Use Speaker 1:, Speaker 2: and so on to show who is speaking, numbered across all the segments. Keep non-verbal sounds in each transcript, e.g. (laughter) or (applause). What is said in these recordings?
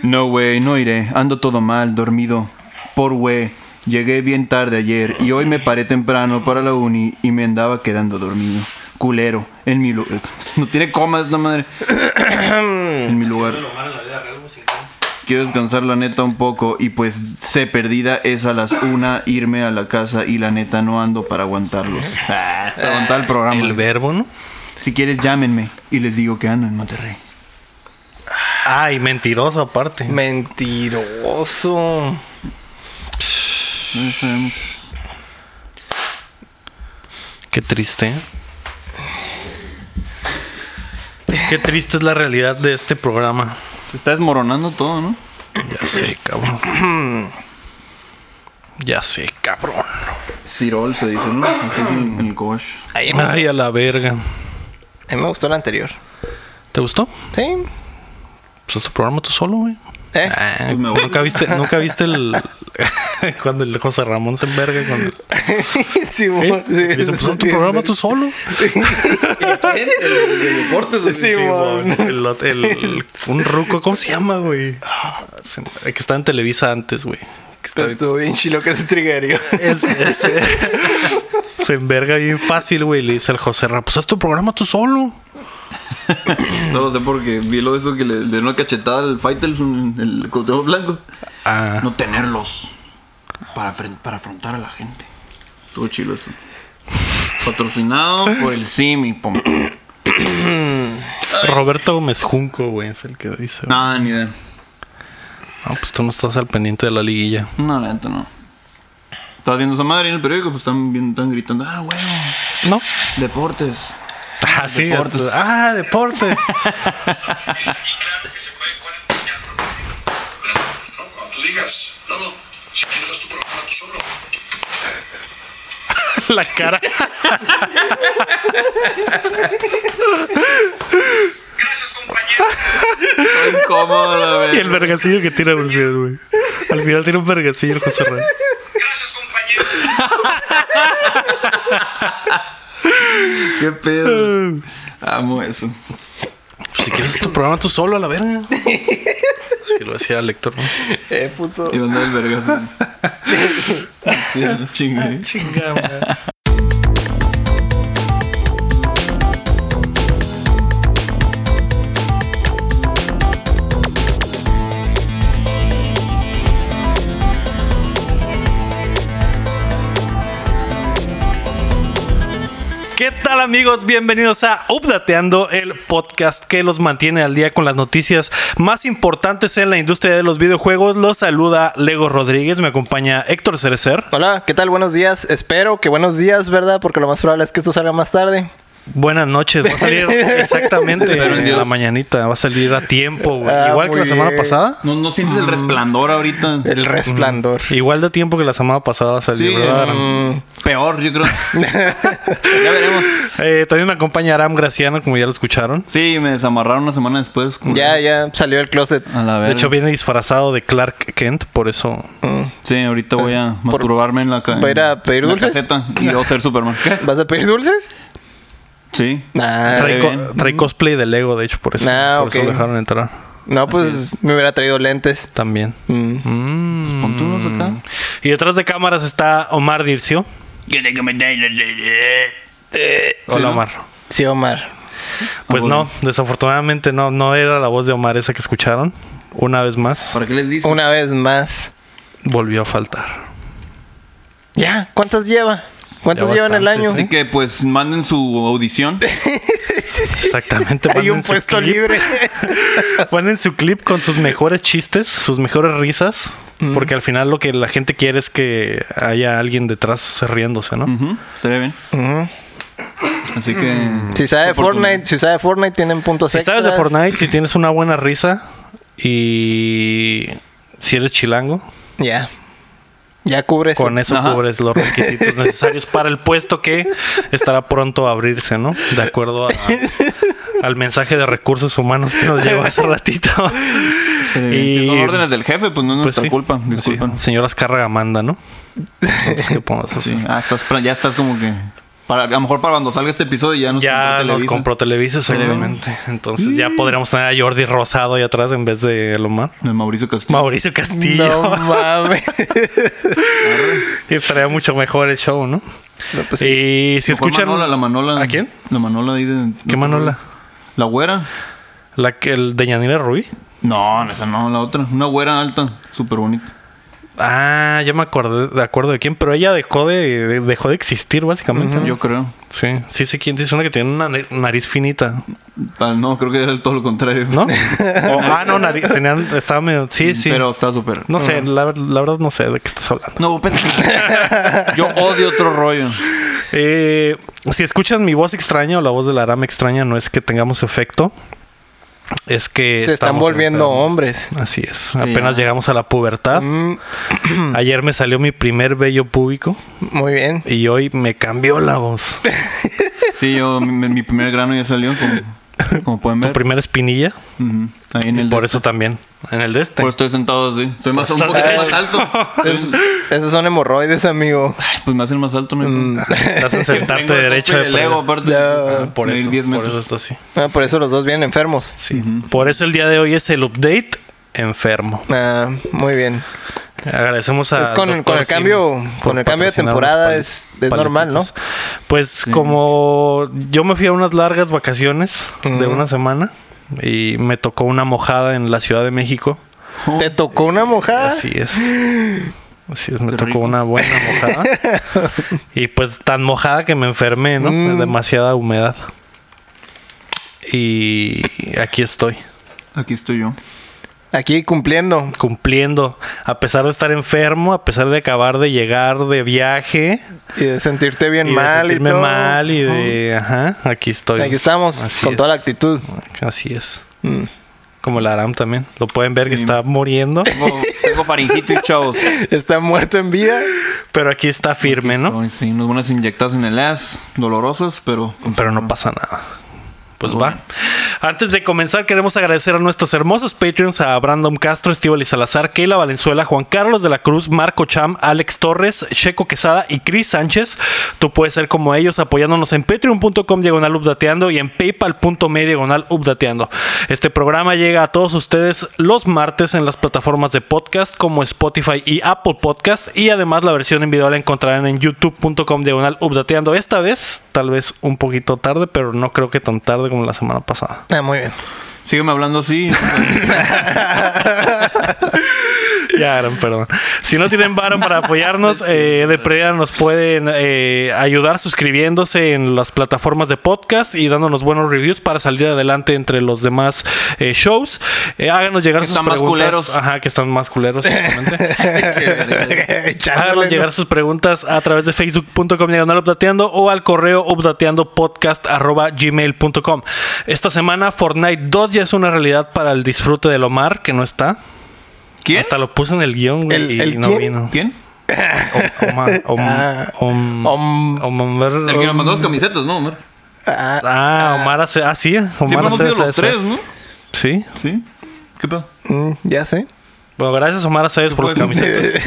Speaker 1: No, güey, no iré. Ando todo mal, dormido. Por güey, llegué bien tarde ayer y hoy me paré temprano para la uni y me andaba quedando dormido. Culero, en mi lugar. (laughs) No tiene comas, la madre. en mi lugar. Quiero descansar la neta un poco y pues sé perdida es a las una irme a la casa y la neta no ando para aguantarlos. Ah, para aguantar el programa.
Speaker 2: El verbo, ¿no?
Speaker 1: Si quieres llámenme y les digo que ando en Monterrey.
Speaker 2: Ay, mentiroso aparte.
Speaker 3: Mentiroso.
Speaker 1: No sabemos.
Speaker 2: Qué triste. Qué triste es la realidad de este programa.
Speaker 1: Se está desmoronando todo, ¿no?
Speaker 2: Ya sé, cabrón. (clears throat) Ya sé, cabrón.
Speaker 1: Cirol se dice, (clears throat) ¿no? Así es en, en el coach.
Speaker 3: Ay, a mí-
Speaker 2: Ay, a la verga.
Speaker 3: a mí me gustó la anterior.
Speaker 2: ¿Te gustó?
Speaker 3: Sí.
Speaker 2: Pues este programa tú solo, güey.
Speaker 3: ¿Eh?
Speaker 2: Ah,
Speaker 1: Pues me voy.
Speaker 2: ¿Nunca viste, nunca viste el. (laughs) cuando el José Ramón se enverga? Cuando...
Speaker 3: (laughs)
Speaker 2: ¿Sí?
Speaker 3: sí, mo- sí,
Speaker 2: Dice, pues haz tu
Speaker 3: (laughs)
Speaker 2: programa tú solo. (laughs)
Speaker 3: Sí, mo-
Speaker 2: Simón, el ot- el- (laughs) un ruco, ¿cómo se llama, güey? El que estaba en Televisa antes, güey. Que está-
Speaker 3: Pero Estuvo bien chilo que
Speaker 2: (laughs)
Speaker 3: se triggerió.
Speaker 2: es- es- eh. (laughs) se enverga bien fácil, güey. Le dice al José Ramón, pues haz tu programa tú solo.
Speaker 1: No lo sé porque vi lo de eso que le, le dio una cachetada al Faitelson, el Cuauhtémoc Blanco.
Speaker 2: Ah,
Speaker 1: No tenerlos para, fren- para afrontar a la gente. Estuvo chido eso. Patrocinado por el Simi, (clears throat) pom.
Speaker 2: Roberto Gómez Junco, güey, es el que dice. güey.
Speaker 1: Nada, Ah, ni idea.
Speaker 2: No, pues tú no estás al pendiente de la liguilla.
Speaker 1: No, la neta no. Estás viendo esa madre en el periódico, pues están, viendo- están gritando, ah, huevo,
Speaker 2: No.
Speaker 1: deportes.
Speaker 2: Ah, sí,
Speaker 1: Deportes.
Speaker 2: hasta- Ah, (laughs) deporte.
Speaker 4: que se juegue 40 ya está. No, cuando tú digas, no, no, si quieres haz tu programa tú solo.
Speaker 2: la cara.
Speaker 4: Gracias, compañero.
Speaker 1: Está incómodo, la
Speaker 2: Y
Speaker 1: verga.
Speaker 2: el vergacillo que tira al final, güey. Al final tiene un vergacillo el José (laughs) Ramón.
Speaker 4: Gracias, compañero.
Speaker 1: Qué pedo. Amo eso.
Speaker 2: Pues si quieres tu programa tú solo a la (laughs) verga. Así lo decía el lector, ¿no?
Speaker 3: eh, puto.
Speaker 1: Y mandó el vergazo. Sí, chingue.
Speaker 2: ¿Qué tal amigos? Bienvenidos a Updateando, el podcast que los mantiene al día con las noticias más importantes en la industria de los videojuegos. Los saluda Lego Rodríguez, me acompaña Héctor Cerecer.
Speaker 3: Hola, ¿qué tal? Buenos días. Espero que buenos días, ¿verdad? Porque lo más probable es que esto salga más tarde.
Speaker 2: Buenas noches, va a
Speaker 3: (laughs)
Speaker 2: salir exactamente
Speaker 1: Pero en
Speaker 2: en
Speaker 1: Dios.
Speaker 2: la mañanita, va a salir a tiempo, güey.
Speaker 3: Ah,
Speaker 2: igual que
Speaker 3: muy
Speaker 2: la semana
Speaker 3: bien.
Speaker 2: pasada.
Speaker 1: ¿No, no sientes el resplandor ahorita?
Speaker 3: Mm. El resplandor.
Speaker 2: Igual de tiempo que la semana pasada va a salir,
Speaker 1: Sí,
Speaker 2: ¿verdad? Aram?
Speaker 3: Mm,
Speaker 1: Peor, yo
Speaker 3: (laughs)
Speaker 1: creo. ya veremos.
Speaker 2: Eh, también me acompaña Aram Graciano, como ya lo escucharon.
Speaker 1: Sí, me desamarraron una semana después. culero.
Speaker 3: ya, ya salió el closet.
Speaker 1: A la
Speaker 2: De
Speaker 1: verga.
Speaker 2: hecho, viene disfrazado de Clark Kent, por eso
Speaker 3: Mm.
Speaker 1: sí, ahorita voy a
Speaker 3: Por-
Speaker 1: masturbarme en la ca-
Speaker 3: ¿Va a ir a pedir
Speaker 1: en la
Speaker 3: dulces?
Speaker 1: caseta y yo ser Superman. ¿Qué?
Speaker 3: ¿Vas a pedir dulces?
Speaker 1: Sí.
Speaker 3: Nah,
Speaker 2: trae,
Speaker 1: qué
Speaker 2: co-
Speaker 1: bien.
Speaker 2: trae cosplay de Lego, de hecho, por eso,
Speaker 3: Ah,
Speaker 2: por
Speaker 3: ok.
Speaker 2: eso lo dejaron entrar
Speaker 3: no, pues me hubiera traído lentes.
Speaker 2: también.
Speaker 3: Mm.
Speaker 2: Mm.
Speaker 1: Pon tú Pues unos acá.
Speaker 2: Y detrás de cámaras está Omar Dircio.
Speaker 1: Sí,
Speaker 2: Hola
Speaker 1: ¿no?
Speaker 2: Omar.
Speaker 3: Sí, Omar.
Speaker 2: Pues
Speaker 1: bueno.
Speaker 2: no, desafortunadamente no, no era la voz de Omar esa que escucharon. Una vez más,
Speaker 1: ¿Para qué les dices?
Speaker 3: Una vez más.
Speaker 2: volvió a faltar.
Speaker 3: (laughs) Ya, ¿cuántas lleva? ¿Cuántas
Speaker 2: Ya
Speaker 3: lleva en el
Speaker 2: bastantes,
Speaker 3: año?
Speaker 1: Así que pues manden su audición.
Speaker 2: Exactamente.
Speaker 3: Hay
Speaker 2: manden
Speaker 3: un
Speaker 2: su
Speaker 3: puesto
Speaker 2: clip.
Speaker 3: libre.
Speaker 2: (laughs) Manden su clip con sus mejores chistes, sus mejores risas.
Speaker 3: Mm.
Speaker 2: Porque al final lo que la gente quiere es que haya alguien detrás riéndose,
Speaker 3: Mm.
Speaker 2: ¿no?
Speaker 1: Ujú, Estaría bien.
Speaker 3: Ujú.
Speaker 1: Así que.
Speaker 3: Si sabe de
Speaker 1: oportunidad.
Speaker 3: Fortnite, si sabe de Fortnite, tienen puntos
Speaker 2: Si sabes de
Speaker 3: extras.
Speaker 2: Fortnite, si tienes una buena risa y si eres chilango,
Speaker 3: Ya. Ya cubres.
Speaker 2: con eso
Speaker 1: Ajá.
Speaker 2: cubres los requisitos necesarios para el puesto que estará pronto a abrirse, ¿no? De acuerdo a- al mensaje de recursos humanos que nos llegó hace ratito.
Speaker 1: Estaría bien. Si son órdenes del jefe, pues no es
Speaker 2: Pues
Speaker 1: nuestra
Speaker 2: sí.
Speaker 1: culpa.
Speaker 2: Sí.
Speaker 1: Disculpan.
Speaker 2: Señor Azcárraga manda, ¿no? Entonces, ¿qué podemos
Speaker 1: Sí.
Speaker 2: hacer?
Speaker 1: Ah, estás, pra- ya estás como que Para, a lo mejor para cuando salga este episodio ya nos
Speaker 2: Ya
Speaker 1: compró
Speaker 2: nos
Speaker 1: Televisa.
Speaker 2: compró Televisa, exactamente. Entonces ya podríamos tener a Jordi Rosado ahí atrás en vez de Lomar.
Speaker 1: El Mauricio Castillo.
Speaker 2: Mauricio Castillo.
Speaker 3: No
Speaker 1: (laughs)
Speaker 3: mames.
Speaker 2: Y (laughs) estaría mucho mejor el show, ¿no?
Speaker 3: No, pues sí.
Speaker 2: Y si
Speaker 1: Mejor
Speaker 2: escuchan.
Speaker 1: Manola, la Manola.
Speaker 2: ¿A quién?
Speaker 1: La Manola ahí de...
Speaker 2: ¿Qué Manola?
Speaker 1: ¿La güera?
Speaker 2: La que el de Yanira Rubí.
Speaker 1: No, esa no, la otra. Una güera alta, súper bonita.
Speaker 2: Ah, ya me acordé, de acuerdo de quién, pero ella dejó de, de- dejó de existir, básicamente. ¿no?
Speaker 1: Yo creo.
Speaker 2: Sí, sí sé quién, sí, es una que tiene una ne- nariz finita,
Speaker 1: Ah, no, creo que era todo lo contrario. (laughs)
Speaker 3: (laughs)
Speaker 2: ¿no? O- ah, no, nariz, tenía, estaba medio,
Speaker 3: Mm,
Speaker 2: sí, sí.
Speaker 1: Pero está súper.
Speaker 2: no pues. sé, la, ver- la verdad no sé de qué estás hablando.
Speaker 1: No, pendejo. (laughs) Yo odio otro rollo.
Speaker 2: Eh, si escuchan mi voz extraña o la voz de la arama extraña, no es que tengamos efecto, es que
Speaker 3: Se están
Speaker 2: estamos
Speaker 3: volviendo
Speaker 2: enfermos.
Speaker 3: hombres.
Speaker 2: Así es, apenas
Speaker 1: ya.
Speaker 2: llegamos a la pubertad.
Speaker 3: Mm,
Speaker 2: Ayer me salió mi primer vello púbico
Speaker 3: muy bien.
Speaker 2: y hoy me cambió la
Speaker 3: (laughs)
Speaker 2: voz.
Speaker 1: Sí, yo, mi, mi primer grano ya salió, como, como pueden
Speaker 2: Tu
Speaker 1: ver.
Speaker 2: primera espinilla.
Speaker 1: Ujú. Ahí en el.
Speaker 2: Por
Speaker 1: de-
Speaker 2: eso también. En el de este.
Speaker 1: Por eso Pues estoy sentado así. Estoy más, un
Speaker 2: Estás
Speaker 1: poquito
Speaker 2: de-
Speaker 1: más (laughs) alto.
Speaker 3: Es- esos son hemorroides, amigo.
Speaker 1: Pues me hacen más alto, no hay
Speaker 3: Mm. (laughs)
Speaker 1: problema.
Speaker 2: Te hacen (laughs) sentarte
Speaker 1: (laughs) Tengo el
Speaker 2: derecho.
Speaker 1: tope
Speaker 2: de
Speaker 1: del ego,
Speaker 2: por,
Speaker 1: aparte.
Speaker 3: Ya.
Speaker 2: por
Speaker 1: de
Speaker 2: eso.
Speaker 1: 10
Speaker 2: Por
Speaker 1: metros.
Speaker 2: eso está así.
Speaker 3: Ah, por eso los dos vienen enfermos.
Speaker 2: Sí. Por eso el día de hoy es el update enfermo.
Speaker 3: Ah, muy bien.
Speaker 2: Agradecemos a.
Speaker 3: Es con,
Speaker 2: Dr.
Speaker 3: con el
Speaker 2: Sim
Speaker 3: cambio,
Speaker 2: por
Speaker 3: con el cambio de
Speaker 2: patrocinarnos
Speaker 3: temporada
Speaker 2: pal-
Speaker 3: es, es normal, ¿no?
Speaker 2: paletitas. Pues como yo me fui a unas largas vacaciones de
Speaker 3: Ujú.
Speaker 2: una semana y me tocó una mojada en la Ciudad de México.
Speaker 3: ¿Te tocó una mojada?
Speaker 2: Uh, Así es. Así es, me
Speaker 1: Qué
Speaker 2: tocó
Speaker 1: rico.
Speaker 2: una buena
Speaker 1: (laughs)
Speaker 2: mojada. y pues tan mojada que me enfermé, ¿no? De
Speaker 3: Mm.
Speaker 2: demasiada humedad. Y aquí estoy,
Speaker 1: Aquí estoy yo.
Speaker 3: Aquí cumpliendo.
Speaker 2: cumpliendo. A pesar de estar enfermo, a pesar de acabar de llegar de viaje.
Speaker 3: Y de sentirte bien
Speaker 2: y de
Speaker 3: mal y
Speaker 2: sentirme
Speaker 3: todo.
Speaker 2: mal y de... Ajá, aquí estoy.
Speaker 3: Aquí estamos,
Speaker 2: Así
Speaker 3: con
Speaker 2: es.
Speaker 3: toda la actitud.
Speaker 2: Así es.
Speaker 3: Mm.
Speaker 2: Como el Aram también. Lo pueden ver que
Speaker 1: Sí.
Speaker 2: está
Speaker 3: (laughs)
Speaker 2: muriendo.
Speaker 1: Tengo, tengo faringitis, (laughs) chavos.
Speaker 3: Está muerto en vida.
Speaker 2: Pero aquí está firme, ¿no?
Speaker 1: Ay, sí, unas buenas inyectadas en el as, dolorosas, pero.
Speaker 2: pero no pasa nada. Pues va. Antes de comenzar, queremos agradecer a nuestros hermosos Patreons, a Brandon Castro, Estíbal Salazar, Keila Valenzuela, Juan Carlos de la Cruz, Marco Cham, Alex Torres, Checo Quesada y Cris Sánchez. Tú puedes ser como ellos apoyándonos en patreon.com diagonal updateando y en paypal.me diagonal updateando. Este programa llega a todos ustedes los martes en las plataformas de podcast como Spotify y Apple Podcast y además la versión en video la encontrarán en youtube.com diagonal updateando. Esta vez, tal vez un poquito tarde, pero no creo que tan tarde como la semana pasada.
Speaker 3: Ah,
Speaker 2: (laughs)
Speaker 3: muy bien.
Speaker 1: Sígueme hablando así.
Speaker 2: Ya, gran perdón. Si no tienen varo
Speaker 1: (laughs)
Speaker 2: para apoyarnos, eh, de previa nos pueden eh, ayudar suscribiéndose en las plataformas de podcast y dándonos buenos reviews para salir adelante entre los demás eh, shows. Eh, háganos llegar
Speaker 1: Que
Speaker 2: sus
Speaker 1: están más
Speaker 2: preguntas.
Speaker 1: culeros.
Speaker 2: Ajá, que están
Speaker 1: (laughs)
Speaker 2: más culeros. exactamente.
Speaker 3: Echándole,
Speaker 2: Háganos
Speaker 3: ¿no?
Speaker 2: llegar sus preguntas a través de facebook.com diagonal updateando o al correo updateandopodcast.gmail.com. Esta semana Fortnite 2 ya es una realidad para el disfrute del Omar, que no está.
Speaker 1: ¿Quién?
Speaker 2: Hasta lo puse en el guión, güey,
Speaker 3: ¿El-
Speaker 2: y
Speaker 3: el
Speaker 2: no
Speaker 3: quién?
Speaker 2: vino.
Speaker 1: ¿Quién?
Speaker 2: O- Omar, om-
Speaker 3: Ah.
Speaker 2: om-
Speaker 3: Om-
Speaker 2: om- Omar-
Speaker 1: El que nos
Speaker 2: om-
Speaker 1: mandó las camisetas, ¿no, Omar?
Speaker 3: Ah,
Speaker 2: Ah, Omar hace... Ah, sí, Omar
Speaker 1: Siempre hemos
Speaker 2: hace...
Speaker 1: sido los
Speaker 2: hace-
Speaker 1: tres, ¿no?
Speaker 2: Sí.
Speaker 1: Sí. ¿Qué pedo?
Speaker 3: mm, ya sé.
Speaker 2: Bueno, gracias Omar Aceves por las camisetas.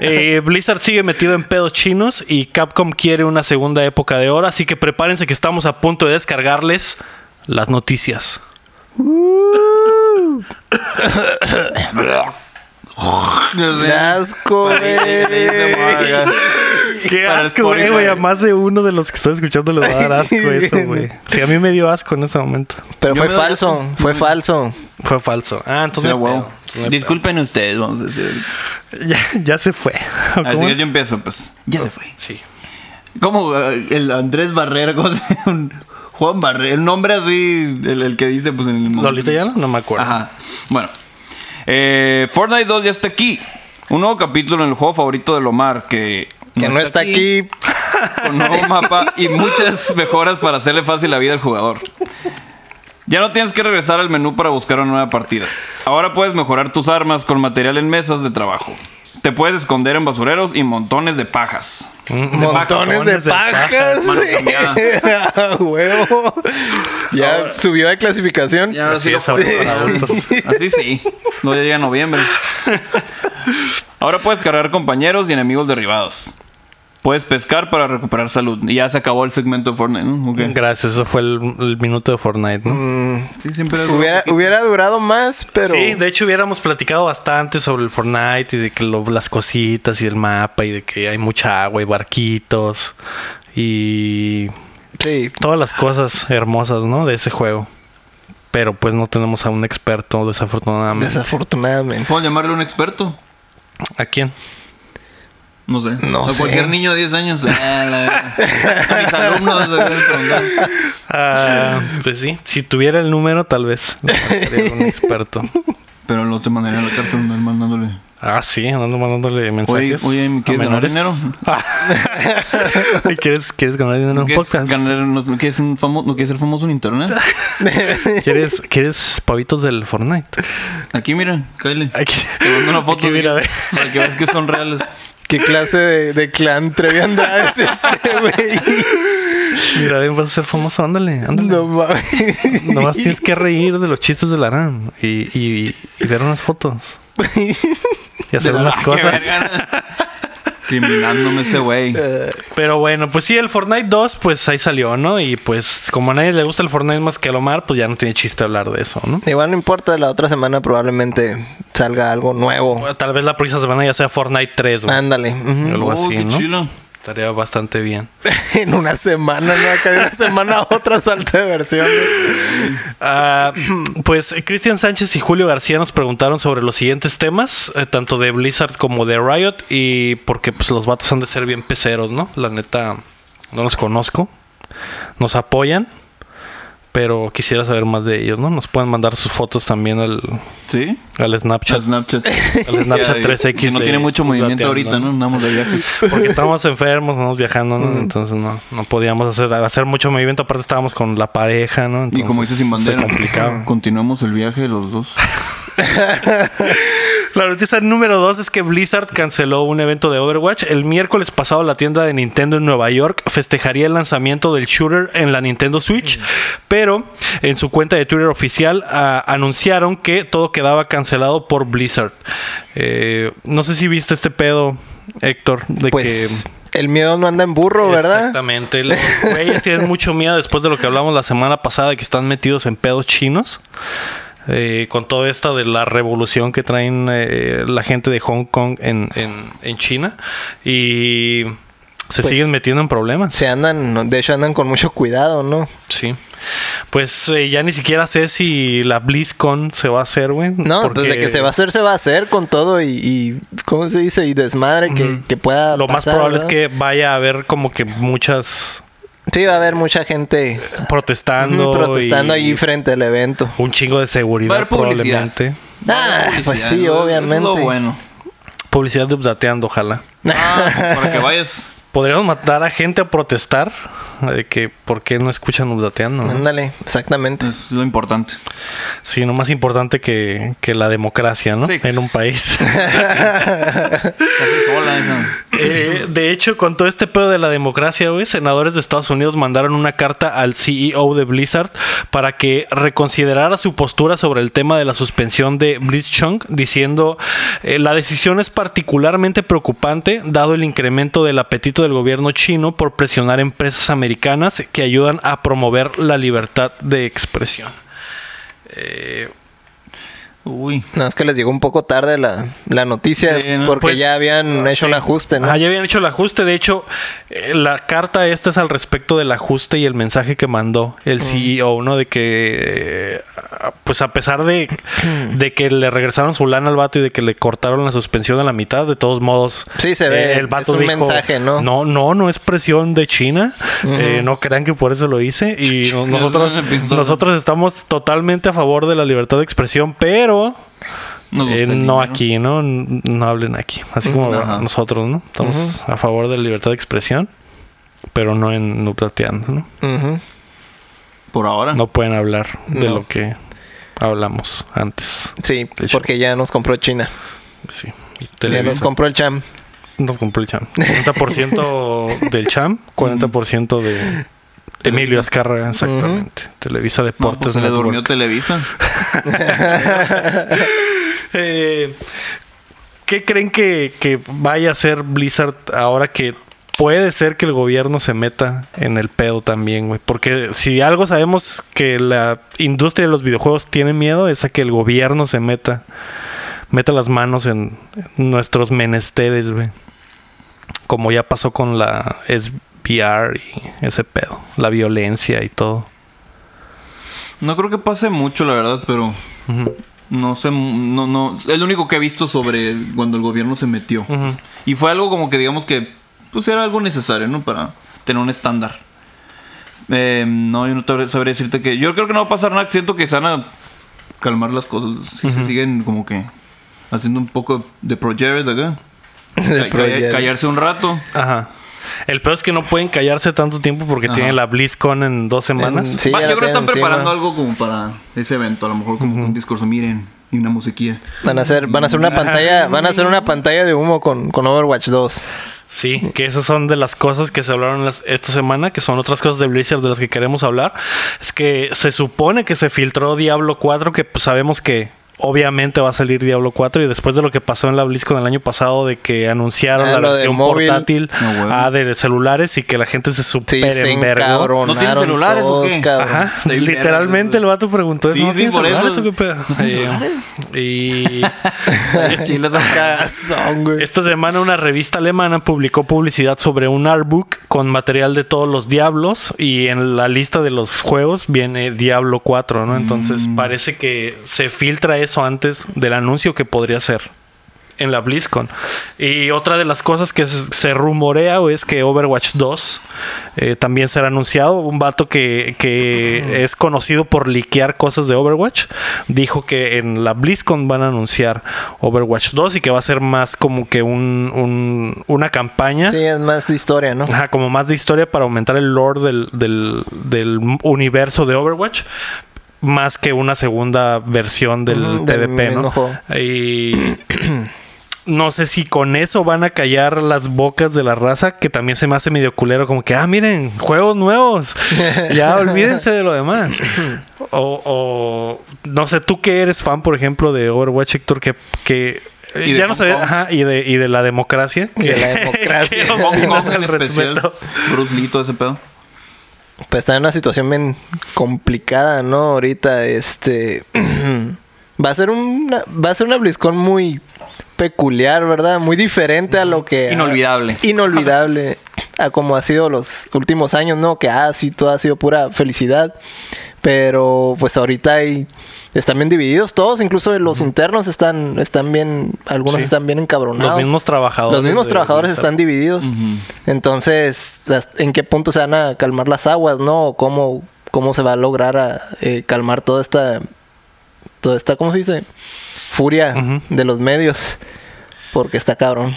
Speaker 2: Eh, Blizzard sigue metido en pedos chinos y Capcom quiere una segunda época de oro, así que prepárense que estamos a punto de descargarles las noticias.
Speaker 3: Qué asco, güey.
Speaker 2: Qué
Speaker 1: Para
Speaker 2: asco, güey,
Speaker 1: Spotify.
Speaker 2: güey. A más de uno de los que están escuchando les va a dar asco eso, güey. Sí, a mí me dio asco en ese momento.
Speaker 3: Pero
Speaker 1: Yo
Speaker 3: fue
Speaker 1: me doy
Speaker 3: falso, fue falso.
Speaker 2: Fue falso. Ah, entonces... no hay pedo, entonces no hay
Speaker 1: Disculpen ustedes, vamos a decir.
Speaker 2: pedo. Ya, ya se fue. ¿O
Speaker 1: Así
Speaker 2: cómo?
Speaker 1: que yo empiezo, pues. Ya se fue.
Speaker 2: Sí.
Speaker 1: Como eh, el Andrés Barrera, (laughs) ¿cómo se llama? Juan Barrera, el nombre así, el, el que dice, pues en el
Speaker 2: ¿Lolita Yala? No me acuerdo.
Speaker 1: Ajá. Bueno. Eh, Fortnite 2 ya está aquí. Un nuevo capítulo en el juego favorito de Lomar que...
Speaker 3: Que no está aquí.
Speaker 1: (laughs) Con nuevo mapa y muchas mejoras para hacerle fácil la vida al jugador. Ya no tienes que regresar al menú para buscar una nueva partida. Ahora puedes mejorar tus armas con material en mesas de trabajo. Te puedes esconder en basureros y montones de pajas.
Speaker 2: Mm.
Speaker 3: Montones de
Speaker 2: de pajas,
Speaker 3: pajas.
Speaker 1: mano
Speaker 3: sí.
Speaker 1: cambiada.
Speaker 3: (laughs) Ah, huevo. Ya subió de clasificación.
Speaker 1: Ya ahora
Speaker 2: Así
Speaker 1: sí lo
Speaker 2: es, ahora
Speaker 1: puedes-
Speaker 2: para adultos.
Speaker 1: Así sí. No ya llega noviembre. Ahora puedes cargar compañeros y enemigos derribados. Puedes pescar para recuperar salud. Y ya se acabó el segmento de Fortnite, ¿no? Ok.
Speaker 2: Gracias, eso fue el, el minuto de Fortnite, ¿no?
Speaker 1: Mm, Sí, siempre es
Speaker 3: Hubiera, hubiera durado más, pero.
Speaker 2: Sí, de hecho hubiéramos platicado bastante sobre el Fortnite y de que lo- las cositas y el mapa y de que hay mucha agua y barquitos y
Speaker 3: Sí.
Speaker 2: todas las cosas hermosas, ¿no? De ese juego. Pero pues no tenemos a un experto, desafortunadamente.
Speaker 3: Desafortunadamente.
Speaker 1: ¿Puedo llamarle un experto?
Speaker 2: ¿A quién?
Speaker 1: No sé.
Speaker 3: No
Speaker 1: a
Speaker 3: sé.
Speaker 1: cualquier niño de 10 años. Ah, la-
Speaker 3: (laughs)
Speaker 1: a mis alumnos deberían preguntar.
Speaker 2: Ah, (laughs) pues sí, si tuviera el número tal
Speaker 1: (laughs)
Speaker 2: vez. Sería un experto.
Speaker 1: Pero lo te mandaría a la cárcel andar mandándole.
Speaker 2: Ah, sí, ando mandándole mensajes.
Speaker 1: oye, ¿me quieres
Speaker 2: a
Speaker 1: ganar
Speaker 2: menores.
Speaker 1: dinero?
Speaker 2: Ah. ¿Y ¿Quieres, ¿Quieres ganar dinero en un
Speaker 1: ¿Quieres
Speaker 2: podcast?
Speaker 1: ganar, no, no quieres un famoso, no quieres ser famoso en
Speaker 3: (laughs)
Speaker 1: internet?
Speaker 2: ¿Quieres, ¿Quieres pavitos del Fortnite?
Speaker 1: Aquí, mira, cállale.
Speaker 2: Aquí,
Speaker 1: Te mando una foto.
Speaker 2: aquí, mira,
Speaker 1: güey,
Speaker 2: ve.
Speaker 1: Para que veas que son reales.
Speaker 2: (laughs)
Speaker 3: ¿Qué clase de, de clan Trevi Andrade es este, güey?
Speaker 2: Mira, ven, vas a ser famoso, ándale, ándale.
Speaker 3: No mames.
Speaker 2: Nomás tienes que reír de los chistes de la RAM y, y, y ver unas fotos. Y hacer
Speaker 1: Ah,
Speaker 2: unas cosas.
Speaker 1: Criminándome ese güey.
Speaker 2: Pero bueno, pues sí, el Fortnite 2, pues ahí salió, ¿no? Y pues como a nadie le gusta el Fortnite más que a Lomar, pues ya no tiene chiste hablar de eso, ¿no?
Speaker 3: Igual no importa, la otra semana probablemente salga algo nuevo.
Speaker 2: Bueno, tal vez la próxima semana ya sea Fortnite 3, güey.
Speaker 3: Ándale. ujú.
Speaker 2: Algo
Speaker 1: Oh,
Speaker 2: así,
Speaker 1: qué
Speaker 2: ¿no?
Speaker 1: chido.
Speaker 2: Estaría bastante bien.
Speaker 3: (laughs) en una semana, ¿no? Acá de una semana a otra salta de versión.
Speaker 2: Ah, pues eh, Cristian Sánchez y Julio García nos preguntaron sobre los siguientes temas, eh, tanto de Blizzard como de Riot, y porque pues los vatos han de ser bien peceros, ¿no? La neta, no los conozco, nos apoyan, pero quisiera saber más de ellos, ¿no? Nos pueden mandar sus fotos también al,
Speaker 1: ¿Sí?
Speaker 2: al Snapchat.
Speaker 1: Al Snapchat.
Speaker 2: Al Snapchat 3X
Speaker 1: (laughs) Que No
Speaker 2: de-
Speaker 1: tiene mucho movimiento
Speaker 2: Plateando,
Speaker 1: ahorita,
Speaker 2: ¿no?
Speaker 1: ¿no? Andamos de viaje. (laughs)
Speaker 2: Porque estábamos enfermos, no viajando,
Speaker 1: Mm.
Speaker 2: ¿no? Entonces no, no podíamos hacer, hacer mucho movimiento. Aparte estábamos con la pareja, ¿no?
Speaker 1: Y como dice
Speaker 2: Entonces,
Speaker 1: sin
Speaker 2: se
Speaker 1: bandera,
Speaker 2: complicaba.
Speaker 1: continuamos el viaje los dos.
Speaker 2: La noticia número 2 es que Blizzard canceló un evento de Overwatch. El miércoles pasado la tienda de Nintendo en Nueva York festejaría el lanzamiento del shooter en la Nintendo Switch, pero en su cuenta de Twitter oficial ah, anunciaron que todo quedaba cancelado por Blizzard. Eh, no sé si viste este pedo, Héctor, de
Speaker 3: Pues
Speaker 2: que...
Speaker 3: el miedo no anda en burro, ¿verdad?
Speaker 2: Exactamente. Los güeyes tienen mucho miedo después de lo que hablamos la semana pasada, de que están metidos en pedos chinos. eh, con todo esto de la revolución que traen eh, la gente de Hong Kong en, en- en China. Y se
Speaker 3: Pues,
Speaker 2: siguen metiendo en problemas.
Speaker 3: Se andan, de hecho andan con mucho cuidado, ¿no?
Speaker 2: Sí. Pues eh, ya ni siquiera sé si la BlizzCon se va a hacer, güey.
Speaker 3: No,
Speaker 2: porque
Speaker 3: pues de que se va a hacer, se va a hacer con todo y, y ¿cómo se dice? Y desmadre que,
Speaker 2: Ujú.
Speaker 3: que pueda
Speaker 2: Lo más
Speaker 3: pasar,
Speaker 2: probable
Speaker 3: ¿verdad?
Speaker 2: es que vaya a haber como que muchas
Speaker 3: Sí, va a haber mucha gente
Speaker 2: protestando.
Speaker 3: ujú, protestando
Speaker 2: y-
Speaker 3: ahí frente al evento.
Speaker 2: Un chingo de seguridad
Speaker 1: Va a haber publicidad.
Speaker 2: probablemente.
Speaker 3: Ah,
Speaker 1: Publicidad,
Speaker 3: pues sí,
Speaker 1: ¿no? Eso
Speaker 3: obviamente.
Speaker 1: Es lo bueno.
Speaker 2: Publicidad de Updateando, ojalá.
Speaker 1: Ah, para que vayas.
Speaker 2: Podríamos matar a gente a protestar de que por qué no escuchan Updateando. no?
Speaker 3: (laughs) Ándale, exactamente.
Speaker 1: Es lo importante.
Speaker 2: Sí, no más importante que, que la democracia, ¿no?
Speaker 1: Sí.
Speaker 2: En un país.
Speaker 1: Se hace sola esa.
Speaker 2: Eh, de hecho, con todo este pedo de la democracia, güey, senadores de Estados Unidos mandaron una carta al CEO de Blizzard para que reconsiderara su postura sobre el tema de la suspensión de Blizzchung, diciendo eh, la decisión es particularmente preocupante dado el incremento del apetito del gobierno chino por presionar empresas americanas que ayudan a promover la libertad de expresión. Eh,
Speaker 1: Uy.
Speaker 3: No, es que les llegó un poco tarde la, la noticia
Speaker 1: Sí, ¿no?
Speaker 3: porque
Speaker 2: Pues,
Speaker 3: ya habían hecho un ajuste, ¿no?
Speaker 2: Ah, ya habían hecho el ajuste. De hecho, eh, la carta esta es al respecto del ajuste y el mensaje que mandó el
Speaker 3: Mm.
Speaker 2: CEO, ¿no? De que, eh, pues a pesar
Speaker 3: (clears throat)
Speaker 2: de, de que le regresaron su lana al vato y de que le cortaron la suspensión a la mitad, de todos modos, eh,
Speaker 3: Sí, se ve,
Speaker 2: el vato
Speaker 3: es un
Speaker 2: dijo,
Speaker 3: mensaje, ¿no?
Speaker 2: No, no, no es presión de China. Eh, no crean que por eso lo hice. Y no- nosotros, nosotros estamos totalmente a favor de la libertad de expresión, pero...
Speaker 1: Nos gusta
Speaker 2: Eh,
Speaker 1: el dinero.
Speaker 2: no aquí, ¿no? N- No hablen aquí. Así como
Speaker 1: Ajá.
Speaker 2: nosotros, ¿no? Estamos a favor de la libertad de expresión, pero no en no plateando, ¿no?
Speaker 3: Ujú.
Speaker 1: Por ahora.
Speaker 2: No pueden hablar de
Speaker 3: No.
Speaker 2: lo que hablamos antes.
Speaker 3: Sí,
Speaker 2: De hecho.
Speaker 3: porque ya nos compró China.
Speaker 2: Sí. Y
Speaker 3: Ya nos
Speaker 2: Televisa
Speaker 3: compró el Cham.
Speaker 2: nos compró el cham.
Speaker 1: (laughs)
Speaker 2: 40% del cham, 40% de Emilio Azcárraga, exactamente. Televisa
Speaker 1: No,
Speaker 2: Deportes.
Speaker 1: pues se le
Speaker 2: Network.
Speaker 1: durmió Televisa.
Speaker 2: Eh, ¿Qué creen que, que vaya a hacer Blizzard ahora que puede ser que el gobierno se meta en el pedo también, güey. Porque si algo sabemos que la industria de los videojuegos tiene miedo es a que el gobierno se meta. Meta las manos en nuestros menesteres, güey. Como ya pasó con la SBR y ese pedo. La violencia y todo.
Speaker 1: No creo que pase mucho, la verdad, pero
Speaker 2: Ujú.
Speaker 1: no sé, no, no. Es lo único que he visto sobre cuando el gobierno se metió.
Speaker 2: Ujú.
Speaker 1: Y fue algo como que digamos que pues era algo necesario, ¿no? Para tener un estándar. Eh, no, yo no te sabría decirte que... Yo creo que no va a pasar nada. Siento que se van a calmar las cosas. Si se siguen como que haciendo un poco de pro Jared
Speaker 3: (laughs)
Speaker 1: acá. Ca-
Speaker 3: Pro
Speaker 1: calla-
Speaker 3: Jared.
Speaker 1: callarse un rato.
Speaker 2: Ajá. El peor es que no pueden callarse tanto tiempo porque
Speaker 1: Ajá.
Speaker 2: tienen la BlizzCon en dos semanas.
Speaker 3: En- sí.
Speaker 1: Va,
Speaker 3: ya
Speaker 1: yo
Speaker 3: lo
Speaker 1: creo que están
Speaker 3: tienen encima.
Speaker 1: preparando algo como para ese evento. A lo mejor como un discurso, miren, y una musiquilla.
Speaker 3: Van a hacer, van a hacer
Speaker 1: Ah.
Speaker 3: una pantalla, van a hacer una pantalla de humo con, con Overwatch 2.
Speaker 2: Sí, que esas son de las cosas que se hablaron las- esta semana, que son otras cosas de Blizzard de las que queremos hablar. Es que se supone que se filtró Diablo 4, que pues, sabemos que obviamente va a salir Diablo 4 y después de lo que pasó en la BlizzCon el año pasado de que anunciaron
Speaker 3: Ah,
Speaker 2: la
Speaker 3: lo del
Speaker 2: versión
Speaker 3: móvil.
Speaker 2: portátil
Speaker 1: No, güey.
Speaker 2: ah, de celulares y que la gente se
Speaker 3: Sí,
Speaker 2: super
Speaker 3: se
Speaker 2: envergó.
Speaker 3: encabronaron.
Speaker 1: ¿No tienen celulares o
Speaker 3: todos,
Speaker 1: qué?
Speaker 3: cabrón.
Speaker 2: Ajá,
Speaker 1: Está bien verga.
Speaker 2: literalmente el vato preguntó eso.
Speaker 1: Sí,
Speaker 2: ¿No
Speaker 1: sí,
Speaker 2: tienes
Speaker 1: por eso.
Speaker 2: celulares o qué pedo? Y-
Speaker 1: (laughs) Chilas acá.
Speaker 2: (laughs)
Speaker 3: Son, güey.
Speaker 2: Esta semana una revista alemana publicó publicidad sobre un artbook con material de todos los diablos y en la lista de los juegos viene Diablo 4, ¿no? Entonces parece que se filtra eso antes del anuncio que podría ser en la BlizzCon. Y otra de las cosas que s- se rumorea güey, es que Overwatch 2 eh, también será anunciado. Un vato que, que es conocido por liquear cosas de Overwatch dijo que en la BlizzCon van a anunciar Overwatch 2 y que va a ser más como que un, un- una campaña.
Speaker 3: Sí, es más de historia, ¿no?
Speaker 2: Ajá, como más de historia para aumentar el lore del, del- del universo de Overwatch. Más que una segunda versión del
Speaker 3: Ujú, del
Speaker 2: PvP,
Speaker 3: mismo
Speaker 2: ¿no?
Speaker 3: juego.
Speaker 2: Y (clears throat) no sé si con eso van a callar las bocas de la raza, que también se me hace medio culero, como que, ah, miren, juegos
Speaker 3: (laughs)
Speaker 2: nuevos. ya olvídense de lo
Speaker 3: (clears throat)
Speaker 2: demás. O, o, no sé, tú que eres fan, por ejemplo, de Overwatch, Héctor, que, que
Speaker 1: Y
Speaker 2: eh,
Speaker 1: de
Speaker 2: ya no
Speaker 1: Hong
Speaker 2: sabía,
Speaker 1: Kong.
Speaker 2: ajá, y de, y de la democracia.
Speaker 3: Y
Speaker 2: (laughs)
Speaker 3: de la
Speaker 2: que-
Speaker 3: democracia.
Speaker 2: que
Speaker 3: (laughs)
Speaker 2: Hong Kong
Speaker 1: Hong Kong
Speaker 2: es el
Speaker 1: en especial.
Speaker 2: respeto.
Speaker 1: Bruce Lee, todo ese pedo.
Speaker 3: Pues está en una situación bien complicada, ¿no? Ahorita, este. (clears throat) va a ser una. Va a ser una BlizzCon muy peculiar, ¿verdad? Muy diferente a lo que.
Speaker 1: Inolvidable.
Speaker 2: (laughs)
Speaker 3: inolvidable. A como ha sido los últimos años, ¿no? Que ha sido, todo ha sido pura felicidad. Pero pues ahorita hay. Están bien divididos todos, incluso los internos están, están bien, algunos
Speaker 2: Sí.
Speaker 3: están bien encabronados.
Speaker 2: Los mismos trabajadores.
Speaker 3: Los mismos
Speaker 2: de-
Speaker 3: trabajadores
Speaker 2: de-
Speaker 3: están divididos. Entonces, las- ¿en qué punto se van a calmar las aguas, no? ¿O ¿Cómo, cómo se va a lograr a, eh, calmar toda esta, toda esta, ¿cómo se dice? Furia
Speaker 2: Ujú.
Speaker 3: de los medios. Porque está cabrón.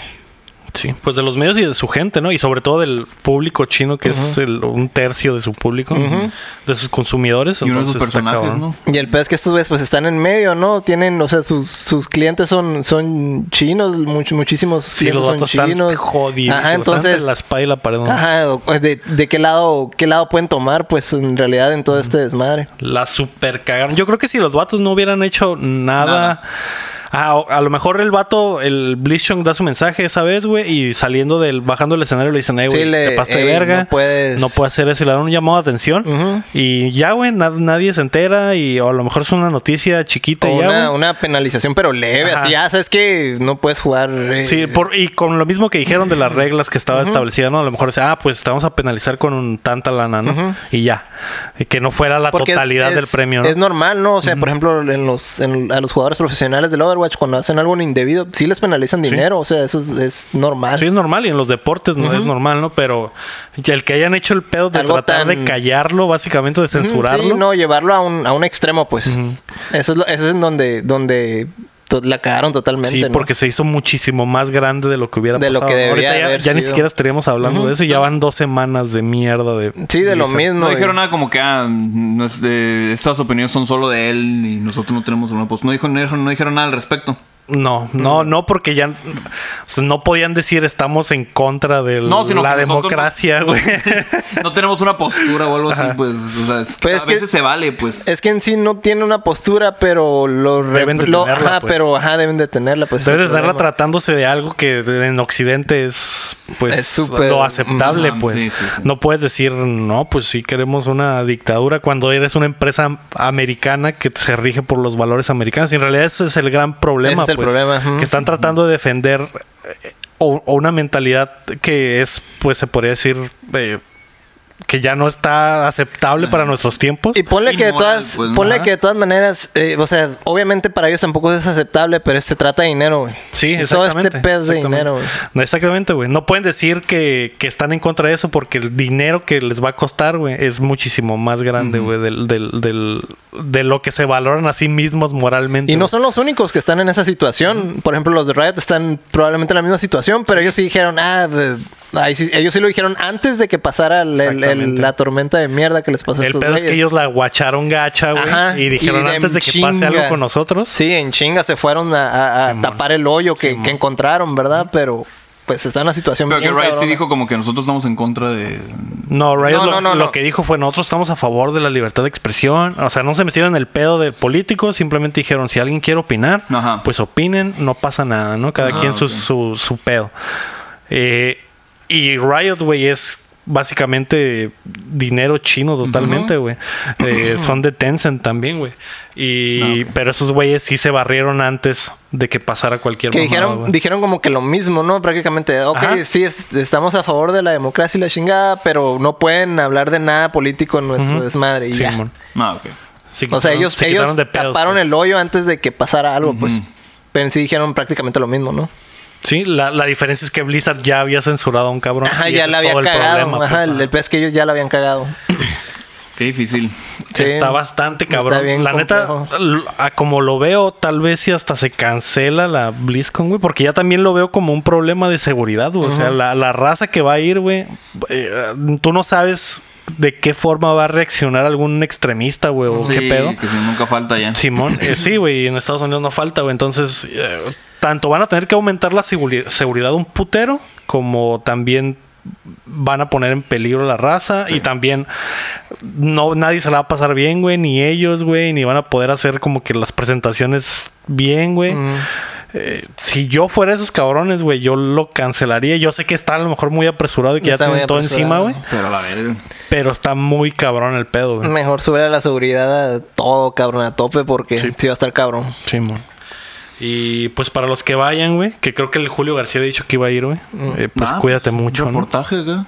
Speaker 2: Sí, pues de los medios y de su gente, ¿no? Y sobre todo del público chino, que es el- un tercio de su público, de sus consumidores.
Speaker 1: Y uno de sus
Speaker 2: entonces está
Speaker 1: personajes,
Speaker 2: cabrón.
Speaker 1: ¿no?
Speaker 3: Y el peor es que estos güeyes pues están en medio, ¿no? Tienen, o sea, sus, sus clientes son, son chinos, much- muchísimos
Speaker 2: Sí,
Speaker 3: clientes
Speaker 2: los
Speaker 3: son
Speaker 2: datos están
Speaker 3: chinos.
Speaker 2: jodidos.
Speaker 3: Ajá, entonces...
Speaker 2: La espalda y la pared. ¿no?
Speaker 3: Ajá, o- de, de qué lado, qué lado pueden tomar, pues en realidad en todo este desmadre.
Speaker 2: La super cagaron. Yo creo que si los vatos no hubieran hecho nada.
Speaker 1: Nada.
Speaker 2: Ah, o- a lo mejor el vato, el Blitzchung da su mensaje esa vez, güey, y saliendo del, bajando del escenario le dicen, "Ey,
Speaker 3: Sí,
Speaker 2: güey,
Speaker 3: le-
Speaker 2: te pasaste de
Speaker 3: ey,
Speaker 2: verga.
Speaker 3: no puedes-
Speaker 2: No puedes hacer eso. Y le dan un llamado de atención.
Speaker 3: Ujú.
Speaker 2: Y ya, güey, na- nadie se entera. Y o a lo mejor es una noticia chiquita. y
Speaker 3: O
Speaker 2: ya,
Speaker 3: una,
Speaker 2: güey.
Speaker 3: una penalización, pero leve.
Speaker 2: Ajá.
Speaker 3: Así, ya sabes que no puedes jugar. eh,
Speaker 2: Sí, por, y con lo mismo que dijeron de las reglas que estaba establecida, ¿no? A lo mejor dice, ah, pues te vamos a penalizar con un tanta lana, ¿no?
Speaker 3: Ujú.
Speaker 2: Y ya. Y que no fuera la
Speaker 3: porque es-
Speaker 2: totalidad
Speaker 3: es-
Speaker 2: del premio, ¿no?
Speaker 3: Es normal, ¿no? O sea, por ejemplo, en los, en- a los jugadores profesionales del Overwatch, cuando hacen algo indebido, sí les penalizan
Speaker 2: Sí.
Speaker 3: dinero. O sea, eso es, es normal.
Speaker 2: Sí, es normal y en los deportes no es normal, ¿no? Pero ya el que hayan hecho el pedo de
Speaker 3: Algo
Speaker 2: tratar de
Speaker 3: tan-
Speaker 2: callarlo, básicamente de
Speaker 3: Ujú,
Speaker 2: censurarlo.
Speaker 3: Sí, no, llevarlo a un, a un extremo, pues. Eso es, lo- eso es en donde, donde to- la cagaron totalmente.
Speaker 2: Sí,
Speaker 3: ¿no?
Speaker 2: porque se hizo muchísimo más grande de lo que hubiera
Speaker 3: De lo
Speaker 2: pasado.
Speaker 3: que
Speaker 2: ¿no?
Speaker 3: debía
Speaker 2: Ahorita ya,
Speaker 3: haber
Speaker 2: ya ni
Speaker 3: sido.
Speaker 2: siquiera estaríamos hablando de eso y ya van dos semanas de mierda de.
Speaker 3: Sí, de lo
Speaker 2: Blizzard.
Speaker 3: mismo.
Speaker 1: No
Speaker 3: y-
Speaker 1: dijeron nada como que ah, no es- eh, estas opiniones son solo de él y nosotros no tenemos una post. No, dijo, no, dijeron- no dijeron nada al respecto.
Speaker 2: No, no, no, porque ya o sea, no podían decir estamos en contra de
Speaker 1: No, sino
Speaker 2: la
Speaker 1: que nosotros (laughs)
Speaker 2: democracia,
Speaker 1: no-
Speaker 3: (laughs)
Speaker 2: güey.
Speaker 1: No tenemos una postura o algo así, pues. O sea, es-
Speaker 3: Pues es
Speaker 1: a
Speaker 3: que-
Speaker 1: veces se vale, pues.
Speaker 3: Es que en sí no tiene una postura, pero lo re-
Speaker 2: Deben de
Speaker 3: lo-
Speaker 2: tenerla,
Speaker 3: ajá,
Speaker 2: pues.
Speaker 3: pero ajá, deben de tenerla. Pues, ese
Speaker 2: Deben de
Speaker 3: es el
Speaker 2: estarla
Speaker 3: problema.
Speaker 2: tratándose de algo que en Occidente es pues
Speaker 3: Es súper-
Speaker 2: lo aceptable,
Speaker 1: Ujú,
Speaker 2: pues.
Speaker 1: sí, sí, sí.
Speaker 2: No puedes decir, no, pues sí queremos una dictadura cuando eres una empresa americana que se rige por los valores americanos. Y en realidad ese es el gran problema,
Speaker 3: Ese es el
Speaker 2: pues,
Speaker 3: problema, ujú.
Speaker 2: que están tratando de defender eh, o, o una mentalidad que es, pues se podría decir, eh, que ya no está aceptable para nuestros tiempos.
Speaker 3: Y ponle que de
Speaker 1: inmoral,
Speaker 3: todas,
Speaker 1: pues,
Speaker 3: ponle
Speaker 1: ajá.
Speaker 3: que de todas maneras, eh, o sea, obviamente para ellos tampoco es aceptable, pero se trata de dinero, güey.
Speaker 2: Sí,
Speaker 3: Y Todo
Speaker 2: exactamente.
Speaker 3: este pez de
Speaker 2: exactamente.
Speaker 3: dinero, güey.
Speaker 2: Exactamente, güey. No pueden decir que, que están en contra de eso porque el dinero que les va a costar, güey, es muchísimo más grande, güey, del, del, del- de lo que se valoran a sí mismos moralmente.
Speaker 3: Y no
Speaker 2: güey.
Speaker 3: son los únicos que están en esa situación. Por ejemplo, los de Riot están probablemente en la misma situación, pero ellos sí dijeron, ah, eh, ahí sí- ellos sí lo dijeron antes de que pasara el- el- el-
Speaker 2: Exactamente.
Speaker 3: la tormenta de mierda que les pasó a
Speaker 2: El
Speaker 3: estos
Speaker 2: pedo es que
Speaker 3: güeyes.
Speaker 2: ellos la guacharon gacha,
Speaker 3: Ajá,
Speaker 2: güey, y dijeron
Speaker 3: y de
Speaker 2: antes de que pase
Speaker 3: chinga.
Speaker 2: algo con nosotros.
Speaker 3: Sí, en chinga se fueron a, a- a tapar el hoyo que, que encontraron, ¿verdad? Pero pues está en una situación
Speaker 1: Pero que
Speaker 3: bien
Speaker 1: Riot sí
Speaker 3: cabrona.
Speaker 1: dijo como que nosotros estamos en contra de...
Speaker 2: No, Riot
Speaker 3: No,
Speaker 2: lo,
Speaker 3: no, no,
Speaker 2: lo
Speaker 3: no.
Speaker 2: que dijo fue nosotros estamos a favor de la libertad de expresión. O sea, no se metieron en el pedo de políticos, simplemente dijeron si alguien quiere opinar,
Speaker 1: Ajá.
Speaker 2: pues opinen, no pasa nada, ¿no? Cada
Speaker 1: Ah,
Speaker 2: quien su,
Speaker 1: ok.
Speaker 2: su, su pedo. Eh, y Riot, güey, es básicamente dinero chino totalmente, güey.
Speaker 3: (clears throat)
Speaker 2: Eh, son de Tencent también, güey. Y
Speaker 3: Ah,
Speaker 2: pero esos güeyes sí se barrieron antes de que pasara cualquier
Speaker 3: Que
Speaker 2: mamada,
Speaker 3: dijeron,
Speaker 2: güey.
Speaker 3: dijeron como que lo mismo, ¿no? Prácticamente, ok,
Speaker 2: Ajá.
Speaker 3: sí, es- estamos a favor de la democracia y la chingada, pero no pueden hablar de nada político en nuestro
Speaker 2: Ujú.
Speaker 3: desmadre. Y ya.
Speaker 2: Simón.
Speaker 1: Ah, ok.
Speaker 2: Se
Speaker 3: O sea,
Speaker 2: quitaron-
Speaker 3: ellos,
Speaker 2: se
Speaker 3: ellos
Speaker 2: quitaron de pedos,
Speaker 3: taparon
Speaker 2: pues.
Speaker 3: el hoyo antes de que pasara algo, pues.
Speaker 1: Ujú.
Speaker 3: Pero en sí dijeron prácticamente lo mismo, ¿no?
Speaker 2: Sí, la, la diferencia es que Blizzard ya había censurado a un cabrón.
Speaker 3: Ajá,
Speaker 2: y
Speaker 3: ya
Speaker 2: ese es
Speaker 3: la había
Speaker 2: todo el
Speaker 3: cagado.
Speaker 2: problema,
Speaker 3: Ajá,
Speaker 2: pues,
Speaker 3: el, el
Speaker 2: ajá.
Speaker 3: pedo es que ellos ya la habían cagado.
Speaker 1: Qué difícil.
Speaker 3: sí.
Speaker 2: Está bastante
Speaker 3: Está
Speaker 2: cabrón.
Speaker 3: bien
Speaker 2: la neta,
Speaker 3: complejo.
Speaker 2: l- a como lo veo, tal vez si hasta se cancela la BlizzCon, güey, porque ya también lo veo como un problema de seguridad, güey. O sea, la, la raza que va a ir, güey, eh, tú no sabes de qué forma va a reaccionar algún extremista, güey, o qué
Speaker 1: Sí,
Speaker 2: pedo.
Speaker 1: Que si nunca falta ya.
Speaker 2: Simón, eh, sí, güey, en Estados Unidos no falta, güey. Entonces, eh, tanto van a tener que aumentar la seguri- seguridad un putero, como también van a poner en peligro la raza y también no nadie se la va a pasar bien, güey, ni ellos, güey, ni van a poder hacer como que las presentaciones bien, güey.
Speaker 3: Mm.
Speaker 2: Eh, si yo fuera esos cabrones, güey, yo lo cancelaría. Yo sé que está a lo mejor muy apresurado y que
Speaker 3: Está
Speaker 2: ya
Speaker 3: muy
Speaker 2: tienen todo encima,
Speaker 3: apresurado.
Speaker 2: güey,
Speaker 1: Pero a la verga.
Speaker 2: pero está muy cabrón el pedo, güey.
Speaker 3: Mejor subir a la seguridad a todo, cabrón, a tope, porque sí, va a estar cabrón.
Speaker 2: Simón. Y pues para los que vayan, güey, que creo que el Julio García ha dicho que iba a ir, güey. eh, pues
Speaker 1: Ah,
Speaker 2: cuídate
Speaker 1: un
Speaker 2: mucho, ¿no?
Speaker 1: reportaje acá.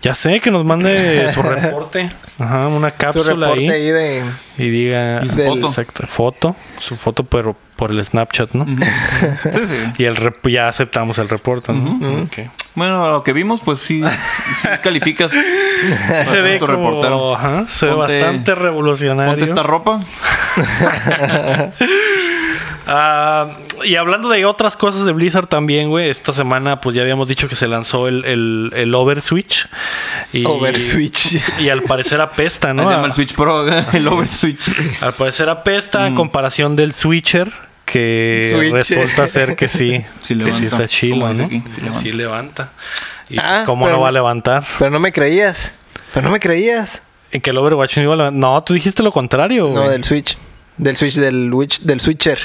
Speaker 2: Ya sé que
Speaker 1: (laughs)
Speaker 2: nos mande su reporte. Ajá, una
Speaker 3: Su
Speaker 2: cápsula
Speaker 3: reporte ahí,
Speaker 2: ahí.
Speaker 3: de...
Speaker 2: Y diga.
Speaker 1: Y su
Speaker 3: Del-
Speaker 1: foto.
Speaker 2: Exacto. Foto. Su foto, pero por el Snapchat, ¿no?
Speaker 1: Sí, sí.
Speaker 2: Y el rep- ya aceptamos el reporte, ¿no? Ok.
Speaker 1: Bueno, a lo que vimos, pues sí, sí calificas.
Speaker 2: Se ve
Speaker 1: tu
Speaker 2: como-
Speaker 1: reportero.
Speaker 2: ajá, se ve
Speaker 1: Ponte-
Speaker 2: bastante
Speaker 1: Ponte
Speaker 2: revolucionario.
Speaker 1: esta ropa.
Speaker 2: Ah, y hablando de otras cosas de Blizzard también, güey, esta semana pues ya habíamos dicho que se lanzó el, el, el Overswitch. Y,
Speaker 3: Overswitch.
Speaker 2: Y al parecer apesta,
Speaker 1: No, (laughs)
Speaker 2: ¿no? ah.
Speaker 1: llama el Switch Pro, acá, el Over Switch.
Speaker 2: Al parecer apesta
Speaker 3: Mm.
Speaker 2: en comparación del Switcher, que
Speaker 3: Switcher. (laughs)
Speaker 2: resulta ser que sí,
Speaker 1: Sí
Speaker 2: que sí
Speaker 1: levanta,
Speaker 2: está chilo,
Speaker 1: como dice
Speaker 2: ¿no?
Speaker 1: aquí, sí
Speaker 2: sí levanta.
Speaker 1: levanta.
Speaker 2: Y pues,
Speaker 3: Ah,
Speaker 2: ¿cómo
Speaker 3: pero-
Speaker 2: no va a levantar?
Speaker 3: Pero no me creías. Pero no me creías.
Speaker 2: En que el Overwatch no iba a levantar. No, tú dijiste lo contrario, güey.
Speaker 3: No, del Switch. Del Switch, del Witch, del Switcher.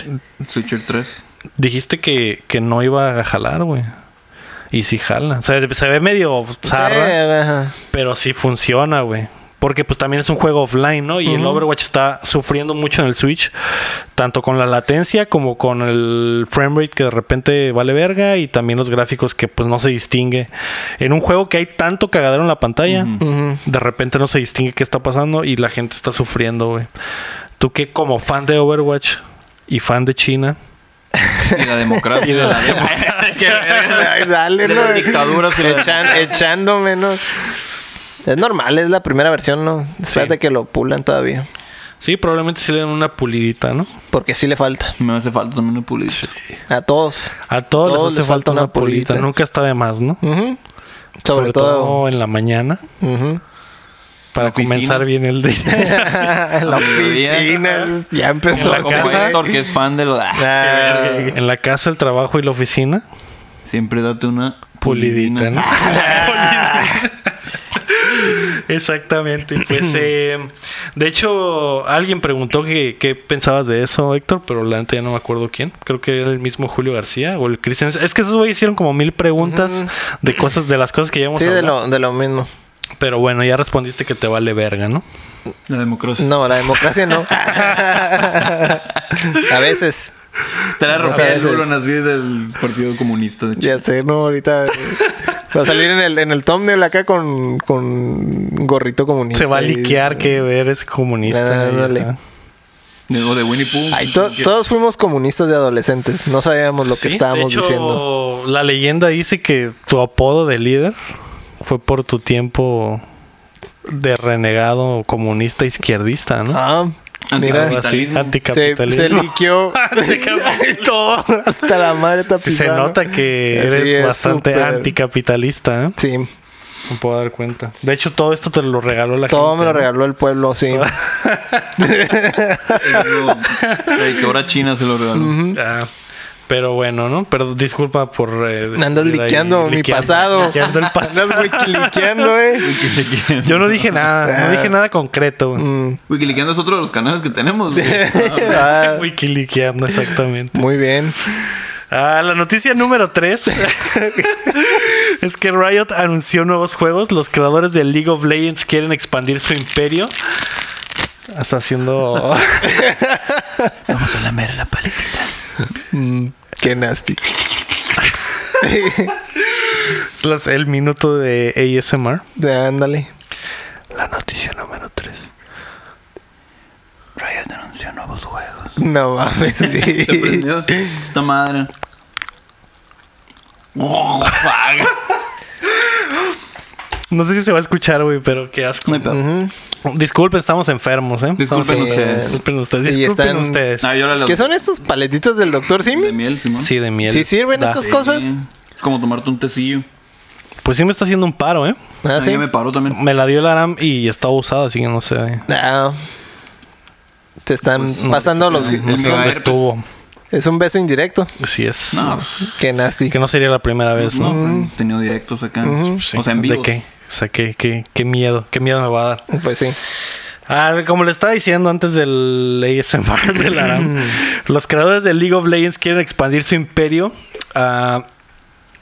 Speaker 1: Switcher 3.
Speaker 2: Dijiste que, que no iba a jalar, güey. Y sí jala. Se, se ve medio zarra.
Speaker 3: Sí, ajá.
Speaker 2: Pero sí funciona, güey. Porque pues también es un juego offline, ¿no? Y el Overwatch está sufriendo mucho en el Switch, tanto con la latencia como con el frame rate que de repente vale verga y también los gráficos que pues no se distingue. En un juego que hay tanto cagadero en la pantalla,
Speaker 3: Ujú.
Speaker 2: de repente no se distingue qué está pasando y la gente está sufriendo, güey. Tú que como fan de Overwatch y fan de China,
Speaker 1: Y la democracia.
Speaker 2: Y de la
Speaker 3: Ay, dale,
Speaker 1: De
Speaker 3: ¿no?
Speaker 1: las dictaduras y la-
Speaker 3: Echan- echando menos. Es normal, es la primera versión, ¿no? Espérate que lo pulan todavía.
Speaker 2: sí, probablemente sí le den una pulidita, ¿no?
Speaker 3: Porque sí le falta.
Speaker 1: Me hace falta también una pulida.
Speaker 3: A todos.
Speaker 2: A todos,
Speaker 3: Todos
Speaker 2: les hace falta
Speaker 3: les falta
Speaker 2: una
Speaker 3: una pulidita.
Speaker 2: pulidita, nunca está de más, ¿no?
Speaker 3: Ujú. Sobre, todo.
Speaker 2: en la mañana.
Speaker 3: (laughs) ujú.
Speaker 2: Para
Speaker 1: La oficina.
Speaker 2: comenzar bien el (laughs) día.
Speaker 3: En la oficina. Ya empezó.
Speaker 2: En la
Speaker 1: Como
Speaker 2: casa.
Speaker 1: Héctor, que es fan de lo. Ah,
Speaker 3: Ah,
Speaker 2: en la casa, el trabajo y la oficina.
Speaker 1: Siempre date una
Speaker 2: (laughs) Pulidita, ¿no?
Speaker 1: pulidina.
Speaker 2: Exactamente. Pues, eh, de hecho, alguien preguntó que- qué pensabas de eso, Héctor, pero la neta ya no me acuerdo quién. Creo que era el mismo Julio García o el Cristian. Es que esos güeyes hicieron como mil preguntas de cosas, de las cosas que ya hemos
Speaker 3: Sí, de
Speaker 2: hablado.
Speaker 3: lo, de lo mismo.
Speaker 2: Pero bueno, ya respondiste que te vale verga, ¿no?
Speaker 1: La democracia.
Speaker 3: No, la democracia (laughs) no. a veces.
Speaker 1: Te la
Speaker 3: O sea,
Speaker 1: rompí el
Speaker 3: ese
Speaker 1: culo
Speaker 3: es-
Speaker 1: en las vías del Partido Comunista. de
Speaker 3: Ya sé, no, ahorita. eh, Va a salir en el, en el thumbnail acá con, con gorrito comunista.
Speaker 2: Se va a
Speaker 3: y-
Speaker 2: liquear que eres comunista.
Speaker 3: Ah,
Speaker 2: y-
Speaker 3: dale.
Speaker 2: ah.
Speaker 1: Chile. O de Winnie Pooh.
Speaker 3: Ay, to- todos fuimos comunistas de adolescentes. No sabíamos lo que
Speaker 2: Sí, de
Speaker 3: estábamos
Speaker 2: hecho,
Speaker 3: diciendo.
Speaker 2: La leyenda dice que tu apodo de líder fue por tu tiempo de renegado comunista izquierdista, ¿no?
Speaker 3: Ah, mira.
Speaker 2: Algo
Speaker 1: Capitalismo.
Speaker 2: así,
Speaker 3: Se, se
Speaker 2: anticapitalismo.
Speaker 3: liqueó
Speaker 2: (laughs) Anticapitalismo.
Speaker 3: todo. Hasta la madre está
Speaker 2: Sí, se
Speaker 3: pisando.
Speaker 2: nota que
Speaker 3: Sí,
Speaker 2: eres
Speaker 3: es
Speaker 2: bastante
Speaker 3: súper-
Speaker 2: anticapitalista, ¿eh?
Speaker 3: Sí,
Speaker 2: Me puedo dar cuenta. De hecho, todo esto te lo regaló la
Speaker 3: todo
Speaker 2: gente.
Speaker 3: me lo
Speaker 2: ¿no?
Speaker 3: regaló el pueblo, sí.
Speaker 1: Ey, que ahora China se lo regaló.
Speaker 2: Ah, pero bueno, ¿no? Pero disculpa por... eh,
Speaker 3: Andas
Speaker 2: decir ahí,
Speaker 3: liqueando mi
Speaker 2: liqueando-
Speaker 3: pasado.
Speaker 2: liqueando el pasado.
Speaker 3: (laughs) Andas
Speaker 2: (laughs)
Speaker 3: wikiliqueando, eh.
Speaker 2: Yo no dije nada, no dije
Speaker 3: Ah.
Speaker 2: nada concreto.
Speaker 3: Mm. (laughs)
Speaker 1: Wikileaks es otro de los canales que tenemos.
Speaker 3: Ah,
Speaker 2: Wikiliqueando, exactamente.
Speaker 3: muy bien.
Speaker 2: Ah, la noticia número
Speaker 3: (laughs)
Speaker 2: 3 es que Riot anunció nuevos juegos. Los creadores de League of Legends quieren expandir su imperio. Está haciendo. (laughs) Vamos a lamer la paletita.
Speaker 3: Mm, Qué nasty.
Speaker 2: Es las- el minuto de ASMR.
Speaker 3: Ya, Ándale.
Speaker 2: La noticia número 3. Riot anunció nuevos juegos.
Speaker 1: (laughs)
Speaker 3: No mames. sí.
Speaker 1: Se prendió esta madre. Oh, fuck.
Speaker 2: No sé si se va a escuchar, güey, pero qué asco.
Speaker 1: No hay pedo.
Speaker 3: Ujú.
Speaker 2: Disculpen, estamos enfermos, ¿eh?
Speaker 1: Disculpen
Speaker 2: Estamos-
Speaker 1: ustedes.
Speaker 2: Disculpen ustedes.
Speaker 3: Y
Speaker 2: Disculpen
Speaker 3: están-
Speaker 2: ustedes.
Speaker 1: Ah, yo ahora los-
Speaker 3: ¿Qué son estos paletitos del doctor
Speaker 1: De
Speaker 3: Simi?
Speaker 1: miel, Simón.
Speaker 2: Sí, de miel.
Speaker 3: ¿Sí sirven
Speaker 2: Da.
Speaker 3: estas cosas?
Speaker 1: Sí. Es como tomarte un tecillo.
Speaker 2: Pues sí me está haciendo un paro, ¿eh?
Speaker 3: Ah,
Speaker 1: A mí
Speaker 3: sí.
Speaker 1: me paró también.
Speaker 2: Me la dio el Aram y estaba usada, así que no sé.
Speaker 3: No. Te Ah. están
Speaker 2: no,
Speaker 3: pasando los.
Speaker 1: Pues, no,
Speaker 2: No sé
Speaker 1: Mega
Speaker 2: dónde
Speaker 1: herpes.
Speaker 2: estuvo.
Speaker 3: Es un beso indirecto.
Speaker 2: Así es.
Speaker 1: pues. No, pues,
Speaker 3: Qué nasty.
Speaker 2: Que no sería la primera vez,
Speaker 1: no,
Speaker 2: ¿no?
Speaker 1: pero hemos tenido directos acá.
Speaker 2: Sí.
Speaker 1: O sea, en vivo.
Speaker 2: ¿De qué? O sea, qué, qué, qué miedo, qué miedo me va a dar.
Speaker 3: Pues sí.
Speaker 2: Ah, como le estaba diciendo antes del ASMR del Aram,
Speaker 1: Mm.
Speaker 2: los creadores de League of Legends quieren expandir su imperio. Ah,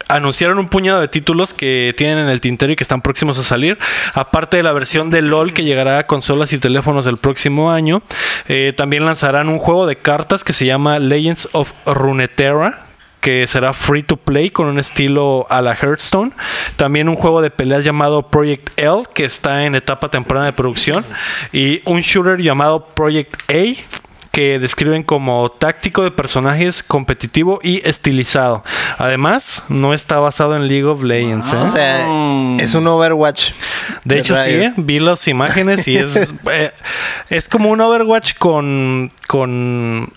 Speaker 2: anunciaron un puñado de títulos que tienen en el tintero y que están próximos a salir. Aparte de la versión de LOL que llegará a consolas y teléfonos el próximo año, eh, también lanzarán un juego de cartas que se llama Legends of Runeterra. Que será free to play con un estilo a la Hearthstone. También un juego de peleas llamado Project L, que está en etapa temprana de producción. Y un shooter llamado Project A, que describen como táctico de personajes competitivo y estilizado. Además, no está basado en League of Legends.
Speaker 1: Ah.
Speaker 2: ¿eh?
Speaker 3: O sea,
Speaker 1: Mm.
Speaker 3: es un Overwatch.
Speaker 2: De hecho, sí,
Speaker 3: Ah. Riot.
Speaker 2: ¿eh? vi las imágenes
Speaker 3: (laughs)
Speaker 2: y es, eh, es como un Overwatch con, con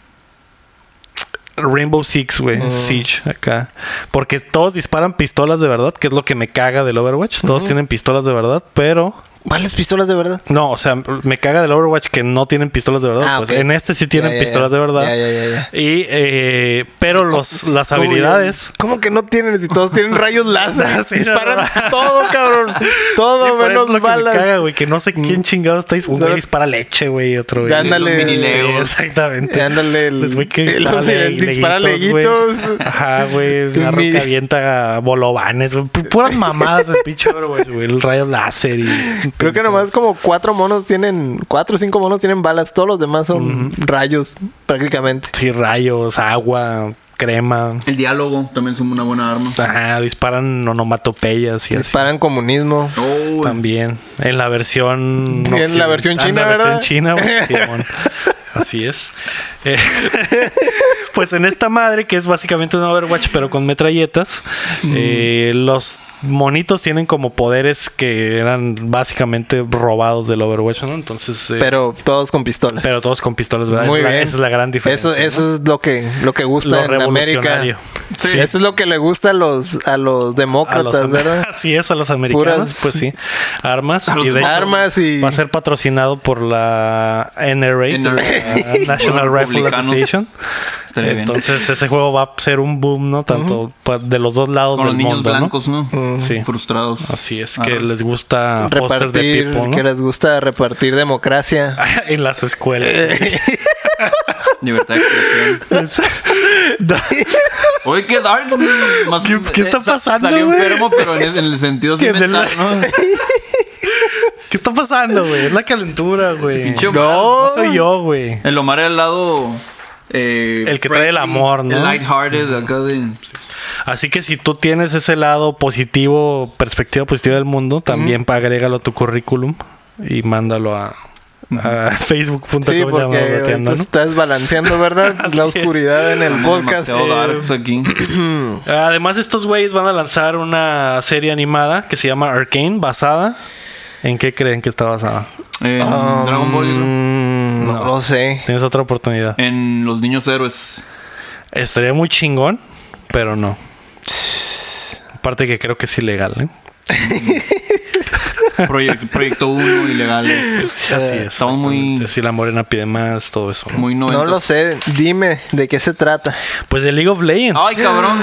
Speaker 2: Rainbow Six, güey,
Speaker 3: Mm.
Speaker 2: Siege acá. Porque todos disparan pistolas de verdad, que es lo que me caga del Overwatch. Todos tienen pistolas de verdad, pero
Speaker 3: ¿Cuáles pistolas de verdad?
Speaker 2: no, o sea, me caga del Overwatch que no tienen pistolas de verdad.
Speaker 3: Ah,
Speaker 2: pues
Speaker 3: ok.
Speaker 2: en este sí tienen
Speaker 3: Ya, ya, ya.
Speaker 2: pistolas de verdad.
Speaker 3: Ya, ya, ya, ya.
Speaker 2: Y eh, pero los, las habilidades.
Speaker 3: ¿Cómo que no tienen? Si todos tienen rayos láser.
Speaker 2: (laughs) Sí,
Speaker 3: disparan
Speaker 2: no, no.
Speaker 3: todo, cabrón. Todo
Speaker 2: Sí, por eso
Speaker 3: menos
Speaker 2: es lo
Speaker 3: balas.
Speaker 2: que me caga, güey, que no sé quién chingado está dis- un güey
Speaker 3: Solo-
Speaker 2: dispara leche, güey, y otro güey.
Speaker 3: Ya, ándale.
Speaker 1: Mini
Speaker 2: Sí,
Speaker 1: Legos.
Speaker 2: exactamente.
Speaker 3: Ándale, el-
Speaker 2: Pues, güey, que
Speaker 3: el-
Speaker 2: dispara,
Speaker 3: el-
Speaker 2: le-
Speaker 3: dispara
Speaker 2: leguitos,
Speaker 3: leguitos.
Speaker 2: güey. Ajá,
Speaker 3: (laughs)
Speaker 2: güey, la
Speaker 3: Mini-
Speaker 2: roca avienta bolovanes, güey, pu- puras mamadas el pinche Overwatch, güey, el rayo láser y
Speaker 3: Creo que nomás como cuatro monos tienen, cuatro o cinco monos tienen balas, todos los demás son rayos prácticamente.
Speaker 2: sí rayos, agua, crema.
Speaker 1: El diálogo también es una buena arma.
Speaker 2: Ajá, disparan onomatopeyas y así.
Speaker 3: Disparan comunismo.
Speaker 1: Oh,
Speaker 2: También. En la versión.
Speaker 3: En la
Speaker 2: occidental,
Speaker 3: versión china,
Speaker 2: En la versión
Speaker 3: ¿verdad?
Speaker 2: china,
Speaker 3: (laughs)
Speaker 2: güey, Simón. Así es. Eh, (laughs) pues en esta madre, que es básicamente un Overwatch, pero con metralletas, eh, los monitos tienen como poderes que eran básicamente robados del Overwatch, ¿no? Entonces. eh, pero,
Speaker 3: Pero todos con pistolas.
Speaker 2: todos con pistolas, ¿verdad? Esa
Speaker 3: Muy
Speaker 2: es la-
Speaker 3: bien.
Speaker 2: esa es la gran diferencia.
Speaker 3: Eso, eso
Speaker 2: ¿no?
Speaker 3: es lo que, lo que gusta
Speaker 2: Lo
Speaker 3: en América.
Speaker 2: revolucionario.
Speaker 3: Sí, Eso es lo que le gusta a los,
Speaker 2: A
Speaker 3: a los
Speaker 2: los-
Speaker 3: demócratas,
Speaker 2: (laughs)
Speaker 3: ¿verdad?
Speaker 2: Así es, a los americanos,
Speaker 3: Puras-
Speaker 2: pues sí. Armas.
Speaker 1: A los
Speaker 2: de hecho,
Speaker 3: armas y-
Speaker 2: Va a ser patrocinado por la NRA,
Speaker 1: NRA.
Speaker 2: la National
Speaker 1: (laughs)
Speaker 2: Rifle
Speaker 1: Republicanos.
Speaker 2: Association.
Speaker 1: Estaría bien.
Speaker 2: Entonces ese juego va a ser un boom, ¿no? Tanto pa- de los dos lados
Speaker 1: Con los
Speaker 2: del
Speaker 1: niños
Speaker 2: mundo,
Speaker 1: blancos, ¿no?
Speaker 2: ¿no? Sí.
Speaker 1: Frustrados.
Speaker 2: Así es, que
Speaker 1: Ah,
Speaker 2: les gusta Foster the
Speaker 3: Repartir,
Speaker 2: People, ¿no? Ah,
Speaker 3: que les gusta repartir democracia.
Speaker 2: (laughs) en las escuelas.
Speaker 3: Eh.
Speaker 1: Libertad de expresión.
Speaker 2: (laughs)
Speaker 3: (laughs)
Speaker 1: Oye, qué dark. ¿no? Más- eh,
Speaker 2: ¿Qué- qué está
Speaker 1: sa-
Speaker 2: pasando,
Speaker 1: Salió
Speaker 2: güey?
Speaker 1: enfermo, pero en, en el sentido sí
Speaker 2: (laughs) Que de la-
Speaker 1: mental, ¿no?
Speaker 2: ¿Qué está pasando, güey? Es la calentura, güey.
Speaker 1: Pinche
Speaker 2: No,
Speaker 1: Omar.
Speaker 2: no soy yo, güey.
Speaker 1: El Omar era el lado. eh,
Speaker 2: El que trae el amor, ¿no?
Speaker 1: El lighthearted acá de.
Speaker 2: Así que si tú tienes ese lado positivo, perspectiva positiva del mundo, también pa- agrégalo a tu currículum y mándalo a, a (laughs) facebook.com.
Speaker 3: Sí,
Speaker 2: llamado
Speaker 3: porque ahorita
Speaker 2: Bateando, ¿no?
Speaker 3: estás balanceando,
Speaker 2: (laughs)
Speaker 3: ¿verdad? La oscuridad en el
Speaker 1: Somos
Speaker 3: podcast.
Speaker 1: demasiado
Speaker 3: Eh,
Speaker 1: darks aquí.
Speaker 2: Además, estos güeyes van a lanzar una serie animada que se llama Arcane, basada. ¿En qué creen que está basada?
Speaker 1: Eh, En
Speaker 2: um,
Speaker 1: Dragon Ball. yo creo.
Speaker 3: Eh, mm, no. lo sé.
Speaker 2: Tienes otra oportunidad.
Speaker 1: En Los Niños Héroes.
Speaker 2: Estaría muy chingón, pero no. Aparte que creo que es ilegal, ¿eh?
Speaker 1: Proyect- proyecto 1, ilegales.
Speaker 2: Así es.
Speaker 1: Estamos muy,
Speaker 2: Si la morena pide más, todo eso. ¿no?
Speaker 1: muy
Speaker 3: No
Speaker 1: noventos.
Speaker 3: lo sé. Dime de qué se trata.
Speaker 2: Pues de League of Legends.
Speaker 1: Ay, cabrón.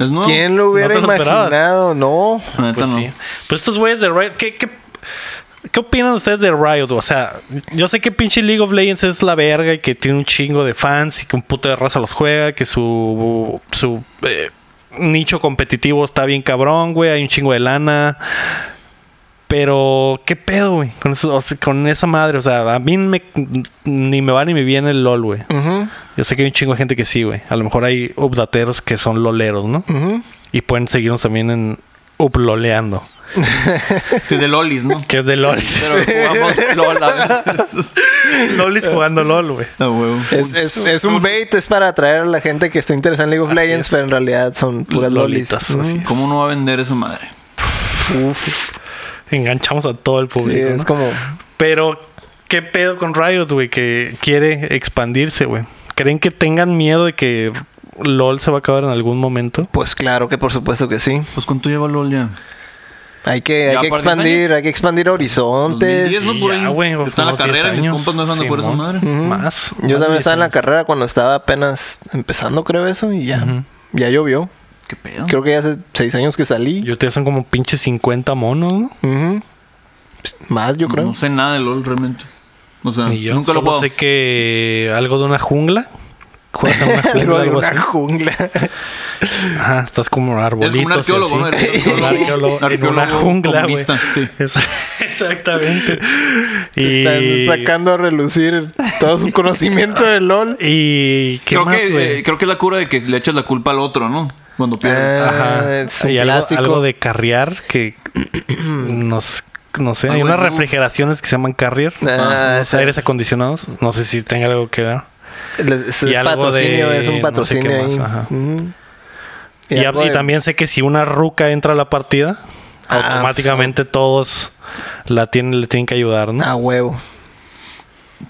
Speaker 1: Es nuevo.
Speaker 3: ¿Quién lo hubiera
Speaker 2: te lo esperabas.
Speaker 3: imaginado? No.
Speaker 1: La (laughs) neta
Speaker 2: Pues
Speaker 1: no.
Speaker 2: sí. Pues estos güeyes de Riot, ¿qué, qué, qué opinan ustedes de Riot? O sea, yo sé que pinche League of Legends es la verga y que tiene un chingo de fans y que un puto de raza los juega, que su, su eh, nicho competitivo está bien cabrón, güey, hay un chingo de lana. Pero, ¿qué pedo, güey? Con, eso- o sea, con esa madre, o sea, a mí me- ni me va ni me viene el LOL, güey.
Speaker 3: Ujú,
Speaker 2: Yo sé que hay un chingo de gente que sí, güey. A lo mejor hay updateros que son loleros, ¿no?
Speaker 3: ujú.
Speaker 2: Y pueden seguirnos también en uploleando.
Speaker 1: Sí, de Lolis, ¿no?
Speaker 2: Que es de (laughs) LOL.
Speaker 3: (laughs)
Speaker 1: Pero jugamos LOL a veces.
Speaker 2: LOL es jugando LOL, güey.
Speaker 1: A huevo.
Speaker 3: Es, es- es un bait, es para atraer a la gente que está interesada en League of
Speaker 2: Así
Speaker 3: Legends,
Speaker 2: es.
Speaker 3: pero en realidad son puras lolis.
Speaker 2: Lolitas, así es.
Speaker 1: ¿Cómo no va a vender esa madre?
Speaker 3: Uf,
Speaker 2: Enganchamos a todo el
Speaker 3: sí,
Speaker 2: público.
Speaker 3: es
Speaker 2: ¿no?
Speaker 3: como.
Speaker 2: Pero, ¿qué pedo con Riot, güey? Que quiere expandirse, güey. ¿Creen que tengan miedo de que LOL se va a acabar en algún momento?
Speaker 3: Pues claro que por supuesto que sí.
Speaker 1: Pues cuánto lleva LOL ya.
Speaker 3: Hay que, hay
Speaker 1: Ya
Speaker 3: que
Speaker 1: por diez
Speaker 3: expandir, hay que expandir horizontes.
Speaker 1: 2010, ¿no?
Speaker 2: Sí,
Speaker 1: Por ahí
Speaker 2: o
Speaker 1: está la
Speaker 2: unos 10
Speaker 1: carrera y mis
Speaker 2: años.
Speaker 1: compas no están de acuerdo
Speaker 2: Simón.
Speaker 1: esa madre.
Speaker 3: Ujú.
Speaker 2: Más.
Speaker 3: Yo
Speaker 2: más
Speaker 3: también estaba en la
Speaker 2: 10 años.
Speaker 3: carrera cuando estaba apenas empezando, creo eso, y ya,
Speaker 2: Ujú.
Speaker 3: ya llovió.
Speaker 1: ¿Qué pedo?
Speaker 3: Creo que ya hace seis años que salí.
Speaker 2: Y ustedes son como pinches 50 monos, ¿no?
Speaker 3: Ujú. Pues, Más, yo creo.
Speaker 1: No sé nada de LOL realmente. O sea,
Speaker 2: Ni yo.
Speaker 1: nunca lo he
Speaker 2: Solo
Speaker 1: jugado.
Speaker 2: sé que algo de una jungla. Juegas
Speaker 1: (laughs)
Speaker 2: en una jungla,
Speaker 3: (laughs) Algo de
Speaker 2: algo
Speaker 3: una
Speaker 2: así.
Speaker 3: jungla.
Speaker 2: Ajá, estás como
Speaker 1: Es como un
Speaker 2: arbolitos. y
Speaker 1: arqueólogo, ¿no?
Speaker 2: así.
Speaker 1: Eres
Speaker 2: Un (laughs) arqueólogo en
Speaker 1: arqueólogo
Speaker 2: una jungla, güey.
Speaker 1: comunista, sí.
Speaker 2: (laughs) Es- Exactamente.
Speaker 3: Se
Speaker 2: Y,
Speaker 3: Están sacando a relucir todo su conocimiento
Speaker 2: (laughs)
Speaker 3: de LOL.
Speaker 2: y ¿qué
Speaker 1: creo,
Speaker 2: más,
Speaker 1: que,
Speaker 2: güey?
Speaker 1: eh, creo que es la cura de que le echas la culpa al otro, ¿no? Cuando pierdes.
Speaker 3: Ah,
Speaker 2: Ajá.
Speaker 3: es un
Speaker 2: y algo,
Speaker 3: clásico.
Speaker 2: algo de carriar que
Speaker 3: (clears throat)
Speaker 2: nos... No sé, hay
Speaker 1: Algo
Speaker 2: unas
Speaker 1: nuevo.
Speaker 2: refrigeraciones que se llaman carrier.
Speaker 3: Ah,
Speaker 2: unos
Speaker 3: esa-
Speaker 2: aires acondicionados. No sé si tenga algo que ver.
Speaker 3: Les- Es,
Speaker 2: y
Speaker 3: es
Speaker 2: algo
Speaker 3: patrocinio,
Speaker 2: de
Speaker 3: es un
Speaker 2: no sé qué
Speaker 3: patrocinio
Speaker 2: más,
Speaker 3: ahí.
Speaker 2: ajá.
Speaker 3: Ujú.
Speaker 2: Y, ab-
Speaker 3: algo
Speaker 2: y
Speaker 3: de-
Speaker 2: también sé que si una ruca entra a la partida,
Speaker 3: Ah,
Speaker 2: automáticamente todos la tienen, le tienen que ayudar, ¿no?
Speaker 3: A Ah, huevo.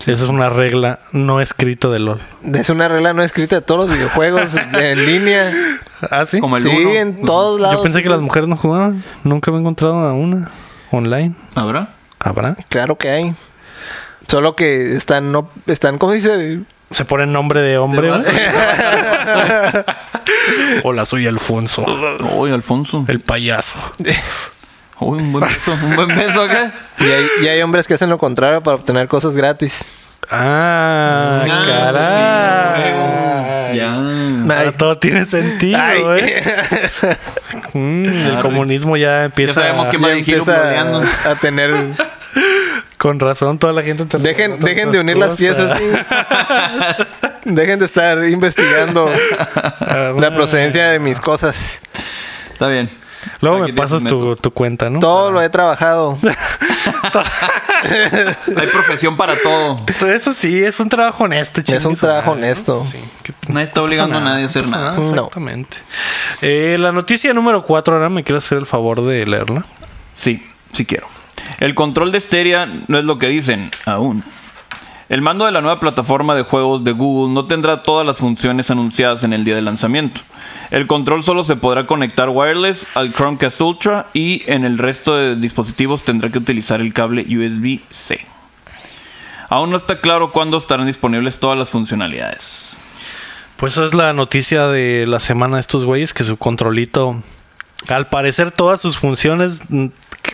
Speaker 2: Esa es una regla no escrita de LOL.
Speaker 3: Es una regla no escrita de todos
Speaker 2: (laughs)
Speaker 3: los videojuegos en línea.
Speaker 2: Ah, sí.
Speaker 1: Como el
Speaker 3: sí,
Speaker 1: uno.
Speaker 3: en todos lados.
Speaker 2: Yo pensé que
Speaker 3: eso
Speaker 2: las
Speaker 3: es-
Speaker 2: mujeres no jugaban. Nunca me he encontrado a una online.
Speaker 1: ¿Habrá?
Speaker 2: ¿Habrá?
Speaker 3: Claro que hay. Solo que están, no, están ¿cómo se dice?
Speaker 2: Se pone nombre de hombre.
Speaker 1: ¿De
Speaker 2: güey?
Speaker 3: (laughs)
Speaker 2: Hola, soy Alfonso,
Speaker 1: (laughs) Uy, Alfonso.
Speaker 2: el payaso.
Speaker 1: Uy, un buen beso. Un buen beso acá.
Speaker 3: Y hay, y hay hombres que hacen lo contrario para obtener cosas gratis.
Speaker 2: (laughs) Ah,
Speaker 1: Ah,
Speaker 2: caray.
Speaker 1: sí, luego. Ya.
Speaker 2: Ahora
Speaker 3: Ay.
Speaker 2: todo tiene sentido, (laughs)
Speaker 3: (laughs)
Speaker 2: ¿eh? Mm, el
Speaker 1: Arre.
Speaker 2: comunismo ya empieza.
Speaker 1: Ya sabemos que-
Speaker 3: Y
Speaker 1: va de giro
Speaker 3: empieza
Speaker 1: bloqueando.
Speaker 3: a, a tener...
Speaker 2: Con razón, toda la gente. te-
Speaker 3: Dejen,
Speaker 2: otras
Speaker 3: dejen de unir las
Speaker 2: cosas.
Speaker 3: piezas. sí. (laughs) Dejen de estar investigando
Speaker 2: Ah,
Speaker 3: la procedencia de mis cosas.
Speaker 1: Está bien.
Speaker 2: Luego me
Speaker 1: Aquí tienes
Speaker 2: pasas tu,
Speaker 1: métodos.
Speaker 2: tu cuenta, ¿no?
Speaker 3: Todo lo he trabajado.
Speaker 1: Hay profesión para todo.
Speaker 2: Eso sí, es un trabajo honesto,
Speaker 3: Es un
Speaker 2: chingue su
Speaker 3: trabajo
Speaker 2: madre, ¿no?
Speaker 3: honesto.
Speaker 2: Sí, que-
Speaker 1: Nadie está obligando
Speaker 2: pasa
Speaker 1: a nadie a hacer
Speaker 2: pasa
Speaker 1: nada.
Speaker 3: No.
Speaker 2: Exactamente. Eh, la noticia número 4, ahora me quiero hacer el favor de leerla.
Speaker 1: Sí, sí quiero. El control de Stadia no es lo que dicen, aún. El mando de la nueva plataforma de juegos de Google no tendrá todas las funciones anunciadas en el día de lanzamiento. El control solo se podrá conectar wireless al Chromecast Ultra y en el resto de dispositivos tendrá que utilizar el cable USB-C. Aún no está claro cuándo estarán disponibles todas las funcionalidades.
Speaker 2: Pues esa es la noticia de la semana de estos güeyes que su controlito, al parecer todas sus funciones mm,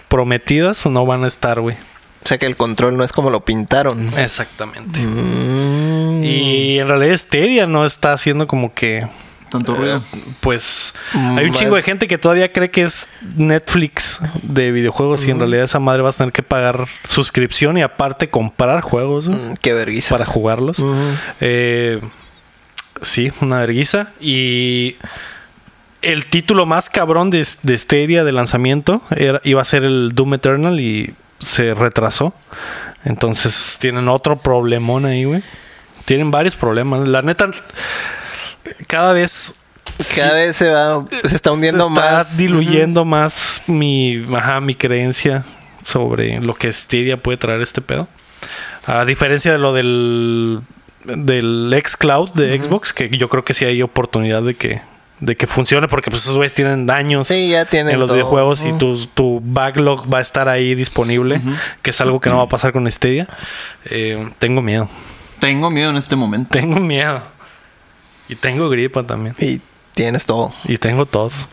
Speaker 2: prometidas no van a estar, güey.
Speaker 3: O sea que el control no es como lo pintaron.
Speaker 2: Exactamente.
Speaker 3: Mm.
Speaker 2: Y en realidad Stadia no está haciendo como que
Speaker 1: Tanto ruido.
Speaker 2: Eh, pues
Speaker 3: Mm,
Speaker 2: hay un
Speaker 3: vale.
Speaker 2: chingo de gente que todavía cree que es Netflix de videojuegos y en realidad esa madre vas a tener que pagar suscripción y aparte comprar juegos güey,
Speaker 3: Mm, Qué vergüenza. Mm.
Speaker 2: para jugarlos.
Speaker 3: Ujú.
Speaker 2: Eh, sí, una verguiza. Y el título más cabrón de, de Stadia de lanzamiento era- iba a ser el Doom Eternal y se retrasó. Entonces tienen otro problemón ahí, güey. Tienen varios problemas. La neta, cada vez
Speaker 3: Cada vez se va, se está hundiendo
Speaker 2: se está
Speaker 3: más.
Speaker 2: diluyendo más mi, ajá, mi creencia sobre lo que Stadia puede traer este pedo. A diferencia de lo del del xCloud de Xbox, que yo creo que sí hay oportunidad de que de que funcione porque pues esos güeyes tienen daños
Speaker 3: Sí, ya tienen
Speaker 2: en los
Speaker 3: todo.
Speaker 2: videojuegos y
Speaker 3: Ujú.
Speaker 2: tu, tu backlog va a estar ahí disponible, que es algo que no va a pasar con Stadia. Eh, tengo miedo, (laughs)
Speaker 1: Tengo miedo en este momento.
Speaker 2: tengo miedo. Y tengo gripa también.
Speaker 3: Y tienes todo.
Speaker 2: Y tengo tos.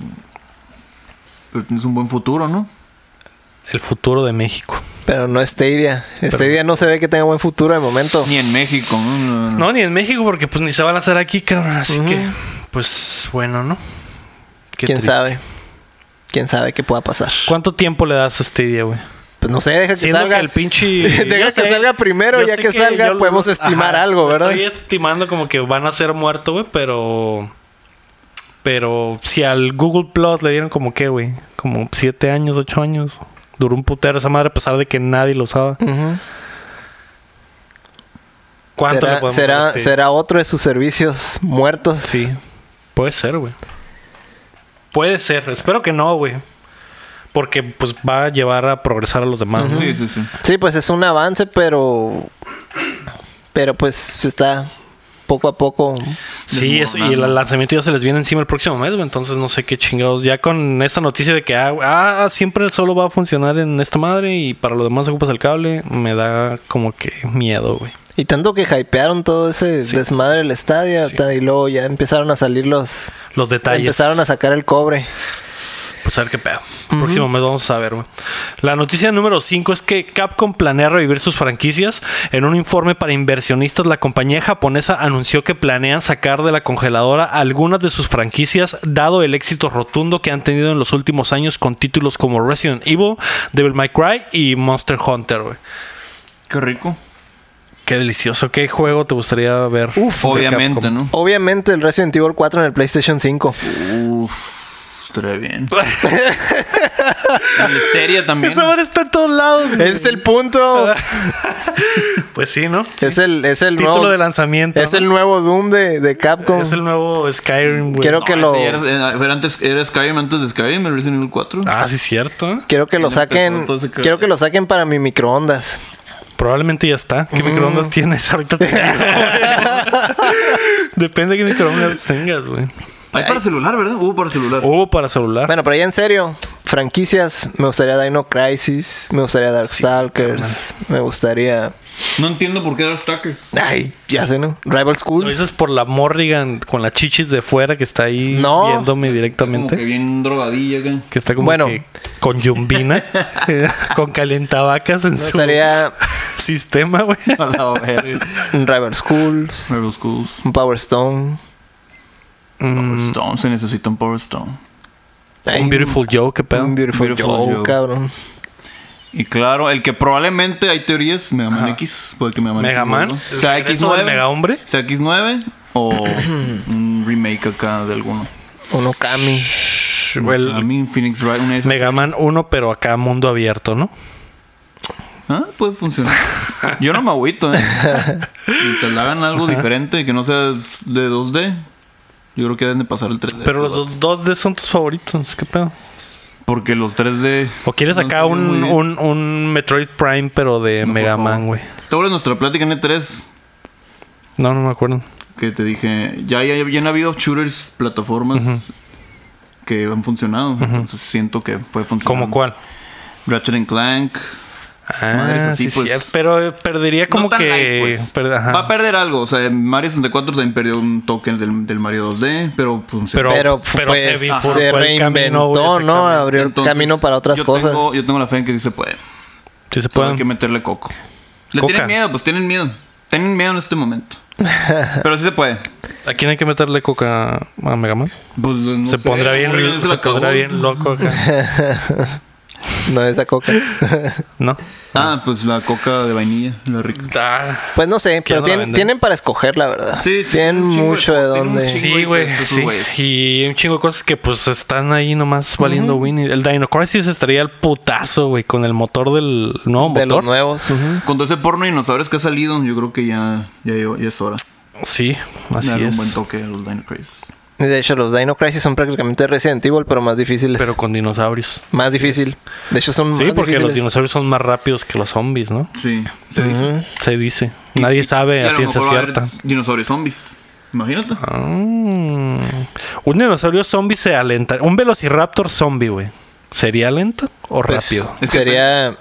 Speaker 1: Pero tienes un buen futuro, ¿no?
Speaker 2: El futuro de México.
Speaker 3: Pero no Stadia. Stadia no se ve que tenga buen futuro de momento.
Speaker 1: Ni en México. No, no, no.
Speaker 2: No, ni en México, porque pues ni se van a hacer aquí, cabrón. Así que, pues bueno, ¿no? Qué
Speaker 3: ¿Quién
Speaker 2: triste.
Speaker 3: sabe? ¿Quién sabe qué pueda pasar?
Speaker 2: ¿Cuánto tiempo le das a este día, güey?
Speaker 3: Pues no sé, deja que
Speaker 2: Siendo
Speaker 3: salga.
Speaker 2: que el pinche.
Speaker 3: (laughs) Deja
Speaker 2: Yo
Speaker 3: que salga primero,
Speaker 2: yo
Speaker 3: ya
Speaker 2: sé
Speaker 3: que salga
Speaker 2: yo lo-
Speaker 3: podemos estimar algo, ¿verdad?
Speaker 2: Estoy estimando como que van a ser muertos, güey, pero. Pero si al Google Plus le dieron como que, güey, como siete años, ocho años. Duró un putero esa madre a pesar de que nadie lo usaba.
Speaker 3: Ujú.
Speaker 2: ¿Cuánto le
Speaker 3: ¿Será,
Speaker 2: podemos
Speaker 3: será,
Speaker 2: dar a este día?
Speaker 3: será otro de sus servicios muertos?
Speaker 2: Sí, puede ser, güey. Puede ser, espero que no, güey. Porque pues va a llevar a progresar a los demás. ¿no?
Speaker 1: Sí, sí, sí.
Speaker 3: Sí, pues es un avance, pero. Pero pues se está poco a poco.
Speaker 2: Sí, es- y el
Speaker 1: Desmoronando.
Speaker 2: lanzamiento ya se les viene encima el próximo mes, güey. Entonces no sé qué chingados. Ya con esta noticia de que ah, güey, ah, siempre el solo va a funcionar en esta madre y para lo demás ocupas el cable, me da como que miedo, güey.
Speaker 3: Y tanto que hypearon todo ese
Speaker 2: Sí.
Speaker 3: desmadre del estadio.
Speaker 2: Sí.
Speaker 3: ta- Y luego ya empezaron a salir los.
Speaker 2: Los detalles.
Speaker 3: Empezaron a sacar el cobre.
Speaker 2: Pues a ver qué pedo. Próximo mes vamos a ver, güey. La noticia número 5 es que Capcom planea revivir sus franquicias. En un informe para inversionistas, la compañía japonesa anunció que planean sacar de la congeladora algunas de sus franquicias, dado el éxito rotundo que han tenido en los últimos años con títulos como Resident Evil, Devil May Cry y Monster Hunter, güey.
Speaker 1: Qué rico.
Speaker 2: Qué delicioso. ¿Qué juego te gustaría ver?
Speaker 3: Uf,
Speaker 2: de
Speaker 1: Obviamente,
Speaker 2: Capcom?
Speaker 1: ¿no?
Speaker 3: Obviamente el Resident Evil 4 en el PlayStation 5.
Speaker 1: Uf, estaría bien. el Histeria
Speaker 2: (laughs)
Speaker 1: también.
Speaker 2: Esa madre está en todos lados. güey.
Speaker 3: Ese es el punto.
Speaker 2: Pues sí, ¿no?
Speaker 3: (laughs) Es el, es el
Speaker 2: Título
Speaker 3: nuevo.
Speaker 2: de lanzamiento.
Speaker 3: es
Speaker 2: ¿no?
Speaker 3: el nuevo Doom de, de Capcom.
Speaker 2: Es el nuevo Skyrim, güey.
Speaker 3: Quiero que
Speaker 1: ese
Speaker 3: lo-
Speaker 1: ya Era, era antes, era Skyrim antes de Skyrim, el Resident Evil 4.
Speaker 2: Ah, sí, cierto. ¿eh?
Speaker 3: Quiero que lo
Speaker 1: Empezó
Speaker 3: saquen.
Speaker 1: todo ese-
Speaker 3: Quiero que lo saquen para mi microondas.
Speaker 2: Probablemente ya está. ¿Qué microondas tienes? (laughs) Ahorita te digo, güey. Depende de qué microondas tengas, güey.
Speaker 1: Hay
Speaker 2: eh.
Speaker 1: para celular, ¿verdad? Hubo para celular.
Speaker 2: Hubo para celular.
Speaker 3: Bueno, pero ya en serio, franquicias, me gustaría Dino Crisis, me gustaría Darkstalkers, me gustaría.
Speaker 1: No entiendo por qué dar Stalkers.
Speaker 3: Ay, ya sé, ¿no? Rival
Speaker 2: Lo
Speaker 3: Schools.
Speaker 2: dices por la Morrigan con la chichis de fuera que está ahí
Speaker 3: No.
Speaker 2: viéndome
Speaker 1: Como que
Speaker 2: directamente.
Speaker 1: bien drogadilla, acá.
Speaker 2: Que está como
Speaker 3: Bueno.
Speaker 2: que con yumbina, eh, con calientavacas en
Speaker 3: Me
Speaker 2: su
Speaker 3: gustaría
Speaker 2: (laughs) sistema, güey.
Speaker 1: (laughs) A la verga.
Speaker 3: un Rival Schools,
Speaker 1: Rebel Schools.
Speaker 3: un Power Stone.
Speaker 1: Power
Speaker 2: Mm,
Speaker 1: Stone. Se necesita un Power Stone.
Speaker 3: Ay,
Speaker 2: un Beautiful Joe, qué pedo.
Speaker 3: un Beautiful,
Speaker 1: Beautiful
Speaker 3: Joe,
Speaker 1: Joe.
Speaker 3: cabrón.
Speaker 1: Y claro, el que probablemente hay teorías, Mega Man X, puede que Mega Man
Speaker 2: Mega
Speaker 1: X
Speaker 2: Man,
Speaker 1: vuelva.
Speaker 2: el
Speaker 1: sea
Speaker 2: regreso del
Speaker 1: X9,
Speaker 2: Mega Hombre.
Speaker 1: sea X9
Speaker 2: (clears throat)
Speaker 1: o un remake acá de alguno.
Speaker 3: Un Okami.
Speaker 2: El
Speaker 1: A mí Phoenix Wright, una de esas-
Speaker 2: Mega Man 1, pero acá mundo abierto, ¿no?
Speaker 1: Ah, puede funcionar. Yo no me agüito, eh. Mientras le hagan algo diferente que no sea de 2D, yo creo que deben de pasar el 3D.
Speaker 2: Pero los
Speaker 1: estos vatos.
Speaker 2: dos, dos D son tus favoritos, qué pedo.
Speaker 1: Porque los 3D.
Speaker 2: O quieres
Speaker 1: no
Speaker 2: acá
Speaker 1: han salido
Speaker 2: un,
Speaker 1: muy bien.
Speaker 2: un, un Metroid Prime, pero de
Speaker 1: No,
Speaker 2: Mega
Speaker 1: por favor.
Speaker 2: Man, güey.
Speaker 1: ¿Te acuerdas nuestra plática en E3?
Speaker 2: No, no me acuerdo.
Speaker 1: Que te dije, ya, ya, ya han habido shooters, plataformas que han funcionado. Entonces siento que puede funcionar.
Speaker 2: ¿Cómo cuál?
Speaker 1: Ratchet and Clank, Madres
Speaker 2: Ah,
Speaker 1: así,
Speaker 2: sí,
Speaker 1: pues.
Speaker 2: cierto. pero eh, perdería como
Speaker 1: No tan
Speaker 2: que...
Speaker 1: light, pues.
Speaker 2: per- ajá.
Speaker 1: Va a perder algo. O sea, Mario 64 también perdió un token del, del Mario 2D, pero pues, se-
Speaker 2: Pero-
Speaker 3: Pero,
Speaker 2: se
Speaker 3: pues,
Speaker 2: bifurcó
Speaker 3: se
Speaker 2: el camino,
Speaker 3: reinventó,
Speaker 2: güey,
Speaker 3: ¿no?
Speaker 2: exactamente.
Speaker 3: Abrió el
Speaker 1: entonces,
Speaker 3: camino para otras
Speaker 1: yo
Speaker 3: cosas.
Speaker 1: tengo- yo tengo la fe en que sí se puede.
Speaker 2: Sí se
Speaker 1: Solo
Speaker 2: pueden.
Speaker 1: hay que meterle coco. Le
Speaker 2: Coca.
Speaker 1: tienen miedo, pues tienen miedo. Tienen miedo en este
Speaker 2: (laughs)
Speaker 1: momento. Pero sí se puede.
Speaker 2: ¿A quién hay que meterle coca a Mega Man?
Speaker 1: Pues, no
Speaker 2: Se
Speaker 1: sé,
Speaker 2: pondrá bien,
Speaker 1: Mario ya
Speaker 2: se
Speaker 1: la
Speaker 2: pondrá
Speaker 1: acabó.
Speaker 2: bien loco acá.
Speaker 3: No, esa coca. (laughs)
Speaker 1: (laughs)
Speaker 2: ¿No?
Speaker 1: Ah, pues la coca de vainilla, la rica.
Speaker 2: Ah,
Speaker 3: Pues no sé, pero
Speaker 2: no la
Speaker 3: tienen,
Speaker 2: venden.
Speaker 3: tienen para escoger, la verdad.
Speaker 1: Sí, sí,
Speaker 3: tienen
Speaker 1: un chingo de
Speaker 3: mucho de,
Speaker 1: co- tienen un
Speaker 3: dónde.
Speaker 1: chingo pues,
Speaker 2: sí, güey.
Speaker 1: de esos
Speaker 2: Sí.
Speaker 1: güeyes.
Speaker 2: Y un chingo de cosas que pues están ahí nomás valiendo Winnie. El Dino Crisis estaría al putazo, güey, con el motor del nuevo
Speaker 3: de los
Speaker 2: motor.
Speaker 3: nuevos. ujú.
Speaker 1: Con todo ese porno de dinosaurios que ha salido, yo creo que ya, ya, ya es hora.
Speaker 2: Sí, así
Speaker 1: Darle
Speaker 2: es.
Speaker 1: un buen toque a los Dino Crisis.
Speaker 3: Y De hecho, los Dino Crisis son prácticamente Resident Evil, pero más difíciles.
Speaker 2: Pero con dinosaurios.
Speaker 3: más difícil. De hecho, son
Speaker 2: Sí,
Speaker 3: más
Speaker 2: porque los
Speaker 3: difíciles.
Speaker 2: dinosaurios son más rápidos que los zombies, ¿no?
Speaker 1: Sí, se dice.
Speaker 3: Ujú.
Speaker 2: Se dice. Nadie
Speaker 1: Y
Speaker 2: sabe
Speaker 1: a
Speaker 2: a
Speaker 1: lo
Speaker 2: ciencia
Speaker 1: mejor va a haber
Speaker 2: cierta.
Speaker 1: Dinosaurios zombies. Imagínate.
Speaker 2: Ah. Mm. Un dinosaurio zombie se alenta. Un velociraptor zombie, güey. ¿Sería lento o
Speaker 3: Pues,
Speaker 2: rápido?
Speaker 1: Es que
Speaker 3: sería.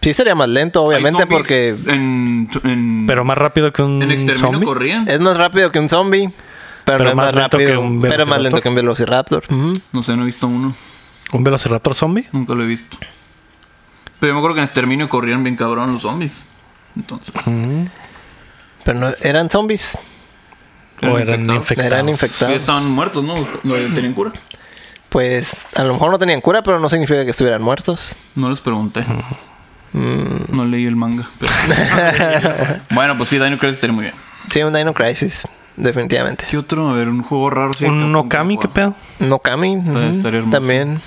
Speaker 3: Sí, sería más lento, obviamente,
Speaker 1: Hay zombies
Speaker 3: porque
Speaker 1: En, en,
Speaker 2: Pero más rápido que un
Speaker 1: en exterminio
Speaker 2: zombie.
Speaker 1: corrían.
Speaker 3: es más rápido que un zombie. Pero,
Speaker 2: Pero
Speaker 3: no es
Speaker 2: más
Speaker 3: más
Speaker 2: lento que
Speaker 3: rápido.
Speaker 2: un
Speaker 3: pero más lento
Speaker 2: velociraptor.
Speaker 3: que un velociraptor. Ujú.
Speaker 1: No sé, no he visto uno.
Speaker 2: ¿Un velociraptor zombie?
Speaker 1: Nunca lo he visto. Pero yo me acuerdo que en exterminio corrían bien cabrón los zombies. Entonces.
Speaker 3: Pero no, eran zombies.
Speaker 2: ¿O
Speaker 1: Eran
Speaker 2: eran
Speaker 1: infectados.
Speaker 2: infectados?
Speaker 3: Eran
Speaker 1: Ya
Speaker 3: infectados.
Speaker 1: estaban muertos, ¿no? No tenían cura.
Speaker 3: Pues a lo mejor no tenían cura, pero no significa que estuvieran muertos.
Speaker 1: No les pregunté.
Speaker 2: Mm.
Speaker 1: No leí el manga. pero- (laughs) bueno, pues sí, Dino Crisis estaría muy bien.
Speaker 3: Sí, un Dino Crisis, definitivamente.
Speaker 1: ¿Qué otro? A ver, un juego raro. sí,
Speaker 2: ¿Un
Speaker 1: tampoco
Speaker 2: Okami?
Speaker 1: he
Speaker 2: ¿Qué
Speaker 1: jugado.
Speaker 2: pedo?
Speaker 3: Nokami ujú,
Speaker 1: estaría hermoso.
Speaker 3: también.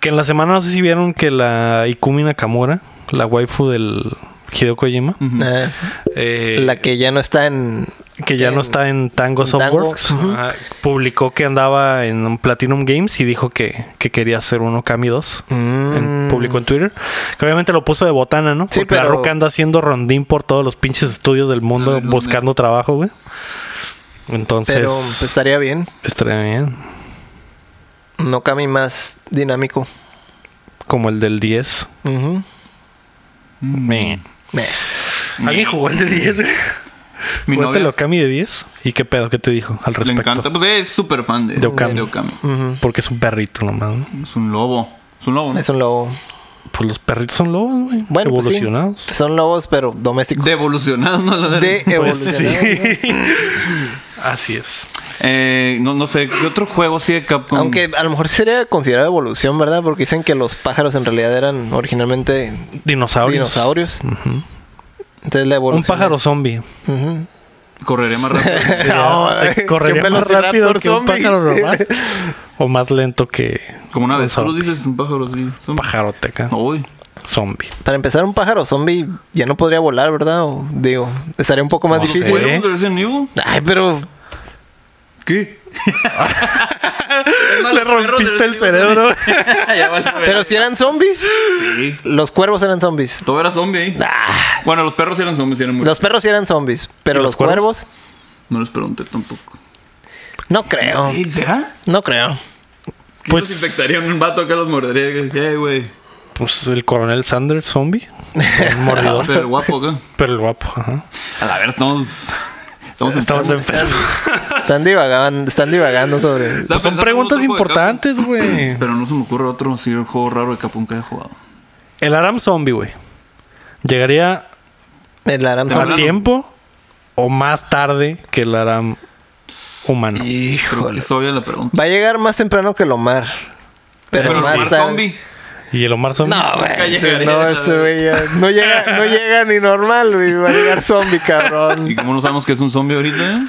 Speaker 2: Que en la semana no sé si vieron que la Ikumi Nakamura, la waifu del Hideo Kojima,
Speaker 1: Mm.
Speaker 3: Eh,
Speaker 2: eh,
Speaker 3: la que ya no está en.
Speaker 2: que ya no
Speaker 3: en-
Speaker 2: está en Tango
Speaker 3: en Tango,
Speaker 2: Softworks,
Speaker 3: ujú.
Speaker 2: ah, publicó que andaba en un Platinum Games y dijo que, que quería hacer un Okami 2. en-
Speaker 3: Mm.
Speaker 2: publicó en Twitter. Que obviamente lo puso de botana, ¿no?
Speaker 3: Sí,
Speaker 2: Porque la
Speaker 3: pero-
Speaker 2: roca anda haciendo rondín por todos los pinches estudios del mundo
Speaker 1: A ver, ¿dónde?
Speaker 2: buscando trabajo, güey. Entonces,
Speaker 3: Pero pues, estaría bien.
Speaker 2: estaría bien.
Speaker 3: Un Nokami más dinámico.
Speaker 2: Como el del 10.
Speaker 3: Ujú.
Speaker 2: Man.
Speaker 3: Eh,
Speaker 2: ¿Alguien jugó el de 10, güey?
Speaker 1: Mi
Speaker 2: ¿Jugaste el
Speaker 1: novia
Speaker 2: Okami de 10? ¿Y qué pedo? ¿Qué te dijo al
Speaker 1: le
Speaker 2: este respecto?
Speaker 1: encanta. Pues es súper fan de,
Speaker 2: De Okami.
Speaker 1: de Okami.
Speaker 3: ujú.
Speaker 2: Porque es un perrito nomás, ¿no?
Speaker 1: Es un lobo. Es un lobo. ¿no?
Speaker 3: Es un lobo.
Speaker 2: Pues los perritos son lobos, güey.
Speaker 3: Bueno, pues, sí.
Speaker 2: Evolucionados.
Speaker 3: Pues, son lobos, pero domésticos.
Speaker 1: De evolucionado, ¿no? La
Speaker 3: De
Speaker 1: verdad.
Speaker 2: Pues
Speaker 3: evolucionados, ¿no?
Speaker 2: sí. (laughs) Así es.
Speaker 1: Eh, no, no sé, ¿qué otro juego así de Capcom?
Speaker 3: Aunque a lo mejor sería considerado evolución, ¿verdad? Porque dicen que los pájaros en realidad eran originalmente
Speaker 2: Dinosaurios.
Speaker 3: dinosaurios.
Speaker 2: Ujú.
Speaker 3: Entonces la evolución.
Speaker 2: Un pájaro
Speaker 3: es- (laughs)
Speaker 2: zombie.
Speaker 3: Ujú.
Speaker 1: Correría más
Speaker 2: (laughs)
Speaker 1: rápido.
Speaker 2: No,
Speaker 3: No,
Speaker 2: se
Speaker 3: eh,
Speaker 2: correría
Speaker 3: que un
Speaker 2: más rápido
Speaker 3: velociraptor
Speaker 2: que un
Speaker 3: zombie.
Speaker 2: pájaro
Speaker 3: (laughs)
Speaker 2: normal. o más lento que
Speaker 1: Como una
Speaker 2: Un
Speaker 1: vez. Tú
Speaker 2: zombie.
Speaker 1: dices un pájaro así.
Speaker 2: un pajaroteca.
Speaker 1: Uy.
Speaker 2: Zombie.
Speaker 3: Para empezar, un pájaro zombie ya no podría volar, ¿verdad? O, digo, estaría un poco más
Speaker 2: No
Speaker 3: difícil.
Speaker 2: sé.
Speaker 1: ¿Puede contra Resident Evil?
Speaker 3: Ay, pero
Speaker 1: (laughs) ¿Qué?
Speaker 2: Le rompiste el cerebro.
Speaker 1: (laughs) ya vale, güey.
Speaker 3: Pero si eran zombies.
Speaker 1: Sí.
Speaker 3: Los cuervos eran zombies.
Speaker 1: Todo era zombie. ahí.
Speaker 3: Ah,
Speaker 1: Bueno, los perros eran zombies, eran muy...
Speaker 3: los perros sí eran zombies. Pero
Speaker 2: ¿Y los
Speaker 3: los, cuervos?
Speaker 1: No les pregunté tampoco.
Speaker 3: no creo.
Speaker 1: Sí, ¿Será?
Speaker 3: No creo.
Speaker 1: ¿Qué
Speaker 2: (laughs) Pues-
Speaker 1: los infectarían un vato que los mordería? ¿Qué, güey?
Speaker 2: pues el coronel Sanders, zombie. Un
Speaker 1: (laughs) Pero el
Speaker 2: mordidor.
Speaker 1: guapo, ¿qué?
Speaker 2: Pero el guapo. ajá.
Speaker 1: A la ver, estamos... Estamos
Speaker 2: Estamos
Speaker 1: enfermos. (laughs)
Speaker 2: enfermos.
Speaker 3: (laughs) Están divagando, están divagando sobre.
Speaker 1: Estaba
Speaker 2: Pues son
Speaker 1: pensando en
Speaker 2: preguntas
Speaker 1: otro juego de
Speaker 2: importantes,
Speaker 1: Capcom,
Speaker 2: güey.
Speaker 1: Pero no se me ocurre otro así el juego raro de Capcom que haya jugado.
Speaker 2: El Aram zombie, güey. ¿Llegaría
Speaker 3: El Aram
Speaker 1: Ahora
Speaker 2: a
Speaker 1: no.
Speaker 3: zombie.
Speaker 2: tiempo o más tarde que el Aram humano?
Speaker 1: Creo que
Speaker 3: Híjole.
Speaker 1: es obvia la pregunta.
Speaker 3: Va a llegar más temprano que el Omar. Pero,
Speaker 1: Pero
Speaker 3: más
Speaker 1: Omar
Speaker 3: tarde.
Speaker 1: zombie.
Speaker 2: ¿Y el Omar zombie?
Speaker 3: No,
Speaker 1: Nunca
Speaker 3: güey.
Speaker 1: llegaría,
Speaker 3: No,
Speaker 1: la
Speaker 3: este
Speaker 1: verdad.
Speaker 3: güey ya- no llega, no llega ni normal, güey. Va a llegar zombie,
Speaker 1: ¿Y (laughs)
Speaker 3: cabrón.
Speaker 1: cómo no sabemos que es un zombie ahorita? eh?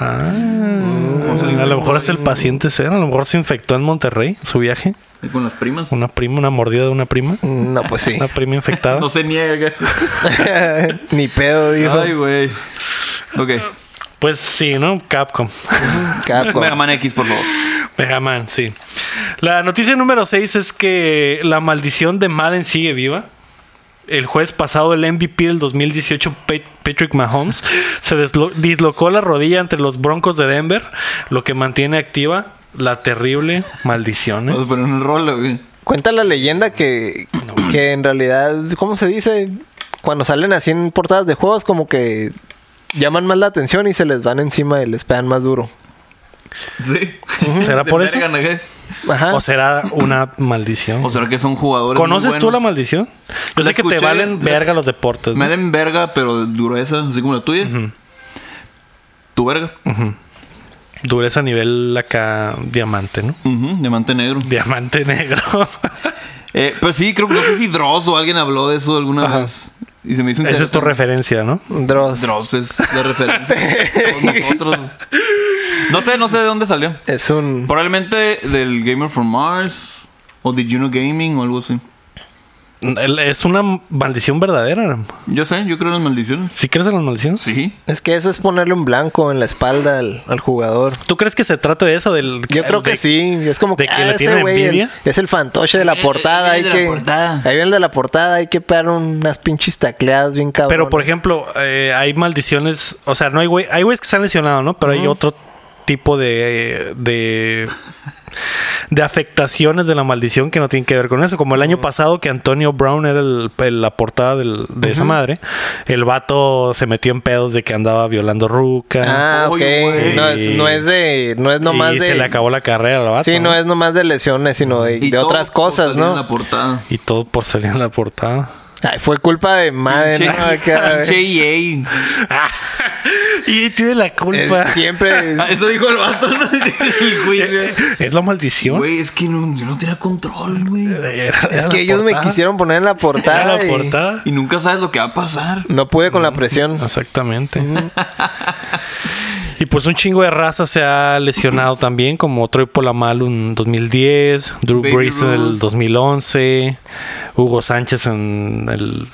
Speaker 2: Ah, a lo mejor es el paciente cero. A lo mejor se infectó en Monterrey en su viaje.
Speaker 1: Ahí Con las primas.
Speaker 2: Una prima, una mordida de una prima.
Speaker 3: No, pues sí.
Speaker 2: Una
Speaker 1: (laughs)
Speaker 2: prima infectada.
Speaker 1: No se niega.
Speaker 3: (laughs) ni pedo, dijo.
Speaker 1: Ay, güey. Ok.
Speaker 2: Pues sí, ¿no? Capcom.
Speaker 3: Capcom.
Speaker 1: Mega Man X, por favor.
Speaker 2: ¿Eh? Mega Man, sí. La noticia número 6 es que la maldición de Madden sigue viva. El jueves pasado, el MVP del 2018, Pat- Patrick Mahomes, se deslo- dislocó la rodilla entre los Broncos de Denver, lo que mantiene activa la terrible maldición. ¿eh?
Speaker 1: Vamos a poner un rol, güey.
Speaker 3: Cuenta la leyenda que, que en realidad, ¿cómo se dice? Cuando salen así en portadas de juegos, como que llaman más la atención y se les van encima y les pegan más duro.
Speaker 1: Sí.
Speaker 2: (laughs) ¿Será
Speaker 1: Se
Speaker 2: por eso?
Speaker 1: envergan, ¿eh?
Speaker 3: Ajá.
Speaker 2: ¿O será una maldición?
Speaker 1: O será que son jugadores. muy
Speaker 2: ¿Conoces tú la
Speaker 1: buenos.
Speaker 2: maldición? Yo
Speaker 1: La
Speaker 2: sé que te
Speaker 1: escuché,
Speaker 2: valen
Speaker 1: la-
Speaker 2: verga los deportes.
Speaker 1: Me
Speaker 2: ¿no?
Speaker 1: den verga, pero dureza, así como la tuya.
Speaker 2: Ujú.
Speaker 1: Tu verga.
Speaker 2: Ujú. Dureza a nivel acá diamante, ¿no?
Speaker 1: Ujú, diamante negro. (laughs)
Speaker 2: Diamante negro.
Speaker 1: Eh, pero sí, creo que no sé si Dross o alguien habló de eso alguna
Speaker 2: Ajá.
Speaker 1: vez. Y se me hizo
Speaker 2: Esa es tu
Speaker 1: interesante.
Speaker 2: referencia, ¿no?
Speaker 3: Dross.
Speaker 1: Dross es la
Speaker 2: (laughs)
Speaker 1: referencia. Todos nosotros. No sé, no sé de dónde salió.
Speaker 3: Es un...
Speaker 1: Probablemente del Gamer from Mars o de Juno Gaming o algo así.
Speaker 2: El- Es una maldición verdadera.
Speaker 1: Yo sé, yo creo en las maldiciones.
Speaker 2: ¿Si crees en las maldiciones?
Speaker 1: Sí.
Speaker 3: Es que eso es ponerle un blanco en la espalda al, al jugador.
Speaker 2: ¿Tú crees que se trata de eso? Del,
Speaker 3: Yo creo
Speaker 2: de-
Speaker 3: que sí, es como
Speaker 2: de
Speaker 3: que,
Speaker 2: que
Speaker 3: ah,
Speaker 2: le
Speaker 3: ese
Speaker 2: tienen
Speaker 3: güey, el-
Speaker 2: envidia.
Speaker 3: es el fantoche de la
Speaker 1: Eh,
Speaker 3: portada,
Speaker 1: ahí
Speaker 3: hay
Speaker 1: viene de
Speaker 3: que
Speaker 1: la portada.
Speaker 3: ahí viene el de la portada, hay que pegar unas pinches tacleadas bien cabrón.
Speaker 2: Pero, por ejemplo, eh, hay maldiciones. O sea, no hay güey, hay güeyes que se han lesionado, ¿no? Pero hay otro tipo de, de de afectaciones de la maldición que no tienen que ver con eso. Como el año pasado que Antonio Brown era el, el- la portada del- de esa madre, el vato se metió en pedos de que andaba violando rucas.
Speaker 3: Ah, ok.
Speaker 1: Oye, güey.
Speaker 3: No es, no es de no es nomás
Speaker 2: y
Speaker 3: de
Speaker 2: se le acabó la carrera al vato.
Speaker 3: Sí, no es nomás de lesiones, sino de, de
Speaker 1: todo
Speaker 3: otras
Speaker 1: por
Speaker 3: cosas,
Speaker 1: salir en
Speaker 3: ¿no?
Speaker 1: la portada.
Speaker 2: Y todo por salir en la portada.
Speaker 3: Ay, fue culpa de madre, ¿no?
Speaker 1: (laughs)
Speaker 3: Acá,
Speaker 1: Pinche EA.
Speaker 2: (laughs) y tiene la culpa.
Speaker 3: eh,
Speaker 1: (laughs)
Speaker 3: siempre
Speaker 1: Ah, Eso dijo el vato, ¿no? (laughs) El
Speaker 3: ¿Eh?
Speaker 1: juicio.
Speaker 2: Es la maldición.
Speaker 1: Güey, es que no, yo no tenía control, güey.
Speaker 3: es que ellos me quisieron
Speaker 2: (laughs)
Speaker 3: poner en la portada,
Speaker 2: la
Speaker 3: y
Speaker 2: portada.
Speaker 1: Y nunca sabes lo que va a pasar.
Speaker 3: no pude con la presión.
Speaker 2: Exactamente. y pues un chingo de raza se ha lesionado también, como Troy Polamalu en 2010, Drew
Speaker 1: Baby
Speaker 2: Brees en el
Speaker 1: Ruth.
Speaker 2: 2011, Hugo Sánchez en el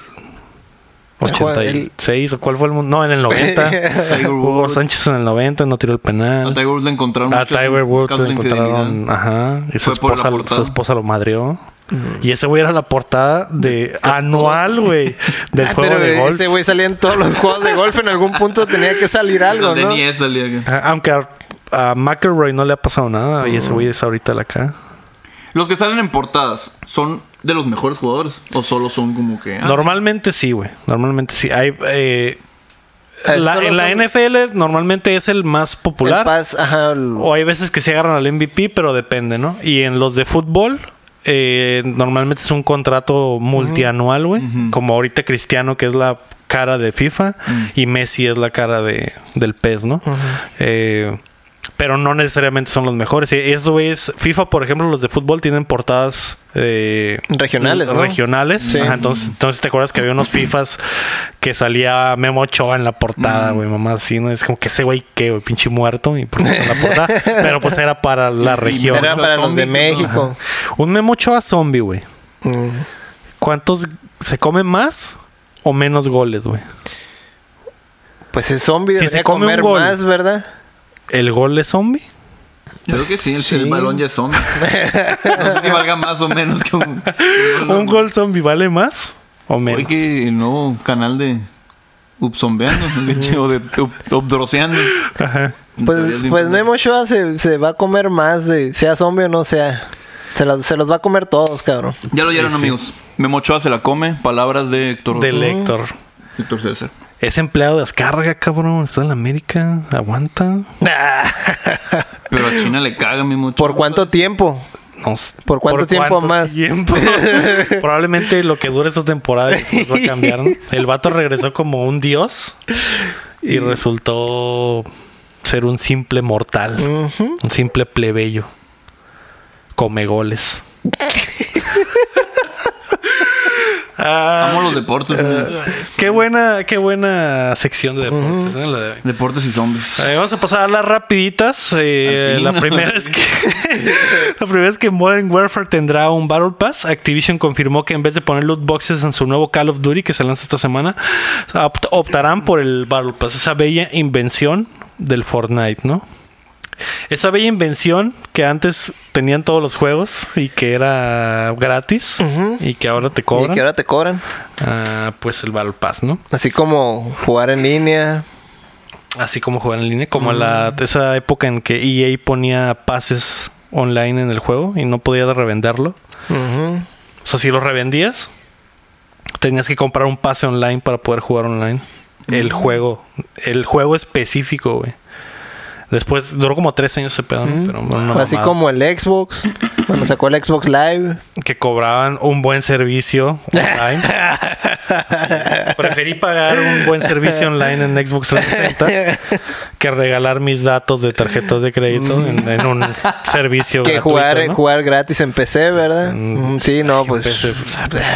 Speaker 3: El juego, el-
Speaker 2: 86, o cuál fue el mu- No, en el 90.
Speaker 1: Tiger
Speaker 2: Hugo
Speaker 1: Woods.
Speaker 2: Sánchez en el 90 no tiró el penal.
Speaker 1: A Tiger Woods le encontraron.
Speaker 2: A
Speaker 1: muchas-
Speaker 2: Tiger Woods
Speaker 1: casos
Speaker 2: lo
Speaker 1: de
Speaker 2: Ah, encontraron,
Speaker 1: infidelidad.
Speaker 2: ajá, y su
Speaker 1: Fue por la
Speaker 2: esposa,
Speaker 1: portada.
Speaker 2: su esposa lo madrió. Y ese güey era la portada de anual, güey, del
Speaker 3: Ah,
Speaker 2: juego
Speaker 3: pero
Speaker 2: de golf.
Speaker 3: ese güey salía en todos los juegos de golf, en algún punto tenía que salir algo,
Speaker 1: Donde
Speaker 3: ¿no?
Speaker 1: ni es E salía acá.
Speaker 2: A- Ah, Aunque a, a McElroy no le ha pasado nada, y ese güey es ahorita la acá.
Speaker 1: Los que salen en portadas son de los mejores jugadores. O solo son como que. ah,
Speaker 2: Normalmente sí, güey, normalmente sí. Hay, eh,
Speaker 3: Eh,
Speaker 2: la-
Speaker 3: solo
Speaker 2: en la
Speaker 3: son-
Speaker 2: NFL normalmente es el más
Speaker 3: El
Speaker 2: popular. Oh,
Speaker 3: pas- ajá, el-
Speaker 2: O hay veces que se agarran al MVP, pero depende, ¿no? Y en los de fútbol, eh, normalmente es un contrato multianual, güey. Como ahorita Cristiano, que es la cara de FIFA, y Messi es la cara de, del PES, ¿no? Eh, pero no necesariamente son los mejores. Eh, Eso es, FIFA, por ejemplo, los de fútbol tienen portadas... eh,
Speaker 3: Regionales, ¿no?
Speaker 2: Regionales.
Speaker 3: Sí.
Speaker 2: Ajá, entonces, entonces, ¿te acuerdas que había unos FIFAs que salía Memo Ochoa en la portada,
Speaker 3: Mm.
Speaker 2: güey? Mamá, así, ¿no? Es como que ese güey, que, güey, pinche muerto. Y por qué en la
Speaker 3: (laughs)
Speaker 2: portada. Pero pues era para la región.
Speaker 3: Era
Speaker 1: Los
Speaker 3: para los de
Speaker 1: zombies,
Speaker 3: México.
Speaker 2: Un Memo Ochoa zombie, güey.
Speaker 3: Mm.
Speaker 2: ¿Cuántos se comen más o menos goles, güey?
Speaker 3: Pues el zombie
Speaker 2: Si se
Speaker 3: debería
Speaker 2: come un
Speaker 3: comer
Speaker 2: gol.
Speaker 3: más, ¿verdad?
Speaker 2: ¿El gol es zombie?
Speaker 1: Yo creo que sí, el,
Speaker 3: sí.
Speaker 1: el balón ya es zombie. (laughs) no sé si valga más o menos que un.
Speaker 2: (laughs) ¿Un gol zombie vale más o menos?
Speaker 1: Oye, que el nuevo canal de Upzombeando,
Speaker 3: (laughs)
Speaker 1: pinche, o de up- Updroceando.
Speaker 2: Ajá.
Speaker 3: Pues, pues Memo Ochoa se, se va a comer más, de, sea zombie o no sea. Se los, se los va a comer todos, cabrón.
Speaker 1: Ya lo oyeron,
Speaker 3: Eh,
Speaker 2: Sí, sí.
Speaker 1: amigos. Memo Ochoa se la come. Palabras de Héctor,
Speaker 2: Del Héctor.
Speaker 1: Héctor César.
Speaker 2: Es empleado de descarga, cabrón. Está en la América. Aguanta.
Speaker 1: Pero a China le caga Memo Ochoa.
Speaker 3: ¿Por cuánto tiempo?
Speaker 2: No sé.
Speaker 3: ¿Por cuánto tiempo
Speaker 2: (laughs)
Speaker 3: más?
Speaker 2: tiempo? Probablemente lo que dure esta temporada y después va a cambiar. (laughs) ¿no? El vato regresó como un dios y resultó ser un simple mortal,
Speaker 3: Ujú.
Speaker 2: un simple plebeyo. Come goles.
Speaker 1: Amo los
Speaker 3: Ah.
Speaker 1: deportes. güey.
Speaker 2: Qué buena, qué buena sección de deportes, ¿eh? La de hoy.
Speaker 1: Deportes y zombies.
Speaker 3: Ah,
Speaker 2: Eh, vamos a pasar a las rapiditas. Eh,
Speaker 1: Al fin,
Speaker 2: la
Speaker 1: ¿no?
Speaker 2: primera es
Speaker 3: (laughs)
Speaker 2: que la primera es que Modern Warfare tendrá un Battle Pass. Activision confirmó que en vez de poner loot boxes en su nuevo Call of Duty que se lanza esta semana, opt- optarán por el Battle Pass, esa bella invención del Fortnite, ¿no? Esa bella invención que antes tenían todos los juegos y que era gratis
Speaker 3: Ujú.
Speaker 2: y que ahora te
Speaker 3: ¿Y
Speaker 2: cobran,
Speaker 3: que ahora te cobran?
Speaker 2: Ah, pues el Battle Pass, ¿no?
Speaker 3: Así como jugar en línea.
Speaker 2: Así como jugar en línea, como
Speaker 3: Mm.
Speaker 2: la esa época en que EA ponía pases online en el juego y no podías revenderlo.
Speaker 3: Ujú.
Speaker 2: O sea, si los revendías, tenías que comprar un pase online para poder jugar online.
Speaker 3: Mm.
Speaker 2: El juego, el juego específico, güey. Después duró como tres años ese pedo, ¿no? pero bueno, una
Speaker 3: Mm. Así
Speaker 2: mamada.
Speaker 3: como el Xbox, cuando sacó el Xbox Live.
Speaker 2: que cobraban un buen servicio
Speaker 3: (laughs)
Speaker 2: online. Sí. Preferí pagar un buen servicio online en Xbox 360 que regalar mis datos de tarjetas de crédito en, en un servicio
Speaker 3: Mm. Que
Speaker 2: gratuito,
Speaker 3: jugar,
Speaker 2: ¿no?
Speaker 3: jugar gratis en PC, ¿verdad?
Speaker 2: en-
Speaker 3: Mm, sí, no, pues.
Speaker 2: PC, pues,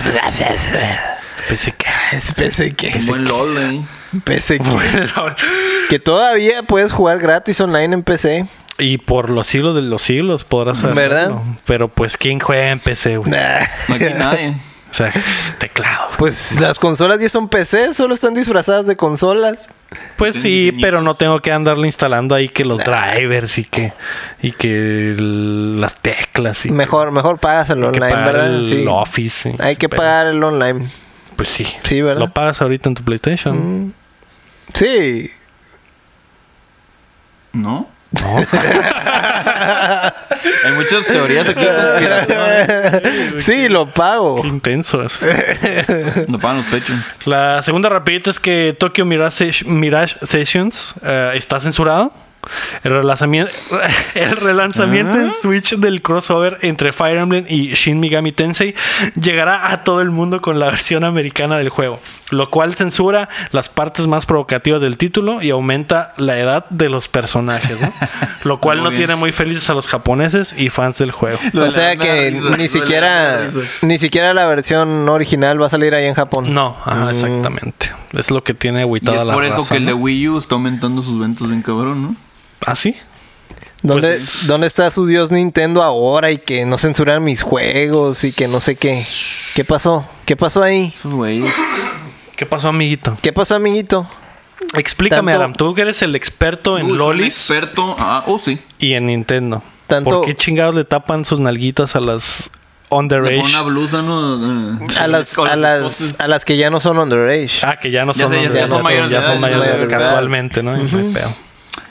Speaker 2: Pensé que-
Speaker 3: (laughs) Es PC que.
Speaker 1: Un buen
Speaker 3: (laughs)
Speaker 1: LOL, ¿eh?
Speaker 3: PC que. Que todavía puedes jugar gratis online en PC.
Speaker 2: y por los siglos de los siglos podrás hacerlo.
Speaker 3: ¿Verdad?
Speaker 2: Pero pues quién juega en PC, güey?
Speaker 3: Nah.
Speaker 1: No
Speaker 3: (laughs)
Speaker 1: aquí nadie.
Speaker 2: O sea, teclado. güey.
Speaker 3: Pues las consolas ya son PC, solo están disfrazadas de consolas.
Speaker 2: Pues
Speaker 1: Tiene
Speaker 2: sí,
Speaker 1: diseñitos.
Speaker 2: pero no tengo que andarle instalando ahí que los drivers y que y que el- las teclas y
Speaker 3: Mejor, mejor pagas el
Speaker 2: que,
Speaker 3: online,
Speaker 2: pagar
Speaker 3: ¿verdad?
Speaker 2: el
Speaker 3: sí.
Speaker 2: Office. y
Speaker 3: Hay que
Speaker 2: ese pedo.
Speaker 3: pagar el online.
Speaker 2: Pues sí.
Speaker 3: Sí, ¿verdad? Mm,
Speaker 2: Lo pagas ahorita en tu PlayStation.
Speaker 3: Sí.
Speaker 1: ¿No?
Speaker 2: No.
Speaker 1: (laughs) Hay muchas teorías aquí de conspiración.
Speaker 3: Sí, lo pago.
Speaker 2: Qué intenso
Speaker 3: (laughs)
Speaker 2: es.
Speaker 1: No pagan los pechos.
Speaker 2: La segunda rapidita es que Tokyo Mirage, Sesh- Mirage Sessions eh, está censurado. El relanzamiento, (laughs) el relanzamiento
Speaker 3: Ah.
Speaker 2: en Switch del crossover entre Fire Emblem y Shin Megami Tensei llegará a todo el mundo con la versión americana del juego, lo cual censura las partes más provocativas del título y aumenta la edad de los personajes,
Speaker 3: (laughs)
Speaker 2: ¿no? lo cual
Speaker 1: Muy
Speaker 2: no
Speaker 1: bien.
Speaker 2: tiene muy felices a los japoneses y fans del juego.
Speaker 1: Lo
Speaker 3: O
Speaker 1: de
Speaker 3: sea
Speaker 1: la- me da
Speaker 3: que
Speaker 1: risa, lo de
Speaker 3: ni
Speaker 1: la- me
Speaker 3: siquiera
Speaker 1: da risa.
Speaker 3: ni siquiera la versión original va a salir ahí en Japón.
Speaker 2: No, ajá,
Speaker 3: Ah.
Speaker 2: exactamente. Es lo que tiene
Speaker 1: Y
Speaker 2: agüitada
Speaker 1: es
Speaker 2: la
Speaker 1: por eso
Speaker 2: raza,
Speaker 1: que el de
Speaker 2: ¿no?
Speaker 1: Wii U está aumentando sus ventas bien cabrón, ¿no?
Speaker 2: ¿Ah, sí?
Speaker 3: ¿Dónde,
Speaker 2: Pues-
Speaker 3: ¿Dónde está su dios Nintendo ahora y que no censuran mis juegos y que no sé qué? ¿Qué pasó? ¿Qué pasó ahí?
Speaker 1: Esos güeyes.
Speaker 2: (coughs) ¿Qué pasó, amiguito?
Speaker 3: ¿Qué pasó, amiguito?
Speaker 2: Explícame,
Speaker 3: Tanto-
Speaker 2: Aram, tú que eres el experto
Speaker 1: Uh,
Speaker 2: en
Speaker 1: es un
Speaker 2: lolis
Speaker 1: Experto. Ah, oh, sí.
Speaker 2: y en Nintendo.
Speaker 3: Tanto-
Speaker 2: ¿Por qué chingados le tapan sus nalguitas a las
Speaker 1: Le pone
Speaker 2: underage?
Speaker 1: una blusa, ¿no? Eh,
Speaker 3: A las,
Speaker 1: con
Speaker 3: a,
Speaker 1: las
Speaker 3: las,
Speaker 1: esposas.
Speaker 3: a las que ya no son underage.
Speaker 2: Ah, que ya no
Speaker 1: Ya
Speaker 2: son
Speaker 1: sé, ya
Speaker 2: underage,
Speaker 1: son mayores
Speaker 2: ya
Speaker 1: de
Speaker 2: son
Speaker 1: edad, son
Speaker 2: mayores de edad,
Speaker 1: mayores de edad. Eh,
Speaker 2: casualmente, ¿no? Y no hay pedo.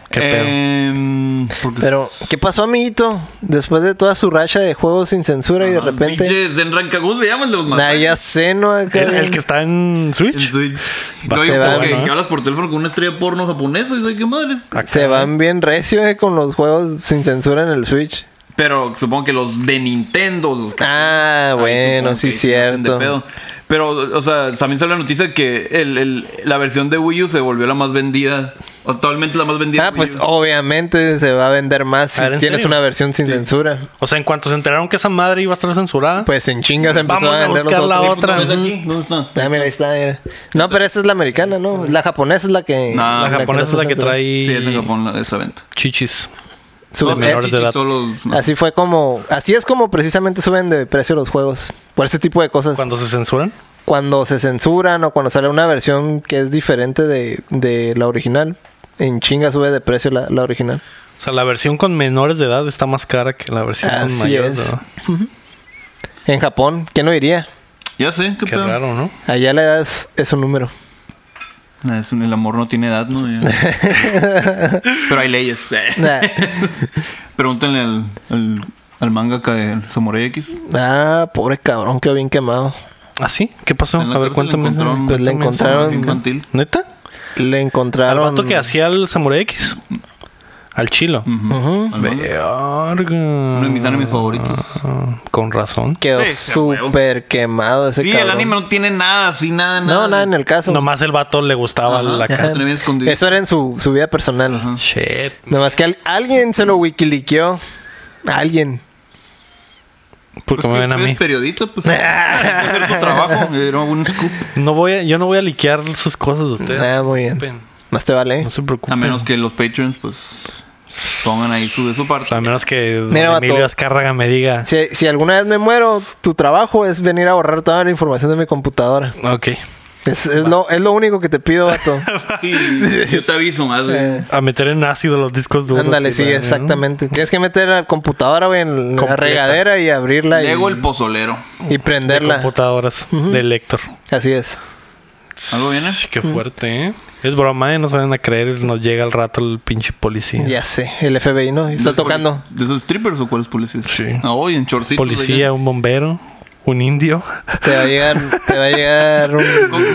Speaker 2: ¿Qué pedo?
Speaker 1: Em, porque-
Speaker 3: Pero, ¿qué pasó, amiguito? Después de toda su racha de juegos sin censura y de
Speaker 1: Ah,
Speaker 3: repente...
Speaker 1: Pinche Zenran Kagun se llama el de los
Speaker 3: Nah,
Speaker 1: mapas.
Speaker 3: ya sé, ¿no? Acá
Speaker 2: ¿El,
Speaker 3: bien.
Speaker 2: el que está en
Speaker 1: En
Speaker 2: Switch?
Speaker 1: Switch.
Speaker 2: Va a
Speaker 1: Oye,
Speaker 3: ser
Speaker 1: como
Speaker 3: bueno,
Speaker 1: que,
Speaker 2: ¿eh?
Speaker 1: que hablas por teléfono con una estrella porno japonesa y soy qué madres.
Speaker 2: Acá.
Speaker 3: Se van bien recio eh, con los juegos sin censura en el Switch.
Speaker 1: Pero supongo que los de Nintendo, los que
Speaker 3: Ah,
Speaker 1: Ahí supongo
Speaker 3: bueno, sí,
Speaker 1: que ahí se hacen de
Speaker 3: cierto.
Speaker 1: pedo. Pero, o sea, también sale la noticia que el- el- la versión de Wii U se volvió la más vendida. Actualmente la más vendida.
Speaker 3: Ah,
Speaker 1: de Wii
Speaker 3: pues
Speaker 1: U.
Speaker 3: obviamente se va a vender más si
Speaker 2: Ah, ¿en
Speaker 3: tienes
Speaker 2: serio?
Speaker 3: una versión sin censura.
Speaker 2: O sea, en cuanto se enteraron que esa madre iba a estar censurada,
Speaker 3: Pues en chingas empezó
Speaker 2: Vamos a
Speaker 3: vender los
Speaker 2: buscar la
Speaker 3: otros.
Speaker 2: otra.
Speaker 1: ¿Dónde está Pues aquí? ¿Dónde está?
Speaker 3: Ah, mira, ahí está, mira. No, pero esa es la americana, ¿no? La japonesa es la que...
Speaker 1: No,
Speaker 2: la
Speaker 1: la que
Speaker 2: japonesa es
Speaker 3: no
Speaker 2: la que
Speaker 3: se censura.
Speaker 2: trae
Speaker 1: Sí, es en Japón la- esa venta.
Speaker 2: chichis.
Speaker 3: Su-
Speaker 2: De
Speaker 1: No,
Speaker 3: eh,
Speaker 2: menores de edad.
Speaker 1: solo- no.
Speaker 3: (laughs) Así fue como... Así es como precisamente suben de precio los juegos. Por ese tipo de cosas.
Speaker 2: ¿Cuándo se censuran?
Speaker 3: cuando se censuran o cuando sale una versión que es diferente de, de la original, en chinga sube de precio la, la original.
Speaker 2: O sea, la versión con menores de edad está más cara que la versión con
Speaker 3: Así
Speaker 2: mayores de
Speaker 3: es.
Speaker 2: edad.
Speaker 3: En Japón, ¿quién lo diría?
Speaker 1: Ya sé, qué,
Speaker 2: Qué
Speaker 1: pedo.
Speaker 2: raro, ¿no?
Speaker 3: Allá la edad es, es un número.
Speaker 1: Ah, es un- el amor no tiene edad, ¿no?
Speaker 3: (laughs)
Speaker 1: Ya. Pero hay leyes.
Speaker 3: Nah.
Speaker 1: (laughs) Pregúntenle al, al, al mangaka de Samurai X.
Speaker 3: Ah, pobre cabrón, quedó bien quemado.
Speaker 2: ¿Ah, sí? ¿Qué pasó?
Speaker 1: En la
Speaker 2: A ver,
Speaker 1: cárcel
Speaker 2: cuéntame.
Speaker 1: encontró un-
Speaker 3: Pues le
Speaker 1: un
Speaker 3: encontraron-
Speaker 1: pornografía infantil.
Speaker 2: ¿Neta?
Speaker 3: Le
Speaker 2: ¿Al
Speaker 3: encontraron...
Speaker 2: vato que hacía el Samurai X? Al chilo.
Speaker 3: Ujú.
Speaker 1: Al manga.
Speaker 2: Verga.
Speaker 1: Uno de mis animes favoritos.
Speaker 2: Ah, Con razón.
Speaker 3: Quedó
Speaker 1: Sí, sí, a huevo.
Speaker 3: súper quemado ese
Speaker 1: Sí,
Speaker 3: cabrón.
Speaker 1: el anime no tiene nada, así nada, nada.
Speaker 3: No, nada en el caso.
Speaker 2: Nomás el vato le gustaba
Speaker 1: Ajá.
Speaker 2: la
Speaker 3: (laughs)
Speaker 1: Ajá.
Speaker 2: cara.
Speaker 1: Lo tenía escondido.
Speaker 3: Eso era en su, su vida personal.
Speaker 2: Shit.
Speaker 3: Nomás que al- alguien se lo wikilequeó. Alguien.
Speaker 2: ¿Por
Speaker 1: Pues
Speaker 2: qué me
Speaker 1: que
Speaker 2: ven a
Speaker 1: tú eres
Speaker 2: mí?
Speaker 1: periodista, pues. tienes que hacer tu
Speaker 2: (laughs)
Speaker 1: trabajo. Era un scoop.
Speaker 2: No voy a- yo no voy a liquear sus cosas de ustedes.
Speaker 3: Ah, muy bien.
Speaker 2: Preocupen.
Speaker 3: Más te vale. ¿eh?
Speaker 2: No se
Speaker 1: A
Speaker 2: preocupen.
Speaker 1: menos que los patrons, pues, pongan ahí su de su
Speaker 2: (laughs)
Speaker 1: parte.
Speaker 2: A menos que don
Speaker 3: Mira, vato.
Speaker 2: Emilio Azcárraga me diga.
Speaker 3: Si, si alguna vez me muero, tu trabajo es venir a borrar toda la información de mi computadora.
Speaker 2: Ok.
Speaker 3: Es, es lo, es lo único que te pido, vato.
Speaker 1: Sí, yo te aviso más.
Speaker 3: Eh,
Speaker 2: A meter en ácido los discos duros.
Speaker 3: Ándale,
Speaker 2: y
Speaker 3: sí,
Speaker 2: la- ¿no?
Speaker 3: exactamente. Tienes que meter la computadora, güey, en la
Speaker 2: Completa.
Speaker 3: regadera y abrirla y,
Speaker 1: Lego el pozolero.
Speaker 3: y
Speaker 2: De
Speaker 3: prenderla.
Speaker 2: computadoras. Del Héctor.
Speaker 3: Así es.
Speaker 1: ¿Algo viene?
Speaker 2: Qué fuerte, ¿eh? Es broma, ¿eh? No se van a creer. Nos llega al rato el pinche policía.
Speaker 3: Ya sé, el FBI, ¿no? Y
Speaker 1: ¿De
Speaker 3: Está
Speaker 1: esos
Speaker 3: tocando.
Speaker 1: polic- ¿De esos strippers o cuáles policías?
Speaker 2: Sí.
Speaker 1: Ah, hoy en chorcitos.
Speaker 2: policía, un bombero,
Speaker 1: (laughs)
Speaker 2: un indio.
Speaker 3: Te va a llegar, te va a llegar un,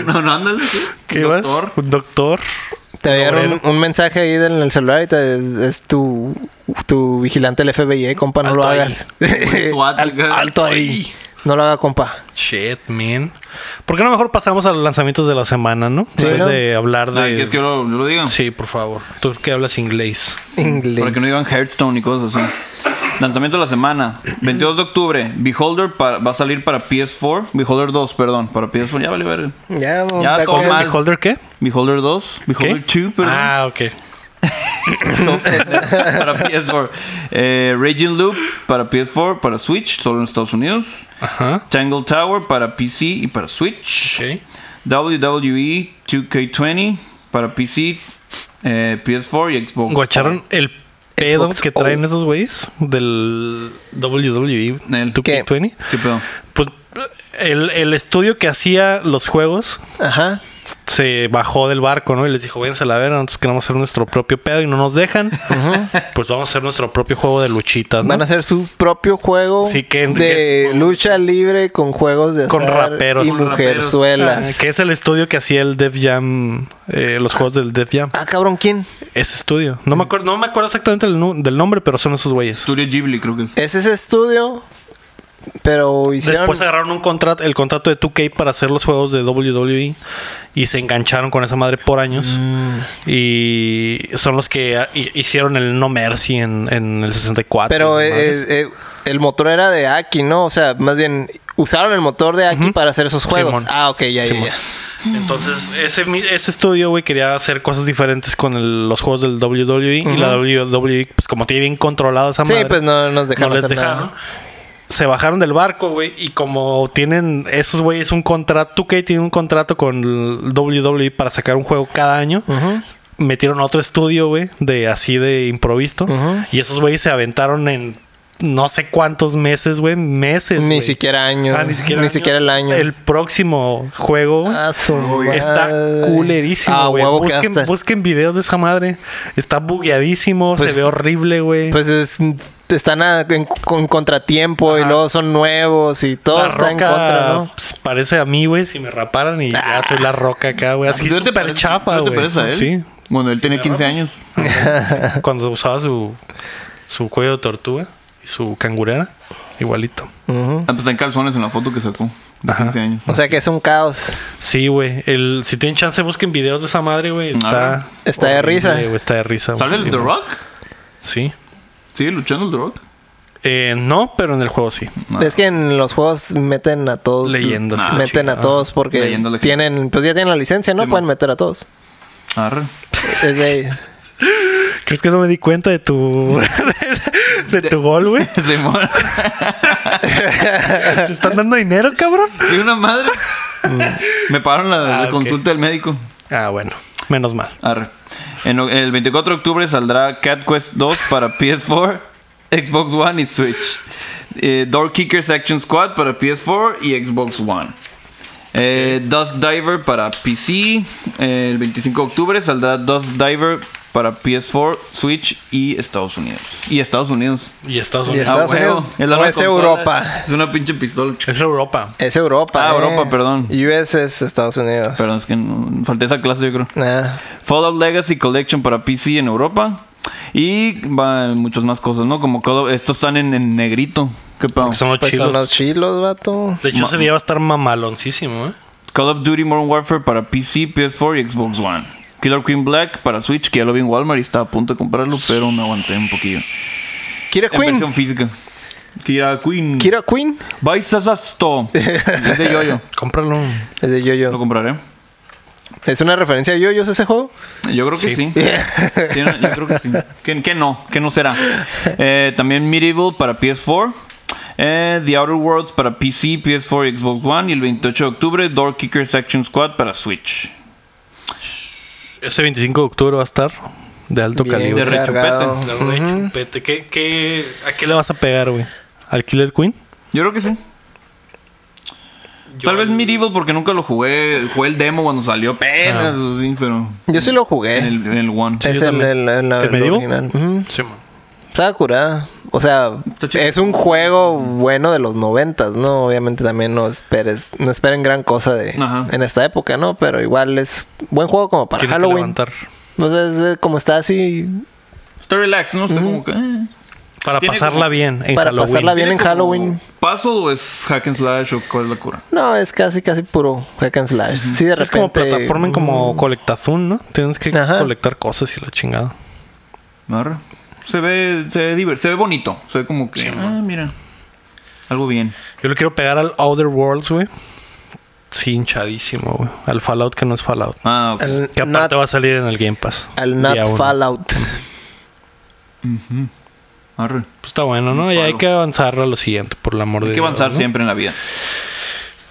Speaker 1: No, no, ándale, sí.
Speaker 2: ¿Qué
Speaker 1: Doctor.
Speaker 2: más? Un doctor.
Speaker 3: te va a llegar un,
Speaker 2: Obrero.
Speaker 3: un mensaje ahí del- en el celular y te, es tu, tu vigilante del FBI, eh, compa, no lo
Speaker 2: Alto ahí. (laughs)
Speaker 3: hagas.
Speaker 1: Un SWAT,
Speaker 3: Al-
Speaker 1: acá.
Speaker 3: alto ahí. No lo haga, compa.
Speaker 2: Shit, man. ¿Por qué no mejor pasamos a los lanzamientos de la semana, no?
Speaker 3: Sí,
Speaker 2: en vez
Speaker 3: ¿no?
Speaker 2: de hablar
Speaker 1: Ah, ¿Quieres que
Speaker 2: de...
Speaker 1: lo, lo diga?
Speaker 2: Sí, por favor. Tú que hablas inglés.
Speaker 3: Inglés.
Speaker 1: Para que no digan Hearthstone y cosas así. Lanzamiento de la semana. 22 de octubre. Beholder pa- va a salir para PS4. Beholder 2, perdón. Para PS4. Ya vale ver.
Speaker 3: Ya, un
Speaker 1: Ya,
Speaker 3: taco
Speaker 1: todo
Speaker 3: de-
Speaker 1: mal.
Speaker 2: ¿Holder qué?
Speaker 1: Beholder 2.
Speaker 2: ¿Qué?
Speaker 1: Beholder 2, perdón.
Speaker 2: ah, ok.
Speaker 1: (laughs) para PS4. Eh, Raging Loop para PS4. Para Switch. Solo en Estados Unidos.
Speaker 2: Ajá.
Speaker 1: Tangle Tower para PC y para Switch.
Speaker 2: Ok.
Speaker 1: WWE 2K20 para PC, eh, PS4 y Xbox.
Speaker 2: ¿Guacharon el pedo
Speaker 3: Xbox
Speaker 2: que
Speaker 3: O.
Speaker 2: traen esos güeyes del E, WWE
Speaker 1: El-
Speaker 2: 2K20?
Speaker 1: ¿Qué pedo?
Speaker 2: Pues el, el estudio que hacía los juegos
Speaker 3: Ajá.
Speaker 2: se bajó del barco, ¿no? Y les dijo, vénse a la verga, nosotros queremos hacer nuestro propio pedo y no nos dejan. (laughs) Pues vamos a hacer nuestro propio juego de luchitas, ¿no?
Speaker 3: Van a hacer su propio juego
Speaker 2: Sí, que
Speaker 3: de
Speaker 2: enriquezco.
Speaker 3: lucha libre con juegos de azar
Speaker 2: Con raperos.
Speaker 3: y
Speaker 2: Con
Speaker 3: mujerzuelas.
Speaker 2: Eh, Que es el estudio que hacía el Def Jam, eh, los juegos del Def Jam.
Speaker 3: Ah, cabrón, ¿quién?
Speaker 2: Ese estudio. No me acuerdo, no me acuerdo exactamente el nu- del nombre, pero son esos güeyes.
Speaker 1: Studio Ghibli creo que es.
Speaker 3: Es ese estudio, pero hicieron...
Speaker 2: Después agarraron un contrato, el contrato de 2K para hacer los juegos de WWE y se engancharon con esa madre por años.
Speaker 3: Mm.
Speaker 2: Y son los que ah, hi- hicieron el No Mercy en, en el 64.
Speaker 3: Pero
Speaker 2: esas
Speaker 3: eh,
Speaker 2: madres.
Speaker 3: eh, eh, el motor era de Aki, ¿no? O sea, más bien usaron el motor de Aki para hacer esos juegos.
Speaker 2: Simón.
Speaker 3: Ah, ok, ya, ya,
Speaker 2: Simón.
Speaker 3: ya.
Speaker 2: Entonces, ese, mi- ese estudio, güey, quería hacer cosas diferentes con el- los juegos del WWE. Y la WWE, pues como tiene bien controlado esa
Speaker 3: Sí,
Speaker 2: madre.
Speaker 3: pues no nos dejaron
Speaker 2: no les
Speaker 3: hacer
Speaker 2: dejaron.
Speaker 3: nada.
Speaker 2: Se bajaron del barco, güey. Y como tienen esos güeyes un contrato, 2K tiene un contrato con el WWE para sacar un juego cada año.
Speaker 3: Ujú.
Speaker 2: Metieron otro estudio, güey, de así de improviso.
Speaker 3: Ujú.
Speaker 2: Y esos güeyes se aventaron en no sé cuántos meses, güey. Meses.
Speaker 3: Ni
Speaker 2: güey.
Speaker 3: siquiera año.
Speaker 2: Ah, ni siquiera, años.
Speaker 3: el año.
Speaker 2: El próximo juego
Speaker 3: Ah, su madre.
Speaker 2: está
Speaker 3: Ah,
Speaker 2: culerísimo, güey.
Speaker 3: huevo que
Speaker 2: busquen,
Speaker 3: hasta-
Speaker 2: busquen videos de esa madre. Está bugueadísimo,
Speaker 3: Pues-
Speaker 2: se ve horrible, güey.
Speaker 3: Pues es- están a- en, con contratiempo y
Speaker 2: Ajá.
Speaker 3: luego son nuevos y todo
Speaker 2: La
Speaker 3: está en
Speaker 2: Roca,
Speaker 3: contra, ¿no? Ah.
Speaker 2: pues, parece a mí, güey, si me raparan y ya soy la roca acá,
Speaker 3: pues
Speaker 2: güey. Así
Speaker 1: ¿Tú te
Speaker 2: súper
Speaker 1: pareces-
Speaker 2: chafa,
Speaker 1: ¿tú te
Speaker 2: güey.
Speaker 1: pareces a él?
Speaker 2: Sí.
Speaker 1: Bueno, él tenía 15 años.
Speaker 2: Cuando usaba su, su cuello de tortuga y su cangurera, igualito.
Speaker 3: Ujú.
Speaker 1: Ah, pues está en calzones en la foto que sacó. De
Speaker 2: Ajá.
Speaker 1: 15 años.
Speaker 3: O sea que es un caos.
Speaker 2: Sí, güey. El- Si tienen chance, busquen videos de esa madre, güey. Está.
Speaker 3: Está de
Speaker 2: horrible,
Speaker 3: risa.
Speaker 2: güey, está de risa.
Speaker 1: ¿Sale
Speaker 2: güey, sí,
Speaker 1: el The
Speaker 2: güey.
Speaker 1: Rock?
Speaker 2: Sí.
Speaker 1: ¿Sigue luchando el The Rock?
Speaker 2: Eh, no, pero en el juego sí.
Speaker 1: No.
Speaker 3: Es que en los juegos meten a todos.
Speaker 2: Leyendas y la
Speaker 3: Meten a
Speaker 2: chingada.
Speaker 3: todos porque
Speaker 1: Leyendas legendarias.
Speaker 3: tienen, pues ya tienen la licencia, ¿no?
Speaker 1: Simón.
Speaker 3: Pueden meter a todos.
Speaker 1: Arre. (laughs)
Speaker 3: Es de-
Speaker 2: ¿Crees que no me di cuenta de tu. (laughs) de, tu gol, güey?
Speaker 1: Se mora.
Speaker 2: ¿Te están dando dinero, cabrón?
Speaker 1: (laughs) Sí, una madre. Me pagaron la, la
Speaker 2: Ah, ok.
Speaker 1: consulta del médico.
Speaker 2: Ah, bueno. Menos mal.
Speaker 1: Arre. En, o- el 24 de octubre saldrá Cat Quest 2 para (laughs) PS4, Xbox One y Switch. Eh, Door Kickers Action Squad para PS4 y Xbox One. Eh, Dust Diver para PC. Eh, el 25 de octubre saldrá Dust Diver para PS4, Switch y Estados Unidos. Y Estados Unidos.
Speaker 2: Y Estados
Speaker 3: Y
Speaker 2: Unidos.
Speaker 3: Estados
Speaker 1: Ah, huevo.
Speaker 3: Unidos.
Speaker 1: Es la nueva
Speaker 3: O es
Speaker 1: consola.
Speaker 3: Europa.
Speaker 1: Es una pinche pistola.
Speaker 2: Es Europa.
Speaker 3: Es Europa.
Speaker 1: Ah,
Speaker 3: ¿eh?
Speaker 1: Europa, perdón.
Speaker 3: US es Estados Unidos.
Speaker 1: Perdón, es que no- falté esa clase, yo creo.
Speaker 3: Nah.
Speaker 1: Fallout Legacy Collection para PC en Europa. Y va en muchas más cosas, ¿no? Como Call of- estos están en, en negrito. ¿Qué pedo?
Speaker 2: Porque son los
Speaker 3: Pues
Speaker 2: chilos.
Speaker 3: son los chilos, vato.
Speaker 2: De hecho, ese día va a estar mamaloncísimo, ¿eh?
Speaker 1: Call of Duty Modern Warfare para PC, PS4 y Xbox One. Killer Queen Black para Switch, que ya lo vi en Walmart y estaba a punto de comprarlo, pero me aguanté un poquillo.
Speaker 3: Kira
Speaker 1: En versión
Speaker 3: Queen.
Speaker 1: física. Kira Queen.
Speaker 3: Kira Queen.
Speaker 1: Baisasasto. Es de Yoyo.
Speaker 2: Cómpralo.
Speaker 3: Es de
Speaker 1: Lo
Speaker 3: Yo-Yo.
Speaker 1: compraré.
Speaker 3: ¿Es una referencia a Yo-Yo ese juego?
Speaker 1: Yo creo que
Speaker 2: Sí.
Speaker 1: sí. Tiene- yo creo que (laughs) sí. ¿Qué, qué no? ¿Qué no será? Eh, también Medieval para PS4. eh, The Outer Worlds para PC, PS4 y Xbox One. Y el 28 de octubre, Door Kickers Action Squad para Switch.
Speaker 2: Ese 25 de octubre va a estar de alto
Speaker 3: Bien
Speaker 1: De
Speaker 2: calibre.
Speaker 1: re-
Speaker 3: cargado.
Speaker 1: rechupete.
Speaker 2: Güey, chupete. ¿Qué, qué, ¿A qué le vas a pegar, güey? ¿Al Killer Queen?
Speaker 1: Yo creo que sí. Tal vez Medieval porque nunca lo jugué. Jugué el demo cuando salió apenas, así, pero
Speaker 3: Yo sí lo jugué.
Speaker 1: en el, en el One.
Speaker 2: Sí,
Speaker 3: es
Speaker 2: yo
Speaker 3: el,
Speaker 2: también.
Speaker 3: el- el-
Speaker 2: ¿El
Speaker 3: el
Speaker 2: medieval?
Speaker 3: original. Ujú.
Speaker 2: Sí, man.
Speaker 3: Estaba curada. o sea,
Speaker 1: Está chido.
Speaker 3: es un juego bueno de los noventas, ¿no? Obviamente también no esperes, no esperen gran cosa de
Speaker 1: Ajá.
Speaker 3: en esta época, ¿no? Pero igual es buen juego como para
Speaker 2: Tiene que
Speaker 3: Halloween.
Speaker 2: levantar.
Speaker 3: O sea, es, eh, como está así
Speaker 1: Está relax, ¿no? Está como que... eh.
Speaker 2: Para
Speaker 1: Tiene
Speaker 2: pasarla
Speaker 1: como-
Speaker 2: bien en
Speaker 3: Para
Speaker 2: Halloween.
Speaker 3: pasarla bien.
Speaker 1: ¿Tiene
Speaker 3: en
Speaker 1: como
Speaker 3: Halloween.
Speaker 1: ¿Paso o es hack and slash o cuál es la cura?
Speaker 3: No, es casi, casi puro hack and slash. Sí, de
Speaker 2: Es como
Speaker 3: repente-
Speaker 2: plataforma en como Colectazón, ¿no? Tienes que
Speaker 3: Ajá.
Speaker 2: colectar cosas y la chingada.
Speaker 1: Marra. Se ve, se ve diver- se ve bonito. Se ve como que, ah, mira. Algo bien.
Speaker 2: Yo le quiero pegar al Outer Worlds, güey. Sí, hinchadísimo, güey. Al Fallout que no es Fallout.
Speaker 1: Ah, ok.
Speaker 3: Al
Speaker 2: Que aparte
Speaker 3: not,
Speaker 2: va a salir en el Game Pass.
Speaker 3: al
Speaker 2: día
Speaker 3: not
Speaker 2: uno.
Speaker 3: Fallout.
Speaker 1: Ujú. Arre.
Speaker 2: Pues está bueno, ¿no? Y hay
Speaker 1: Fallout.
Speaker 2: que avanzar a lo siguiente, por el amor de
Speaker 1: Hay que
Speaker 2: Dios,
Speaker 1: avanzar
Speaker 2: ¿no?
Speaker 1: siempre en la vida.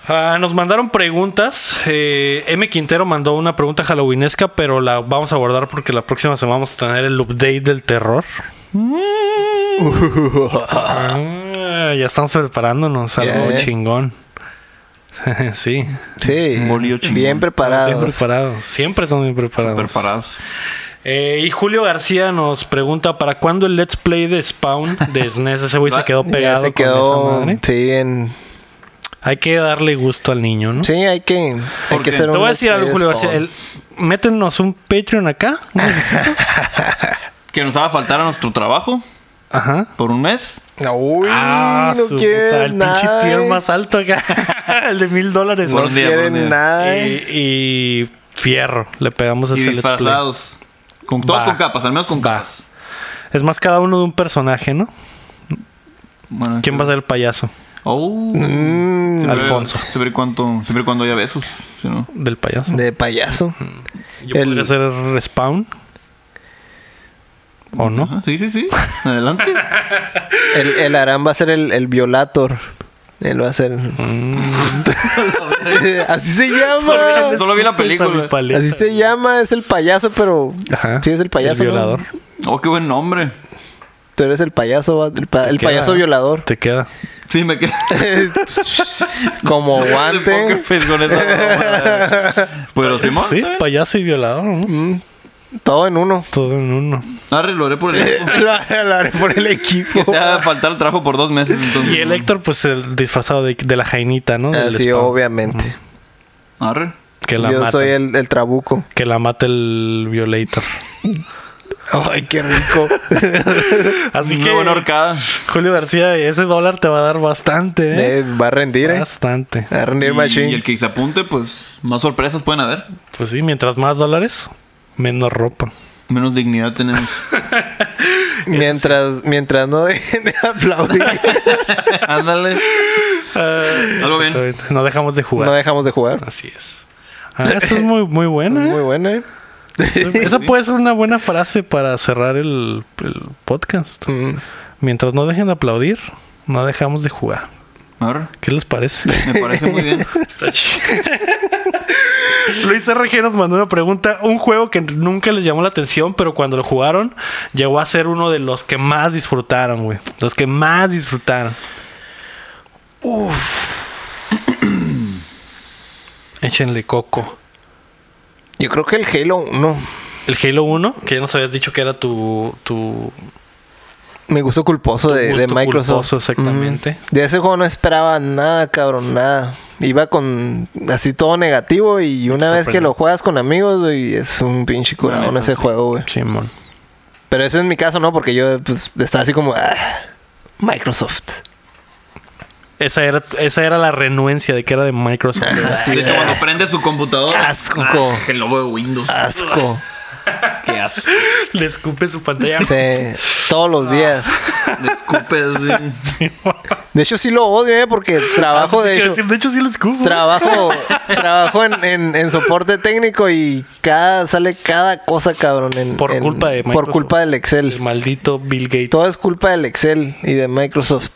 Speaker 2: Ah, nos mandaron preguntas. Eh, M. Quintero mandó una pregunta halloweenesca, pero la vamos a abordar porque la próxima semana vamos a tener el update del terror. Ah, ya estamos preparándonos, algo
Speaker 3: Ya, eh.
Speaker 2: chingón. (laughs) sí,
Speaker 3: Sí,
Speaker 1: Un bolillo chingón.
Speaker 3: bien
Speaker 2: bien
Speaker 3: preparados.
Speaker 2: preparados. Siempre estamos bien preparados.
Speaker 1: Preparados.
Speaker 2: Eh, y Julio García nos pregunta: ¿para cuándo el Let's Play de Spawn de SNES? Ese güey se quedó
Speaker 3: Ya
Speaker 2: pegado
Speaker 3: se
Speaker 2: con esa
Speaker 3: quedó,
Speaker 2: madre.
Speaker 3: sí, en-
Speaker 2: Hay que darle gusto al niño, ¿no?
Speaker 3: sí, hay que, hay
Speaker 1: Porque
Speaker 3: que hacer
Speaker 2: Te
Speaker 3: un
Speaker 2: voy a
Speaker 3: let's
Speaker 2: decir algo,
Speaker 3: play
Speaker 2: Julio
Speaker 3: de
Speaker 2: García.
Speaker 3: Spawn.
Speaker 2: el- métenos un Patreon
Speaker 3: (laughs)
Speaker 2: acá. ¿no?
Speaker 1: Que nos haga faltar a nuestro trabajo
Speaker 2: Ajá.
Speaker 1: por un mes.
Speaker 3: Uy,
Speaker 2: Ah,
Speaker 3: no
Speaker 2: su
Speaker 3: quieren
Speaker 2: puta, el pinche
Speaker 3: nada,
Speaker 2: tier
Speaker 3: eh.
Speaker 2: más alto acá. (laughs) el de mil dólares.
Speaker 1: Por
Speaker 3: No
Speaker 1: un día, por un día.
Speaker 3: quieren nada. eh.
Speaker 2: Y, y fierro, le pegamos a
Speaker 1: Y
Speaker 2: ese let's play.
Speaker 1: disfrazados. Con, todos
Speaker 2: Va.
Speaker 1: con capas, al menos con
Speaker 2: Va.
Speaker 1: capas.
Speaker 2: Es más, cada uno de un personaje, ¿no?
Speaker 1: Bueno,
Speaker 2: ¿Quién va a ser el payaso?
Speaker 1: Oh.
Speaker 3: Mm,
Speaker 1: Siempre-
Speaker 2: Alfonso.
Speaker 1: Siempre, cuanto, siempre cuando haya besos. si no.
Speaker 2: Del payaso.
Speaker 3: de payaso.
Speaker 2: Yo
Speaker 3: el-
Speaker 2: podría ser Spawn. ¿O no?
Speaker 1: Ajá, Ah, Sí, sí, sí. Adelante.
Speaker 2: (laughs)
Speaker 3: El, el Aram va a ser el, el violator. Él va a ser.
Speaker 2: Mm.
Speaker 3: (laughs) Así se llama.
Speaker 1: Solo vi la
Speaker 2: Esa mi
Speaker 1: película.
Speaker 2: paleta.
Speaker 3: Así se llama. Es el payaso, pero.
Speaker 2: Ajá.
Speaker 3: Sí, es el payaso.
Speaker 2: El
Speaker 3: ¿no?
Speaker 2: violador.
Speaker 1: Oh, qué buen nombre.
Speaker 3: Tú eres el payaso, va- el, pa- el
Speaker 2: queda,
Speaker 3: payaso
Speaker 2: ¿no?
Speaker 3: violador. (laughs)
Speaker 2: Te queda.
Speaker 1: Sí, me quedé. (laughs)
Speaker 3: Como
Speaker 1: Poker
Speaker 3: guante.
Speaker 1: face con esa
Speaker 2: (laughs)
Speaker 1: broma. Pero Simón.
Speaker 2: Sí,
Speaker 1: está bien.
Speaker 2: payaso y violador, ¿no?
Speaker 3: Mm, todo en uno.
Speaker 2: Todo en
Speaker 3: (laughs)
Speaker 2: uno.
Speaker 1: Arre, lo haré por el equipo.
Speaker 3: Lo haré por el
Speaker 1: Que
Speaker 3: equipo.
Speaker 1: sea faltar el trabajo por dos meses. Entonces,
Speaker 2: Y el Héctor, pues el disfrazado de, de la jainita, ¿no? Del
Speaker 3: Así,
Speaker 2: Spawn.
Speaker 3: obviamente.
Speaker 1: Arre.
Speaker 2: Que la
Speaker 3: Ah, Yo
Speaker 2: mata.
Speaker 3: soy el, el trabuco.
Speaker 2: Que la mate el Violator.
Speaker 3: Ay, qué rico.
Speaker 2: Así
Speaker 1: Una
Speaker 2: que,
Speaker 1: buena horcada.
Speaker 2: Julio García, ese dólar te va a dar bastante, ¿eh?
Speaker 3: (laughs) Eh, va a rendir, eh.
Speaker 2: Bastante.
Speaker 3: Va a
Speaker 1: Y,
Speaker 3: rendir
Speaker 1: y
Speaker 3: machine.
Speaker 1: el que se apunte, pues más sorpresas pueden haber.
Speaker 2: Pues sí, mientras más dólares, menos ropa.
Speaker 1: Menos dignidad
Speaker 3: (laughs)
Speaker 1: tenemos.
Speaker 3: Mientras, mientras no dejen de (laughs) aplaudir,
Speaker 1: Ándale.
Speaker 2: Ah,
Speaker 1: Algo bien.
Speaker 2: Exactamente. No dejamos de jugar.
Speaker 3: no dejamos de jugar.
Speaker 2: Así es. Ah, eso es muy, muy buena, ¿eh?
Speaker 3: Muy buena, eh.
Speaker 2: Esa puede ser una buena frase para cerrar el, el podcast.
Speaker 3: Mm.
Speaker 2: Mientras no dejen de aplaudir, no dejamos de jugar.
Speaker 1: Arre.
Speaker 2: ¿Qué les parece?
Speaker 1: Me parece muy bien.
Speaker 2: Luis RG nos mandó una pregunta. Un juego que nunca les llamó la atención, pero cuando lo jugaron, llegó a ser uno de los que más disfrutaron, güey. Los que más disfrutaron. Uf. (clears throat) Échenle coco.
Speaker 3: Yo creo que el Halo 1
Speaker 2: El Halo 1, que ya nos habías dicho que era tu. tu
Speaker 3: me gustó culposo de,
Speaker 2: gusto
Speaker 3: de Microsoft.
Speaker 2: culposo, exactamente.
Speaker 3: Mm. De ese juego no esperaba nada, cabrón, nada. Iba con así todo negativo y una vez que
Speaker 2: sorprendió.
Speaker 3: lo juegas con amigos, güey, es un pinche curado en
Speaker 1: neta,
Speaker 3: ese
Speaker 1: sí.
Speaker 3: juego, güey.
Speaker 2: Simón.
Speaker 3: Pero ese es mi caso, ¿no? Porque yo pues, estaba así como... ah, Microsoft.
Speaker 2: Esa era, esa era la renuencia de que era de Microsoft.
Speaker 3: (laughs) Así
Speaker 1: De hecho, cuando
Speaker 3: ah,
Speaker 1: prende su computadora.
Speaker 3: Asco.
Speaker 1: Ah, el logo de Windows.
Speaker 3: asco.
Speaker 1: Qué asco.
Speaker 2: Le escupe su pantalla.
Speaker 3: Sí, todos los días.
Speaker 2: Ah.
Speaker 1: Le escupes. güey.
Speaker 2: (laughs) Simón.
Speaker 3: De hecho, sí lo odio, ¿eh? Porque trabajo, de
Speaker 2: Quiero
Speaker 3: hecho,
Speaker 2: decir, de hecho, (laughs) sí le escupo.
Speaker 3: trabajo, trabajo en, en- en soporte técnico y cada, sale cada cosa, cabrón. en-
Speaker 2: Por
Speaker 3: en-
Speaker 2: culpa de
Speaker 3: Por
Speaker 2: Microsoft.
Speaker 3: culpa del
Speaker 2: El
Speaker 3: Excel.
Speaker 2: maldito Bill Gates.
Speaker 3: Todo es culpa del Excel y de Microsoft.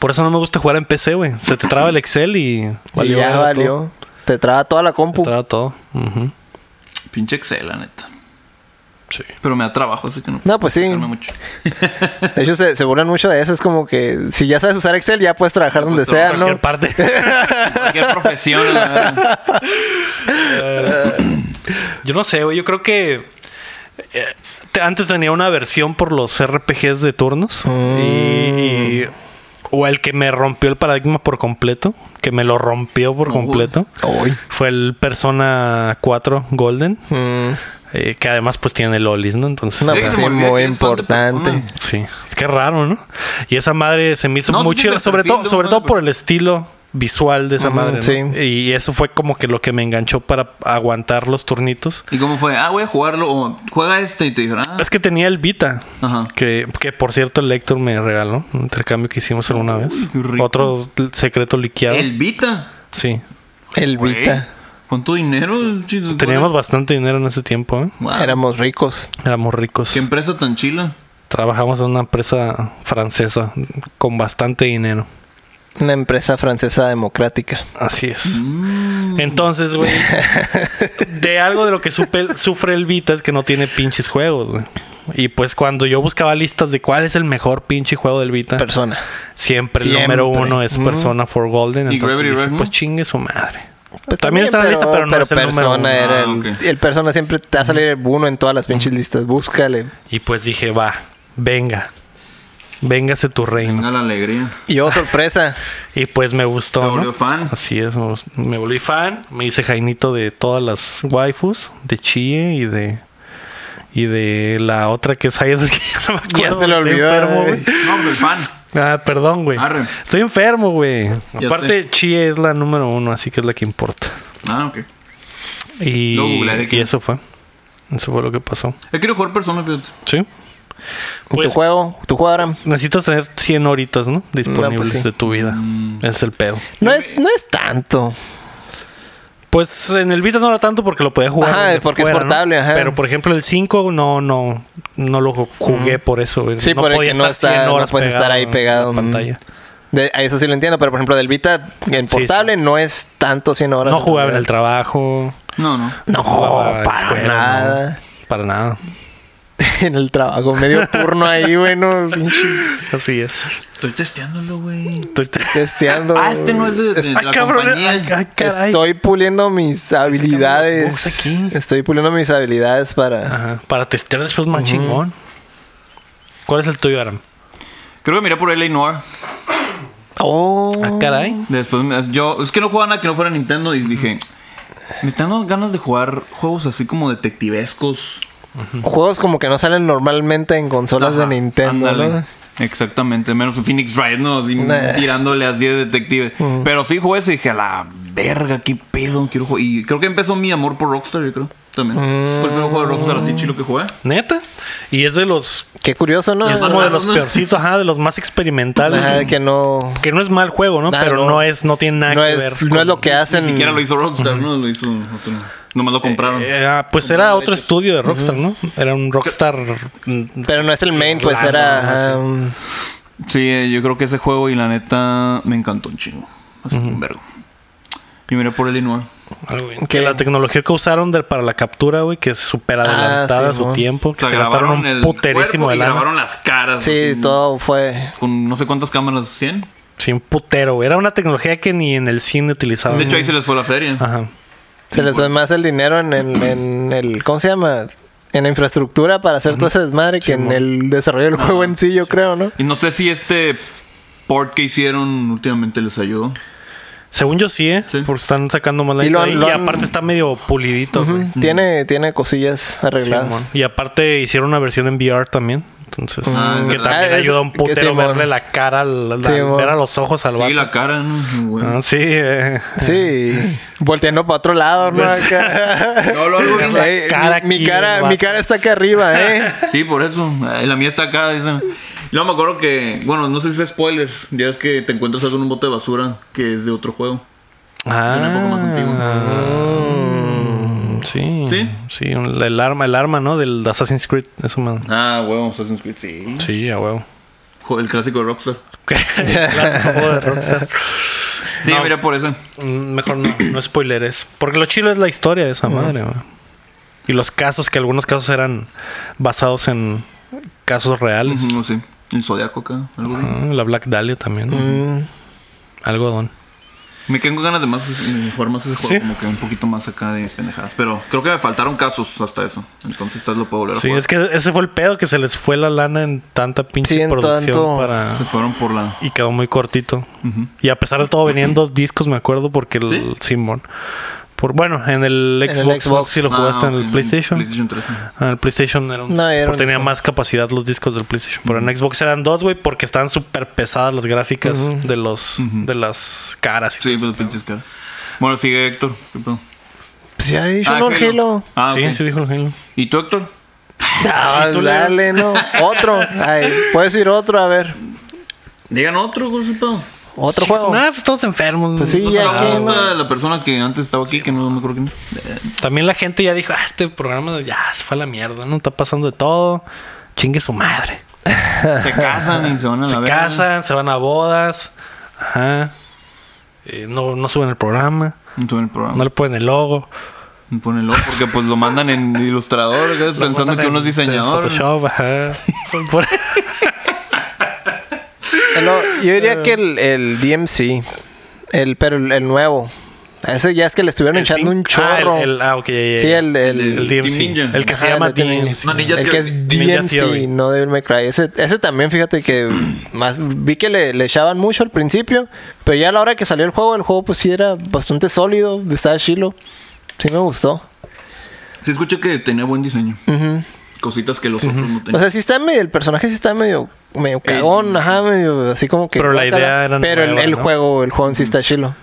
Speaker 2: Por eso no me gusta jugar en PC, güey. Se te traba el Excel y.
Speaker 3: y ya
Speaker 2: verga
Speaker 3: valió.
Speaker 2: todo.
Speaker 3: Te traba toda la
Speaker 2: Te
Speaker 3: compu.
Speaker 2: traba todo. Ujú.
Speaker 1: Pinche Excel, la neta.
Speaker 2: Sí.
Speaker 1: Pero me da trabajo, así que no.
Speaker 3: No, pues sí.
Speaker 1: Darme mucho.
Speaker 3: De hecho, se, se burlan mucho de eso. Es como que si ya sabes usar Excel, ya puedes trabajar donde
Speaker 1: puedes
Speaker 3: sea,
Speaker 2: Cualquier
Speaker 3: ¿no?
Speaker 2: parte.
Speaker 3: (laughs)
Speaker 1: Cualquier profesión, la verdad.
Speaker 2: Yo no sé, güey. Yo creo que. eh, antes tenía una versión por los RPGs de turnos. Y, y- o el que me rompió el paradigma por completo, que me lo rompió por completo,
Speaker 3: Uy.
Speaker 2: fue el Persona 4 Golden,
Speaker 3: Mm,
Speaker 2: eh, que además pues tiene lolis, ¿no? Entonces,
Speaker 3: No,
Speaker 2: eh,
Speaker 3: pues,
Speaker 1: se me
Speaker 3: sí,
Speaker 1: olvida
Speaker 3: muy
Speaker 1: que eres fan de
Speaker 3: importante.
Speaker 1: Persona.
Speaker 2: sí, qué raro, ¿no? Y esa madre se me hizo
Speaker 1: No,
Speaker 2: muy
Speaker 1: sí,
Speaker 2: chida,
Speaker 1: sí,
Speaker 2: sobre
Speaker 1: perfil
Speaker 2: todo,
Speaker 1: de
Speaker 2: sobre
Speaker 1: una-
Speaker 2: todo por el estilo visual de esa
Speaker 3: Ujú,
Speaker 2: madre. ¿no?
Speaker 3: sí.
Speaker 2: Y eso fue como que lo que me enganchó para aguantar los turnitos.
Speaker 1: ¿Y cómo fue? Ah, voy a jugarlo. O juega este y te dijeron, ah,
Speaker 2: Es que tenía el Vita.
Speaker 1: ajá.
Speaker 2: Que, que, por cierto el Lector me regaló un intercambio que hicimos alguna vez.
Speaker 1: qué rico.
Speaker 2: Otro l- secreto liqueado.
Speaker 1: El Vita.
Speaker 2: Sí.
Speaker 3: el
Speaker 1: Güey,
Speaker 3: Vita.
Speaker 1: Con tu dinero, chido.
Speaker 2: Teníamos bastante dinero en ese tiempo, ¿eh?
Speaker 1: Wow.
Speaker 3: Éramos ricos.
Speaker 2: Éramos ricos.
Speaker 1: Qué empresa tan chila.
Speaker 2: Trabajamos en una empresa francesa con bastante dinero.
Speaker 3: Una empresa francesa democrática.
Speaker 2: Así es. Entonces,
Speaker 3: (laughs)
Speaker 2: güey, de algo de lo que supe- sufre el Vita es que no tiene pinches juegos, güey. Y pues cuando yo buscaba listas de cuál es el mejor pinche juego del Vita,
Speaker 3: Persona.
Speaker 2: Siempre, el
Speaker 3: Siempre.
Speaker 2: número uno es
Speaker 3: Mm.
Speaker 2: Persona for Golden.
Speaker 1: ¿Y
Speaker 2: Entonces
Speaker 1: Gravity
Speaker 2: dije,
Speaker 1: Rush, no?
Speaker 2: pues chingue su madre.
Speaker 3: Pues
Speaker 2: también está en la
Speaker 3: pero-
Speaker 2: lista, pero no es el número
Speaker 3: persona
Speaker 2: uno.
Speaker 3: era
Speaker 1: Ah,
Speaker 3: el,
Speaker 1: ok.
Speaker 3: el persona siempre te va a salir el uno en todas las pinches listas. Búscale.
Speaker 2: Y pues dije, va, venga. Véngase tu reino.
Speaker 1: Venga la alegría.
Speaker 3: Y oh,
Speaker 2: (laughs)
Speaker 3: sorpresa.
Speaker 2: Y pues me gustó.
Speaker 1: Se
Speaker 2: ¿no?
Speaker 1: volvió fan.
Speaker 2: Así es, me, gust- me volví fan. Me hice jainito de todas las waifus, de Chie y de. Y de la otra que es Idol, (laughs) que ya no me acuerdo,
Speaker 3: Ya se le
Speaker 2: estoy
Speaker 3: olvidó,
Speaker 2: enfermo,
Speaker 3: güey.
Speaker 2: güey.
Speaker 1: No, hombre, fan.
Speaker 2: Ah, perdón, güey.
Speaker 1: Arre.
Speaker 2: Estoy enfermo, güey.
Speaker 1: Ya
Speaker 2: Aparte, Chie es la número uno, así que es la que importa.
Speaker 1: Ah, ok.
Speaker 2: Y,
Speaker 1: Lo googlearé,
Speaker 2: y
Speaker 1: creo.
Speaker 2: eso fue. Eso fue lo que pasó.
Speaker 1: He querido jugar Persona, fíjate.
Speaker 2: Sí.
Speaker 3: tu
Speaker 2: Pues,
Speaker 3: juego, tu juego Aram.
Speaker 2: necesitas tener 100 horitas, ¿no? Disponibles
Speaker 3: pues sí.
Speaker 2: de tu vida.
Speaker 1: Mm.
Speaker 2: Es el pedo.
Speaker 3: No es, no es tanto.
Speaker 2: Pues en el Vita no era tanto porque lo podía jugar.
Speaker 3: Ajá,
Speaker 2: donde
Speaker 3: porque es
Speaker 2: ¿no?
Speaker 3: portable, ajá.
Speaker 2: Pero por ejemplo, el 5 no, no, no lo jugué por eso. güey.
Speaker 3: Sí, por el
Speaker 2: podía
Speaker 3: que no,
Speaker 2: estar
Speaker 3: está,
Speaker 2: 100
Speaker 3: no
Speaker 2: horas
Speaker 3: puedes estar ahí
Speaker 2: en
Speaker 3: pegado.
Speaker 2: la
Speaker 3: mm.
Speaker 2: pantalla.
Speaker 3: De- a eso sí lo entiendo, pero por ejemplo, del Vita en
Speaker 2: Sí,
Speaker 3: portable no es tanto 100 horas.
Speaker 2: No
Speaker 3: de
Speaker 2: jugaba en el
Speaker 3: realidad.
Speaker 2: trabajo.
Speaker 1: No, no.
Speaker 3: No,
Speaker 2: jugaba en la
Speaker 3: para
Speaker 2: escuela,
Speaker 3: nada. (laughs)
Speaker 2: no. Para nada.
Speaker 3: en el trabajo, medio turno ahí, güey, no,
Speaker 2: (laughs)
Speaker 3: pinche
Speaker 2: Así es.
Speaker 1: Estoy testeándolo, güey.
Speaker 3: (laughs)
Speaker 2: Entonces,
Speaker 3: testeando.
Speaker 1: Ah, este no es de, de
Speaker 2: Ay,
Speaker 1: la
Speaker 2: cabrón, ay,
Speaker 1: compañía.
Speaker 2: ay, caray.
Speaker 3: Estoy puliendo mis habilidades.
Speaker 2: las cosas aquí.
Speaker 3: Estoy puliendo mis habilidades para.
Speaker 2: Ajá, para testear después más chingón. ¿Cuál es el tuyo, Aram?
Speaker 1: Creo que miré por LA Noir.
Speaker 3: Oh,
Speaker 2: Ah, caray.
Speaker 1: Después, me- yo, es que no jugaba nada que no fuera Nintendo y dije, me están dando ganas de jugar juegos así como detectivescos.
Speaker 3: juegos como que no salen normalmente en consolas
Speaker 1: Ajá,
Speaker 3: de Nintendo.
Speaker 1: ándale.
Speaker 3: ¿no?
Speaker 1: Exactamente, menos Phoenix Wright, ¿no? Así
Speaker 3: Nah. Mm.
Speaker 1: tirándole a 10 detectives. Pero sí jugué eso y dije, a la verga, qué pedo, quiero jugar. Y creo que empezó mi amor por Rockstar, yo creo. También. Fue el primer juego de Rockstar así chilo que jugué.
Speaker 2: Neta. Y es de los
Speaker 3: Qué curioso, Ah, ¿no?
Speaker 2: Y es como de los
Speaker 1: ¿no?
Speaker 2: peorcitos, ajá, de los más experimentales.
Speaker 3: Ajá, que no.
Speaker 2: Que no es mal juego, ¿no?
Speaker 3: Nada,
Speaker 2: Pero
Speaker 3: no.
Speaker 2: no es, no tiene nada
Speaker 3: No
Speaker 2: que
Speaker 3: es,
Speaker 2: ver.
Speaker 3: no
Speaker 2: con-
Speaker 3: es lo que hacen.
Speaker 1: Ni siquiera lo hizo Rockstar, ¿no? Lo hizo otro. Nomás lo compraron.
Speaker 2: Eh, ah, pues era otro estudio de Rockstar, ¿no? Era un Rockstar. mm,
Speaker 3: Pero no es el main, pues
Speaker 2: Claro,
Speaker 3: era.
Speaker 2: no,
Speaker 3: ajá,
Speaker 2: sí.
Speaker 3: un-
Speaker 1: Sí, eh, yo creo que ese juego y la neta me encantó un chingo. Así un vergo. Y miré por el Inua.
Speaker 2: algo bien.
Speaker 3: Ok.
Speaker 2: Que la tecnología que usaron de- para la captura, güey, que es
Speaker 3: Ah,
Speaker 2: súper adelantada
Speaker 3: sí,
Speaker 2: a su
Speaker 3: mon.
Speaker 2: tiempo. Que
Speaker 1: O sea,
Speaker 2: se gastaron
Speaker 1: grabaron
Speaker 2: un
Speaker 1: el
Speaker 2: puterísimo
Speaker 1: cuerpo
Speaker 2: de
Speaker 1: y
Speaker 2: lana.
Speaker 1: grabaron las caras.
Speaker 3: Sí,
Speaker 1: así,
Speaker 3: todo fue.
Speaker 1: Con no sé cuántas cámaras, 100.
Speaker 2: Sí, un putero, güey. Era una tecnología que ni en el cine utilizaban.
Speaker 1: De hecho, ahí se les fue la feria.
Speaker 2: Ajá.
Speaker 3: Se les
Speaker 2: pues.
Speaker 3: fue más el dinero en el, en el. ¿Cómo se llama? En la infraestructura para hacer todo ese desmadre que en el desarrollo del
Speaker 2: Ah,
Speaker 3: juego en sí, yo creo, ¿no?
Speaker 1: Y no sé si este port que hicieron últimamente les ayudó.
Speaker 2: Según yo sí, ¿eh?
Speaker 1: Sí.
Speaker 2: Porque están sacando más la
Speaker 3: Y
Speaker 2: y,
Speaker 3: lo han- lo
Speaker 2: y
Speaker 3: han-
Speaker 2: aparte está medio pulidito, güey.
Speaker 3: Ujú. Tiene, tiene cosillas arregladas.
Speaker 2: Simón. Y aparte hicieron una versión en VR también. Entonces,
Speaker 1: Ah,
Speaker 2: que
Speaker 1: es
Speaker 2: también
Speaker 3: verdad.
Speaker 2: ayuda un
Speaker 3: Que
Speaker 2: putero
Speaker 3: Simón.
Speaker 2: verle la cara, al- al-
Speaker 3: Simón.
Speaker 2: ver a los ojos al
Speaker 1: Sí,
Speaker 2: vato.
Speaker 1: la cara, ¿no? Güey.
Speaker 2: Ah, sí, eh. Pues,
Speaker 3: Sí, volteando para otro lado, ¿no?
Speaker 2: (laughs)
Speaker 3: Acá.
Speaker 1: No, lo hago bien.
Speaker 3: Eh,
Speaker 2: cara
Speaker 3: mi, mi
Speaker 2: aquí,
Speaker 3: cara,
Speaker 2: vato.
Speaker 3: mi cara está acá
Speaker 2: (laughs)
Speaker 3: arriba, ¿eh?
Speaker 1: Sí, por eso. Ay, La mía está acá, dicen. Y luego me acuerdo que, bueno, no sé si es spoiler. Ya es que te encuentras algo en un bote de basura que es de otro juego.
Speaker 2: Ah,
Speaker 1: Una época más
Speaker 2: mm, Ah. Sí.
Speaker 1: ¿Sí?
Speaker 2: Sí, un- el arma, el arma, ¿no? Del Assassin's Creed. Eso, man.
Speaker 1: Ah, huevo, Assassin's Creed, sí.
Speaker 2: Sí, a huevo. (laughs)
Speaker 1: Jo- El clásico de Rockstar.
Speaker 2: El clásico juego de Rockstar.
Speaker 1: Sí,
Speaker 2: No.
Speaker 1: mira por eso.
Speaker 2: Mm, Mejor no, no spoileres. Porque lo chilo es la historia de esa madre, güey. Y los casos, que algunos casos eran basados en casos reales.
Speaker 1: No sé.
Speaker 2: Mm,
Speaker 1: El zodiaco acá. algo así. Mm.
Speaker 2: Ah, La Black Dahlia también.
Speaker 3: Mm.
Speaker 2: Algodón.
Speaker 1: Me quedo con ganas de más eh, de jugar más ese juego,
Speaker 2: Sí.
Speaker 1: como que un poquito más acá de pendejadas. Pero creo que me faltaron casos hasta eso. Entonces tal vez lo puedo volver a
Speaker 2: Sí,
Speaker 1: jugar.
Speaker 2: es que ese fue el pedo que se les fue la lana en tanta pinche
Speaker 3: Sí, en
Speaker 2: producción
Speaker 3: tanto-
Speaker 2: para
Speaker 1: Se fueron por la.
Speaker 2: y quedó muy cortito.
Speaker 1: Ujú.
Speaker 2: Y a pesar de todo venían dos discos, me acuerdo, porque el
Speaker 1: ¿Sí?
Speaker 2: Simón. Por bueno, en el
Speaker 3: el
Speaker 2: Xbox, no
Speaker 3: Xbox.
Speaker 2: sé si lo jugaste
Speaker 1: Ah,
Speaker 2: en
Speaker 1: ok,
Speaker 2: el PlayStation.
Speaker 1: PlayStation 3.
Speaker 2: Ah, el PlayStation era un-
Speaker 3: No, era
Speaker 2: porque
Speaker 3: un
Speaker 2: tenía
Speaker 3: Xbox.
Speaker 2: más capacidad los discos del PlayStation. Pero en Xbox eran dos, güey, porque estaban súper pesadas las gráficas
Speaker 3: Ujú.
Speaker 2: de los
Speaker 1: Ujú.
Speaker 2: de las caras. y
Speaker 1: Sí, pues pinches caras. Bueno, sigue Héctor. ¿Qué pedo?
Speaker 3: Pues ya he dicho
Speaker 1: Ah,
Speaker 3: no,
Speaker 1: Halo.
Speaker 3: Halo.
Speaker 1: Ah,
Speaker 2: sí,
Speaker 1: ok.
Speaker 2: sí dijo el Halo.
Speaker 1: ¿Y tú, Héctor?
Speaker 3: Ah,
Speaker 2: ¿Y tú, Leo?
Speaker 3: dale, no. Otro. Ay, puedes ir otro, a ver.
Speaker 1: Digan otro, ¿cómo se pedo?
Speaker 3: Otro
Speaker 2: Sí,
Speaker 3: juego.
Speaker 2: Nah, pues todos enfermos.
Speaker 3: Pues
Speaker 2: güey.
Speaker 3: sí,
Speaker 2: No
Speaker 3: ya,
Speaker 2: sé
Speaker 1: Ah,
Speaker 2: nada.
Speaker 3: ¿quién?
Speaker 1: esta, la persona que antes estaba aquí, que no me acuerdo quién es.
Speaker 2: También la gente ya dijo, ah, este programa ya se fue a la mierda, no está pasando de todo. Chingue su madre.
Speaker 1: Se casan y se van a la
Speaker 2: Se
Speaker 1: verga.
Speaker 2: casan, se van a bodas. Ajá. Eh, no, no suben el programa.
Speaker 1: No suben el programa.
Speaker 2: No le ponen el logo.
Speaker 1: No. Ponenlo porque pues lo mandan en ilustrador, acá,
Speaker 2: Lo
Speaker 1: pensando
Speaker 2: mandan
Speaker 1: que uno es
Speaker 2: en-
Speaker 1: diseñador.
Speaker 2: en Photoshop,
Speaker 3: (laughs)
Speaker 2: ajá. Por- por-
Speaker 3: El- yo
Speaker 2: Ah.
Speaker 3: diría que el, el DMC. El, pero el, el nuevo. Ese ya es que le estuvieron
Speaker 2: el
Speaker 3: echando
Speaker 2: cinco-
Speaker 3: un chorro.
Speaker 2: Ah, el, el- ah, ok, ya, ya,
Speaker 3: sí,
Speaker 2: ya.
Speaker 3: el,
Speaker 1: el-
Speaker 3: el,
Speaker 2: El DMC.
Speaker 1: Team Ninja.
Speaker 2: El que se
Speaker 3: Ajá,
Speaker 2: llama
Speaker 3: el de Team
Speaker 2: DMC.
Speaker 3: Ah, Ninja.
Speaker 1: No, Ninja
Speaker 3: el que es
Speaker 2: Ninja Theory.
Speaker 3: DMC, no Devil May Cry. Ese, ese también, fíjate que más vi que le, le echaban mucho al principio, pero ya a la hora que salió el juego, el juego pues sí era bastante sólido, estaba chilo. Sí me gustó.
Speaker 1: Sí, escuché que tenía buen diseño.
Speaker 3: Ujú.
Speaker 1: Cositas que los otros no
Speaker 3: O
Speaker 1: tenían.
Speaker 3: sea, sí está medio, el personaje sí está medio, medio cagón, ajá, medio así como que.
Speaker 2: Pero la
Speaker 3: guácala.
Speaker 2: idea era
Speaker 3: Pero el-
Speaker 2: nueva,
Speaker 3: el,
Speaker 2: ¿no?
Speaker 3: juego, el juego en sí está chilo.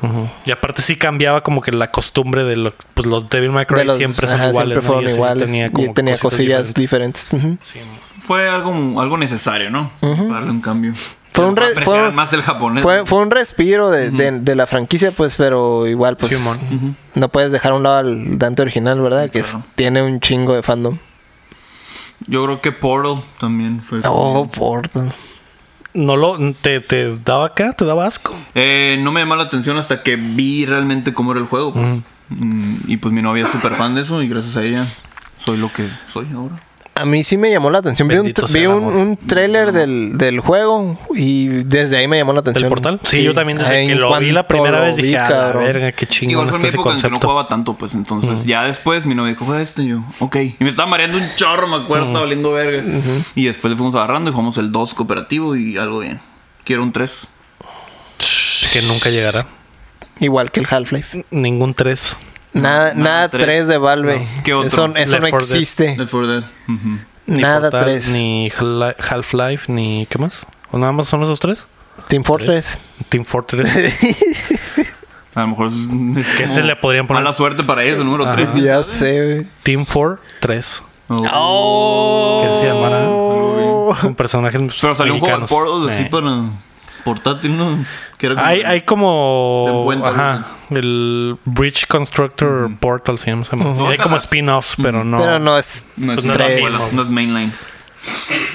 Speaker 2: Ujú. Y aparte sí cambiaba como que la costumbre de lo- pues los Devil May Cry
Speaker 3: De los-
Speaker 2: siempre son
Speaker 3: ajá,
Speaker 2: iguales.
Speaker 3: siempre
Speaker 2: ¿no?
Speaker 3: fueron
Speaker 2: Y ese
Speaker 3: iguales. Y tenía,
Speaker 2: como
Speaker 3: cosillas diferentes. Ujú.
Speaker 2: Sí,
Speaker 1: Fue algo, algo necesario, ¿no? Para darle un cambio.
Speaker 3: Fue un re-
Speaker 1: Apreciaran
Speaker 3: fue un-
Speaker 1: más el japonés.
Speaker 3: Fue, fue un respiro de, de- de la franquicia, pues, pero igual, pues,
Speaker 2: Simón.
Speaker 1: Ujú.
Speaker 3: no puedes dejar a un lado al Dante original, ¿verdad?
Speaker 1: Sí,
Speaker 3: que es-
Speaker 1: claro.
Speaker 3: tiene un chingo de fandom.
Speaker 1: Yo creo que Portal también fue.
Speaker 3: Oh, porto.
Speaker 2: No lo te, te daba acá, te daba asco.
Speaker 1: Eh, no me llamó la atención hasta que vi realmente cómo era el juego. pues. Mm, y pues mi novia es súper fan de eso y gracias a ella soy lo que soy ahora.
Speaker 3: A mí sí me llamó la atención. Vi un,
Speaker 2: Bendito
Speaker 3: tra-
Speaker 2: sea
Speaker 3: vi
Speaker 2: el
Speaker 3: un,
Speaker 2: amor.
Speaker 3: un trailer del, del juego y desde ahí me llamó la atención.
Speaker 2: ¿Del portal? Sí, yo también desde
Speaker 3: En
Speaker 2: que lo vi la
Speaker 3: cuanto
Speaker 2: primera
Speaker 3: lo
Speaker 2: vez
Speaker 3: vi,
Speaker 2: dije, a la
Speaker 3: cabrón.
Speaker 2: verga, qué
Speaker 1: Igual
Speaker 2: chingón
Speaker 1: fue en
Speaker 2: está
Speaker 1: mi
Speaker 2: ese
Speaker 1: época en que no
Speaker 2: concepto.
Speaker 1: jugaba tanto, pues entonces ya después mi novia dijo, juega este y yo, ok. Y me estaba mareando un chorro, me acuerdo, estaba valiendo verga. Y después le fuimos agarrando y jugamos el 2 cooperativo y algo bien. Quiero un 3.
Speaker 2: Que nunca llegará.
Speaker 3: Igual que el Half-Life.
Speaker 2: Ningún 3.
Speaker 3: Nada,
Speaker 1: no,
Speaker 3: nada
Speaker 1: tres.
Speaker 3: 3 de Valve.
Speaker 1: No. ¿Qué otro?
Speaker 3: Eso, eso
Speaker 2: Left
Speaker 3: no
Speaker 2: 4 Dead.
Speaker 3: existe.
Speaker 1: Left 4 Dead. Ujú.
Speaker 3: Nada
Speaker 2: Portal,
Speaker 3: 3.
Speaker 2: Ni Hal- Half-Life, ni... ¿Qué más? ¿O nada más son esos tres?
Speaker 3: Team Fortress.
Speaker 2: Team Fortress.
Speaker 1: A lo mejor es,
Speaker 3: (laughs)
Speaker 2: Que
Speaker 1: como
Speaker 2: se le podrían poner-
Speaker 1: Mala suerte para ellos, el número
Speaker 2: Ajá.
Speaker 1: 3.
Speaker 3: Ya sé, güey.
Speaker 2: Team 4, 3. Que se
Speaker 1: Oh.
Speaker 2: llamará. Con personajes
Speaker 1: Pero salió un juego de
Speaker 2: mexicanos.
Speaker 1: Portal así
Speaker 2: Eh.
Speaker 1: para portátil, ¿no? Que era como-
Speaker 2: Hay, hay
Speaker 1: De
Speaker 2: como.
Speaker 1: puente,
Speaker 2: ajá. El Bridge Constructor Portal se llama. se llama. Sí, hay como spin-offs, pero no.
Speaker 3: Pero no es.
Speaker 1: No es,
Speaker 2: Pues no era
Speaker 1: tres.
Speaker 2: mismo.
Speaker 1: no es mainline.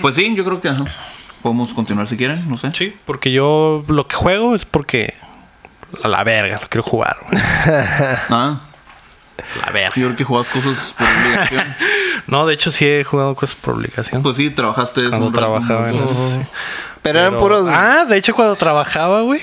Speaker 1: Pues sí, yo creo que ajá. podemos continuar si quieren, no sé.
Speaker 2: Sí, porque yo lo que juego es porque. A la verga, lo quiero jugar. güey.
Speaker 1: Ah,
Speaker 2: A la verga.
Speaker 1: yo creo que jugabas cosas por
Speaker 2: (laughs)
Speaker 1: obligación.
Speaker 2: No, de hecho sí he jugado cosas por obligación.
Speaker 1: pues sí, trabajaste eso.
Speaker 2: cuando
Speaker 1: un rato,
Speaker 2: trabajaba en
Speaker 1: ¿no?
Speaker 2: eso. sí.
Speaker 3: Pero eran
Speaker 2: Pero-
Speaker 3: puros.
Speaker 2: Ah, de hecho cuando trabajaba,
Speaker 3: (laughs)
Speaker 2: güey.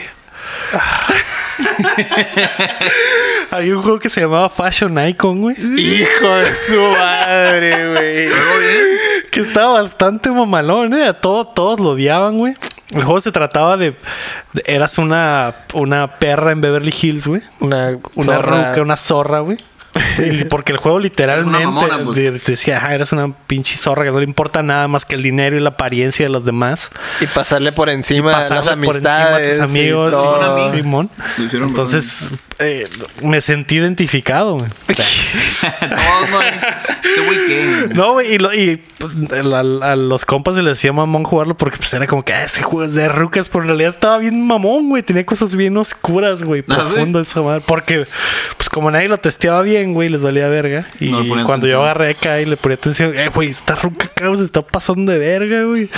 Speaker 2: Hay un juego que se llamaba Fashion Icon, güey.
Speaker 3: Hijo de su madre, güey.
Speaker 1: Luego, ¿eh?
Speaker 2: Que estaba bastante mamalón, ¿eh? A todo- todos lo odiaban, güey. El juego se trataba de... de- eras una, una perra en Beverly Hills, güey.
Speaker 3: Una,
Speaker 2: Una
Speaker 3: zorra.
Speaker 2: ruca, una zorra, güey. Y Porque el juego literalmente
Speaker 1: Eres una mamona, pues.
Speaker 2: de- decía, ah, eres una pinche zorra que no le importa nada más que el dinero y la apariencia de los demás.
Speaker 3: Y pasarle por encima a las
Speaker 2: Pasarle por encima a
Speaker 3: amistades.
Speaker 2: tus
Speaker 3: y
Speaker 2: amigos,
Speaker 3: todo.
Speaker 1: una amiga.
Speaker 2: Simón.
Speaker 1: Lo hicieron
Speaker 2: Entonces eh, me sentí identificado, güey.
Speaker 1: Todos, (laughs) ¿no? eh, Qué güey que-
Speaker 2: No, güey, y, lo- y, pues, el- al- a, los compas se les decía mamón jugarlo porque pues era como que "Ah, ese juego es de rucas, pero en realidad estaba bien mamón, güey. Tenía cosas bien oscuras, güey,
Speaker 1: Ah, ¿sí?
Speaker 2: profundas esa madre. Porque, pues como nadie lo testeaba bien, güey, les valía verga. Y
Speaker 1: No le ponían
Speaker 2: cuando
Speaker 1: atención.
Speaker 2: yo agarré acá y le ponía atención, eh, güey, esta ruca acá se está pasando de verga, güey.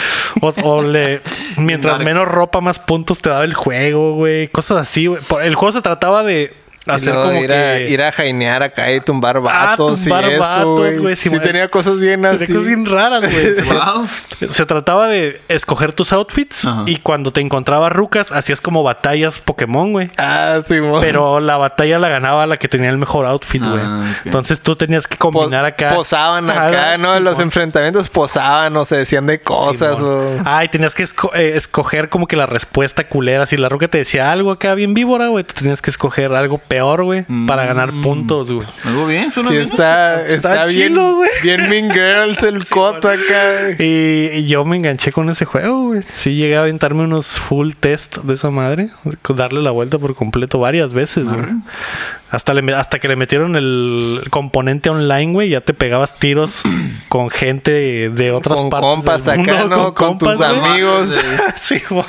Speaker 2: O,
Speaker 1: (laughs)
Speaker 2: o le, mientras
Speaker 1: Darks.
Speaker 2: menos ropa, más puntos te daba el juego, güey. Cosas así, güey. Por- El juego se trataba de hacer
Speaker 3: luego
Speaker 2: como
Speaker 3: ir, a,
Speaker 2: que...
Speaker 3: ir a jainear acá y tumbar
Speaker 2: Ah,
Speaker 3: vatos
Speaker 2: tumbar
Speaker 3: y eso,
Speaker 2: vatos, güey,
Speaker 3: güey. Sí,
Speaker 2: Simón.
Speaker 3: tenía cosas bien así.
Speaker 2: Tenía cosas bien raras,
Speaker 3: (laughs)
Speaker 2: güey. Se tra-
Speaker 1: Wow.
Speaker 2: Se trataba de escoger tus outfits
Speaker 1: Ajá.
Speaker 2: y cuando te encontrabas rucas, hacías como batallas Pokémon, güey.
Speaker 3: Ah, sí,
Speaker 2: Pero la batalla la ganaba la que tenía el mejor outfit, güey.
Speaker 1: Ah, ok.
Speaker 2: Entonces tú tenías que combinar acá.
Speaker 3: Posaban acá,
Speaker 2: Ah,
Speaker 3: ¿no? En los
Speaker 2: Simón.
Speaker 3: enfrentamientos posaban o se decían de cosas
Speaker 2: Simón. Ah,
Speaker 3: o...
Speaker 2: Ay, tenías que esco- eh, escoger como que la respuesta culera. Si la roca te decía algo acá bien víbora, güey, te tenías que escoger algo peor, güey, para ganar
Speaker 1: Mm.
Speaker 2: puntos, güey.
Speaker 1: Algo bien, suena
Speaker 3: Sí,
Speaker 1: bien.
Speaker 3: está, está,
Speaker 2: Está
Speaker 3: bien,
Speaker 2: chilo, güey.
Speaker 3: bien Mean Girls
Speaker 2: (laughs)
Speaker 3: el cota acá. güey.
Speaker 2: Y, y yo me enganché con ese juego, güey. Sí, llegué a aventarme unos full test de esa madre. con Darle la vuelta por completo varias veces, güey. Hasta, le me- hasta que le metieron el componente online, güey. Ya te pegabas
Speaker 3: (clears throat)
Speaker 2: tiros con gente de otras
Speaker 3: Con
Speaker 2: partes.
Speaker 3: compas
Speaker 2: del mundo,
Speaker 3: acá, ¿no? Con, tus
Speaker 2: compas, güey.
Speaker 3: amigos.
Speaker 2: (laughs) Sí, mon.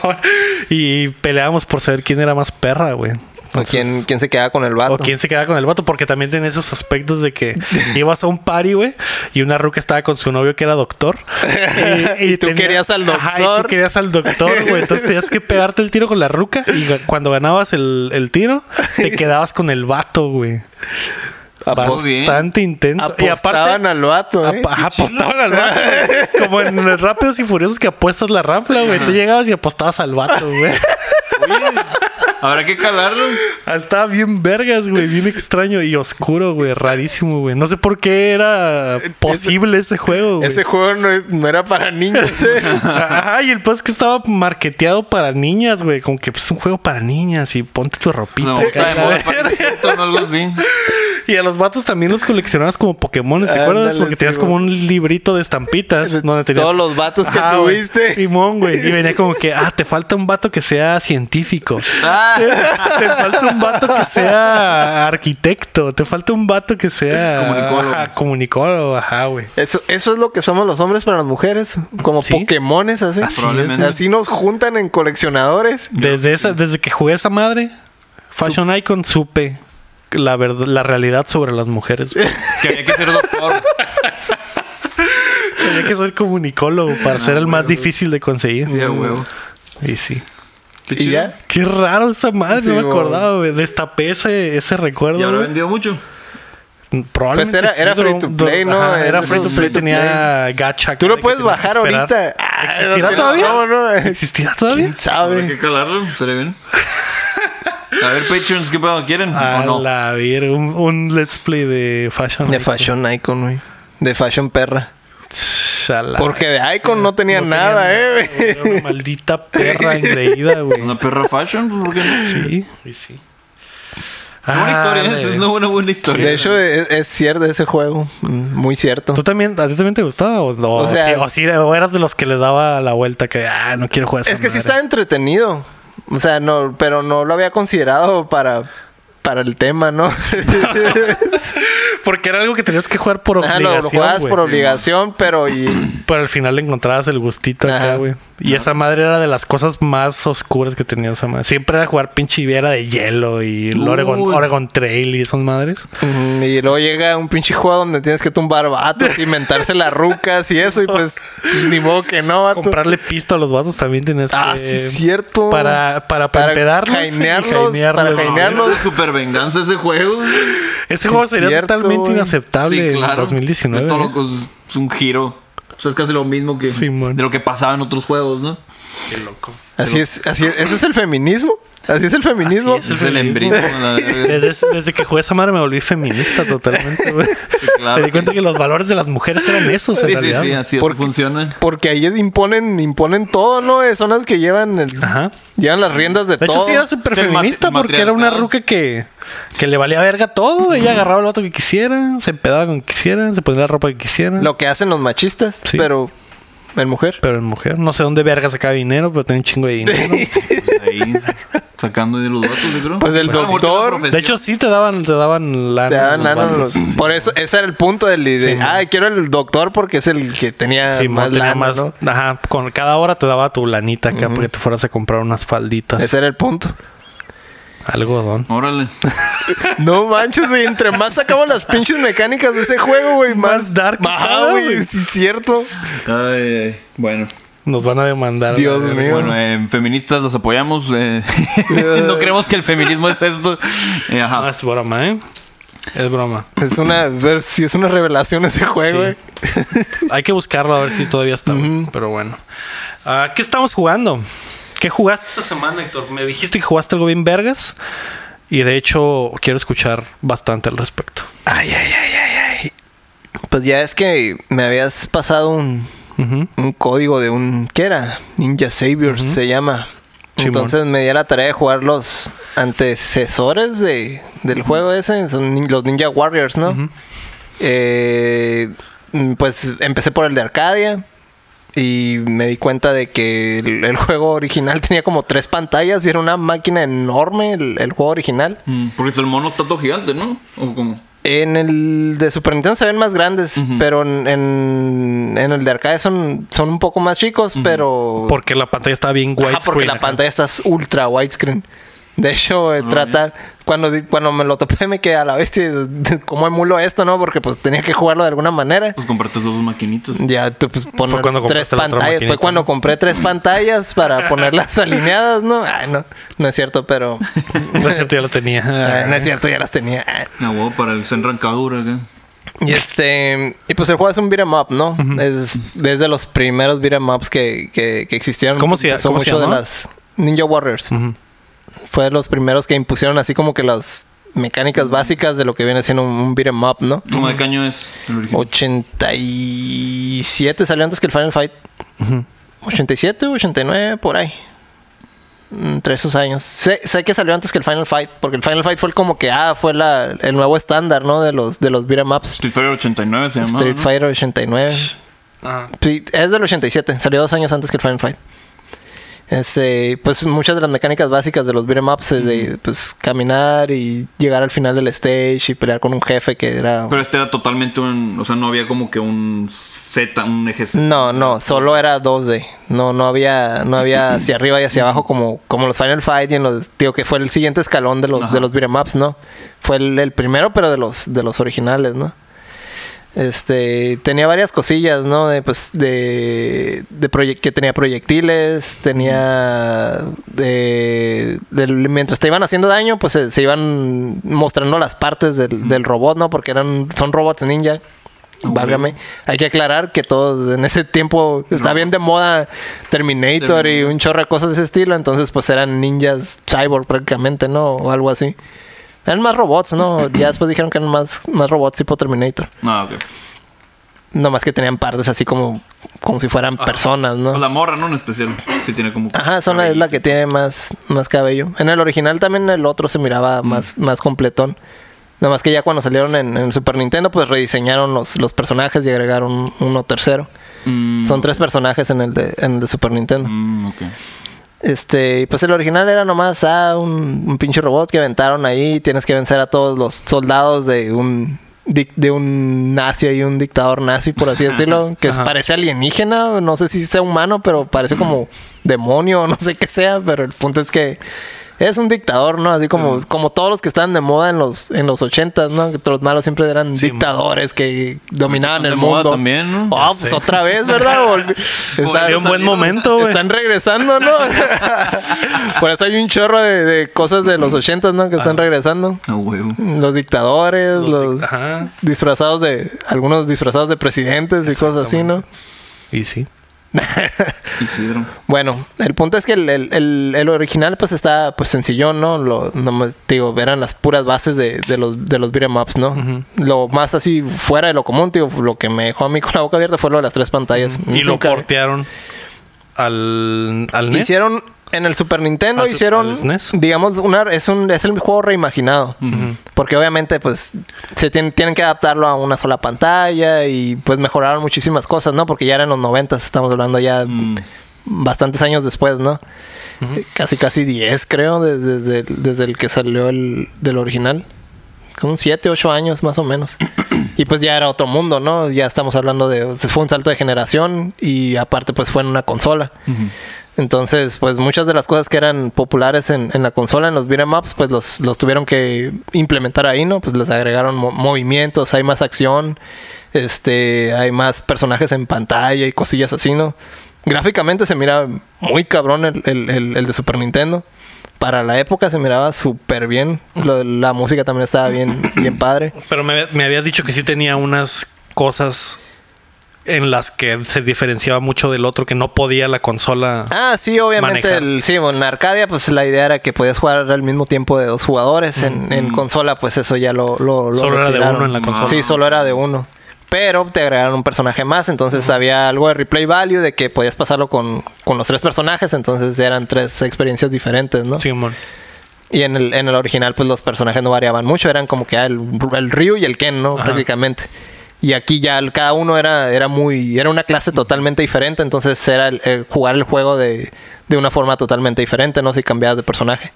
Speaker 2: Y peleábamos por saber quién era más perra, güey.
Speaker 3: ¿O
Speaker 2: Entonces-
Speaker 3: quién, quién se queda con el vato?
Speaker 2: o quién se queda con el vato, porque también tiene esos aspectos de
Speaker 3: (laughs)
Speaker 2: que ibas a un party, güey, y una ruca estaba con su novio que era doctor. Y,
Speaker 3: (laughs) Y tú querías al
Speaker 2: Ajá, y
Speaker 3: doctor.
Speaker 2: tú querías al doctor, güey. Entonces tenías que pegarte el tiro con la ruca y ga- cuando ganabas el, el tiro,
Speaker 3: (laughs)
Speaker 2: te quedabas con el vato, güey.
Speaker 1: Apos-
Speaker 2: Bastante intenso. Y
Speaker 3: Apostaban
Speaker 2: aparte,
Speaker 3: al vato, ¿eh?
Speaker 2: apa- ajá, apostaban al vato. güey. Como en los Rápidos y Furiosos que apuestas la ranfla, güey. Tú llegabas y apostabas al vato, güey.
Speaker 1: Habrá que calarlo.
Speaker 2: Ah, Estaba bien vergas, güey, bien extraño y oscuro, güey, rarísimo, güey. No sé por qué era posible ese juego, güey.
Speaker 3: Ese juego no, es- no era para (laughs) niños, ¿eh?
Speaker 2: Ajá, y el peor es que estaba marketeado para niñas, güey. Como que es un juego para niñas y ponte tu ropita.
Speaker 1: No,
Speaker 2: acá, (laughs)
Speaker 1: está de moda
Speaker 2: ¿sabes?
Speaker 1: para nosotros, ¿no? algo así.
Speaker 2: Y a los vatos también los coleccionabas como Pokémon, ¿te
Speaker 3: Ándale,
Speaker 2: acuerdas? Porque tenías
Speaker 3: sí,
Speaker 2: como
Speaker 3: güey.
Speaker 2: un librito de estampitas donde tenías...
Speaker 3: Todos los vatos que
Speaker 2: Ajá, güey.
Speaker 3: tuviste.
Speaker 2: Simón, güey. Y venía como que, ah, te falta un vato que sea científico.
Speaker 1: Ah,
Speaker 2: te falta un vato que sea arquitecto, te falta un vato que sea
Speaker 1: Comunicólogo.
Speaker 2: Ajá, comunicólogo, ajá, güey.
Speaker 3: (laughs) Eso, eso es lo que somos los hombres para las mujeres, como
Speaker 2: Sí.
Speaker 3: Pokémones así.
Speaker 2: Así
Speaker 3: Así,
Speaker 1: Probablemente. es.
Speaker 3: nos juntan en coleccionadores.
Speaker 2: Desde esa, desde que jugué esa madre, Fashion Icon supe la verdad, la realidad sobre las mujeres.
Speaker 3: (laughs)
Speaker 2: güey.
Speaker 1: que había que ser
Speaker 2: (laughs)
Speaker 1: doctor.
Speaker 2: Tenía que ser comunicólogo para
Speaker 3: Ah,
Speaker 2: ser el más difícil de conseguir. Mm.
Speaker 1: Sí, a huevo.
Speaker 2: Y sí.
Speaker 3: Y ya.
Speaker 2: Qué raro esa madre,
Speaker 3: Sí,
Speaker 2: no me
Speaker 3: güey.
Speaker 2: acordaba, güey. Destapé ese, ese recuerdo.
Speaker 1: Y habrá
Speaker 2: güey.
Speaker 1: vendido mucho.
Speaker 2: Probablemente
Speaker 3: Pues era-
Speaker 2: sí,
Speaker 3: era
Speaker 2: duró-
Speaker 3: free to play,
Speaker 2: duró-
Speaker 3: ¿no?
Speaker 2: ajá, era
Speaker 3: Esos
Speaker 2: free to
Speaker 3: free
Speaker 2: play,
Speaker 3: to
Speaker 2: tenía gacha.
Speaker 3: Tú
Speaker 2: que-
Speaker 3: lo
Speaker 2: que
Speaker 3: puedes
Speaker 2: tenías que
Speaker 3: bajar
Speaker 2: esperar.
Speaker 3: ahorita. Ah,
Speaker 2: ¿Existirá
Speaker 3: sí,
Speaker 2: todavía?
Speaker 3: No, no, eh.
Speaker 2: ¿Existirá todavía?
Speaker 3: ¿Quién sabe?
Speaker 1: Habrá que calarlo. Estaría bien. A ver, Patreons, ¿qué pedo quieren?
Speaker 2: A
Speaker 1: ¿O no?
Speaker 2: la verga, un, un let's play de Fashion.
Speaker 3: De
Speaker 2: Week.
Speaker 3: Fashion Icon, güey. De Fashion Perra.
Speaker 2: Tss, a la- (laughs)
Speaker 3: Porque de Icon eh, no tenía
Speaker 2: no tenía
Speaker 3: nada, ¿eh? güey.
Speaker 2: güey, Una maldita perra engreída, güey.
Speaker 1: Una perra fashion, pues, ¿por qué no?
Speaker 2: Sí, sí, sí.
Speaker 1: Buena historia,
Speaker 2: Ah,
Speaker 1: es
Speaker 2: la
Speaker 1: una buena, buena historia.
Speaker 3: De hecho, es, es cierto ese juego. Mm, Muy cierto.
Speaker 2: ¿Tú también, ¿A ti también te gustaba? ¿O, no?
Speaker 3: O
Speaker 2: o,
Speaker 3: sea-
Speaker 2: sí- o sí, o eras de los que les daba la vuelta que, ah, no quiero jugar a esa
Speaker 3: Es que sí
Speaker 2: madre"?
Speaker 3: está entretenido. O sea, no, pero no lo había considerado para, para el tema, ¿no? (laughs)
Speaker 2: Porque era algo que tenías que jugar por
Speaker 3: Ajá,
Speaker 2: obligación.
Speaker 3: lo, lo jugabas
Speaker 2: güey.
Speaker 3: por obligación, pero y
Speaker 2: Pero al final le encontrabas el gustito acá,
Speaker 3: Ajá.
Speaker 2: güey. Y esa madre era de las cosas más oscuras que tenía esa madre. Siempre era jugar pinche viera de hielo y el
Speaker 1: Uy.
Speaker 2: Oregon, Oregon Trail y esas madres.
Speaker 3: Ujú, Y luego llega un pinche juego donde tienes que tumbar vatos, inventarse las rucas y eso, y pues, pues, ni modo que no, vato.
Speaker 2: Comprarle pisto a los vatos también tenías
Speaker 3: Ah,
Speaker 2: que...
Speaker 3: sí, es cierto.
Speaker 2: eh, Para, para,
Speaker 3: Para
Speaker 2: pempedarlos y
Speaker 3: jainearlos,
Speaker 2: jainearlos,
Speaker 3: para
Speaker 2: güey.
Speaker 3: jainearlos.
Speaker 1: de super venganza ese juego.
Speaker 2: Ese juego
Speaker 3: Sí,
Speaker 2: sería
Speaker 3: cierto,
Speaker 2: totalmente
Speaker 3: güey.
Speaker 2: inaceptable
Speaker 1: Sí,
Speaker 2: en
Speaker 1: claro. Es,
Speaker 2: 2019.
Speaker 1: todo
Speaker 2: ¿eh?
Speaker 1: lo- es- es un giro. O sea, es casi lo mismo que
Speaker 2: Simón.
Speaker 1: de lo que pasaba en otros juegos, ¿no?
Speaker 3: Así es, así es. ¿Eso es el feminismo? ¿Así es el feminismo?
Speaker 2: Así Es
Speaker 1: Es
Speaker 2: el
Speaker 1: el
Speaker 2: feminismo.
Speaker 1: embrismo. (laughs) la verga.
Speaker 2: Desde, desde que jugué esa madre me volví feminista totalmente, güey.
Speaker 1: Sí, claro.
Speaker 2: Me di cuenta que los valores de las mujeres eran esos, en
Speaker 1: Sí, sí,
Speaker 2: realidad.
Speaker 1: sí, así es
Speaker 3: Porque-
Speaker 1: funciona.
Speaker 3: Porque ahí es- imponen, imponen todo, ¿no? Eh, Son las que llevan, el-
Speaker 2: Ajá.
Speaker 3: llevan las riendas de,
Speaker 2: De hecho,
Speaker 3: todo.
Speaker 2: sí era súper
Speaker 1: Sí,
Speaker 2: feminista
Speaker 1: matri-
Speaker 2: porque era una
Speaker 1: matriarcado.
Speaker 2: ruca que, que le valía verga todo. Ella agarraba el vato que quisiera, se empedaba con que quisiera, se ponía la ropa que quisiera.
Speaker 3: Lo que hacen los machistas,
Speaker 2: Sí.
Speaker 3: pero en mujer.
Speaker 2: Pero en mujer, no sé dónde verga sacaba dinero, pero tenía un chingo de dinero.
Speaker 3: (laughs)
Speaker 1: Ahí, sacando de los datos, yo creo.
Speaker 3: Pues el
Speaker 1: Es una buena
Speaker 3: doctor-
Speaker 1: profesión.
Speaker 2: De hecho, sí te daban, te daban lana.
Speaker 3: Te daban
Speaker 2: los
Speaker 3: lana
Speaker 2: vatos.
Speaker 3: los- Por eso, ese era el punto del... de- ah, quiero el doctor porque es el que tenía
Speaker 2: Sí,
Speaker 3: más
Speaker 2: más, tenía
Speaker 3: lana,
Speaker 2: más
Speaker 3: ¿no?
Speaker 2: Ajá, con cada hora te daba tu lanita acá porque te fueras a comprar unas falditas.
Speaker 3: Ese era el punto.
Speaker 2: Algodón.
Speaker 1: Órale.
Speaker 3: No manches, güey. Entre más sacamos las pinches mecánicas de ese juego, güey, más,
Speaker 2: Más dark
Speaker 3: Ajá,
Speaker 2: estaba,
Speaker 3: güey.
Speaker 2: güey.
Speaker 3: Sí, cierto.
Speaker 1: Ay, ay, bueno.
Speaker 2: Nos van a demandar.
Speaker 3: Dios
Speaker 2: güey.
Speaker 3: mío.
Speaker 1: Bueno, eh, feministas los apoyamos. eh. (laughs) no creemos que el feminismo es esto. Eh,
Speaker 2: No,
Speaker 1: ajá.
Speaker 2: es broma, ¿eh? Es broma.
Speaker 3: Es una, ver si es una revelación ese juego, eh.
Speaker 2: Sí.
Speaker 3: güey.
Speaker 2: Hay que buscarlo a ver si todavía está, güey, pero bueno. Ah, ¿Qué estamos jugando? ¿Qué jugaste esta semana, Héctor? Me dijiste que jugaste algo bien vergas y de hecho quiero escuchar bastante al respecto.
Speaker 3: Ay, ay, ay, ay, ay. Pues ya es que me habías pasado un,
Speaker 2: Ujú.
Speaker 3: un código de un. ¿Qué era? Ninja Saviors se llama.
Speaker 2: Simón.
Speaker 3: Entonces me di a la tarea de jugar los antecesores de, del juego ese, son nin- los Ninja Warriors, ¿no? Eh, mm, pues empecé por el de Arcadia y me di cuenta de que el, el juego original (laughs) tenía como tres pantallas y era una máquina enorme el, el juego original.
Speaker 1: Mm, Porque el mono está todo gigante, ¿no? ¿O cómo?
Speaker 3: En el de Super Nintendo se ven más grandes,
Speaker 1: Ujú.
Speaker 3: pero en, en- en el de arcade son, son un poco más chicos, pero...
Speaker 2: Porque la pantalla está bien
Speaker 3: Ajá,
Speaker 2: guay.
Speaker 3: porque la pantalla está ultra widescreen. De hecho, eh, tratar... Cuando, di- cuando me lo topé me quedé a la bestia, (laughs) ¿cómo emulo esto, no? Porque pues tenía que jugarlo de alguna manera.
Speaker 1: Pues compartes dos maquinitas.
Speaker 3: Ya, tú, pues, poner
Speaker 2: Fue cuando
Speaker 3: tres
Speaker 2: compraste la otra
Speaker 3: pantallas.
Speaker 2: maquinita,
Speaker 3: Fue cuando
Speaker 2: ¿no?
Speaker 3: compré tres pantallas para ponerlas (laughs) alineadas, ¿no? Ay, no, no es cierto, pero...
Speaker 2: (laughs) (laughs) No es cierto, ya la
Speaker 3: (laughs)
Speaker 2: tenía.
Speaker 3: Ay, Ah,
Speaker 2: Ah.
Speaker 3: no es cierto, ya las tenía. Ay.
Speaker 1: Ah, huevo, para el Senran Kagura acá.
Speaker 3: Y este. Y pues el juego es un beat'em up, ¿no? Es desde los primeros beat'em ups que, que, que existieron.
Speaker 2: ¿Cómo se-
Speaker 3: Empezó
Speaker 2: cómo se
Speaker 3: mucho de
Speaker 2: llamaba?
Speaker 3: las Ninja Warriors.
Speaker 2: Ujú.
Speaker 3: Fue de los primeros que impusieron así como que las mecánicas básicas de lo que viene siendo un, un beat'em up, ¿no?
Speaker 1: ¿Cómo de caño es el original?
Speaker 3: 87 salió antes que el Final Fight. 87, 89, por ahí. Mm, Entre esos años. Sé, sé que salió antes que el Final Fight, porque el Final Fight fue como que, ah, fue la, el nuevo estándar, ¿no? De los, de los beat'em ups.
Speaker 1: Street Fighter 89 se llama.
Speaker 3: Street Fighter 89.
Speaker 2: Ajá.
Speaker 3: Sí, es del 87, salió dos años antes que el Final Fight. Este, pues muchas de las mecánicas básicas de los beat'em ups es de pues, caminar y llegar al final del stage y pelear con un jefe que era...
Speaker 1: Pero este era totalmente un. O sea, no había como que un Z, un eje Z.
Speaker 3: No, no, solo era 2D. No, no había, no había hacia arriba y hacia abajo como, como los Final Fight y en los, digo que fue el siguiente escalón de los,
Speaker 1: Ajá.
Speaker 3: de los beat'em ups, ¿no? Fue el, el primero, pero de los, de los originales, ¿no? Este, tenía varias cosillas, ¿no? De, pues, de, de proye- que tenía proyectiles, tenía, de, del- mientras te iban haciendo daño, pues se, se iban mostrando las partes del, del robot, ¿no? Porque eran, son robots ninja. Válgame, hay que aclarar que todos en ese tiempo está bien de moda Terminator y un chorro de cosas de ese estilo, entonces pues eran ninjas cyborg prácticamente, ¿no? O algo así. Eran más robots, ¿no? ya después dijeron que eran más, más robots tipo Terminator.
Speaker 1: Ah, ok.
Speaker 3: No más que tenían partes así como, como si fueran personas,
Speaker 1: Pues
Speaker 3: ¿no?
Speaker 1: La morra, ¿no? En especial. Sí, tiene como.
Speaker 3: Ajá, son la, es la que tiene más, más cabello. En el original también el otro se miraba más, más completón. Nada más que ya cuando salieron en, en el Super Nintendo, pues rediseñaron los, los personajes y agregaron uno tercero.
Speaker 1: Mm,
Speaker 3: Son tres personajes en el de, en el de Super Nintendo.
Speaker 1: mm, ok.
Speaker 3: Este, y pues el original era nomás ah, un, un pinche robot que aventaron ahí. Tienes que vencer a todos los soldados de un dic- de un nazi y un dictador nazi,
Speaker 2: (laughs)
Speaker 3: por así decirlo, que es-
Speaker 2: Ajá.
Speaker 3: parece alienígena, no sé si sea humano, pero parece como demonio, (laughs) no sé qué sea, pero el punto es que es un dictador, ¿no? Así como, como todos los que estaban de moda en los en los 80 ¿no? Que todos Los malos siempre eran dictadores que dominaban
Speaker 1: De
Speaker 3: el
Speaker 1: moda
Speaker 3: mundo.
Speaker 1: también, ¿no?
Speaker 3: Ah,
Speaker 2: Ya
Speaker 3: pues
Speaker 2: sé.
Speaker 3: otra
Speaker 2: (laughs)
Speaker 3: vez, ¿verdad? Volvi-
Speaker 2: Volvió un buen momento, güey.
Speaker 3: Están
Speaker 2: (laughs)
Speaker 3: regresando, ¿no? Por eso hay un chorro de, de cosas de los 80, ¿no? Que están regresando.
Speaker 1: A huevo.
Speaker 3: Los dictadores,
Speaker 2: Los
Speaker 3: los,
Speaker 2: dic- ajá.
Speaker 3: disfrazados de. Algunos disfrazados de presidentes y cosas así, ¿no?
Speaker 2: Y sí.
Speaker 1: Isidro.
Speaker 3: (laughs) Bueno, el punto es que el, el- el- el original, pues está pues sencillón, ¿no? Lo, nomás, digo, eran las puras bases de, de los, de los beat'em ups, ¿no? Lo más así fuera de lo común, digo, lo que me dejó a mí con la boca abierta fue lo de las tres pantallas.
Speaker 2: Y lo
Speaker 3: Nunca- ¿eh?
Speaker 2: portearon al, al NES.
Speaker 3: Hicieron en el Super Nintendo,
Speaker 2: Al E su-
Speaker 3: hicieron,
Speaker 2: al SNES.
Speaker 3: digamos, una, es, un, es el juego reimaginado. Porque obviamente, pues, se tienen, tienen que adaptarlo a una sola pantalla y, pues, mejoraron muchísimas cosas, ¿no? Porque ya eran los 90, estamos hablando ya
Speaker 1: Mm.
Speaker 3: bastantes años después, ¿no? Eh, Casi, casi 10, creo, de- desde, el- desde el que salió el del original. Como 7, 8 años más o menos. Y pues ya era otro mundo, ¿no? Ya estamos hablando de... Fue un salto de generación y aparte pues fue en una consola. Entonces, pues muchas de las cosas que eran populares en, en la consola, en los beat'em ups, pues los, los tuvieron que implementar ahí, ¿no? Pues les agregaron mo- movimientos, hay más acción, este, hay más personajes en pantalla y cosillas así, ¿no? gráficamente se mira muy cabrón el, el- el- el de Super Nintendo. Para la época se miraba súper bien. Lo de la música también estaba bien, bien padre.
Speaker 2: Pero me, me habías dicho que sí tenía unas cosas en las que se diferenciaba mucho del otro, que no podía la consola.
Speaker 3: Ah, sí, obviamente.
Speaker 2: Manejar.
Speaker 3: El, sí, bueno, en Arcadia, pues la idea era que podías jugar al mismo tiempo de dos jugadores. En, en consola, pues eso ya lo. lo, lo
Speaker 2: Mm. Solo era de
Speaker 3: retiraron.
Speaker 2: uno en la consola.
Speaker 3: Sí, solo era de uno. Pero te agregaron un personaje más, entonces
Speaker 2: Mm.
Speaker 3: había algo de replay value de que podías pasarlo con, con los tres personajes, entonces eran tres experiencias diferentes, ¿no?
Speaker 2: Simón.
Speaker 3: Y en el, en el original, pues los personajes no variaban mucho, eran como que ah, el, el Ryu y el Ken, ¿no?
Speaker 2: Ajá.
Speaker 3: Prácticamente. Y aquí ya el- cada uno era, era muy, era una clase totalmente diferente, entonces era el- el jugar el juego de, de una forma totalmente diferente, ¿no? Si cambiabas de personaje.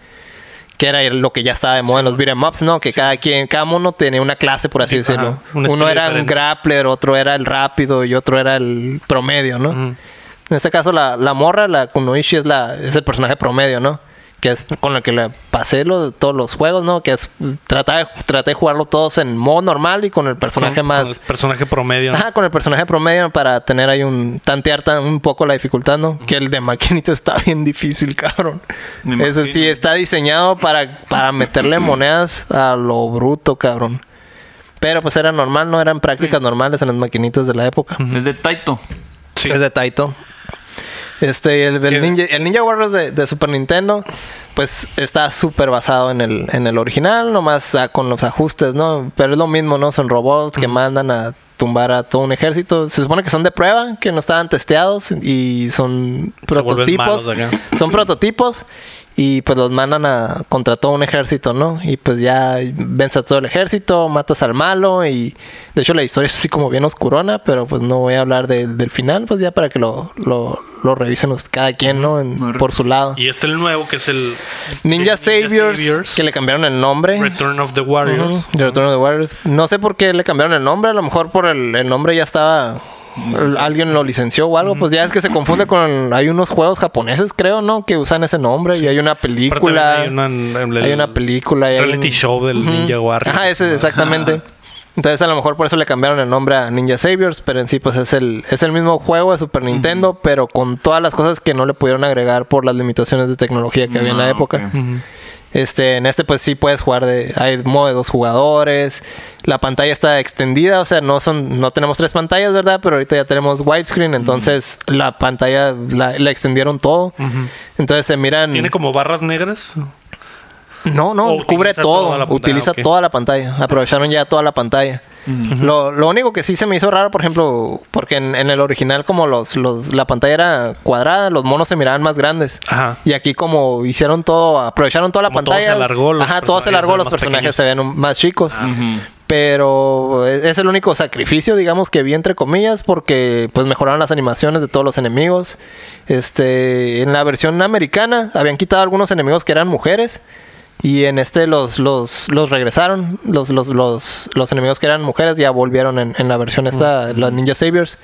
Speaker 3: Que era lo que ya estaba de moda en los beat'em ups, ¿no? Que cada quien, cada mono tenía una clase, por así
Speaker 2: Ajá,
Speaker 3: decirlo.
Speaker 2: un
Speaker 3: uno
Speaker 2: estilo
Speaker 3: era un
Speaker 2: diferente.
Speaker 3: grappler, otro era el rápido y otro era el promedio, ¿no?
Speaker 2: Ujú.
Speaker 3: En este caso, la, la morra, la Kunoichi, es, la, es el personaje promedio, ¿no? Que es con el que le pasé lo- todos los juegos, ¿no? Que es, traté, de- traté de jugarlo todos en modo normal y con el personaje
Speaker 2: Con-
Speaker 3: más...
Speaker 2: con el personaje promedio. ¿no?
Speaker 3: Ajá, con el personaje promedio para tener ahí un... Tantear tan, un poco la dificultad, ¿no? Que el de maquinita (laughs) está bien difícil, cabrón.
Speaker 1: Me
Speaker 3: Ese sí
Speaker 1: imagino.
Speaker 3: está diseñado para, para meterle monedas a lo bruto, cabrón. Pero pues era normal, ¿no? Eran prácticas normales en las maquinitas de la época.
Speaker 1: Es de Taito.
Speaker 2: Sí.
Speaker 3: Es de Taito. Este, el,
Speaker 2: ¿Qué?
Speaker 3: el, Ninja, el Ninja Warriors de, de Super Nintendo, pues está súper basado en el, en el original, nomás ah, con los ajustes, ¿no? Pero es lo mismo, ¿no? Son robots que mandan a tumbar a todo un ejército. Se supone que son de prueba, que no estaban testeados y son
Speaker 2: vuelven malos
Speaker 3: prototipos.
Speaker 2: acá.
Speaker 3: Son prototipos y pues los mandan a contra todo un ejército, ¿no? Y pues ya vence a todo el ejército, matas al malo y de hecho la historia es así como bien oscurona, pero pues no voy a hablar de- del final, pues ya para que lo, lo, lo revisen los- cada quien, ¿no? En-
Speaker 1: Muy rico.
Speaker 3: por su lado.
Speaker 2: Y este el nuevo, que es el
Speaker 3: Ninja, Saviors,
Speaker 2: Saviors,
Speaker 3: que le cambiaron el nombre.
Speaker 2: Return of the Warriors.
Speaker 3: Ujú, The Return of the Warriors. No sé por qué le cambiaron el nombre. A lo mejor por el, el nombre ya estaba. el- alguien lo licenció o algo. Pues ya es que se confunde con. el- hay unos juegos japoneses, creo, ¿no? Que usan ese nombre. Y hay una
Speaker 2: Aparte también
Speaker 3: película.
Speaker 2: Hay una, el-
Speaker 3: hay una película. y hay
Speaker 2: Reality
Speaker 3: un-
Speaker 2: show del
Speaker 3: Ujú.
Speaker 2: Ninja Warrior.
Speaker 3: Ajá, ese, exactamente. Entonces a lo mejor por eso le cambiaron el nombre a Ninja Saviors, pero en sí pues es el, es el mismo juego de Super Nintendo, pero con todas las cosas que no le pudieron agregar por las limitaciones de tecnología que había en la
Speaker 1: Ah,
Speaker 3: época.
Speaker 1: ok.
Speaker 2: Ujú.
Speaker 3: Este, en este pues sí puedes jugar de hay modo de dos jugadores. La pantalla está extendida, o sea, no son no tenemos tres pantallas, ¿verdad? Pero ahorita ya tenemos widescreen, entonces la pantalla la, la extendieron todo. Entonces se miran
Speaker 2: Tiene como barras negras.
Speaker 3: No, no,
Speaker 2: o
Speaker 3: cubre
Speaker 2: utiliza
Speaker 3: todo,
Speaker 2: toda la pantalla,
Speaker 3: utiliza
Speaker 2: ok.
Speaker 3: toda la pantalla. Aprovecharon ya toda la pantalla. lo, lo único que sí se me hizo raro, por ejemplo, porque en, en el original como los, los la pantalla era cuadrada, los monos se miraban más grandes.
Speaker 2: Ajá.
Speaker 3: Y aquí como hicieron todo, aprovecharon toda la
Speaker 2: Como todo
Speaker 3: pantalla.
Speaker 2: se alargó, los
Speaker 3: Ajá, todo se
Speaker 2: personajes
Speaker 3: alargó,
Speaker 2: eran
Speaker 3: los
Speaker 2: más
Speaker 3: personajes
Speaker 2: pequeños. Ah.
Speaker 3: se ven un- más chicos.
Speaker 1: Ujú.
Speaker 3: Pero e-, es es el único sacrificio, digamos, que vi entre comillas, porque pues mejoraron las animaciones de todos los enemigos. Este, en la versión americana habían quitado algunos enemigos que eran mujeres. Y en este los, los, los regresaron, los, los, los, los enemigos que eran mujeres ya volvieron en, en la versión esta, los Ninja Saviors.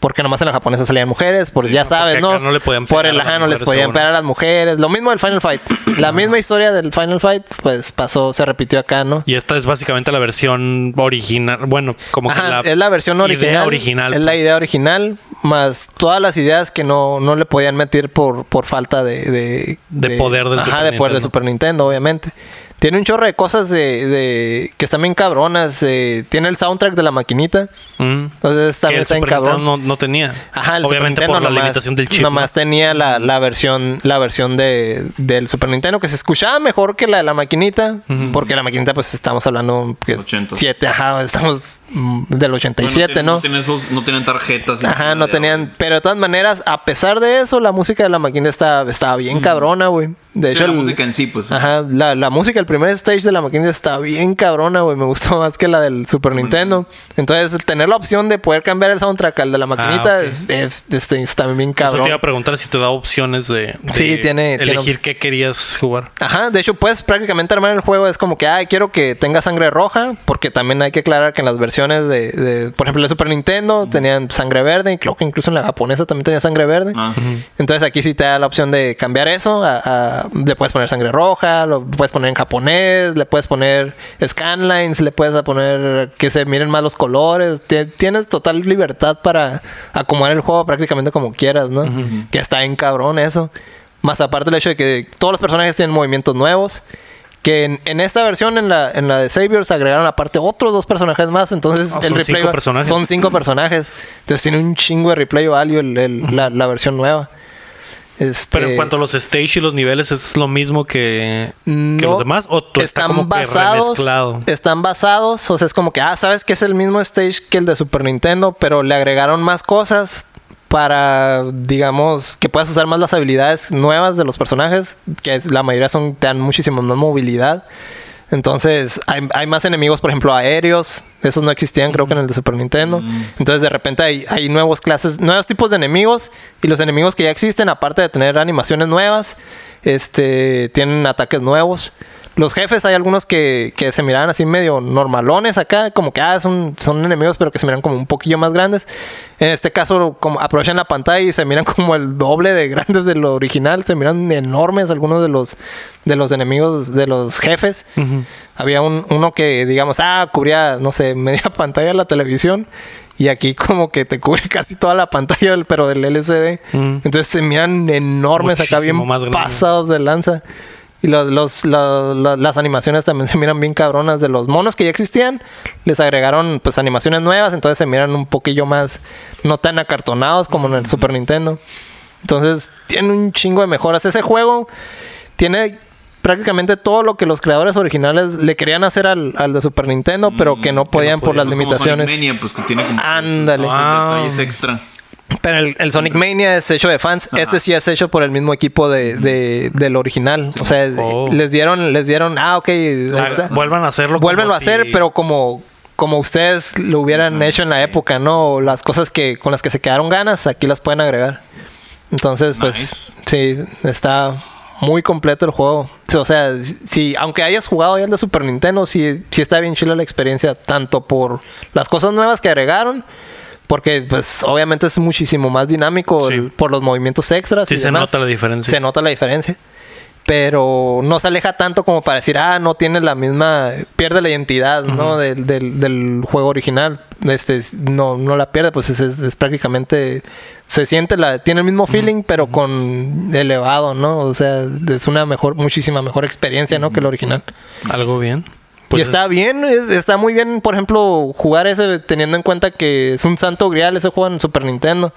Speaker 3: Porque nomás en la japonesa salían mujeres, por ya
Speaker 2: no, porque
Speaker 3: sabes, ¿no?
Speaker 2: acá no le podían
Speaker 3: por
Speaker 2: pegar
Speaker 3: el
Speaker 2: a las
Speaker 3: ajá, no les
Speaker 2: mujeres,
Speaker 3: podían
Speaker 2: seguro.
Speaker 3: pegar a las mujeres. Lo mismo del Final Fight. La misma historia del Final Fight, pues pasó, se repitió acá, ¿no?
Speaker 2: Y esta es básicamente la versión original. Bueno, como que
Speaker 3: Ajá,
Speaker 2: la.
Speaker 3: es la versión
Speaker 2: idea
Speaker 3: original.
Speaker 2: original,
Speaker 3: Es la
Speaker 2: pues.
Speaker 3: idea original, más todas las ideas que no, no le podían meter por, por falta de, de,
Speaker 2: De poder del
Speaker 3: ajá,
Speaker 2: Super
Speaker 3: de poder del
Speaker 2: Nintendo.
Speaker 3: Super Nintendo, obviamente. Tiene un chorro de cosas de, de- que están bien cabronas. eh, tiene el soundtrack de la maquinita.
Speaker 2: Mm.
Speaker 3: Entonces
Speaker 2: Que
Speaker 3: también
Speaker 2: el
Speaker 3: está
Speaker 2: Super
Speaker 3: bien
Speaker 2: Nintendo
Speaker 3: cabrón.
Speaker 2: No, no tenía.
Speaker 3: Ajá, el
Speaker 2: Obviamente
Speaker 3: Super Nintendo
Speaker 2: por la
Speaker 3: nomás-
Speaker 2: limitación del chip.
Speaker 3: Nomás tenía la, la versión, la versión de, del Super Nintendo que se escuchaba mejor que la de la maquinita. Porque la maquinita, pues estamos hablando que
Speaker 1: 80.
Speaker 3: 7, ajá, estamos mm, del 87,
Speaker 1: Bueno,
Speaker 3: ¿no?
Speaker 1: ten- tenían esos- no tenían tarjetas.
Speaker 3: Ajá, no
Speaker 1: de-
Speaker 3: tenían. Pero de todas maneras, a pesar de eso, la música de la máquina está, estaba bien cabrona, güey. De
Speaker 1: Sí,
Speaker 3: hecho,
Speaker 1: la
Speaker 3: el-
Speaker 1: música en sí, pues.
Speaker 3: Ajá, la, la música, el primer stage de la máquina está bien cabrona, güey. Me gustó más que la del Super Nintendo. Entonces, el tener la opción de poder cambiar el soundtrack al de la maquinita
Speaker 2: Ah, ok.
Speaker 3: es, es- este, está bien
Speaker 2: Eso
Speaker 3: cabrón.
Speaker 2: te iba a preguntar si te da opciones de, de
Speaker 3: Sí, tiene- tiene
Speaker 2: elegir
Speaker 3: op-
Speaker 2: qué querías jugar.
Speaker 3: Ajá, de hecho puedes prácticamente armar el juego, es como que, ay, quiero que tenga sangre roja, porque también hay que aclarar que en las versiones de, de, por ejemplo, de Super Nintendo tenían sangre verde, y creo que incluso en la japonesa también tenía sangre verde.
Speaker 1: Ah.
Speaker 3: Entonces aquí sí te da la opción de cambiar eso a, a- sea, le puedes poner sangre roja, lo puedes poner en japonés, le puedes poner scanlines, le puedes poner que se miren más los colores. Tie- Tienes total libertad para acomodar el juego prácticamente como quieras, ¿no? Que está en cabrón eso. Más aparte el hecho de que todos los personajes tienen movimientos nuevos. Que en, en esta versión, en la, en la de Saviors, agregaron aparte otros dos personajes más. Entonces,
Speaker 2: Ah,
Speaker 3: el
Speaker 2: son
Speaker 3: replay
Speaker 2: cinco
Speaker 3: va-
Speaker 2: personajes.
Speaker 3: son cinco personajes. Entonces, tiene un chingo de replay value el- el- la, la versión nueva. Este,
Speaker 2: Pero en cuanto a los stage y los niveles, ¿es lo mismo que, que
Speaker 3: no,
Speaker 2: los demás? ¿O tú- está como que remezclado?
Speaker 3: están basados, o sea, es como que, ah, sabes que es el mismo stage que el de Super Nintendo, pero le agregaron más cosas para, digamos, que puedas usar más las habilidades nuevas de los personajes, que es- la mayoría son, te dan muchísima más movilidad. Entonces, hay, hay más enemigos, por ejemplo, aéreos. Esos no existían, creo que en el de Super Nintendo. Entonces, de repente hay, hay nuevos clases, nuevos tipos de enemigos. Y los enemigos que ya existen, aparte de tener animaciones nuevas, este, tienen ataques nuevos. Los jefes, hay algunos que, que se miraban así medio normalones acá, como que ah, son, son enemigos, pero que se miran como un poquillo más grandes. En este caso, como aprovechan la pantalla y se miran (laughs) como el doble de grandes de lo original, se miran enormes algunos de los, de los enemigos, de los jefes.
Speaker 2: Ujú.
Speaker 3: Había un, uno que, digamos, ah, cubría, no sé, (laughs) media pantalla de la televisión. Y aquí como que te cubre (laughs) casi toda la pantalla, del, pero del LCD.
Speaker 2: Mm.
Speaker 3: Entonces se miran enormes acá,
Speaker 2: Muchísimo
Speaker 3: bien
Speaker 2: más grande.
Speaker 3: pasados de lanza. Y los, los- la- la- las animaciones también se miran bien cabronas de los monos que ya existían. Les agregaron pues animaciones nuevas, entonces se miran un poquillo más, no tan acartonados como en el Super Nintendo. Entonces tiene un chingo de mejoras. Ese juego tiene prácticamente todo lo que los creadores originales le querían hacer al, al de Super Nintendo, pero que no podían, por las
Speaker 1: Como
Speaker 3: limitaciones.
Speaker 1: Sonic Mania, pues que tiene como que
Speaker 3: Ándale. Ah.
Speaker 1: esos
Speaker 2: Wow.
Speaker 1: detalles extra.
Speaker 3: Pero el, el Sonic Mania es hecho de fans.
Speaker 1: Ajá.
Speaker 3: Este sí es hecho por el mismo equipo de, de- del original. O sea,
Speaker 2: Oh.
Speaker 3: les dieron, les dieron, ah, ok, ahí
Speaker 2: Ah,
Speaker 3: está.
Speaker 2: Vuelvan a hacerlo. como
Speaker 3: vuélvenlo a
Speaker 2: si-
Speaker 3: hacer, pero como, como ustedes lo hubieran hecho en la época, ¿no? O Las cosas que con las que se quedaron ganas, aquí las pueden agregar. Entonces, pues, sí, está muy completo el juego. Sí, O sea, si, aunque hayas jugado ya el de Super Nintendo, sí, sí está bien chila la experiencia, tanto por las cosas nuevas que agregaron. Porque, pues, obviamente es muchísimo más dinámico
Speaker 2: Sí.
Speaker 3: el- por los movimientos extras.
Speaker 2: Sí
Speaker 3: y
Speaker 2: se
Speaker 3: demás.
Speaker 2: nota la diferencia.
Speaker 3: Se nota la diferencia pero no se aleja tanto como para decir, ah, no tiene la misma, pierde la identidad, ¿no? Del, del, del juego original. Este, es- no, no la pierde, pues es, es- es prácticamente, se siente la, tiene el mismo feeling, pero con elevado, ¿no? O sea, es una mejor, muchísima mejor experiencia, ¿no? Que el original.
Speaker 2: Algo bien.
Speaker 3: y está
Speaker 2: Pues es-
Speaker 3: bien, es- está muy bien, por ejemplo, jugar ese teniendo en cuenta que es un santo grial ese juego en Super Nintendo.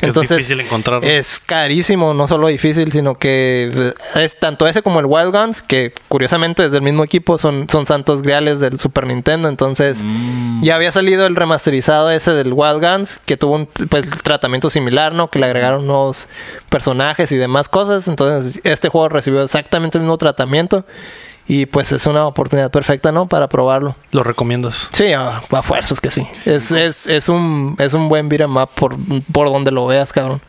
Speaker 2: que es difícil encontrarlo.
Speaker 3: Es carísimo, no solo difícil, sino que es tanto ese como el Wild Guns, que curiosamente es del mismo equipo, son, son santos griales del Super Nintendo. Entonces, ya había salido el remasterizado ese del Wild Guns, que tuvo un pues, tratamiento similar, ¿no? Que le agregaron nuevos personajes y demás cosas. Entonces, este juego recibió exactamente el mismo tratamiento. Y pues es una oportunidad perfecta, ¿no? Para probarlo.
Speaker 2: Lo recomiendas.
Speaker 3: Sí, a, a fuerzas que sí. Es, es, es un, es un buen beat'em up por, por donde lo veas, cabrón.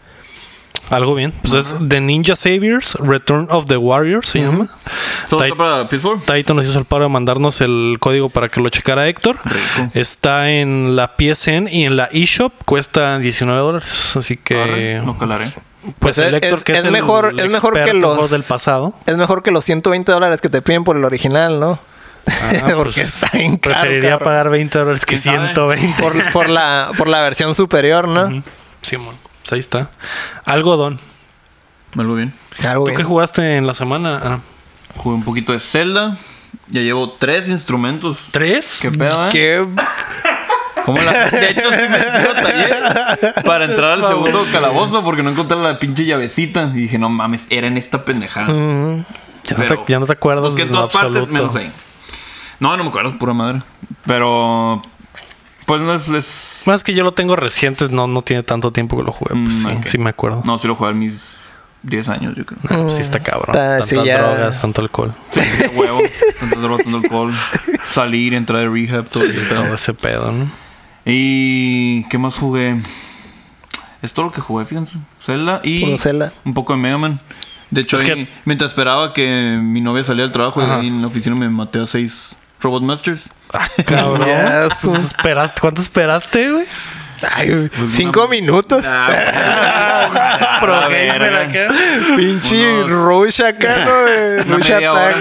Speaker 2: Algo bien. Pues es The Ninja Saviors, Return of the Warriors se llama.
Speaker 1: ¿Todo
Speaker 2: Tai-
Speaker 1: está para PS4?
Speaker 2: Taito nos hizo el paro de mandarnos el código para que lo checara Héctor.
Speaker 1: Rico.
Speaker 2: Está en la PSN y en la eShop. Cuesta 19 dólares. Así que,
Speaker 1: Arre, Lo calaré.
Speaker 2: pues,
Speaker 3: Pues
Speaker 2: el
Speaker 3: es-
Speaker 2: Héctor,
Speaker 3: es-
Speaker 2: que es,
Speaker 3: es
Speaker 2: el
Speaker 3: mejor- es mejor que
Speaker 2: experto en
Speaker 3: los-
Speaker 2: juegos del pasado.
Speaker 3: Es mejor que los 120 dólares que te piden por el original, ¿no?
Speaker 2: (laughs) Ah,
Speaker 3: (laughs) Porque
Speaker 2: pues,
Speaker 3: está bien caro,
Speaker 2: Preferiría
Speaker 3: cabrón.
Speaker 2: pagar 20 dólares que
Speaker 1: ¿Quién sabe?
Speaker 2: 120.
Speaker 3: Por, por la, por la versión superior, ¿no?
Speaker 2: Simón, pues ahí está. Algodón.
Speaker 1: Algo bien.
Speaker 3: Algo
Speaker 2: ¿Tú
Speaker 3: bien.
Speaker 2: qué jugaste en la semana? Ah,
Speaker 1: Jugué un poquito de Zelda. Ya llevo tres instrumentos.
Speaker 2: ¿Tres?
Speaker 1: ¿Qué pedo, eh?
Speaker 3: Qué-
Speaker 1: ¿Cómo
Speaker 2: (laughs)
Speaker 1: la... De hecho, sí me fui al taller para entrar al segundo calabozo porque no encontré la pinche llavecita. Y dije, no mames, era en esta pendejada.
Speaker 3: Mm,
Speaker 2: Ya, no
Speaker 1: Pero
Speaker 2: te, ya no te acuerdas
Speaker 1: busqué en
Speaker 2: en lo
Speaker 1: todas partes
Speaker 2: absoluto.
Speaker 1: menos ahí. No, no me acuerdo, pura madre. Pero... Pues no es... es-
Speaker 2: Más que yo lo tengo reciente, no, no tiene tanto tiempo que lo jugué. Pues
Speaker 1: Mm,
Speaker 2: sí,
Speaker 1: ok.
Speaker 2: sí me acuerdo.
Speaker 1: No, sí lo jugué a mis 10 años, yo creo.
Speaker 2: Ah, pues sí está cabrón.
Speaker 3: Ah,
Speaker 2: Tantas
Speaker 3: sí, ya.
Speaker 2: drogas, tanto alcohol.
Speaker 1: Sí, huevo. Tanto droga, tanto alcohol. Salir, entrar de rehab, todo
Speaker 2: Sí,
Speaker 1: el pedo.
Speaker 2: todo ese pedo, (laughs) ¿no?
Speaker 1: Y qué más jugué. Es todo lo que jugué, fíjense. Zelda y
Speaker 3: Puro Zelda.
Speaker 1: un poco de Mega Man. De hecho,
Speaker 2: Es
Speaker 1: ahí,
Speaker 2: que-
Speaker 1: mientras esperaba que mi novia saliera del trabajo,
Speaker 2: Ajá.
Speaker 1: ahí en la oficina me maté a seis Robot Masters.
Speaker 2: Cabrón. Pues,
Speaker 3: Ya, su-
Speaker 1: (laughs)
Speaker 2: Esperaste- ¿Cuánto esperaste, güey?
Speaker 3: Ay,
Speaker 2: Pues,
Speaker 3: cinco minutos.
Speaker 2: Ah,
Speaker 1: (laughs)
Speaker 2: Pro
Speaker 1: la
Speaker 2: gamer
Speaker 1: verga.
Speaker 2: acá.
Speaker 3: (laughs) Pinche
Speaker 1: unos-
Speaker 3: Rush
Speaker 2: (laughs)
Speaker 3: acá, ¿no? De
Speaker 1: Una
Speaker 3: Rush
Speaker 1: media
Speaker 3: Attack.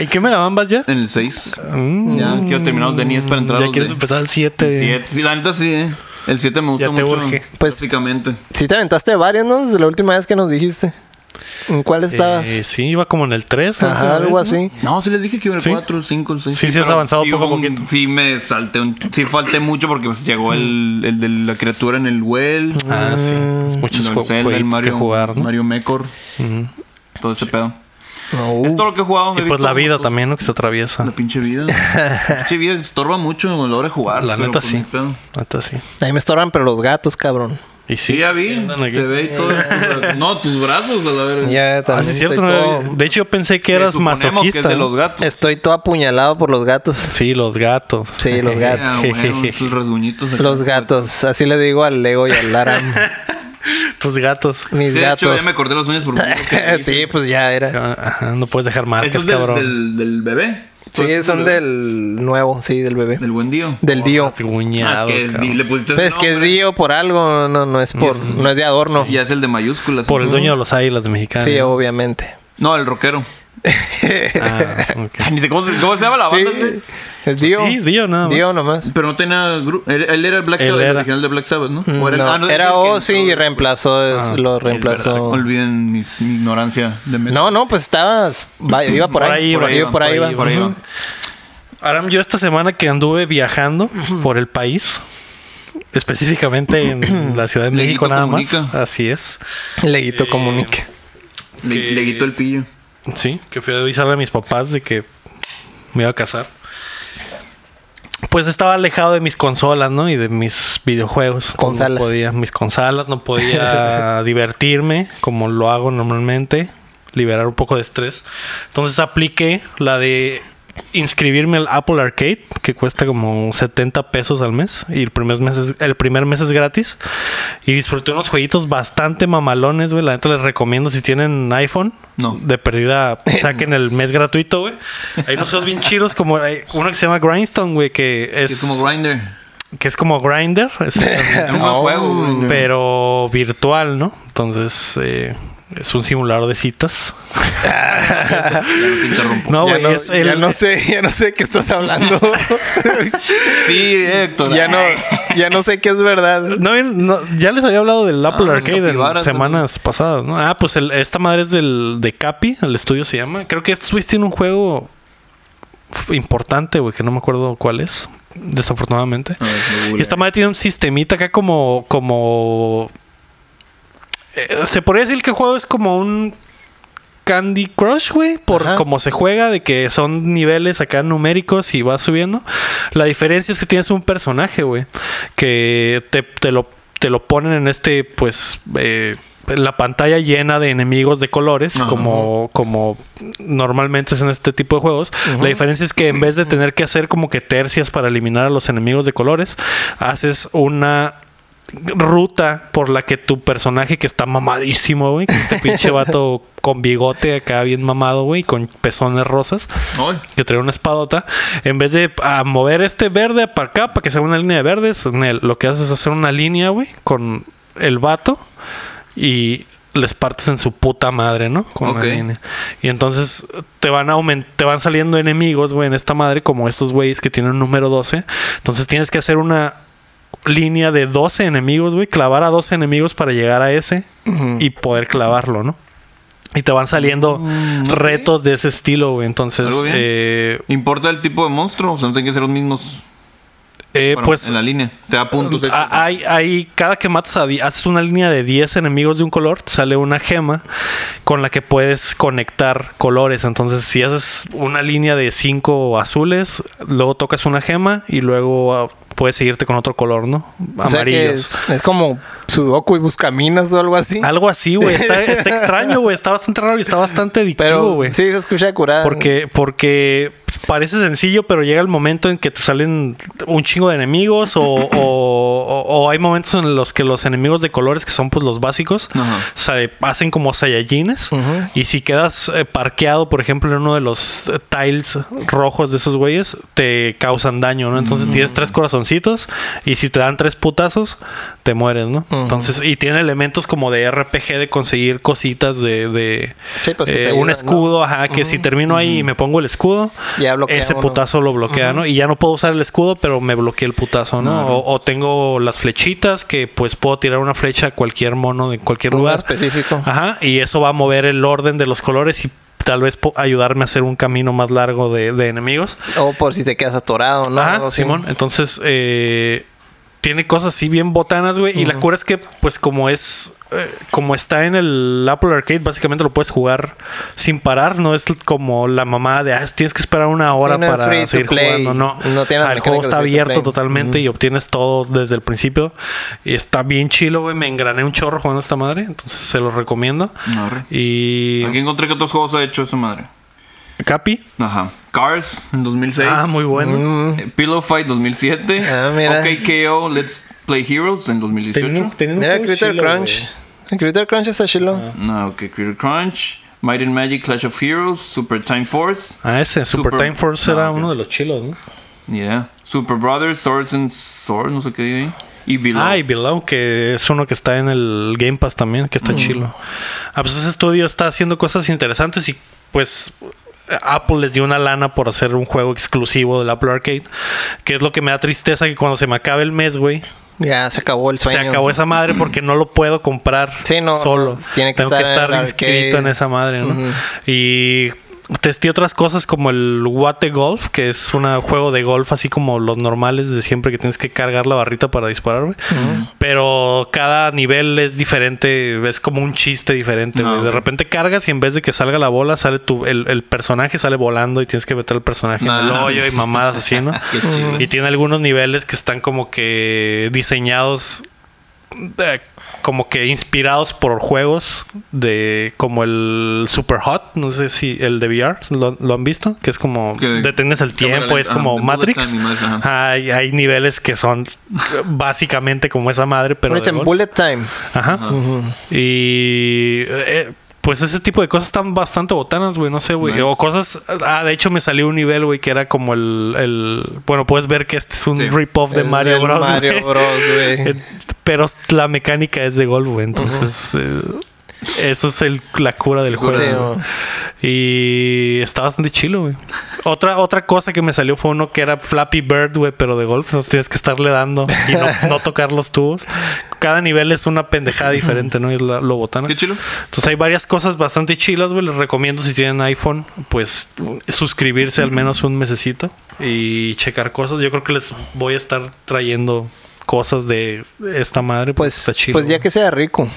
Speaker 2: ¿En qué me la van, ya?
Speaker 1: En el 6. Ya quiero terminar los de 10 para entrar a
Speaker 2: Ya
Speaker 1: los
Speaker 2: quieres
Speaker 1: de
Speaker 2: empezar eh. al 7.
Speaker 1: 7. Sí, la neta sí, eh. El 7 me gusta
Speaker 2: Ya te
Speaker 1: mucho.
Speaker 2: urge.
Speaker 3: Pues-
Speaker 1: prácticamente.
Speaker 3: Sí te aventaste varios, ¿no? Desde la última vez que nos dijiste. ¿En cuál estabas?
Speaker 2: Eh, sí, iba como en el 3.
Speaker 3: Ajá, algo así.
Speaker 1: No, sí les dije que iba en el
Speaker 2: Sí.
Speaker 1: 4, el 5, el 6.
Speaker 2: Sí, sí has avanzado poco a poquito.
Speaker 1: Sí, me salté un... Sí falté mucho porque pues, llegó el, el de la criatura en el well.
Speaker 2: Mm. Ah, sí.
Speaker 3: Mm.
Speaker 2: Es muchos
Speaker 1: el
Speaker 2: jue-
Speaker 1: Zelda, el
Speaker 2: jueguitos
Speaker 1: Mario,
Speaker 2: que jugar, ¿no?
Speaker 1: Mario Mecor. Todo ese pedo.
Speaker 3: No.
Speaker 1: Es todo lo que he jugado. he
Speaker 2: Uh, Y pues
Speaker 1: visto
Speaker 2: la vida
Speaker 1: fotos.
Speaker 2: también, ¿no? Que se atraviesa.
Speaker 1: La pinche vida. La pinche vida estorba mucho a la hora de jugar.
Speaker 2: La
Speaker 1: pero,
Speaker 2: neta
Speaker 1: pues,
Speaker 2: sí.
Speaker 1: ni pedo.
Speaker 2: Neta sí.
Speaker 3: Ahí me estorban, pero los gatos, cabrón.
Speaker 2: Y sí. Ah,
Speaker 1: Sí, ya vi.
Speaker 2: andan aquí.
Speaker 1: Se ve
Speaker 2: (laughs)
Speaker 1: y todo. pues, no, tus brazos, a la verga.
Speaker 3: Ya,
Speaker 2: Ah,
Speaker 3: también.
Speaker 2: sí, es cierto.
Speaker 3: estoy,
Speaker 2: no,
Speaker 3: todo,
Speaker 2: De hecho, yo pensé que eras
Speaker 1: Suponemos Que
Speaker 2: masoquista.
Speaker 1: es de
Speaker 2: ¿no?
Speaker 1: los gatos.
Speaker 3: estoy todo apuñalado por los gatos.
Speaker 2: Sí, los gatos.
Speaker 3: Sí,
Speaker 1: (laughs)
Speaker 3: los gatos.
Speaker 2: (laughs)
Speaker 1: Ah, bueno, esos
Speaker 3: (laughs)
Speaker 1: rasguñitos. acá.
Speaker 3: Los gatos. Así le digo al Lego y al Laram.
Speaker 2: Tus gatos.
Speaker 1: Sí,
Speaker 3: Mis
Speaker 1: de hecho,
Speaker 3: gatos. (laughs)
Speaker 1: ya me corté los uñas por un poco que hice.
Speaker 3: sí, pues ya era.
Speaker 2: Ah, Ajá, no puedes dejar marcas,
Speaker 1: Eso es del,
Speaker 2: cabrón.
Speaker 1: del, del bebé.
Speaker 3: Sí, son
Speaker 1: bebé?
Speaker 3: del nuevo, sí, del bebé.
Speaker 1: Del buen Dio.
Speaker 3: Del Dio.
Speaker 1: Ah,
Speaker 2: Rasguñado,
Speaker 1: es que
Speaker 2: cabrón.
Speaker 1: di- le pusiste
Speaker 3: Pues es que es
Speaker 1: nombre.
Speaker 3: Dio por algo, no, no es por, no es de adorno.
Speaker 1: Ya es el de mayúsculas.
Speaker 2: Por el
Speaker 1: ¿no?
Speaker 2: dueño de los águilas mexicanas.
Speaker 3: Sí, obviamente.
Speaker 1: No, el rockero.
Speaker 2: Ah, ok.
Speaker 1: Ay, ni sé cómo, se- cómo se llama la
Speaker 3: Sí,
Speaker 1: banda. güey.
Speaker 3: es (laughs) Dio.
Speaker 2: Pues Sí, Dio nada más.
Speaker 3: Dio nomás.
Speaker 1: Pero no tenía. gru- Él, él era el Black
Speaker 2: Él
Speaker 1: Sabbath, el
Speaker 2: era.
Speaker 1: original de Black Sabbath, ¿no? O
Speaker 3: Mm, No,
Speaker 1: ah, no, es el
Speaker 3: era
Speaker 1: que
Speaker 3: Ozzy
Speaker 1: entró
Speaker 3: y
Speaker 1: después.
Speaker 3: reemplazó, es-
Speaker 2: Ah,
Speaker 3: lo
Speaker 1: Sí,
Speaker 3: reemplazó.
Speaker 1: Olviden mis, mi ignorancia de metal.
Speaker 3: No, no, pues estabas, va- iba por,
Speaker 2: Por
Speaker 3: ahí,
Speaker 2: ahí
Speaker 3: por ahí,
Speaker 2: iba,
Speaker 3: por ahí,
Speaker 2: por ahí
Speaker 3: iba.
Speaker 1: Por ahí va.
Speaker 3: Ujú. (laughs)
Speaker 2: Aram, yo esta semana que anduve viajando por el país, específicamente en la Ciudad de
Speaker 1: Leguito
Speaker 2: México nada más.
Speaker 1: comunica.
Speaker 2: Así es.
Speaker 3: Leguito comunica.
Speaker 1: Le,
Speaker 2: Que-
Speaker 1: le quitó el pillo.
Speaker 2: Sí, que fui a avisarle a mis papás de que me iba a casar. Pues estaba alejado de mis consolas, ¿no? Y de mis videojuegos.
Speaker 3: Consalas.
Speaker 2: No podía, mis consalas, no podía divertirme como lo hago normalmente, liberar un poco de estrés. Entonces apliqué la de inscribirme al Apple Arcade, que cuesta como 70 pesos al mes, y el primer mes es, el primer mes es gratis. Y disfruté unos jueguitos bastante mamalones, güey. La neta les recomiendo si tienen iPhone.
Speaker 1: No.
Speaker 2: De perdida, saquen el mes gratuito, güey. Hay unos juegos bien chidos, como hay uno que se llama Grindstone, güey, que es,
Speaker 1: Es, como Grinder.
Speaker 2: que es como Grinder,
Speaker 1: Es un buen
Speaker 3: Oh,
Speaker 1: juego. güey.
Speaker 2: pero virtual, ¿no? Entonces, eh, es un simulador de citas.
Speaker 1: Ya no te interrumpo.
Speaker 2: No,
Speaker 3: ya,
Speaker 2: güey,
Speaker 3: no,
Speaker 2: es el-
Speaker 3: ya no sé, ya no sé de qué estás hablando.
Speaker 1: Sí, Héctor.
Speaker 3: ya no, ya no sé qué es verdad.
Speaker 2: No, bien, no, ya les había hablado del Apple
Speaker 1: Ah,
Speaker 2: Arcade en
Speaker 1: capibaras,
Speaker 2: semanas pasadas, ¿no? Ah, pues el- esta madre es del de Capi, el estudio se llama. Creo que Swiss tiene un juego f- importante, güey, que no me acuerdo cuál es, desafortunadamente.
Speaker 1: A
Speaker 3: Ah,
Speaker 1: ver, lo
Speaker 2: Y
Speaker 1: googleo.
Speaker 2: esta madre tiene un sistemita acá como. como. eh, se podría decir que el juego es como un Candy Crush, güey. Por
Speaker 3: Ajá.
Speaker 2: cómo se juega, de que son niveles acá numéricos y vas subiendo. La diferencia es que tienes un personaje, güey. Que te, te lo, te lo ponen en este, pues. eh, la pantalla llena de enemigos de colores,
Speaker 1: Ajá.
Speaker 2: como, como normalmente es en este tipo de juegos. La diferencia es que en vez de tener que hacer como que tercias para eliminar a los enemigos de colores, haces una ruta por la que tu personaje que está mamadísimo, güey, que este pinche vato con bigote acá bien mamado, güey, con pezones rosas,
Speaker 1: Ay,
Speaker 2: que trae una espadota, en vez de ah, mover este verde para acá para que sea una línea de verdes, en el- lo que haces es hacer una línea, güey, con el vato y les partes en su puta madre, ¿no? Con la
Speaker 1: Ok.
Speaker 2: línea. Y entonces te van aument te van saliendo enemigos, güey, en esta madre como estos güeyes que tienen un número 12. Entonces tienes que hacer una línea de 12 enemigos, güey, clavar a 12 enemigos para llegar a ese
Speaker 1: Mm.
Speaker 2: y poder clavarlo, ¿no? Y te van saliendo
Speaker 3: Mm,
Speaker 2: retos de ese estilo, güey. Entonces,
Speaker 1: Algo bien.
Speaker 2: eh,
Speaker 1: ¿Importa el tipo de monstruo? O sea, no tienen que ser los mismos.
Speaker 2: eh,
Speaker 1: bueno,
Speaker 2: pues
Speaker 1: en la línea. Te da puntos.
Speaker 2: Ah,
Speaker 1: extra.
Speaker 2: hay, hay- cada que matas a di- haces una línea de 10 enemigos de un color, te sale una gema con la que puedes conectar colores. Entonces, si haces una línea de 5 azules, luego tocas una gema y luego ah, puedes seguirte con otro color, ¿no?
Speaker 3: O sea que
Speaker 2: Amarillos.
Speaker 3: es, es como Sudoku y Buscaminas o algo así.
Speaker 2: Algo así, güey. Está, está
Speaker 3: (laughs)
Speaker 2: extraño, güey. Está bastante raro y está bastante adictivo,
Speaker 3: Pero
Speaker 2: güey.
Speaker 3: sí se escucha curada.
Speaker 2: Porque, porque parece sencillo, pero llega el momento en que te salen un chingo de enemigos
Speaker 3: (laughs)
Speaker 2: o, o- o- o hay momentos en los que los enemigos de colores, que son pues los básicos,
Speaker 1: Ajá.
Speaker 2: se hacen como Saiyajines.
Speaker 3: Ujú.
Speaker 2: Y si quedas eh, parqueado, por ejemplo, en uno de los eh, tiles rojos de esos güeyes, te causan daño, ¿no? Entonces
Speaker 3: Mm.
Speaker 2: tienes tres corazoncitos y si te dan tres putazos, te mueres, ¿no?
Speaker 3: Ujú.
Speaker 2: Entonces, y tiene elementos como de RPG de conseguir cositas de... de,
Speaker 3: Sí, pues, que te
Speaker 2: eh, un
Speaker 3: ayudan, ¿no?
Speaker 2: escudo, ajá, que si termino ahí y me pongo el escudo,
Speaker 3: Ya bloquea
Speaker 2: ese
Speaker 3: uno.
Speaker 2: putazo lo bloquea, ¿no? Y ya no puedo usar el escudo, pero me bloquea el putazo, ¿no? O, o tengo las flechitas que pues puedo tirar una flecha a cualquier mono de cualquier
Speaker 3: Uno
Speaker 2: lugar.
Speaker 3: específico.
Speaker 2: Ajá, y eso va a mover el orden de los colores y tal vez po- ayudarme a hacer un camino más largo de, de enemigos.
Speaker 3: O por si te quedas atorado, ¿no?
Speaker 2: Ajá,
Speaker 3: Algo así.
Speaker 2: Simón. Entonces, eh, tiene cosas así bien botanas, güey. Y la cura es que, pues, como es. eh, como está en el Apple Arcade, básicamente lo puedes jugar sin parar. No es como la mamá de ah, tienes que esperar una hora
Speaker 3: no es free
Speaker 2: para
Speaker 3: to
Speaker 2: seguir
Speaker 3: play.
Speaker 2: jugando. No,
Speaker 3: No tiene
Speaker 2: Ah,
Speaker 3: las
Speaker 2: el juego
Speaker 3: mecánicas
Speaker 2: está
Speaker 3: de free to
Speaker 2: abierto
Speaker 3: play.
Speaker 2: totalmente y obtienes todo desde el principio. Y está bien chilo, güey. Me engrané un chorro jugando a esta madre. Entonces se los recomiendo.
Speaker 1: Arre.
Speaker 2: Y.
Speaker 1: Aquí encontré que otros juegos ha hecho esa madre.
Speaker 2: Capi.
Speaker 1: Ajá. Cars en 2006.
Speaker 2: Ah, muy bueno.
Speaker 3: Mm.
Speaker 1: Eh, Pillow Fight 2007.
Speaker 3: Ah, mira.
Speaker 1: OKKO Let's Play Heroes en 2018.
Speaker 3: Mira, Critter Crunch. El Critter Crunch está chilo.
Speaker 1: No, ok, Critter Crunch. Might and Magic Clash of Heroes. Super Time Force.
Speaker 2: Ah, ese, Super,
Speaker 1: Super-
Speaker 2: Time Force
Speaker 1: Ah,
Speaker 2: era
Speaker 1: ok.
Speaker 2: uno de los chilos, ¿no?
Speaker 1: Yeah. Super Brothers. Swords and Swords. No sé qué hay ahí. Y Below.
Speaker 2: Ah, y Below, que es uno que está en el Game Pass también, que
Speaker 1: Mm.
Speaker 2: está chilo. Ah, pues ese estudio está haciendo cosas interesantes y pues Apple les dio una lana por hacer un juego exclusivo del Apple Arcade, que es lo que me da tristeza que cuando se me acabe el mes, güey,
Speaker 3: Ya se acabó el
Speaker 2: se
Speaker 3: sueño.
Speaker 2: acabó esa madre porque no lo puedo comprar
Speaker 3: (clears throat) Sí, no,
Speaker 2: solo.
Speaker 3: no, tiene que
Speaker 2: Tengo que
Speaker 3: estar en
Speaker 2: estar
Speaker 3: el
Speaker 2: inscrito
Speaker 3: arcade.
Speaker 2: en esa madre, ¿no?
Speaker 3: Ujú.
Speaker 2: Y testé otras cosas como el Watte Golf, que es un juego de golf así como los normales de siempre que tienes que cargar la barrita para disparar, güey. Pero cada nivel es diferente, es como un chiste diferente.
Speaker 3: Ah,
Speaker 1: No,
Speaker 2: güey. De
Speaker 1: ok.
Speaker 2: repente cargas y en vez de que salga la bola, sale tu, el, el personaje sale volando y tienes que meter el personaje en el
Speaker 3: Ah.
Speaker 1: No.
Speaker 2: hoyo y mamadas así,
Speaker 3: (laughs)
Speaker 2: ¿no?
Speaker 1: Qué chido.
Speaker 2: Y tiene algunos niveles que están como que diseñados eh, como que inspirados por juegos de como el Super Hot, no sé si el de VR lo, lo han visto, que es como
Speaker 1: Que-
Speaker 2: detienes el
Speaker 1: cámara
Speaker 2: tiempo, es
Speaker 1: lenta,
Speaker 2: como
Speaker 1: ajá, de
Speaker 2: Matrix.
Speaker 1: bullet time y más, ajá.
Speaker 2: Hay, hay niveles que son básicamente como esa madre, pero
Speaker 3: Pero
Speaker 2: de
Speaker 3: dicen
Speaker 2: golf.
Speaker 3: Bullet Time.
Speaker 2: Ajá. Y eh, pues ese tipo de cosas están bastante botanas, güey. No sé, güey.
Speaker 1: Nice.
Speaker 2: O cosas. Ah, de hecho me salió un nivel, güey, que era como el, el- Bueno, puedes ver que este es un
Speaker 1: Sí.
Speaker 2: rip-off de
Speaker 3: El
Speaker 2: Mario
Speaker 3: del
Speaker 2: Bros.
Speaker 3: Mario
Speaker 2: güey.
Speaker 3: Bros,
Speaker 2: (laughs)
Speaker 3: güey.
Speaker 2: Eh, Pero la mecánica es de golf, güey. Entonces. eh, eso es el- la cura del juego.
Speaker 3: Sí,
Speaker 2: güey.
Speaker 3: o-
Speaker 2: Y está bastante chilo, güey. Otra, otra cosa que me salió fue uno que era Flappy Bird, güey, pero de golf. Entonces tienes que estarle dando y no, no tocar los tubos. Cada nivel es una pendejada diferente, ¿no? Es la, lo botana.
Speaker 1: Qué chilo.
Speaker 2: Entonces hay varias cosas bastante chilas, güey. Les recomiendo si tienen iPhone, pues suscribirse al menos un mesecito y checar cosas. Yo creo que les voy a estar trayendo cosas de esta madre. porque
Speaker 3: Pues,
Speaker 2: está chilo,
Speaker 3: pues ya
Speaker 2: güey.
Speaker 3: que sea rico.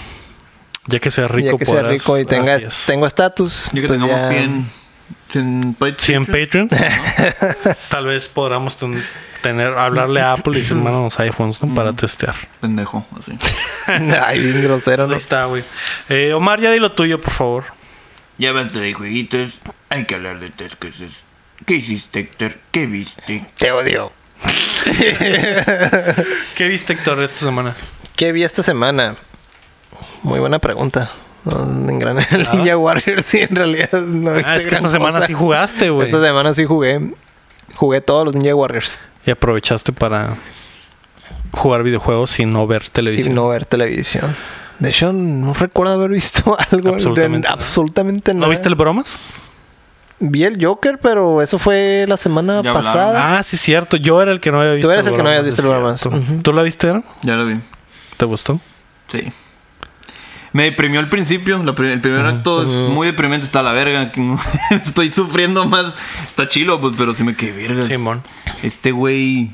Speaker 2: ya que sea rico,
Speaker 3: ya que sea
Speaker 2: podrás-
Speaker 3: rico y tenga,
Speaker 2: así es.
Speaker 3: tengo estatus.
Speaker 1: Ya que
Speaker 3: pues
Speaker 1: tengamos
Speaker 3: ya-
Speaker 1: 100. 100
Speaker 2: 100 Patreons.
Speaker 3: (laughs)
Speaker 2: Tal vez podamos ten- tener, hablarle a Apple y decir, "Mano, los iPhones ¿no?
Speaker 3: Mm.
Speaker 2: para testear.
Speaker 1: Pendejo, así.
Speaker 3: (laughs) Ay, bien
Speaker 2: (laughs)
Speaker 3: grosero,
Speaker 2: Ahí
Speaker 3: ¿no?
Speaker 2: está, güey. Eh, Omar, ya di lo tuyo, por favor.
Speaker 5: Ya basta de jueguitos, hay que hablar de otras cosas. ¿Qué hiciste, Héctor? ¿Qué viste?
Speaker 3: Te odio.
Speaker 2: ¿Qué viste, Héctor, esta
Speaker 3: (laughs)
Speaker 2: semana?
Speaker 3: ¿Qué vi esta semana? Muy buena pregunta. No, en gran (laughs) Ninja Warrior, sí, en realidad no
Speaker 2: Ah,
Speaker 3: hice
Speaker 2: es que
Speaker 3: gran
Speaker 2: esta semana
Speaker 3: cosa.
Speaker 2: sí jugaste, güey.
Speaker 3: Esta semana sí jugué. Jugué todos los Ninja Warriors.
Speaker 2: Y aprovechaste para jugar videojuegos y no ver
Speaker 3: Y
Speaker 2: televisión.
Speaker 3: no ver televisión. De hecho, no recuerdo haber visto (laughs) algo. en-
Speaker 2: Absolutamente nada.
Speaker 3: absolutamente
Speaker 2: ¿No
Speaker 3: nada.
Speaker 2: viste el bromas?
Speaker 3: Vi el Joker, pero eso fue la semana
Speaker 1: Ya hablaron.
Speaker 3: (laughs) pasada.
Speaker 2: Ah, sí, cierto. Yo era el que no había visto
Speaker 3: eres el que no
Speaker 2: Bromas,
Speaker 3: habías visto
Speaker 2: es
Speaker 3: el Bromas.
Speaker 2: cierto.
Speaker 3: Ujú.
Speaker 2: ¿Tú la viste, Aaron?
Speaker 1: Ya lo vi.
Speaker 2: ¿Te gustó?
Speaker 1: Sí. Me deprimió al principio. la pri- el primer acto es muy deprimente. Está a la verga. que no- (laughs) Estoy sufriendo más. Está chilo, pues, pero sí me quedé verga.
Speaker 2: Simón.
Speaker 1: Este güey.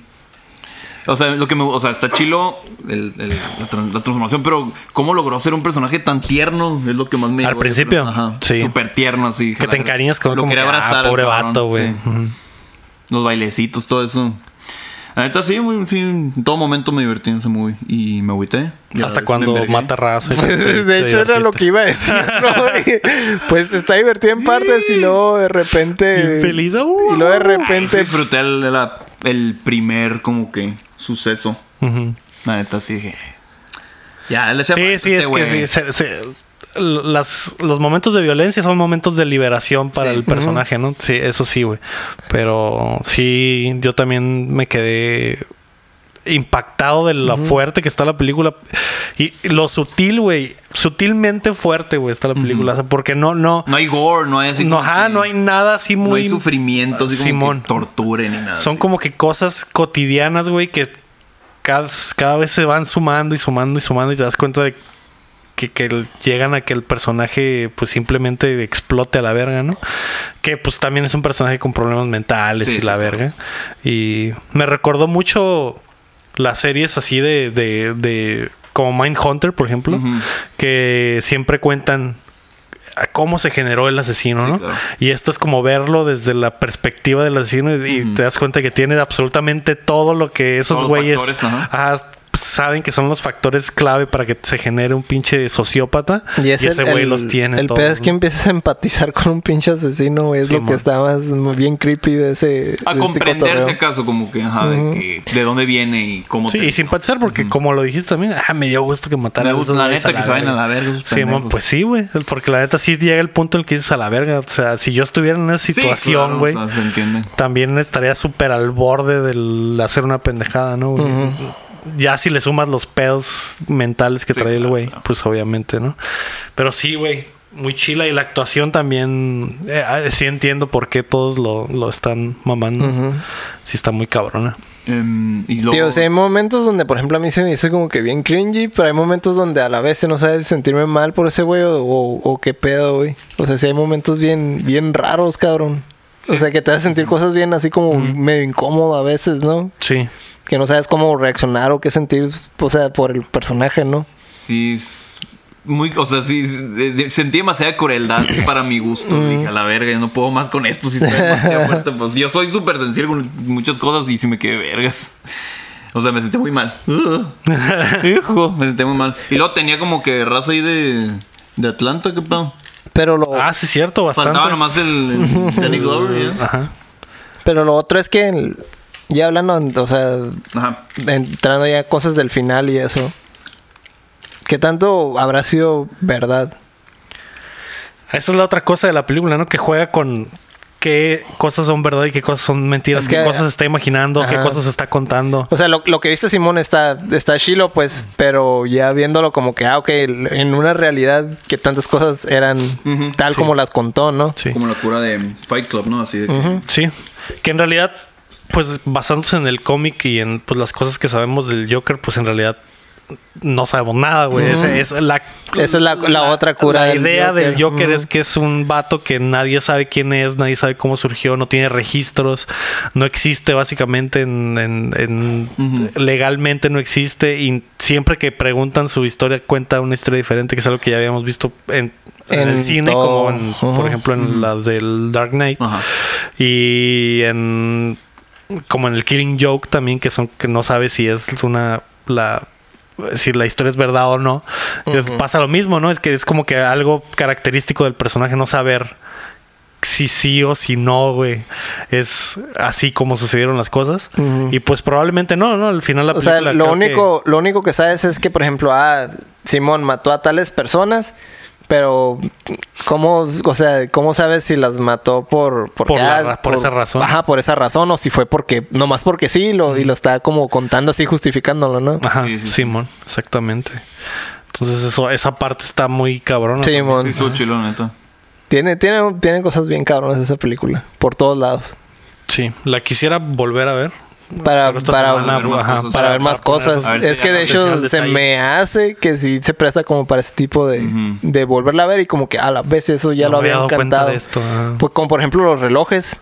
Speaker 1: O sea, lo que me, o sea, está chilo el- el- la, tran- la transformación, pero cómo logró ser un personaje tan tierno es lo que más me.
Speaker 2: Al
Speaker 1: llegó.
Speaker 2: principio,
Speaker 1: Ajá.
Speaker 2: sí.
Speaker 1: Súper tierno así.
Speaker 2: Que te encariñas con
Speaker 1: Lo
Speaker 2: como que,
Speaker 1: quería
Speaker 2: ah,
Speaker 1: abrazar. al
Speaker 2: pobre
Speaker 1: cabrón,
Speaker 2: vato, güey.
Speaker 1: sí.
Speaker 2: Ujú.
Speaker 1: Los bailecitos, todo eso. La neta sí, güey, sí, en todo momento me divertí en ese movie y me agüité. Y a la vez
Speaker 2: Hasta
Speaker 1: me
Speaker 2: cuando
Speaker 1: envergué.
Speaker 2: mata
Speaker 3: (laughs)
Speaker 2: raza. y te-
Speaker 3: Pues,
Speaker 2: te
Speaker 3: de hecho, era lo
Speaker 2: divertiste.
Speaker 3: que iba a decir.
Speaker 2: (laughs)
Speaker 3: ¿no? pues está divertido en partes y luego de repente.
Speaker 2: Bien feliz, ah,
Speaker 3: Y luego de
Speaker 1: Ay, sí
Speaker 3: repente.
Speaker 1: disfruté el, la- el primer, como que, suceso.
Speaker 2: Ujú.
Speaker 1: La neta sí dije. Ya, él
Speaker 2: Sí, sí, es que sí. se- se- las, los momentos de violencia son momentos de liberación para
Speaker 1: Sí.
Speaker 2: el personaje, ¿no? Sí, eso sí, güey. Pero sí, yo también me quedé impactado de lo fuerte que está la película y lo sutil, güey. Sutilmente fuerte, güey, está la película. O sea, porque no, no,
Speaker 1: No hay gore, no hay así.
Speaker 2: no,
Speaker 1: como
Speaker 2: ajá,
Speaker 1: que-
Speaker 2: no hay nada así muy.
Speaker 1: No hay sufrimiento, así como
Speaker 2: Simón.
Speaker 1: que torture ni nada.
Speaker 2: Son
Speaker 1: así.
Speaker 2: como que cosas cotidianas, güey, que cada, cada vez se van sumando y sumando y sumando y te das cuenta de que, que el- llegan a que el personaje pues simplemente explote a la verga, ¿no? Que pues también es un personaje con problemas mentales
Speaker 1: Sí,
Speaker 2: y
Speaker 1: sí,
Speaker 2: la
Speaker 1: claro.
Speaker 2: verga. Y me recordó mucho las series así de, de, de como Mindhunter, por ejemplo,
Speaker 1: Ujú.
Speaker 2: que siempre cuentan a cómo se generó el asesino,
Speaker 1: Sí,
Speaker 2: ¿no?
Speaker 1: claro.
Speaker 2: Y esto es como verlo desde la perspectiva del asesino y, y
Speaker 1: Ujú.
Speaker 2: te das cuenta que tiene absolutamente todo lo que esos
Speaker 1: Todos los
Speaker 2: güeyes
Speaker 1: factores, ajá.
Speaker 2: ah, saben que son los factores clave para que se genere un pinche sociópata. Y,
Speaker 3: es
Speaker 2: ese güey los tiene.
Speaker 3: El
Speaker 2: todos,
Speaker 3: pedo es
Speaker 2: ¿no?
Speaker 3: que empiezas a empatizar con un pinche asesino, güey. Es lo
Speaker 2: Simón.
Speaker 3: que está más bien creepy de ese. de
Speaker 1: A
Speaker 3: este
Speaker 1: comprender,
Speaker 3: cotorreo.
Speaker 1: si acaso, como que, ajá,
Speaker 3: Ujú.
Speaker 1: de, que, de dónde viene y cómo
Speaker 2: Sí,
Speaker 1: te-
Speaker 2: y simpatizar porque como lo dijiste también, ah, me dio gusto que mataran
Speaker 1: Me gusta,
Speaker 2: esos
Speaker 1: la
Speaker 2: güeyes
Speaker 1: neta, que se vayan a la verga esos
Speaker 2: Sí, mon,
Speaker 1: pendejos.
Speaker 2: pues sí, güey, porque la neta sí llega el punto en el que dices a la verga, o sea, si yo estuviera en esa
Speaker 1: Sí, claro,
Speaker 2: situación, güey,
Speaker 1: o sea, se entiende.
Speaker 2: también estaría súper al borde del hacer una pendejada, ¿no? güey? Ya si le sumas los pedos mentales que
Speaker 1: Sí,
Speaker 2: trae el
Speaker 1: claro,
Speaker 2: güey,
Speaker 1: claro.
Speaker 2: pues obviamente, ¿no? Pero sí, güey, muy chila y la actuación también, eh, ah, sí entiendo por qué todos lo, lo están mamando.
Speaker 3: Ujú.
Speaker 2: Sí está muy cabrona.
Speaker 1: Em, y luego.
Speaker 3: Tío, o sea, hay momentos donde, por ejemplo, a mí se me hizo como que bien cringy, pero hay momentos donde a la vez no sabes sentirme mal por ese güey o, o- o qué pedo, güey. O sea, sí hay momentos bien, bien raros, cabrón. O sea, que te hace sentir cosas bien así como medio incómodo a veces, ¿no?
Speaker 2: Sí.
Speaker 3: Que no sabes cómo reaccionar o qué sentir, o sea, por el personaje, ¿no?
Speaker 1: Sí, es muy, o sea, sí, es- de- de- sentí demasiada crueldad (coughs) para mi gusto. Dije, a la verga, yo no puedo más con esto, si está demasiado fuerte. Pues yo soy súper sensible con muchas cosas y si me quedé vergas. O sea, me sentí muy mal. Hijo, me sentí muy mal. Y luego tenía como que raza ahí de, de Atlanta, ¿qué pedo?
Speaker 3: Pero lo,
Speaker 2: Ah, sí, cierto, bastante.
Speaker 1: Faltaba nomás el, el Danny
Speaker 2: (laughs)
Speaker 3: Mm.
Speaker 1: Glover, ¿eh? ¿ya?
Speaker 2: Ajá.
Speaker 3: pero lo otro es que, el- ya hablando, o sea,
Speaker 1: Ajá.
Speaker 3: entrando ya a cosas del final y eso. ¿Qué tanto habrá sido verdad?
Speaker 2: Esa es la otra cosa de la película, ¿no? Que juega con qué cosas son verdad y qué cosas son mentiras,
Speaker 3: Es que-
Speaker 2: qué cosas se está imaginando, qué
Speaker 3: Ajá.
Speaker 2: cosas se está contando.
Speaker 3: O sea, lo, lo que viste Simón está, está chilo, pues, pero ya viéndolo como que, ah, ok, en una realidad que tantas cosas eran
Speaker 1: Ujú,
Speaker 3: tal como las contó, ¿no?
Speaker 2: Sí.
Speaker 1: Como la cura de Fight Club, ¿no? Así de que-
Speaker 2: Sí. Que en realidad, pues basándose en el cómic y en pues, las cosas que sabemos del Joker, pues en realidad no sabemos nada, güey. Esa es la,
Speaker 3: Esa es la- la otra cura
Speaker 2: La
Speaker 3: del
Speaker 2: idea del
Speaker 3: Joker.
Speaker 2: Joker
Speaker 3: Ujú.
Speaker 2: es que es un vato que nadie sabe quién es, nadie sabe cómo surgió, no tiene registros, no existe básicamente en, en- en- legalmente no existe y siempre que preguntan su historia cuenta una historia diferente, que es algo que ya habíamos visto en, en
Speaker 3: En
Speaker 2: el cine,
Speaker 3: todo.
Speaker 2: como en, por
Speaker 3: Ujú.
Speaker 2: ejemplo en las del Dark Knight.
Speaker 1: Ajá.
Speaker 2: Y en. Como en el Killing Joke también, que son. que no sabes si es una. la. Si la historia es verdad o no. Es- pasa lo mismo, ¿no? Es que es como que algo característico del personaje no saber si sí o si no, güey. Es así como sucedieron las cosas.
Speaker 3: Ujú.
Speaker 2: Y pues probablemente no, ¿no? Al final la
Speaker 3: O sea,
Speaker 2: película
Speaker 3: lo
Speaker 2: creo
Speaker 3: único, lo único que sabes es que, por ejemplo, ah, Simón mató a tales personas, pero ¿cómo, o sea, cómo sabes si las mató por... porque,
Speaker 2: Por la ra- por esa razón.
Speaker 3: Ajá, por esa razón, o si fue porque, nomás porque sí, lo, y lo está como contando así, justificándolo, ¿no?
Speaker 2: que- Ajá,
Speaker 1: Sí, sí, sí.
Speaker 2: Simón, exactamente. Entonces eso, esa parte está muy cabrona.
Speaker 1: Sí,
Speaker 3: Simón.
Speaker 1: estuvo chilo, neta.
Speaker 3: Tiene, tiene, tiene cosas bien cabronas esa película. Por todos lados.
Speaker 2: Sí, la quisiera volver a ver.
Speaker 3: Para,
Speaker 2: Pero esta
Speaker 3: para,
Speaker 2: semana,
Speaker 3: para,
Speaker 1: ajá,
Speaker 3: para
Speaker 1: para-
Speaker 3: ver más
Speaker 2: para poner-
Speaker 3: cosas.
Speaker 1: a ver si
Speaker 3: es
Speaker 1: ya
Speaker 3: que de
Speaker 1: no
Speaker 2: atención
Speaker 3: hecho
Speaker 2: al
Speaker 3: se
Speaker 2: detalle.
Speaker 3: me hace que sí se presta como para ese tipo de,
Speaker 1: Ujú.
Speaker 3: de volverla a ver y como que a la vez eso ya
Speaker 2: No
Speaker 3: lo
Speaker 2: me había
Speaker 3: había
Speaker 2: dado cuenta
Speaker 3: encantado.
Speaker 2: de esto, ah.
Speaker 3: Pues como por ejemplo los relojes.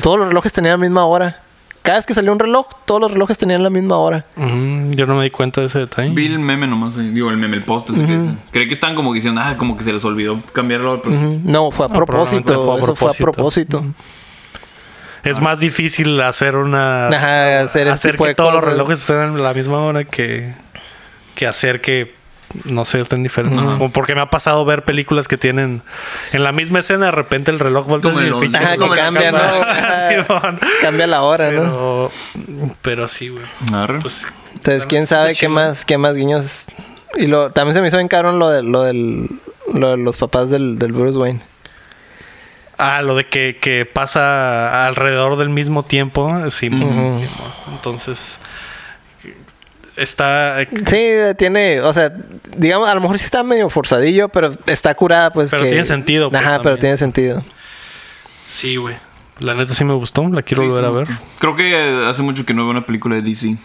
Speaker 3: Todos los relojes tenían la misma hora. Cada vez que salió un reloj, todos los relojes tenían la misma hora.
Speaker 2: Ujú, yo no me di cuenta de ese detalle.
Speaker 1: Vi el meme nomás, eh, digo, el meme, el post. ese que dicen. Creí que están como que diciendo, ah, como que se les olvidó cambiarlo. Pero...
Speaker 3: Ujú. No, fue a
Speaker 2: No, Ah, probablemente
Speaker 3: propósito.
Speaker 2: fue a
Speaker 3: eso fue a
Speaker 2: propósito.
Speaker 3: propósito.
Speaker 2: Es más difícil hacer una.
Speaker 3: Ajá, hacer ese
Speaker 2: hacer
Speaker 3: tipo
Speaker 2: que
Speaker 3: de
Speaker 2: todos los
Speaker 3: cosas.
Speaker 2: relojes estén a la misma hora que, que hacer que, no sé, estén diferentes. Como porque me ha pasado ver películas que tienen en la misma escena, de repente el reloj vuelve
Speaker 5: Como
Speaker 2: y
Speaker 5: el
Speaker 2: el
Speaker 5: once.
Speaker 2: pinche
Speaker 3: Ajá,
Speaker 2: reloj
Speaker 3: que
Speaker 5: la
Speaker 3: cambia, ¿no?
Speaker 5: cámara.
Speaker 2: (laughs)
Speaker 3: Ajá,
Speaker 2: Simón.
Speaker 3: cambia la hora, ¿no?
Speaker 2: Pero, pero sí, güey.
Speaker 1: Arre.
Speaker 2: Pues,
Speaker 3: Entonces, quién sabe qué
Speaker 2: chido.
Speaker 3: más, qué más guiños. Y lo, también se me hizo bien caro lo, de, lo, del, lo de los papás del, del Bruce Wayne.
Speaker 2: Ah, lo de que, que pasa alrededor del mismo tiempo. Sí,
Speaker 3: Ujú.
Speaker 2: sí, entonces. Está.
Speaker 3: Sí, tiene, o sea, digamos, a lo mejor sí está medio forzadillo, pero está curada, pues.
Speaker 2: Pero
Speaker 3: que-
Speaker 2: tiene sentido, pues,
Speaker 3: Ajá, pero
Speaker 2: también.
Speaker 3: tiene sentido.
Speaker 2: Sí, güey. La neta sí me gustó. La quiero volver a ver.
Speaker 1: Creo que hace mucho que no veo una película de DC.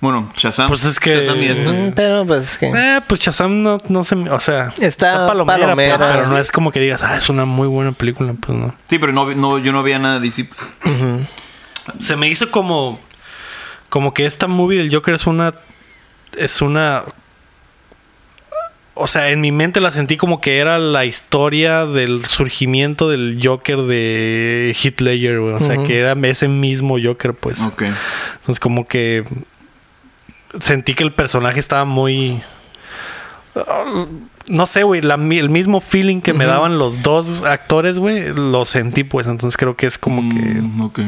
Speaker 1: Bueno, Shazam.
Speaker 2: Pues es que-
Speaker 1: Shazam y esta.
Speaker 2: Eh.
Speaker 3: Mm, Pero pues que.
Speaker 2: Eh, pues Shazam no, no se. me- O sea,
Speaker 3: Está
Speaker 2: palomera,
Speaker 3: palomera,
Speaker 2: pues, pero
Speaker 3: sí.
Speaker 2: no es como que digas, ah, es una muy buena película, pues no.
Speaker 1: Sí, pero no, vi- no, yo no veía nada de DC.
Speaker 3: ujú.
Speaker 2: Se me hizo como. Como que esta movie del Joker es una. Es una. O sea, en mi mente la sentí como que era la historia del surgimiento del Joker de Heath Ledger, güey. O sea,
Speaker 3: Ujú.
Speaker 2: que era ese mismo Joker, pues.
Speaker 1: Ok.
Speaker 2: Entonces, como que sentí que el personaje estaba muy. uh, No sé, güey, la mi- el mismo feeling que me daban los dos actores, güey, lo sentí, pues. Entonces creo que es como que
Speaker 1: Mm, ok.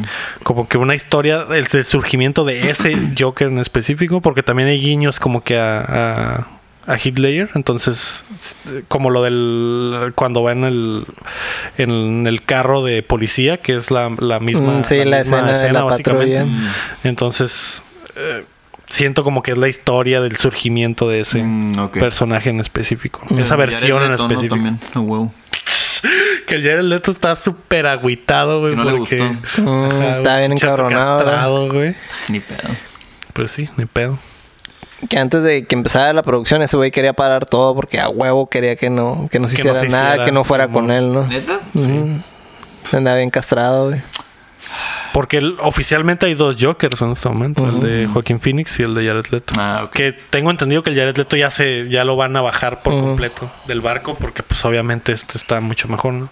Speaker 2: como que una historia del, del surgimiento de
Speaker 3: (clears throat)
Speaker 2: ese Joker en específico, porque también hay guiños como que a, a, a Heath Ledger. entonces como lo del cuando va en el en el carro de policía, que es la, la misma,
Speaker 3: Mm, sí, la
Speaker 2: misma
Speaker 3: escena de la patrulla.
Speaker 2: Entonces eh, siento como que es la historia del surgimiento de ese
Speaker 1: Mm, ok.
Speaker 2: personaje en específico,
Speaker 3: Mm.
Speaker 2: esa
Speaker 1: Jared
Speaker 2: versión en
Speaker 1: Leto, ¿no?
Speaker 2: específico.
Speaker 1: También. Ah, huevo.
Speaker 2: Que el Jared Leto está súper agüitado, güey,
Speaker 1: Que no le
Speaker 2: porque
Speaker 1: gustó.
Speaker 3: Mm,
Speaker 2: Ajá,
Speaker 3: está
Speaker 2: güey,
Speaker 3: bien
Speaker 2: pinche
Speaker 3: encabronado,
Speaker 2: castrado, güey.
Speaker 1: Ni pedo.
Speaker 2: Pues sí, ni pedo.
Speaker 3: Que antes de que empezara la producción, ese güey quería parar todo porque a huevo quería que no, que no se
Speaker 2: Que no
Speaker 3: hiciera
Speaker 2: se
Speaker 3: nada,
Speaker 2: hiciera,
Speaker 3: que no fuera
Speaker 2: sí,
Speaker 3: con
Speaker 2: mo-
Speaker 3: él, ¿no?
Speaker 1: ¿Neta?
Speaker 3: Ujú. Andaba bien castrado, güey.
Speaker 2: Porque el- oficialmente hay dos Jokers en este momento, el de Joaquín Phoenix y el de Jared Leto.
Speaker 1: Ah, ok.
Speaker 2: Que tengo entendido que el Jared Leto ya se ya lo van a bajar por completo del barco porque pues obviamente este está mucho mejor, ¿no?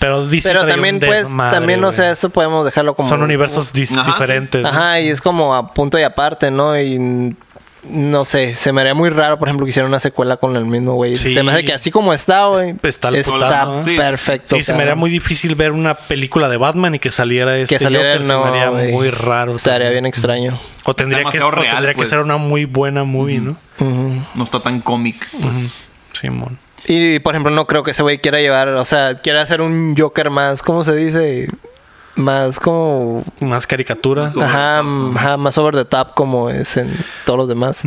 Speaker 2: Pero dice
Speaker 3: Pero también, pues, también, o sea, eso podemos dejarlo como.
Speaker 2: son universos dis-
Speaker 1: Ajá, sí.
Speaker 2: diferentes. ¿no?
Speaker 3: Ajá, y es como a punto y aparte, ¿no? Y mm, no sé, se me haría muy raro, por ejemplo, que hicieran una secuela con el mismo güey.
Speaker 2: Sí.
Speaker 3: Se me hace que así como está, güey.
Speaker 2: Es- está al putazo, ¿eh?
Speaker 1: Sí.
Speaker 3: perfecto.
Speaker 2: Sí, se me haría
Speaker 3: cabrón.
Speaker 2: muy difícil ver una película de Batman y que saliera este
Speaker 3: Que saliera
Speaker 2: Joker,
Speaker 3: el
Speaker 2: se me
Speaker 3: no,
Speaker 2: haría
Speaker 3: güey.
Speaker 2: muy raro.
Speaker 3: Estaría bien extraño.
Speaker 2: O tendría, que,
Speaker 1: Demasiado
Speaker 2: o
Speaker 1: real,
Speaker 2: tendría que
Speaker 1: pues.
Speaker 2: ser una muy buena movie, ¿no?
Speaker 3: Ujú.
Speaker 1: No está tan cómic.
Speaker 2: Pues Simón.
Speaker 3: Y, por ejemplo, no creo que ese güey quiera llevar, o sea, quiera hacer un Joker más, ¿cómo se dice? Más como...
Speaker 2: Más caricatura.
Speaker 1: Sobre
Speaker 3: ajá, m- ajá, más over the top como es en todos los demás.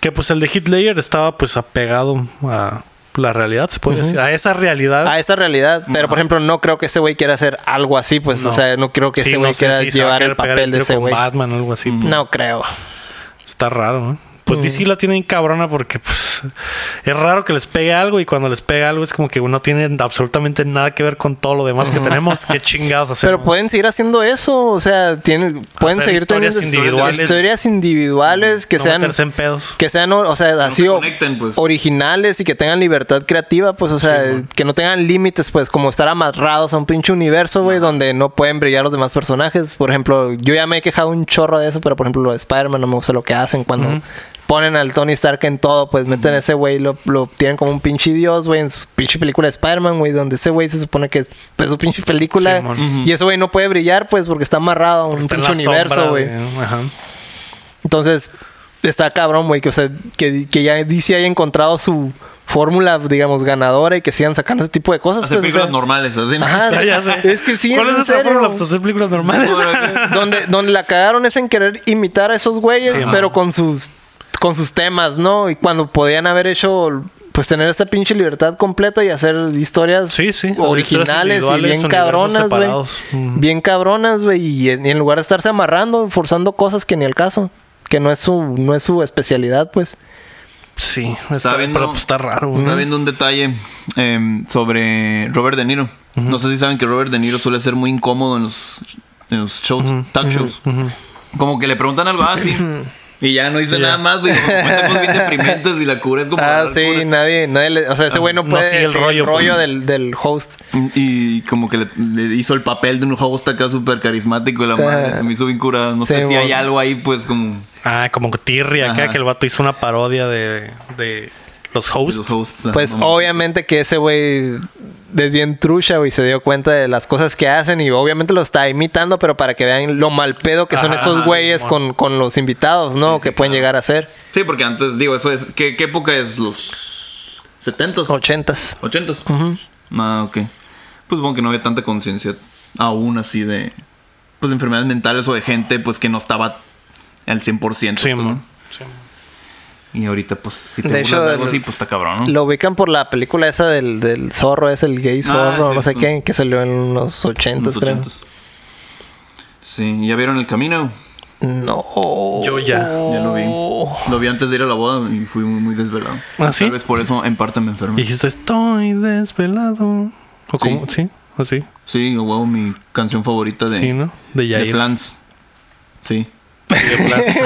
Speaker 2: Que pues el de Hitler estaba pues apegado a la realidad, se podría decir. A esa realidad.
Speaker 3: A esa realidad, pero por ejemplo, no creo que este güey quiera hacer algo así, pues,
Speaker 2: No.
Speaker 3: o sea, no creo que
Speaker 2: Sí,
Speaker 3: este güey
Speaker 2: no sé
Speaker 3: quiera
Speaker 2: si se va a
Speaker 3: llevar
Speaker 2: querer
Speaker 3: el
Speaker 2: pegar
Speaker 3: papel de
Speaker 2: tiro
Speaker 3: ese
Speaker 2: con
Speaker 3: güey.
Speaker 2: Batman o algo así. pues.
Speaker 3: No Mm. creo.
Speaker 2: Está raro, ¿no? Pues DC la tienen cabrona porque pues es raro que les pegue algo y cuando les pega algo es como que no tiene absolutamente nada que ver con todo lo demás que tenemos. Qué chingados hacemos.
Speaker 3: (laughs) Pero pues, pueden seguir haciendo eso, o sea, tienen, pueden
Speaker 2: Hacer
Speaker 3: seguir
Speaker 2: historias
Speaker 3: teniendo
Speaker 2: individuales.
Speaker 3: historias individuales que
Speaker 2: no
Speaker 3: sean
Speaker 2: meterse en pedos.
Speaker 3: que sean, o o sea, así
Speaker 1: se
Speaker 3: o-
Speaker 1: conecten, pues.
Speaker 3: originales y que tengan libertad creativa, pues, o sea, que no tengan límites, pues, como estar amarrados a un pinche universo, güey, donde no pueden brillar los demás personajes. Por ejemplo, yo ya me he quejado un chorro de eso, pero por ejemplo, lo de Spider-Man no me gusta lo que hacen cuando ponen al Tony Stark en todo, pues meten a ese güey, lo, lo tienen como un pinche dios, güey, en su pinche película de Spider-Man, güey, donde ese güey se supone que es su pinche película
Speaker 2: Simón.
Speaker 3: y ese güey no puede brillar, pues, porque está amarrado a un
Speaker 2: Está en
Speaker 3: pinche
Speaker 2: la sombra
Speaker 3: universo, güey.
Speaker 2: de- Ajá.
Speaker 3: Entonces, está cabrón, güey, que, o sea, que, que ya DC haya encontrado su fórmula, digamos, ganadora y que sigan sacando ese tipo de cosas.
Speaker 1: Hacer
Speaker 3: pues, o sea,
Speaker 1: películas normales. Así, ¿no?
Speaker 3: Ajá,
Speaker 2: Ya, ya sé.
Speaker 3: Es que Ah, sí,
Speaker 2: ¿Cuál
Speaker 3: es
Speaker 2: es
Speaker 3: en
Speaker 2: nuestra
Speaker 3: serio.
Speaker 2: fórmula? Pues hacer películas normales.
Speaker 1: (laughs)
Speaker 3: (laughs) donde, donde la cagaron es en querer imitar a esos güeyes,
Speaker 2: Sí,
Speaker 3: pero
Speaker 2: ajá.
Speaker 3: con sus, con sus temas, ¿no? Y cuando podían haber hecho, pues tener esta pinche libertad completa y hacer historias
Speaker 2: Sí, sí, hacer historias
Speaker 3: originales y
Speaker 2: individuales,
Speaker 3: bien
Speaker 2: universos
Speaker 3: cabronas, güey.
Speaker 2: separados. Ujú.
Speaker 3: Bien cabronas, güey. Y en, y en lugar de estarse amarrando, forzando cosas que ni el caso. Que no es su, no es su especialidad, pues.
Speaker 2: Sí, está,
Speaker 1: viendo-
Speaker 2: pero pues, está raro. güey.
Speaker 1: Estaba viendo un detalle em, sobre Robert De Niro. No sé si saben que Robert De Niro suele ser muy incómodo en los, en los shows, talk shows. Como que le preguntan algo, ah, sí. Y ya no hice nada más, güey. Como cuentas
Speaker 3: (laughs)
Speaker 1: bien deprimentes y la cura es como.
Speaker 3: Ah,
Speaker 1: agarrar
Speaker 3: sí,
Speaker 1: cura.
Speaker 3: nadie, nadie le- O sea, ese güey no
Speaker 2: no
Speaker 3: puede
Speaker 2: sigue el
Speaker 3: decir
Speaker 2: rollo, pues.
Speaker 3: del, del host.
Speaker 1: Y como que le, le hizo el papel de un host acá súper carismático y la
Speaker 3: Ajá.
Speaker 1: madre se me hizo bien curada. No
Speaker 3: Sí,
Speaker 1: sé si hay
Speaker 3: bueno.
Speaker 1: algo ahí, pues como
Speaker 2: Ah, como Tirri acá,
Speaker 1: Ajá.
Speaker 2: que el vato hizo una parodia de, de los hosts.
Speaker 1: los hosts. ah,
Speaker 3: Pues
Speaker 1: no.
Speaker 3: obviamente que ese güey es bien trucha, güey, se dio cuenta de las cosas que hacen y obviamente lo está imitando, pero para que vean lo mal pedo que son
Speaker 2: Ajá,
Speaker 3: esos
Speaker 2: sí,
Speaker 3: güeyes
Speaker 2: bueno.
Speaker 3: con, con los invitados, ¿no? que pueden llegar a ser.
Speaker 1: Sí, porque antes, digo, eso es. ¿Qué, qué época es? ¿Los 70s?
Speaker 3: Ochentas.
Speaker 1: 80s. Ah, ok. Pues supongo que no había tanta conciencia aún así de. Pues de enfermedades mentales o de gente, pues que no estaba al 100%.
Speaker 2: Sí,
Speaker 1: pues,
Speaker 2: mo.
Speaker 1: ¿no?
Speaker 2: Sí, mo.
Speaker 1: Y ahorita, pues, si te
Speaker 3: De
Speaker 1: burlas
Speaker 3: hecho,
Speaker 1: de algo
Speaker 3: el-
Speaker 1: así, pues está cabrón, ¿no?
Speaker 3: Lo ubican por la película esa del, del zorro, es el gay zorro, no sé
Speaker 1: cierto.
Speaker 3: qué, que salió en los
Speaker 1: En
Speaker 3: ochentas,
Speaker 1: los
Speaker 3: creo.
Speaker 1: 80s. Sí, ¿ya vieron el camino?
Speaker 3: No.
Speaker 2: Yo ya.
Speaker 1: Ya lo vi. Lo vi antes de ir a la boda y fui muy, muy desvelado.
Speaker 2: Oh. ¿Ah, sí?
Speaker 1: Tal vez por eso en parte me enfermé.
Speaker 2: Dijiste, estoy desvelado. ¿O cómo? ¿Sí? ¿O sí?
Speaker 1: Sí, wow, mi canción favorita de,
Speaker 2: Sí, ¿no? De
Speaker 1: de
Speaker 2: Yair.
Speaker 1: Flans. Sí.
Speaker 2: De
Speaker 1: (laughs)
Speaker 2: Flans.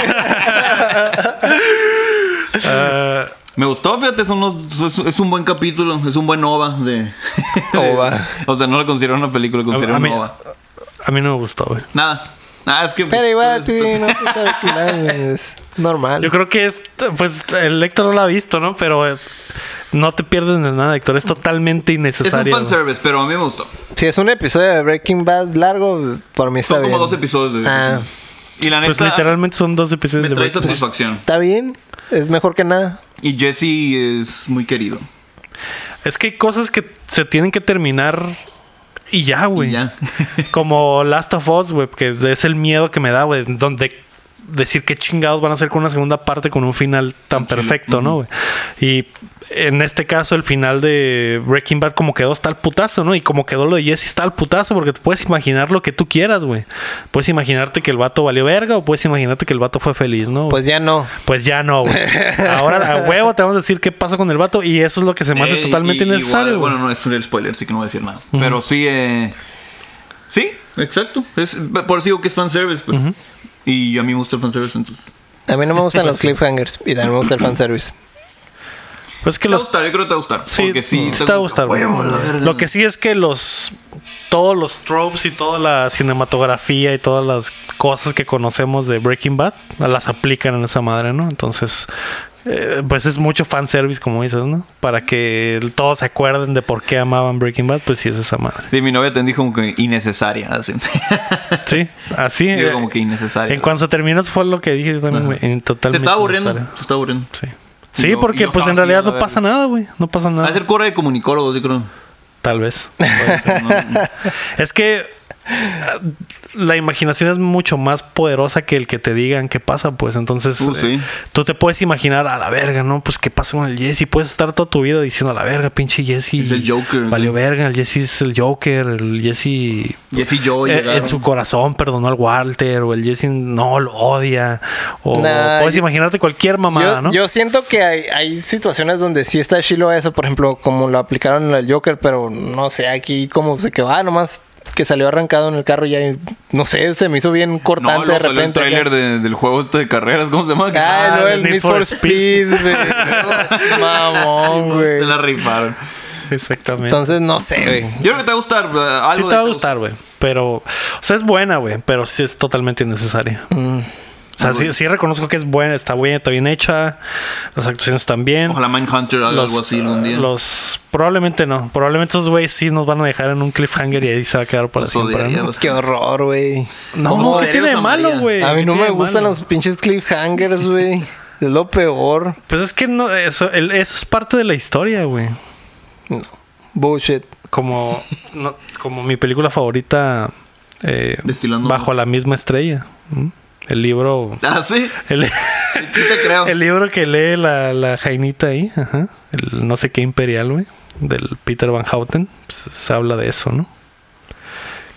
Speaker 2: Ah,
Speaker 1: Me gustó, fíjate, son los- es, es un buen capítulo, es un buen OVA de...
Speaker 3: Ova.
Speaker 1: o sea, no lo considero una película, lo considero
Speaker 2: a, mí,
Speaker 1: un OVA.
Speaker 2: a mí no me gustó, güey.
Speaker 1: Nada, nada, es que...
Speaker 3: Pero igual,
Speaker 1: pues,
Speaker 3: sí, no te estaba culando, es normal.
Speaker 2: Yo creo que es, pues, el Héctor no lo ha visto, ¿no? Pero eh, no te pierdes de nada, Héctor. Es totalmente
Speaker 1: Es un
Speaker 2: innecesario. güey.
Speaker 1: fanservice, pero a mí me gustó.
Speaker 3: Si es un episodio de Breaking Bad largo, por mí está
Speaker 1: Son
Speaker 3: bien.
Speaker 1: como dos episodios. de-
Speaker 3: Ah,
Speaker 1: y la
Speaker 2: Pues
Speaker 1: neta,
Speaker 2: literalmente son dos episodios
Speaker 1: me
Speaker 2: de
Speaker 1: trae
Speaker 2: Breaking Bad.
Speaker 1: satisfacción.
Speaker 3: está bien. Es mejor que nada.
Speaker 1: Y Jesse es muy querido.
Speaker 2: Es que hay cosas que se tienen que terminar y ya, güey.
Speaker 1: Y
Speaker 2: (laughs)
Speaker 1: ya.
Speaker 2: Como Last of Us, güey, que es el miedo que me da, güey, donde decir qué chingados van a hacer con una segunda parte con un final tan perfecto, ¿no, güey? Y en este caso el final de Breaking Bad como quedó está al putazo, ¿no? Y como quedó lo de Jesse está al putazo porque te puedes imaginar lo que tú quieras, güey. Puedes imaginarte que el vato valió verga o puedes imaginarte que el vato fue feliz, ¿no?
Speaker 3: Pues ya no.
Speaker 2: Pues ya no,
Speaker 1: (laughs)
Speaker 2: güey. Ahora a huevo te vamos a decir qué pasa con el vato y eso es lo que se me hace
Speaker 1: Eh,
Speaker 2: totalmente
Speaker 1: y- igual,
Speaker 2: innecesario. güey.
Speaker 1: bueno, no es un spoiler, así que no voy a decir nada. Pero sí, eh, sí, exacto. Es, por eso digo que es fanservice, pues. Y a mí me gusta el fanservice, entonces.
Speaker 3: A mí no me gustan
Speaker 1: (laughs)
Speaker 3: los cliffhangers y también me gusta el fanservice.
Speaker 2: Pues es
Speaker 1: te
Speaker 2: que
Speaker 1: va a
Speaker 2: los
Speaker 1: gustar, yo creo que te va a gustar.
Speaker 2: Sí,
Speaker 1: porque sí,
Speaker 2: sí te va a
Speaker 1: como-
Speaker 2: gustar. güey.
Speaker 1: Huevo, la verga.
Speaker 2: Lo que sí es que los todos los tropes y toda la cinematografía y todas las cosas que conocemos de Breaking Bad las aplican en esa madre, ¿no? Entonces, eh, pues es mucho fanservice, como dices, ¿no? Para que todos se acuerden de por qué amaban Breaking Bad, pues sí es esa madre.
Speaker 1: Sí, mi novia te dijo como que innecesaria, así. (laughs)
Speaker 2: Sí, así.
Speaker 1: Digo
Speaker 2: eh,
Speaker 1: como que innecesaria.
Speaker 2: en cuanto terminas fue lo que dije yo también, güey. en
Speaker 1: se
Speaker 2: Totalmente.
Speaker 1: está aburriendo,
Speaker 2: innecesario.
Speaker 1: se está aburriendo.
Speaker 2: Sí.
Speaker 1: Y
Speaker 2: Sí,
Speaker 1: yo- y
Speaker 2: porque
Speaker 1: yo
Speaker 2: pues
Speaker 1: estaba así,
Speaker 2: en realidad
Speaker 1: a la
Speaker 2: no pasa nada, güey. No pasa
Speaker 1: Va a
Speaker 2: nada.
Speaker 1: ser cura de comunicólogos, yo creo. (laughs)
Speaker 2: Tal vez.
Speaker 1: No,
Speaker 2: (laughs)
Speaker 1: no.
Speaker 2: Es que ah, la imaginación es mucho más poderosa que el que te digan qué pasa, pues entonces
Speaker 1: Uh, sí.
Speaker 2: eh, tú te puedes imaginar a la verga, ¿no? Pues qué pasa con el Jesse, puedes estar toda tu vida diciendo a la verga, pinche Jesse.
Speaker 1: Es el Joker,
Speaker 2: Valió
Speaker 1: ¿no?
Speaker 2: verga, el Jesse es el Joker, el Jesse
Speaker 1: Jesse y yo
Speaker 2: eh,
Speaker 1: llegaron.
Speaker 2: en su corazón perdonó al Walter o el Jesse no lo odia o
Speaker 3: Nah,
Speaker 2: puedes
Speaker 3: yo-
Speaker 2: imaginarte cualquier mamada,
Speaker 3: yo,
Speaker 2: ¿no?
Speaker 3: yo siento que hay, hay situaciones donde sí está chilo eso, por ejemplo, como lo aplicaron en el Joker, pero no sé, aquí como se quedó, ah, nomás que salió arrancado en el carro y ya, no sé, se me hizo bien
Speaker 1: No,
Speaker 3: cortante
Speaker 1: luego
Speaker 3: de
Speaker 1: salió el
Speaker 3: repente.
Speaker 1: trailer de- del juego este de carreras, ¿cómo se llama? Que (laughs)
Speaker 3: Ah,
Speaker 2: Ah,
Speaker 3: no,
Speaker 2: el
Speaker 3: el Need for Speed, güey. (laughs) Mamón,
Speaker 1: se
Speaker 3: güey.
Speaker 1: la rifaron.
Speaker 2: Exactamente.
Speaker 3: Entonces, no sé, güey.
Speaker 1: Yo creo que te va a gustar. eh, Algo
Speaker 2: Sí
Speaker 1: de
Speaker 2: te va a gustar, güey. Pero, o sea, es buena, güey. Pero sí es totalmente innecesaria. O sea, sí, sí reconozco que es buena, está buena, está bien hecha. Las actuaciones están bien.
Speaker 1: Ojalá Mindhunter haga
Speaker 2: los,
Speaker 1: algo así algún día.
Speaker 2: los- probablemente no. Probablemente esos güeyes sí nos van a dejar en un cliffhanger y ahí se va a quedar para
Speaker 1: Los
Speaker 2: siempre.
Speaker 1: odiaría
Speaker 2: ¿no?
Speaker 1: bastante.
Speaker 3: Pues Qué horror, güey.
Speaker 2: No,
Speaker 1: ¿Cómo
Speaker 2: ¿qué
Speaker 1: odiarías
Speaker 2: tiene de
Speaker 1: a
Speaker 2: malo,
Speaker 1: María?
Speaker 2: güey?
Speaker 3: A mí
Speaker 2: ¿Qué
Speaker 3: no
Speaker 2: tiene
Speaker 3: me
Speaker 2: de
Speaker 3: gustan
Speaker 2: malo?
Speaker 3: los pinches cliffhangers, güey. Es lo peor.
Speaker 2: Pues es que no, eso, el- eso es parte de la historia, güey.
Speaker 3: No. Bullshit.
Speaker 2: Como, no- como mi película favorita, eh,
Speaker 1: Destilando
Speaker 2: Bajo la misma estrella. ¿m? El libro.
Speaker 1: Ah, sí.
Speaker 2: El,
Speaker 1: Sí te creo.
Speaker 2: El libro que lee la, la Jainita ahí, ajá, el no sé qué imperial, güey, del Peter Van Houten, pues, se habla de eso, ¿no?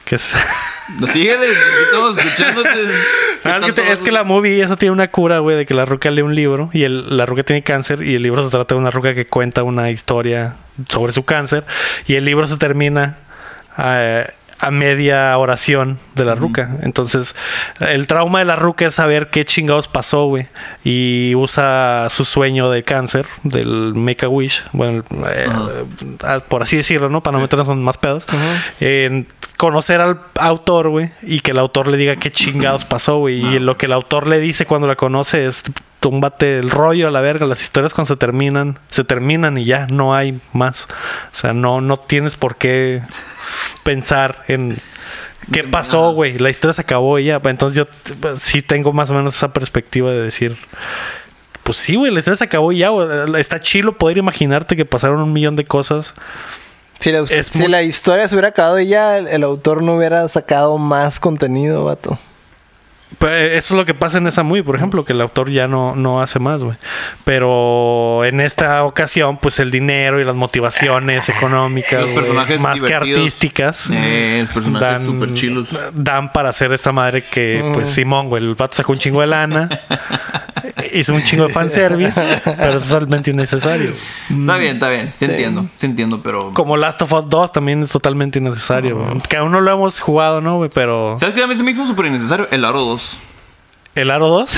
Speaker 2: Que es,
Speaker 1: Síguele, estamos escuchándote.
Speaker 2: Ah, es que te- es que la movie esa tiene una cura, güey, de que la ruca lee un libro y el- la ruca tiene cáncer y el libro se trata de una ruca que cuenta una historia sobre su cáncer y el libro se termina eh, a media oración de la ruca. Entonces, el trauma de la ruca es saber qué chingados pasó, güey. Y usa su sueño de cáncer, del Make a Wish, bueno, eh, ah, por así decirlo, ¿no? Para no meternos en más pedos. En conocer al autor, güey, y que el autor le diga qué chingados pasó, güey. Y lo que el autor le dice cuando la conoce es túmbate el rollo a la verga. Las historias cuando se terminan, se terminan y ya, no hay más. O sea, no, no tienes por qué pensar en qué pasó, güey. La historia se acabó y ya. Entonces yo t- sí tengo más o menos esa perspectiva de decir. Pues sí, güey, la historia se acabó y ya, güey. Está chilo poder imaginarte que pasaron un millón de cosas.
Speaker 3: Si la,
Speaker 2: Es
Speaker 3: si
Speaker 2: muy-
Speaker 3: la historia se hubiera acabado y ya, el, el autor no hubiera sacado más contenido, vato.
Speaker 2: Pues, eh, eso es lo que pasa en esa movie, por ejemplo, que el autor ya no, no hace más, güey. Pero en esta ocasión, pues el dinero y las motivaciones económicas,
Speaker 5: Ah, Los
Speaker 2: güey,
Speaker 5: personajes
Speaker 2: más que
Speaker 5: divertidos.
Speaker 2: artísticas,
Speaker 5: Eh, los personajes
Speaker 2: dan,
Speaker 5: super chilos.
Speaker 2: dan para hacer esta madre que, pues Simón, güey, el vato sacó un chingo
Speaker 5: (laughs)
Speaker 2: de lana, hizo un chingo de fanservice, pero es totalmente innecesario.
Speaker 5: Está bien, está bien. Sí, entiendo. Sí entiendo, pero...
Speaker 2: Como Last of Us 2 también es totalmente innecesario. güey. Que aún no lo hemos jugado, ¿no, güey? Pero...
Speaker 5: ¿Sabes qué? A mí se me hizo súper innecesario. El aro 2.
Speaker 2: ¿El Aro 2?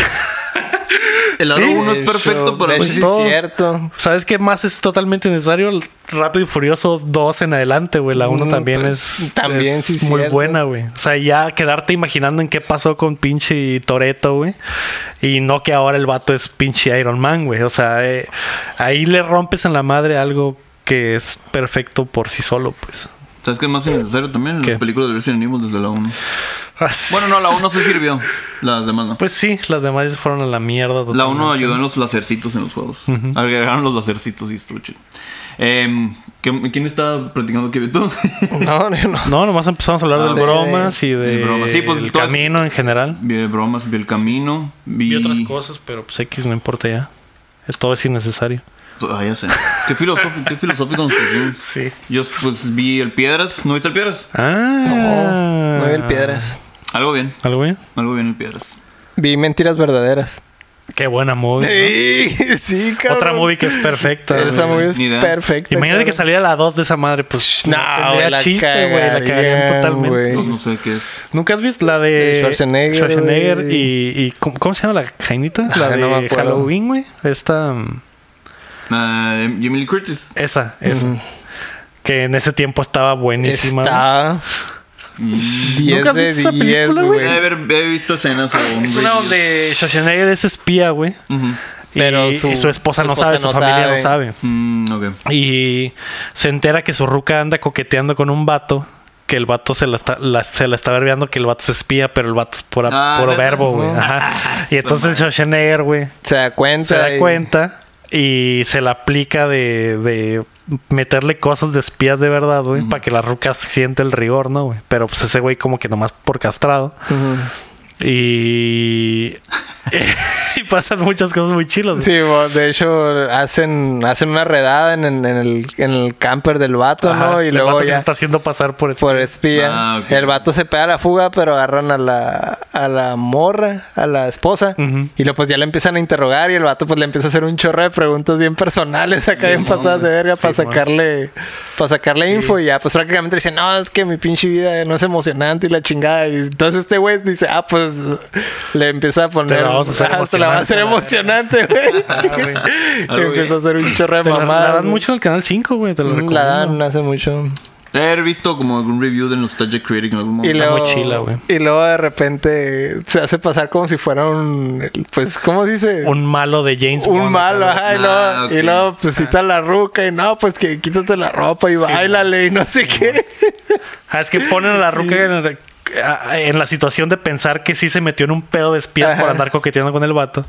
Speaker 5: El aro 1 es perfecto,
Speaker 3: para
Speaker 5: pero...
Speaker 2: hecho,
Speaker 5: pues,
Speaker 2: sí.
Speaker 3: es
Speaker 2: todo.
Speaker 3: cierto.
Speaker 2: (laughs) ¿Sabes qué más es totalmente necesario? El Rápido y Furioso 2 en adelante, güey. La 1
Speaker 3: Mm,
Speaker 2: también
Speaker 3: pues,
Speaker 2: es,
Speaker 3: también
Speaker 2: es
Speaker 3: sí es
Speaker 2: muy
Speaker 3: cierto.
Speaker 2: buena, güey. O sea, ya quedarte imaginando en qué pasó con pinche Toreto, güey. Y no que ahora el vato es pinche Iron Man, güey. O sea, eh, ahí le rompes en la madre algo que es perfecto por sí solo, pues.
Speaker 5: ¿Sabes qué es más innecesario también?
Speaker 2: ¿Qué?
Speaker 5: Las películas de Resident Evil desde la 1.
Speaker 2: Así-
Speaker 5: Bueno, no, la 1 se sirvió. Las demás no.
Speaker 2: Pues sí, las demás fueron a la mierda.
Speaker 5: La 1
Speaker 2: totalmente.
Speaker 5: ayudó en los lacercitos en los juegos. Agregaron los lacercitos y estuche. Em, ¿qué- ¿Quién está practicando que
Speaker 2: (laughs)
Speaker 5: tú?
Speaker 3: No, (laughs) no, no.
Speaker 2: No, nomás empezamos a hablar
Speaker 5: Ah,
Speaker 2: de
Speaker 3: sí.
Speaker 2: bromas y de,
Speaker 5: De bromas. Sí, pues,
Speaker 2: el
Speaker 5: todas-
Speaker 2: camino en general.
Speaker 5: vi de bromas, vi el camino, vi...
Speaker 2: y otras cosas, pero pues X no importa ya. Es- Todo es innecesario.
Speaker 5: Ah, ya sé. Qué filosófico, qué filosófico nos pusimos.
Speaker 2: Sí.
Speaker 5: Yo pues vi el Piedras. ¿No viste el Piedras?
Speaker 2: Ah.
Speaker 3: No vi el piedras.
Speaker 5: Algo bien.
Speaker 2: ¿Algo bien?
Speaker 5: Algo bien el Piedras.
Speaker 3: Vi mentiras verdaderas.
Speaker 2: Qué buena movie.
Speaker 3: Sí, sí,
Speaker 2: ¿no?
Speaker 3: cabrón.
Speaker 2: Otra movie que es perfecta.
Speaker 3: Esa
Speaker 2: güey.
Speaker 3: movie
Speaker 5: Ni idea.
Speaker 3: es perfecta.
Speaker 2: Imagínate que
Speaker 3: cabrón.
Speaker 2: saliera la 2 de esa madre, pues
Speaker 3: No, güey, la
Speaker 2: La cagarían
Speaker 3: cagarían,
Speaker 2: totalmente.
Speaker 3: güey.
Speaker 5: No, no sé qué es.
Speaker 2: ¿Nunca has visto la de
Speaker 3: De Schwarzenegger,
Speaker 2: Schwarzenegger
Speaker 3: güey.
Speaker 2: y, y ¿cómo, cómo se llama la jainita? La
Speaker 3: Ah,
Speaker 2: de
Speaker 3: no me acuerdo.
Speaker 2: Halloween, güey. Esta mm,
Speaker 5: Ah, Jamie Lee Curtis.
Speaker 2: esa, esa. Que en ese tiempo estaba buenísima. güey.
Speaker 3: Está
Speaker 5: Mm.
Speaker 2: ¿Nunca
Speaker 3: 10
Speaker 2: has
Speaker 3: de
Speaker 2: visto esa
Speaker 3: 10,
Speaker 2: película, güey?
Speaker 5: He de
Speaker 3: güey.
Speaker 5: haber- he visto escenas o un
Speaker 2: Es una
Speaker 5: review.
Speaker 2: donde Schwarzenegger es espía, güey.
Speaker 5: Ujú.
Speaker 2: Pero
Speaker 3: Pero
Speaker 2: y, y su,
Speaker 3: su-
Speaker 2: esposa
Speaker 3: su
Speaker 2: no
Speaker 3: esposa
Speaker 2: sabe, su
Speaker 3: no
Speaker 2: familia no sabe.
Speaker 5: Mm, ok.
Speaker 2: Y se entera que su ruca anda coqueteando con un vato. Que el vato se la está, la- se la está verbeando, que el vato se espía, pero el vato es pura,
Speaker 5: Ah,
Speaker 2: puro
Speaker 5: neta.
Speaker 2: verbo, güey. Ajá. Y entonces Schwarzenegger, güey,
Speaker 3: Se da cuenta.
Speaker 2: se da
Speaker 3: y-
Speaker 2: cuenta y se la aplica de, de meterle cosas de espías de verdad, güey, para que la ruca siente el rigor, ¿no, güey? Pero pues ese güey como que nomás por castrado.
Speaker 3: Ujú.
Speaker 2: Y... (laughs) y pasan muchas cosas muy chilas, güey.
Speaker 3: Sí, bo- de hecho, hacen, hacen una redada en, en- en el, en el camper del vato,
Speaker 2: Ajá,
Speaker 3: ¿no? Y
Speaker 2: el vato
Speaker 3: luego
Speaker 2: que se
Speaker 3: ya
Speaker 2: está haciendo pasar por eso.
Speaker 3: por espía.
Speaker 5: Ah, ok.
Speaker 3: El vato se pega a la fuga, pero agarran a la, a la morra, a la esposa.
Speaker 2: Ujú.
Speaker 3: Y luego pues ya le empiezan a interrogar y el vato pues le empieza a hacer un chorro de preguntas bien personales acá bien pasadas de verga para
Speaker 2: Simón.
Speaker 3: sacarle, para sacarle info. Y ya pues prácticamente dice, no, es que mi pinche vida no es emocionante y la chingada. Y entonces este güey dice, ah, pues le empieza a poner...
Speaker 2: vamos
Speaker 3: (laughs)
Speaker 2: a hacer Ah,
Speaker 3: "Ah, se la va a
Speaker 2: (laughs)
Speaker 3: hacer emocionante, güey.
Speaker 2: güey.
Speaker 3: (laughs) y empieza a hacer un chorro de
Speaker 2: Te la, la
Speaker 3: mamadas.
Speaker 2: dan
Speaker 3: güey.
Speaker 2: mucho en el canal 5, güey. Te lo
Speaker 3: Mm,
Speaker 2: recomiendo.
Speaker 3: La dan hace mucho.
Speaker 5: He de haber visto como algún review de Nostalgia Critic en algún momento.
Speaker 2: Está muy chila, güey.
Speaker 3: y luego de repente se hace pasar como si fuera un, pues, ¿cómo se dice?
Speaker 2: Un malo de James
Speaker 3: Un
Speaker 2: Bond.
Speaker 3: malo,
Speaker 2: güey.
Speaker 3: ajá, y
Speaker 5: Ah,
Speaker 3: luego,
Speaker 5: ok.
Speaker 3: y luego, pues cita a la ruca y no, pues que quítate la ropa y bailale y no sé qué.
Speaker 2: Ah, es que ponen a la ruca en, el- a- en la situación de pensar que sí se metió en un pedo de espías
Speaker 3: Ajá.
Speaker 2: por andar coqueteando con el vato.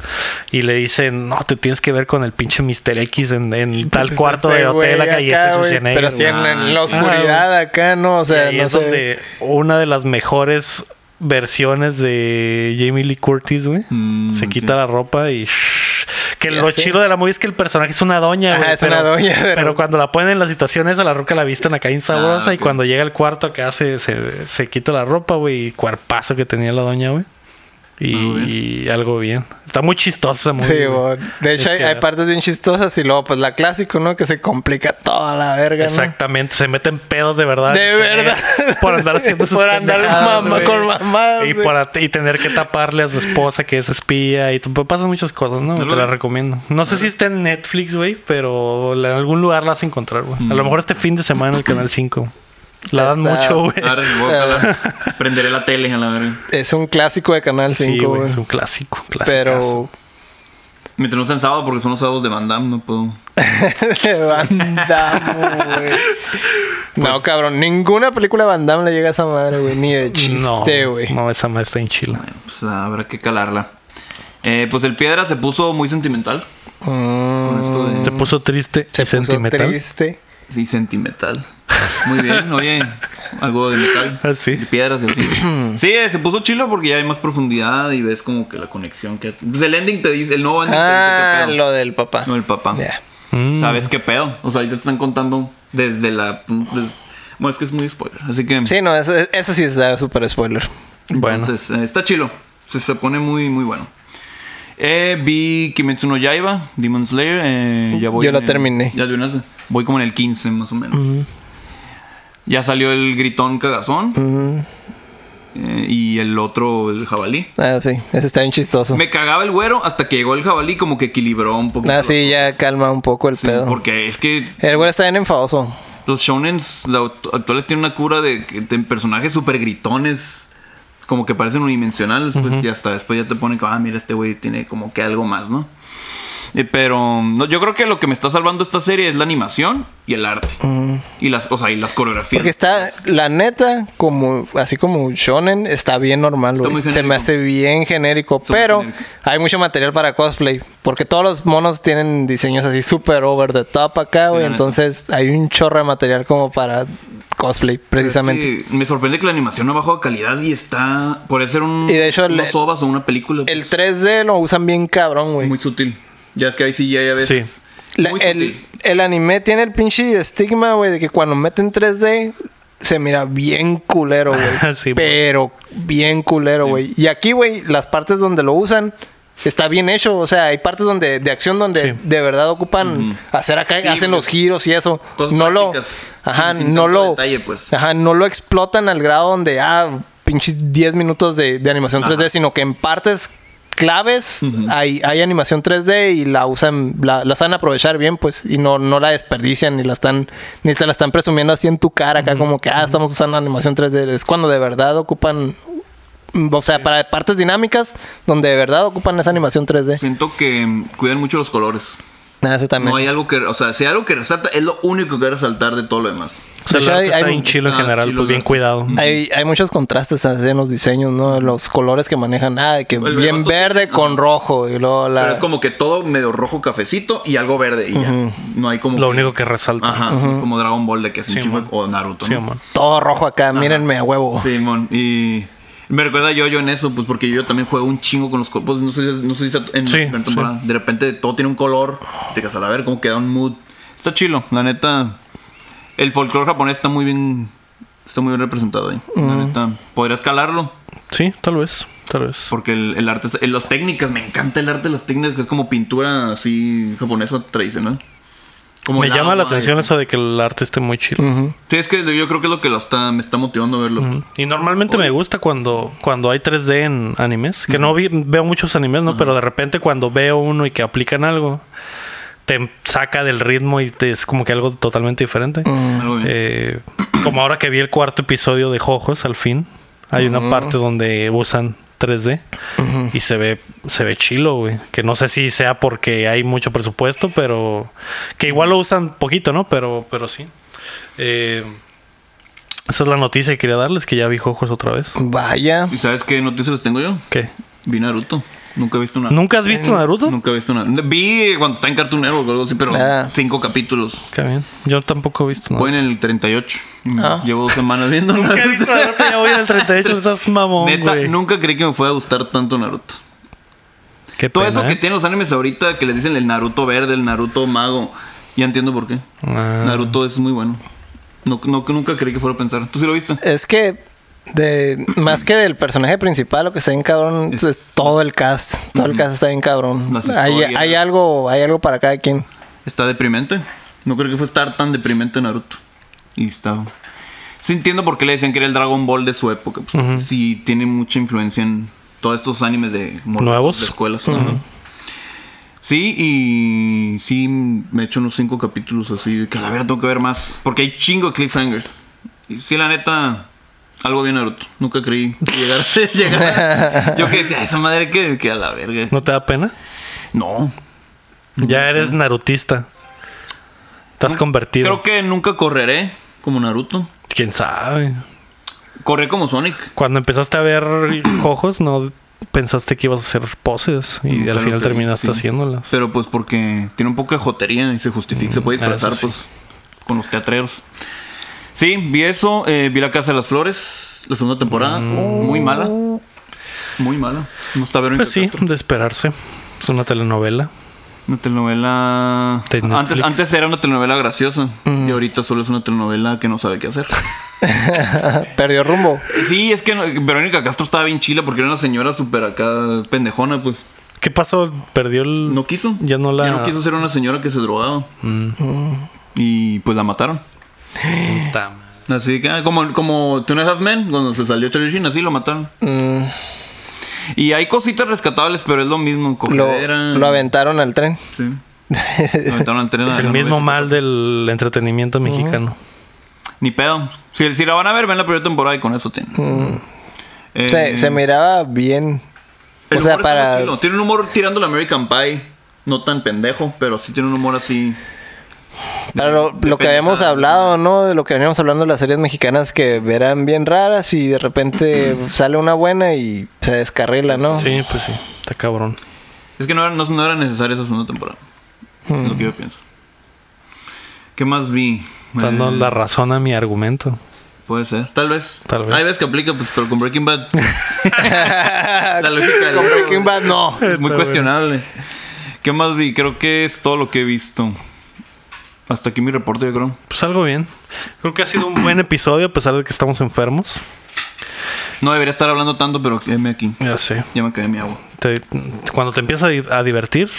Speaker 2: Y le dicen, no, te tienes que ver con el pinche Mr. X en, en tal
Speaker 3: Pues,
Speaker 2: cuarto
Speaker 3: ese
Speaker 2: de
Speaker 3: güey
Speaker 2: hotel acá, y
Speaker 3: acá,
Speaker 2: ese es
Speaker 3: güey,
Speaker 2: Schwarzenegger,
Speaker 3: Pero sí
Speaker 2: güey.
Speaker 3: en, la- en
Speaker 5: Ah,
Speaker 3: la oscuridad acá, ¿no? O sea,
Speaker 2: y ahí
Speaker 3: no
Speaker 2: es
Speaker 3: sé.
Speaker 2: donde una de las mejores versiones de Jamie Lee Curtis, güey.
Speaker 5: Mm,
Speaker 2: se
Speaker 5: ok.
Speaker 2: quita la ropa y shh. que
Speaker 3: Ya
Speaker 2: lo
Speaker 3: sé.
Speaker 2: chido de la movie es que el personaje es una doña,
Speaker 3: Ajá,
Speaker 2: güey,
Speaker 3: es una doña,
Speaker 2: Pero...
Speaker 3: pero-
Speaker 2: cuando la ponen en las situaciones a la ruca la visten acá insabrosa
Speaker 5: Ah,
Speaker 2: y
Speaker 5: ok.
Speaker 2: cuando
Speaker 5: Ah,
Speaker 2: llega al cuarto acá se, se, se quita la ropa, güey, y cuerpazo que tenía la doña, güey. Y algo bien. Está muy chistosa esa movie,
Speaker 3: Sí,
Speaker 2: güey.
Speaker 3: bueno. De hecho, hay,
Speaker 2: Este,
Speaker 3: hay partes bien chistosas y luego, pues la clásico, ¿no? Que se complica toda la verga, ¿no?
Speaker 2: Exactamente, se meten pedos de verdad.
Speaker 3: De
Speaker 2: Eh,
Speaker 3: verdad.
Speaker 2: Por andar haciendo sus
Speaker 3: (laughs) Por andar
Speaker 2: pendejadas,
Speaker 3: mamá-
Speaker 2: güey.
Speaker 3: con mamadas,
Speaker 2: Y,
Speaker 3: güey.
Speaker 2: para- y tener que taparle a su esposa que es espía. Y t- pues, pasan muchas cosas, ¿no? Te
Speaker 1: Algo-
Speaker 2: la recomiendo. No sé si está en Netflix, güey, pero la- en algún lugar la vas a encontrar, güey. A lo mejor este fin de semana en el Canal 5. La dan
Speaker 3: Está-
Speaker 2: mucho, güey. (laughs)
Speaker 1: Arre, guácala.
Speaker 2: Ah.
Speaker 1: Prenderé la tele a la verga.
Speaker 3: Es un clásico de Canal 5,
Speaker 2: Sí, güey,
Speaker 3: güey.
Speaker 2: es un clásico. un clasicazo.
Speaker 3: Pero.
Speaker 1: Mientras no sean sábado, porque son los sábados de Van Damme, no puedo.
Speaker 3: de Van Damme, güey.
Speaker 2: (laughs)
Speaker 3: No, cabrón. Ninguna película de Van Damme le llega a esa madre, güey. Ni de chiste,
Speaker 2: Pues- no,
Speaker 3: güey.
Speaker 2: no, esa madre está en Chile.
Speaker 1: Pues habrá que calarla. Eh, pues el Piedra se puso muy sentimental.
Speaker 3: Mm,
Speaker 1: Con esto de-
Speaker 2: Se puso triste
Speaker 3: se
Speaker 2: y
Speaker 3: puso
Speaker 2: sentimental.
Speaker 3: triste.
Speaker 1: Sí, sentimental. Muy
Speaker 3: (laughs)
Speaker 1: bien, oye. Algo de metal.
Speaker 2: Ah, sí.
Speaker 1: De piedras y así.
Speaker 3: (clears throat)
Speaker 1: Sí, eh, se puso chilo porque ya hay más profundidad y ves como que la conexión que hace. Pues el ending te dice, el nuevo ending
Speaker 3: Ah,
Speaker 1: te dice qué pedo.
Speaker 3: lo del papá.
Speaker 1: No, el papá.
Speaker 3: Ya.
Speaker 2: Mm.
Speaker 1: ¿Sabes qué pedo? O sea, ahí te están contando desde la... pues, des- Bueno, es que es muy spoiler, así que...
Speaker 3: Sí, no, eso, eso sí es da súper spoiler.
Speaker 2: Bueno.
Speaker 1: Entonces, eh, está chilo. Se, se pone muy, muy bueno. Eh, vi Kimetsu no Yaiba, Demon Slayer. eh, ya voy
Speaker 3: Yo
Speaker 1: en
Speaker 3: la
Speaker 1: el-
Speaker 3: terminé.
Speaker 1: Ya terminaste. Voy como en el 15 más o menos. Ya salió el gritón cagazón
Speaker 3: Mm,
Speaker 1: eh, y el otro, el jabalí.
Speaker 3: ah, sí. Ese está bien chistoso.
Speaker 1: Me cagaba el güero hasta que llegó el jabalí como que equilibró un poco.
Speaker 3: Ah, sí, ya calma un poco el
Speaker 1: Sí,
Speaker 3: pedo.
Speaker 1: Porque es que
Speaker 3: El güey está bien enfadoso.
Speaker 1: los shounens la- actuales tienen una cura de, que- de personajes súper gritones. Como que parecen unidimensionales, pues, y hasta después ya te ponen como, ah, mira, este güey tiene como que algo más, ¿no? Eh, pero no, yo creo que lo que me está salvando esta serie es la animación y el arte. Y las, o sea, y las coreografías.
Speaker 3: Mm. Porque está, la neta, como así como shonen, está bien normal,
Speaker 1: Está muy
Speaker 3: güey. Se me
Speaker 1: genérico.
Speaker 3: hace bien genérico,
Speaker 1: muy
Speaker 3: pero
Speaker 1: genérico.
Speaker 3: hay mucho material para cosplay. Porque todos los monos tienen diseños así súper over the top acá, güey.
Speaker 1: la neta.
Speaker 3: entonces hay un chorro de material como para cosplay, precisamente.
Speaker 1: Es que me sorprende que la animación no ha bajado de calidad y está. Por ser un.
Speaker 3: Y de hecho, el-
Speaker 1: unos ovas o una película. pues,
Speaker 3: El 3D lo usan bien cabrón, güey.
Speaker 1: Muy sutil. Ya es que ahí sí ya hay a veces.
Speaker 3: La-
Speaker 1: Muy
Speaker 3: el,
Speaker 1: sutil.
Speaker 3: el anime tiene el pinche estigma, güey, de que cuando meten 3D se mira bien culero,
Speaker 1: (laughs)
Speaker 3: güey.
Speaker 2: Sí,
Speaker 3: pero bien culero, güey. Y aquí, güey, las partes donde lo usan está bien hecho. O sea, hay partes donde de acción donde
Speaker 2: Sí.
Speaker 3: de verdad ocupan hacer acá,
Speaker 1: Sí,
Speaker 3: hacen
Speaker 1: güey.
Speaker 3: los giros y eso.
Speaker 1: Cosas
Speaker 3: no lo.
Speaker 1: prácticas,
Speaker 3: Ajá,
Speaker 1: sin- sin
Speaker 3: no
Speaker 1: tanto
Speaker 3: lo.
Speaker 1: detalle, pues.
Speaker 3: Ajá, no lo explotan al grado donde, ah, pinche 10 minutos de, de animación 3D, sino que en partes claves hay, hay animación 3D y la usan, la, la saben aprovechar bien, pues, y no, no la desperdician ni la están, ni te la están presumiendo así en tu cara acá, como que, ah, estamos usando animación 3D. Es cuando de verdad ocupan, mm, o sea, para partes dinámicas, donde de verdad ocupan esa animación 3D.
Speaker 1: Siento que mm, cuidan mucho los colores.
Speaker 3: Ah, eso también.
Speaker 1: No hay algo que, o sea, si hay algo que resalta, es lo único que resaltar de todo lo demás.
Speaker 2: O sea,
Speaker 3: De
Speaker 2: el arte
Speaker 3: hecho, Pues hay-
Speaker 2: está
Speaker 3: hay-
Speaker 2: bien chilo en
Speaker 1: está
Speaker 2: general,
Speaker 1: chilo
Speaker 2: pues
Speaker 1: el
Speaker 2: bien
Speaker 1: arte.
Speaker 2: cuidado.
Speaker 3: Hay, hay muchos contrastes así en los diseños, ¿no? Los colores que manejan, ah, de que
Speaker 1: El
Speaker 3: bien
Speaker 1: vato-
Speaker 3: verde con rojo y luego la...
Speaker 1: Pero es como que todo medio rojo cafecito y algo verde y ya. No hay como
Speaker 2: Lo
Speaker 1: que-
Speaker 2: único que resalta.
Speaker 1: Ajá, es como Dragon Ball de que es un
Speaker 2: Sí,
Speaker 1: chingo
Speaker 2: mon.
Speaker 1: de- o Naruto,
Speaker 2: Sí,
Speaker 1: ¿no? Oh.
Speaker 2: amor.
Speaker 3: todo rojo acá, mírenme a huevo.
Speaker 1: Simón, y me recuerda yo yo en eso, pues porque yo también juego un chingo con los copos, no sé, si- no sé si está en
Speaker 2: Sí,
Speaker 1: en la temporada. de repente todo tiene un color, te casas a ver cómo queda un mood. Está chilo, la neta. El folclore japonés está muy bien está muy bien representado ahí. La neta, podrías calarlo
Speaker 2: Sí, tal vez, tal vez.
Speaker 1: porque el, el arte, es- el- las técnicas, me encanta el arte de las técnicas, que es como pintura así japonesa tradicional. Como
Speaker 2: Me
Speaker 1: el
Speaker 2: llama la
Speaker 1: agua,
Speaker 2: atención
Speaker 1: ese.
Speaker 2: eso de que el arte esté muy chido.
Speaker 3: Ujú.
Speaker 1: Sí, es que yo creo que es lo que lo está, me está motivando a verlo.
Speaker 2: Y normalmente me gusta cuando, cuando hay 3D en animes. Que no vi- veo muchos animes, ¿no? Pero de repente cuando veo uno y que aplican algo, te saca del ritmo y te, es como que algo totalmente diferente.
Speaker 1: Algo bien.
Speaker 2: Eh, como ahora que vi el cuarto episodio de Jojos, al fin. Hay una parte donde usan 3D y se ve, se ve chilo, güey. Que no sé si sea porque hay mucho presupuesto, pero. Que igual lo usan poquito, ¿no? Pero, pero sí. Eh, esa es la noticia que quería darles, que ya vi Jojos otra vez.
Speaker 3: Vaya.
Speaker 1: ¿Y sabes qué noticias les tengo yo?
Speaker 2: ¿Qué?
Speaker 1: Vi Naruto. Nunca he visto una.
Speaker 2: ¿Nunca has
Speaker 1: Eh,
Speaker 2: visto Naruto?
Speaker 1: Nunca he visto una. Vi cuando está en Cartoon Network o algo así, pero
Speaker 3: Ah.
Speaker 1: cinco capítulos.
Speaker 2: Qué bien. Yo tampoco he visto
Speaker 1: Voy
Speaker 2: Naruto.
Speaker 1: en el 38.
Speaker 3: Ah.
Speaker 1: Llevo dos semanas viendo
Speaker 2: (laughs) Nunca he
Speaker 1: Naruto.
Speaker 2: visto Naruto, ya voy en el 38, esas mamón,
Speaker 1: Neta,
Speaker 2: güey.
Speaker 1: nunca creí que me fuera a gustar tanto Naruto.
Speaker 2: Qué
Speaker 1: Todo
Speaker 2: pena,
Speaker 1: eso que
Speaker 2: ¿eh?
Speaker 1: tienen los animes ahorita, que les dicen el Naruto verde, el Naruto mago. Ya entiendo por qué.
Speaker 2: Ah.
Speaker 1: Naruto es muy bueno. No, no- nunca creí que fuera a pensar. ¿Tú sí lo viste?
Speaker 3: Es que de más que del personaje principal, lo que está bien cabrón es, todo el cast. Todo el cast está bien cabrón.
Speaker 1: Las
Speaker 3: Hay,
Speaker 1: historias.
Speaker 3: hay algo, hay algo para cada quien.
Speaker 1: Está deprimente. No creo que fue estar tan deprimente Naruto. Y está. Sí entiendo por qué le decían que era el Dragon Ball de su época. Pues,
Speaker 2: Ujú.
Speaker 1: Sí, tiene mucha influencia en todos estos animes de mor-
Speaker 2: Nuevos.
Speaker 1: De escuelas. ajá. Sí, y sí me he hecho unos cinco capítulos así de que a la verdad tengo que ver más. Porque hay chingo de cliffhangers. Y sí, la neta, algo bien Naruto. Nunca creí llegar a (laughs) llegar. a- Yo que decía, esa madre que, que a la verga.
Speaker 2: ¿No te da pena?
Speaker 1: No,
Speaker 2: Ya eres narutista. Estás convertido.
Speaker 1: Creo que nunca correré como Naruto.
Speaker 2: ¿Quién sabe?
Speaker 1: Corré como Sonic.
Speaker 2: Cuando empezaste a ver ojos, no pensaste que ibas a hacer poses y al
Speaker 1: Pero
Speaker 2: final
Speaker 1: te-
Speaker 2: terminaste
Speaker 1: Mm, sí.
Speaker 2: haciéndolas.
Speaker 1: Pero pues porque tiene un poco de jotería y se justifica, se puede
Speaker 2: ah, eso
Speaker 1: disfrazar
Speaker 2: sí.
Speaker 1: pues con los teatreros. Sí, vi eso, eh, vi La Casa de las Flores, la segunda temporada, muy mala. Muy mala. No está Verónica
Speaker 2: Mm. Pues sí,
Speaker 1: Castro.
Speaker 2: de esperarse. Es una telenovela.
Speaker 1: Una telenovela...
Speaker 2: De Netflix. Mm.
Speaker 1: Antes, antes era una telenovela graciosa y ahorita solo es una telenovela que no sabe qué hacer. (laughs)
Speaker 3: Perdió rumbo.
Speaker 1: sí, es que no- Verónica Castro estaba bien chila porque era una señora súper acá pendejona, pues.
Speaker 2: ¿Qué pasó? ¿Perdió el...?
Speaker 1: No quiso.
Speaker 2: Ya no la-
Speaker 1: Ya no quiso ser una señora que se drogaba.
Speaker 3: Mm.
Speaker 1: Y pues la mataron.
Speaker 2: Puta madre.
Speaker 1: Así que, ah, como, como Two and a Half Men, cuando se salió Charlie Sheen, así lo mataron.
Speaker 3: Mm,
Speaker 1: Y hay cositas rescatables, pero es lo mismo.
Speaker 3: lo,
Speaker 1: cogedera.
Speaker 3: lo aventaron al tren. (laughs)
Speaker 1: Sí. Lo aventaron al tren.
Speaker 2: El
Speaker 1: dejándolo
Speaker 2: mismo
Speaker 1: ahí.
Speaker 2: mal del entretenimiento mexicano.
Speaker 1: Ni pedo. Si, si la van a ver, ven la primera temporada y con eso tienen. Eh,
Speaker 3: Mm. Se, se miraba bien.
Speaker 1: el
Speaker 3: O sea,
Speaker 1: humor está
Speaker 3: para.
Speaker 1: chilo. Tiene un humor tirando la American Pie. No tan pendejo, pero sí tiene un humor así.
Speaker 3: Para lo, lo que
Speaker 1: Depende
Speaker 3: habíamos
Speaker 1: cada-
Speaker 3: hablado, ¿no? De lo que veníamos hablando de las series mexicanas que verán bien raras y
Speaker 2: (clears throat)
Speaker 3: de repente sale una buena y se descarrila,
Speaker 1: Oh.
Speaker 3: ¿no?
Speaker 2: Sí, pues sí. Está cabrón.
Speaker 1: Es que no era, no, no era necesaria esa segunda temporada. Es lo que yo pienso. ¿Qué más vi?
Speaker 2: Dando
Speaker 1: Eh,
Speaker 2: la razón a mi argumento.
Speaker 1: Puede ser. Tal vez.
Speaker 2: Tal vez.
Speaker 1: Hay veces que aplica, pues, pero con Breaking Bad. la lógica del-
Speaker 3: Con Breaking Bad, no.
Speaker 1: Es muy cuestionable. ¿Qué más vi? Creo que es todo lo que he visto. Hasta aquí mi reporte, yo creo.
Speaker 2: Pues algo bien. Creo que ha sido un buen episodio a pesar de que estamos enfermos.
Speaker 1: No debería estar hablando tanto, pero quédeme aquí.
Speaker 2: Ya sé.
Speaker 1: Ya me quedé mi agua.
Speaker 2: Te- cuando te empiezas a, di- a divertir,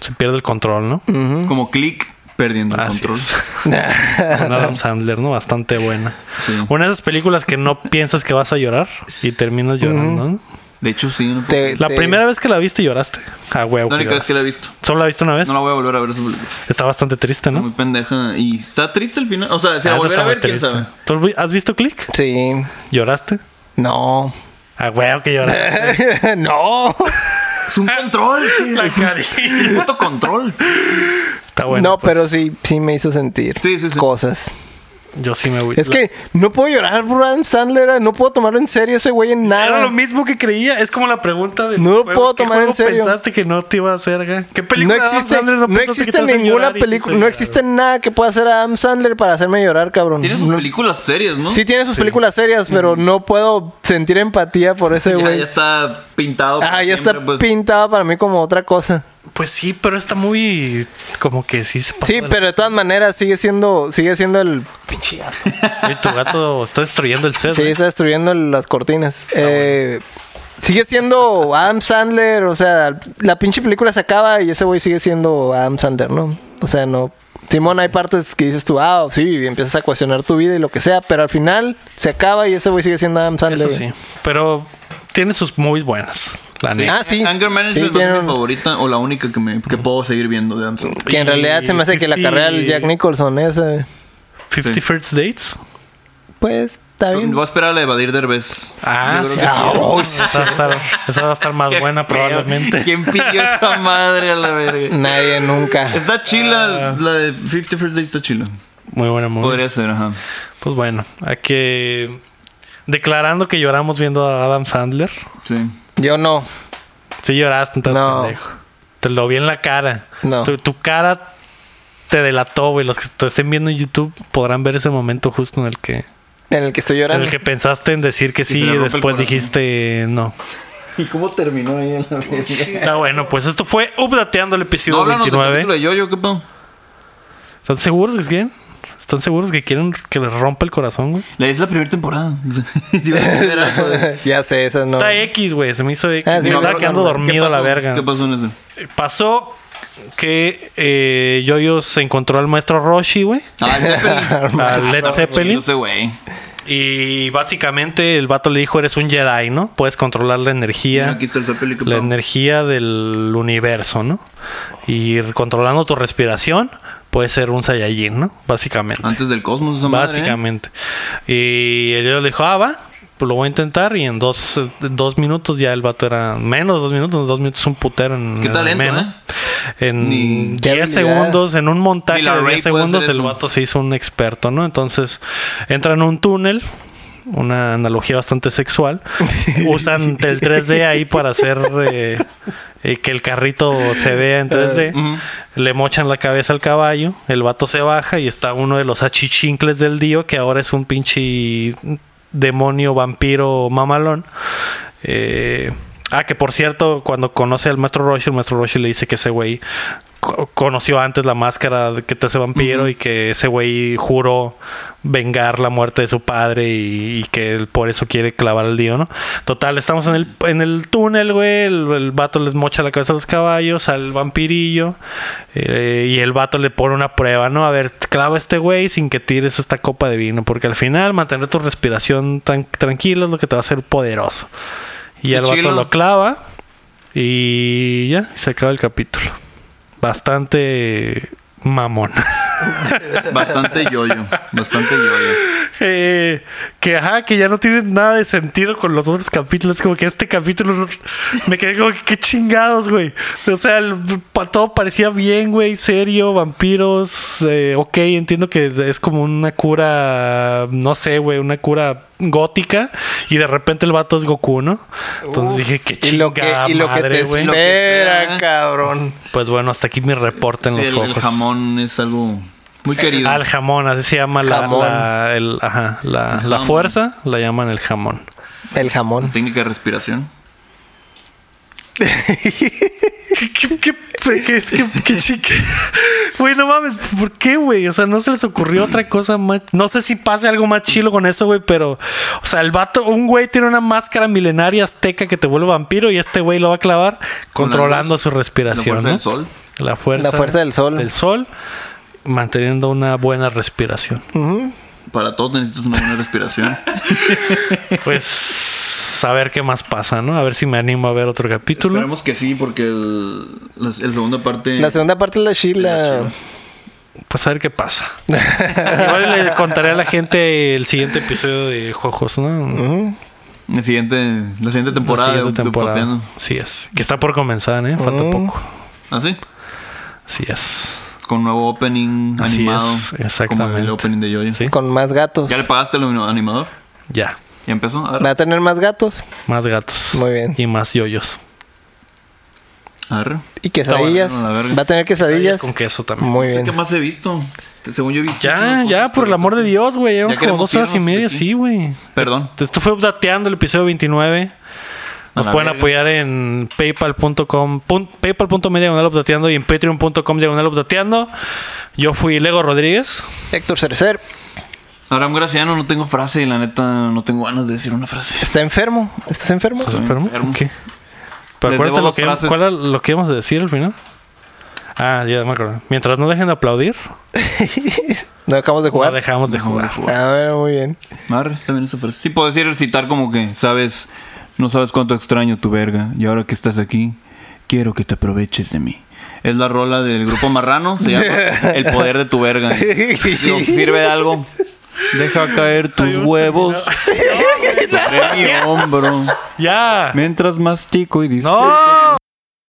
Speaker 2: se pierde el control, ¿no?
Speaker 1: Como clic, perdiendo Mm, el
Speaker 2: Así
Speaker 1: control.
Speaker 2: es. Con
Speaker 1: (laughs)
Speaker 2: Adam Sandler, ¿no? Bastante buena.
Speaker 1: Sí.
Speaker 2: Una de esas películas que no piensas que vas a llorar y terminas llorando. ¿no?
Speaker 1: De hecho, sí. No,
Speaker 3: (laughs) Te-
Speaker 2: La primera vez que la viste lloraste. Ah, huevo.
Speaker 1: la única
Speaker 2: que
Speaker 1: vez
Speaker 2: lloraste.
Speaker 1: que la he visto.
Speaker 2: Solo la viste una vez.
Speaker 1: No la voy a volver a ver esa película.
Speaker 2: Está bastante triste,
Speaker 1: Está
Speaker 2: ¿no?
Speaker 1: muy pendeja. Y está triste el final. O sea, si
Speaker 2: Ah,
Speaker 1: la
Speaker 2: eso
Speaker 1: volver
Speaker 2: está
Speaker 1: a
Speaker 2: muy
Speaker 1: ver, quién
Speaker 2: triste.
Speaker 1: sabe.
Speaker 2: ¿Tú vi- has visto Click?
Speaker 3: Sí.
Speaker 2: ¿Lloraste?
Speaker 3: No. (laughs)
Speaker 2: Ah, huevo que
Speaker 1: (laughs)
Speaker 2: lloraste.
Speaker 3: no.
Speaker 2: Ah,
Speaker 1: Es
Speaker 3: Ah.
Speaker 1: un
Speaker 3: (laughs)
Speaker 1: control.
Speaker 2: La
Speaker 1: Es un
Speaker 2: carita.
Speaker 1: puto control.
Speaker 2: Está bueno.
Speaker 3: no,
Speaker 2: pues,
Speaker 3: pero sí, sí me hizo sentir
Speaker 1: Sí, sí, sí.
Speaker 3: cosas.
Speaker 2: Yo sí me voy.
Speaker 3: Es
Speaker 2: La-
Speaker 3: que no puedo llorar por Adam Sandler, no puedo tomarlo en serio ese güey en
Speaker 2: Era lo
Speaker 3: nada.
Speaker 2: mismo que creía. Es como la pregunta de.
Speaker 3: No lo puedo tomar en serio.
Speaker 2: pensaste que no te iba a hacer, güey? ¿Qué
Speaker 3: No
Speaker 2: película de Adam
Speaker 3: existe,
Speaker 2: Sandler
Speaker 3: no
Speaker 2: pensaste que te
Speaker 3: existe
Speaker 2: hacen
Speaker 3: ninguna
Speaker 2: llorar y te
Speaker 3: película,
Speaker 2: hizo
Speaker 3: no
Speaker 2: llorar?
Speaker 3: existe nada que pueda hacer Adam Sandler para hacerme llorar, cabrón.
Speaker 1: Tiene sus
Speaker 3: No.
Speaker 1: películas serias, ¿no?
Speaker 3: Sí tiene sus películas serias, pero no puedo sentir empatía por ese
Speaker 1: (laughs) ya,
Speaker 3: güey.
Speaker 1: ya está pintado. para
Speaker 3: Ah, ya está
Speaker 1: siempre, pues.
Speaker 3: pintado para mí como otra cosa.
Speaker 2: Pues sí, pero está muy. Como que sí se pasó
Speaker 3: Sí,
Speaker 2: de la-
Speaker 3: pero de todas maneras sigue siendo, sigue siendo el pinche (laughs)
Speaker 1: (laughs)
Speaker 3: gato.
Speaker 2: Oye, tu gato está destruyendo el set.
Speaker 3: Sí,
Speaker 2: güey.
Speaker 3: está destruyendo las cortinas. Eh, Sigue siendo Adam Sandler, o sea, la pinche película se acaba y ese güey sigue siendo Adam Sandler, ¿no? O sea, no. Simón, hay partes que dices tú, ah, sí, y empiezas a cuestionar tu vida y lo que sea, pero al final se acaba y ese güey sigue siendo Adam Sandler.
Speaker 2: Eso sí. Pero tiene sus movies buenas. La
Speaker 1: Sí.
Speaker 2: neta.
Speaker 3: Ah, sí.
Speaker 1: Anger
Speaker 3: Sí,
Speaker 1: Management
Speaker 3: tiene
Speaker 1: es
Speaker 3: un-
Speaker 1: mi favorita o la única que, me, que puedo seguir viendo de Amazon.
Speaker 3: Que en
Speaker 2: Y
Speaker 3: realidad se me hace que la
Speaker 2: 50
Speaker 3: carrera del Jack Nicholson es, eh,
Speaker 2: 50
Speaker 1: Sí.
Speaker 2: First Dates.
Speaker 3: pues, está bien.
Speaker 1: Voy a esperar a la de Evadir Derbez.
Speaker 2: Ah,
Speaker 1: Yo creo
Speaker 2: sí.
Speaker 1: que
Speaker 2: Ah,
Speaker 1: sí.
Speaker 2: oh, esa, va a estar, esa va a estar más buena probablemente.
Speaker 1: (laughs) ¿Quién pidió esa madre a la
Speaker 3: (laughs)
Speaker 1: verga?
Speaker 3: Nadie nunca.
Speaker 1: Está chila,
Speaker 3: Ah.
Speaker 1: la de 50 First Dates está chila.
Speaker 2: Muy buena movie.
Speaker 1: Podría ser, ajá.
Speaker 2: Pues bueno, a que... Declarando que lloramos viendo a Adam Sandler.
Speaker 1: Sí.
Speaker 3: Yo no.
Speaker 2: Sí lloraste, entonces
Speaker 3: No.
Speaker 2: pendejo. Te lo vi en la cara.
Speaker 3: No.
Speaker 2: Tu, tu cara te delató, güey. Los que te estén viendo en YouTube podrán ver ese momento justo en el que...
Speaker 3: En el que estoy
Speaker 2: En
Speaker 3: llorando.
Speaker 2: el que pensaste en decir que sí
Speaker 1: se le
Speaker 2: y
Speaker 1: rompe el
Speaker 2: después
Speaker 1: corazón.
Speaker 2: dijiste no.
Speaker 1: ¿Y cómo terminó ahí en la verga?
Speaker 2: Está bueno, pues esto fue Updateando el
Speaker 1: No
Speaker 2: episodio
Speaker 1: hablamos del
Speaker 2: 29.
Speaker 1: capítulo de Yo-Yo, ¿qué pedo?
Speaker 2: ¿Están seguros de quién? ¿Están seguros que quieren que les rompa el corazón, güey?
Speaker 1: La- Es la primera
Speaker 3: (laughs)
Speaker 1: temporada. (laughs) Digo, la primera, pues. joder.
Speaker 3: (laughs) ya sé, esas no.
Speaker 2: Está X, güey. Se me hizo X.
Speaker 3: Ah, sí,
Speaker 2: me
Speaker 3: no,
Speaker 2: andaba
Speaker 3: no,
Speaker 2: quedando
Speaker 3: no, no.
Speaker 2: dormido a la
Speaker 1: pasó?
Speaker 2: verga.
Speaker 1: ¿Qué pasó en eso?
Speaker 2: Pasó que eh, Yoyo se encontró al maestro Roshi, güey.
Speaker 1: Ah, Zeppelin.
Speaker 2: (laughs)
Speaker 1: Ah,
Speaker 2: A Led Zeppelin.
Speaker 1: No pues, sé, güey.
Speaker 2: Y básicamente el vato le dijo, eres un Jedi, ¿no? Puedes controlar la energía.
Speaker 1: Aquí está el Zeppelin que
Speaker 2: la
Speaker 1: pasó.
Speaker 2: energía del universo, ¿no? Y controlando tu respiración, puedes ser un Saiyajin, ¿no? Básicamente.
Speaker 1: Antes del cosmos, esa madre. ¿eh?
Speaker 2: Básicamente. Y el yo le dijo, ah, va, pues lo voy a intentar. Y en dos, eh, dos minutos ya el vato era menos dos minutos, dos minutos un putero en
Speaker 1: Qué
Speaker 2: en
Speaker 1: talento,
Speaker 2: menos.
Speaker 1: Ni-
Speaker 2: En
Speaker 3: qué
Speaker 2: 10
Speaker 3: habilidad.
Speaker 2: segundos, en un montaje
Speaker 1: Ni la
Speaker 2: de
Speaker 1: Ray puede
Speaker 2: 10 segundos,
Speaker 1: hacer
Speaker 2: el
Speaker 1: eso.
Speaker 2: vato se hizo un experto, ¿no? Entonces entra en un túnel. Una analogía
Speaker 1: (laughs)
Speaker 2: bastante sexual. Usan el 3D ahí para hacer eh, eh, que el carrito se vea en 3D.
Speaker 1: Ujú.
Speaker 2: Le mochan la cabeza al caballo, el vato se baja y está uno de los achichincles del Dio, que ahora es un pinche demonio vampiro mamalón. Eh, ah, que por cierto, cuando conoce al maestro Roshi, el maestro Roshi le dice que ese güey co- conoció antes la máscara de que te hace vampiro y que ese güey juró vengar la muerte de su padre y, y que él por eso quiere clavar al Dio, ¿no? Total, estamos en el, en el túnel, güey, el, el vato les mocha la cabeza a los caballos, al vampirillo eh, y el vato le pone una prueba, ¿no? A ver, clava a este güey sin que tires esta copa de vino, porque al final mantener tu respiración tan tranquila es lo que te va a hacer poderoso. Y
Speaker 1: Qué
Speaker 2: el vato
Speaker 1: chilo.
Speaker 2: lo clava y ya, se acaba el capítulo. Bastante mamón. (laughs)
Speaker 1: Bastante yoyo. Bastante yoyo.
Speaker 2: Eh, que ajá, que ya no tiene nada de sentido con los otros capítulos. Como que este capítulo (laughs) no- me quedé como que qué chingados, güey. O sea, el- pa- todo parecía bien, güey. Serio, vampiros. eh, ok, entiendo que es como una cura, no sé, güey, una cura gótica. Y de repente el vato es Goku, ¿no? Entonces dije, qué
Speaker 3: y lo que,
Speaker 2: chingada
Speaker 3: y lo que
Speaker 2: madre,
Speaker 3: te
Speaker 2: güey.
Speaker 1: lo que
Speaker 3: espera,
Speaker 1: espera.
Speaker 3: cabrón.
Speaker 2: Pues bueno, hasta aquí mi reporte en
Speaker 1: Sí,
Speaker 2: los
Speaker 1: el, el
Speaker 2: juegos.
Speaker 1: jamón es algo muy querido.
Speaker 2: Al jamón, así se llama la,
Speaker 3: Jamón.
Speaker 2: la- el- ajá, la-
Speaker 1: El
Speaker 2: la
Speaker 1: jamón.
Speaker 2: fuerza, la llaman el jamón.
Speaker 3: El jamón.
Speaker 1: Técnica de respiración.
Speaker 2: ¿Qué, qué, qué, qué, qué- qué chica? Güey, no mames, ¿por qué, güey? O sea, no se les ocurrió otra cosa más. No sé si pase algo más chilo con eso, güey, pero. O sea, el vato, un güey tiene una máscara milenaria azteca que te vuelve vampiro y este güey lo va a clavar
Speaker 1: Con la
Speaker 2: controlando
Speaker 1: luz,
Speaker 2: su respiración.
Speaker 1: la fuerza
Speaker 2: ¿no?
Speaker 1: del sol.
Speaker 2: La fuerza,
Speaker 3: La fuerza del sol.
Speaker 2: Del sol, manteniendo una buena
Speaker 3: (laughs)
Speaker 2: respiración.
Speaker 3: Ujú.
Speaker 1: Para todo necesitas una buena
Speaker 2: (laughs)
Speaker 1: respiración.
Speaker 2: Pues. A ver qué más pasa, ¿no? A ver si me animo a ver otro capítulo.
Speaker 1: Esperemos que sí, porque el, la, el segunda parte.
Speaker 3: La segunda parte es la chila.
Speaker 2: Pues a ver
Speaker 1: (laughs)
Speaker 2: qué pasa. Igual le contaré a la gente el siguiente episodio de Jojos, ¿no?
Speaker 3: Ujú.
Speaker 1: el siguiente, la siguiente
Speaker 2: La
Speaker 1: temporada.
Speaker 2: siguiente
Speaker 1: de- de
Speaker 2: temporada.
Speaker 1: Pateando.
Speaker 2: Sí es. Que está por comenzar, ¿eh? Falta
Speaker 3: Mm.
Speaker 2: poco.
Speaker 1: ¿Ah, sí?
Speaker 2: Sí es.
Speaker 1: Con nuevo opening
Speaker 2: Así
Speaker 1: animado.
Speaker 2: es, exactamente.
Speaker 1: Como el opening de Yoyo.
Speaker 2: Sí.
Speaker 3: Con más gatos.
Speaker 1: ¿Ya le pagaste al animador?
Speaker 2: Ya.
Speaker 1: ¿Ya empezó?
Speaker 3: ¿Va
Speaker 1: Arre.
Speaker 3: a tener más gatos?
Speaker 2: Más gatos.
Speaker 3: Muy bien.
Speaker 2: Y más yoyos.
Speaker 1: Arre.
Speaker 3: Y quesadillas.
Speaker 1: bueno, la verga.
Speaker 3: Va a tener quesadillas.
Speaker 2: Con queso también.
Speaker 3: Muy
Speaker 1: No sé
Speaker 3: bien.
Speaker 1: qué más he visto. Según yo vi.
Speaker 2: Ya, ya, por el amor de Dios, güey. Llevamos como
Speaker 1: queremos
Speaker 2: dos horas y
Speaker 1: irnos de
Speaker 2: media,
Speaker 1: aquí.
Speaker 2: sí, güey.
Speaker 1: Perdón.
Speaker 2: Esto fue updateando el episodio 29.
Speaker 1: A
Speaker 2: Nos
Speaker 1: la
Speaker 2: pueden
Speaker 1: verga.
Speaker 2: apoyar en paypal.com, pun- paypal.me diagonal updateando y en patreon.com diagonal updateando. Yo fui Lego Rodríguez.
Speaker 3: Héctor Cercer
Speaker 1: Abraham Graciano, no tengo frase y la neta no tengo ganas de decir una frase.
Speaker 3: está enfermo. ¿Estás enfermo?
Speaker 2: ¿Estás enfermo?
Speaker 1: enfermo.
Speaker 2: ¿Qué? Pero
Speaker 1: Les
Speaker 2: acuérdate
Speaker 1: debo
Speaker 2: lo
Speaker 1: dos
Speaker 2: que,
Speaker 1: frases.
Speaker 2: ¿cuál era lo que íbamos a decir al final? Ah, ya me acuerdo. Mientras no dejen de aplaudir,
Speaker 3: No acabamos de
Speaker 2: no
Speaker 3: jugar.
Speaker 2: dejamos de
Speaker 1: Dejamos de
Speaker 2: jugar.
Speaker 1: jugar.
Speaker 3: Ah, bueno, muy bien.
Speaker 1: Arre, está bien esa frase. Sí, puedo decir, citar como que, sabes, no sabes cuánto extraño tu verga. Y ahora que estás aquí, quiero que te aproveches de mí. Es la rola del grupo Marrano, se llama El poder de tu verga. Si os sirve de algo, deja caer tus huevos sobre mi hombro.
Speaker 2: ¡Ya!
Speaker 1: Mientras mastico y disfruto
Speaker 2: ¡No!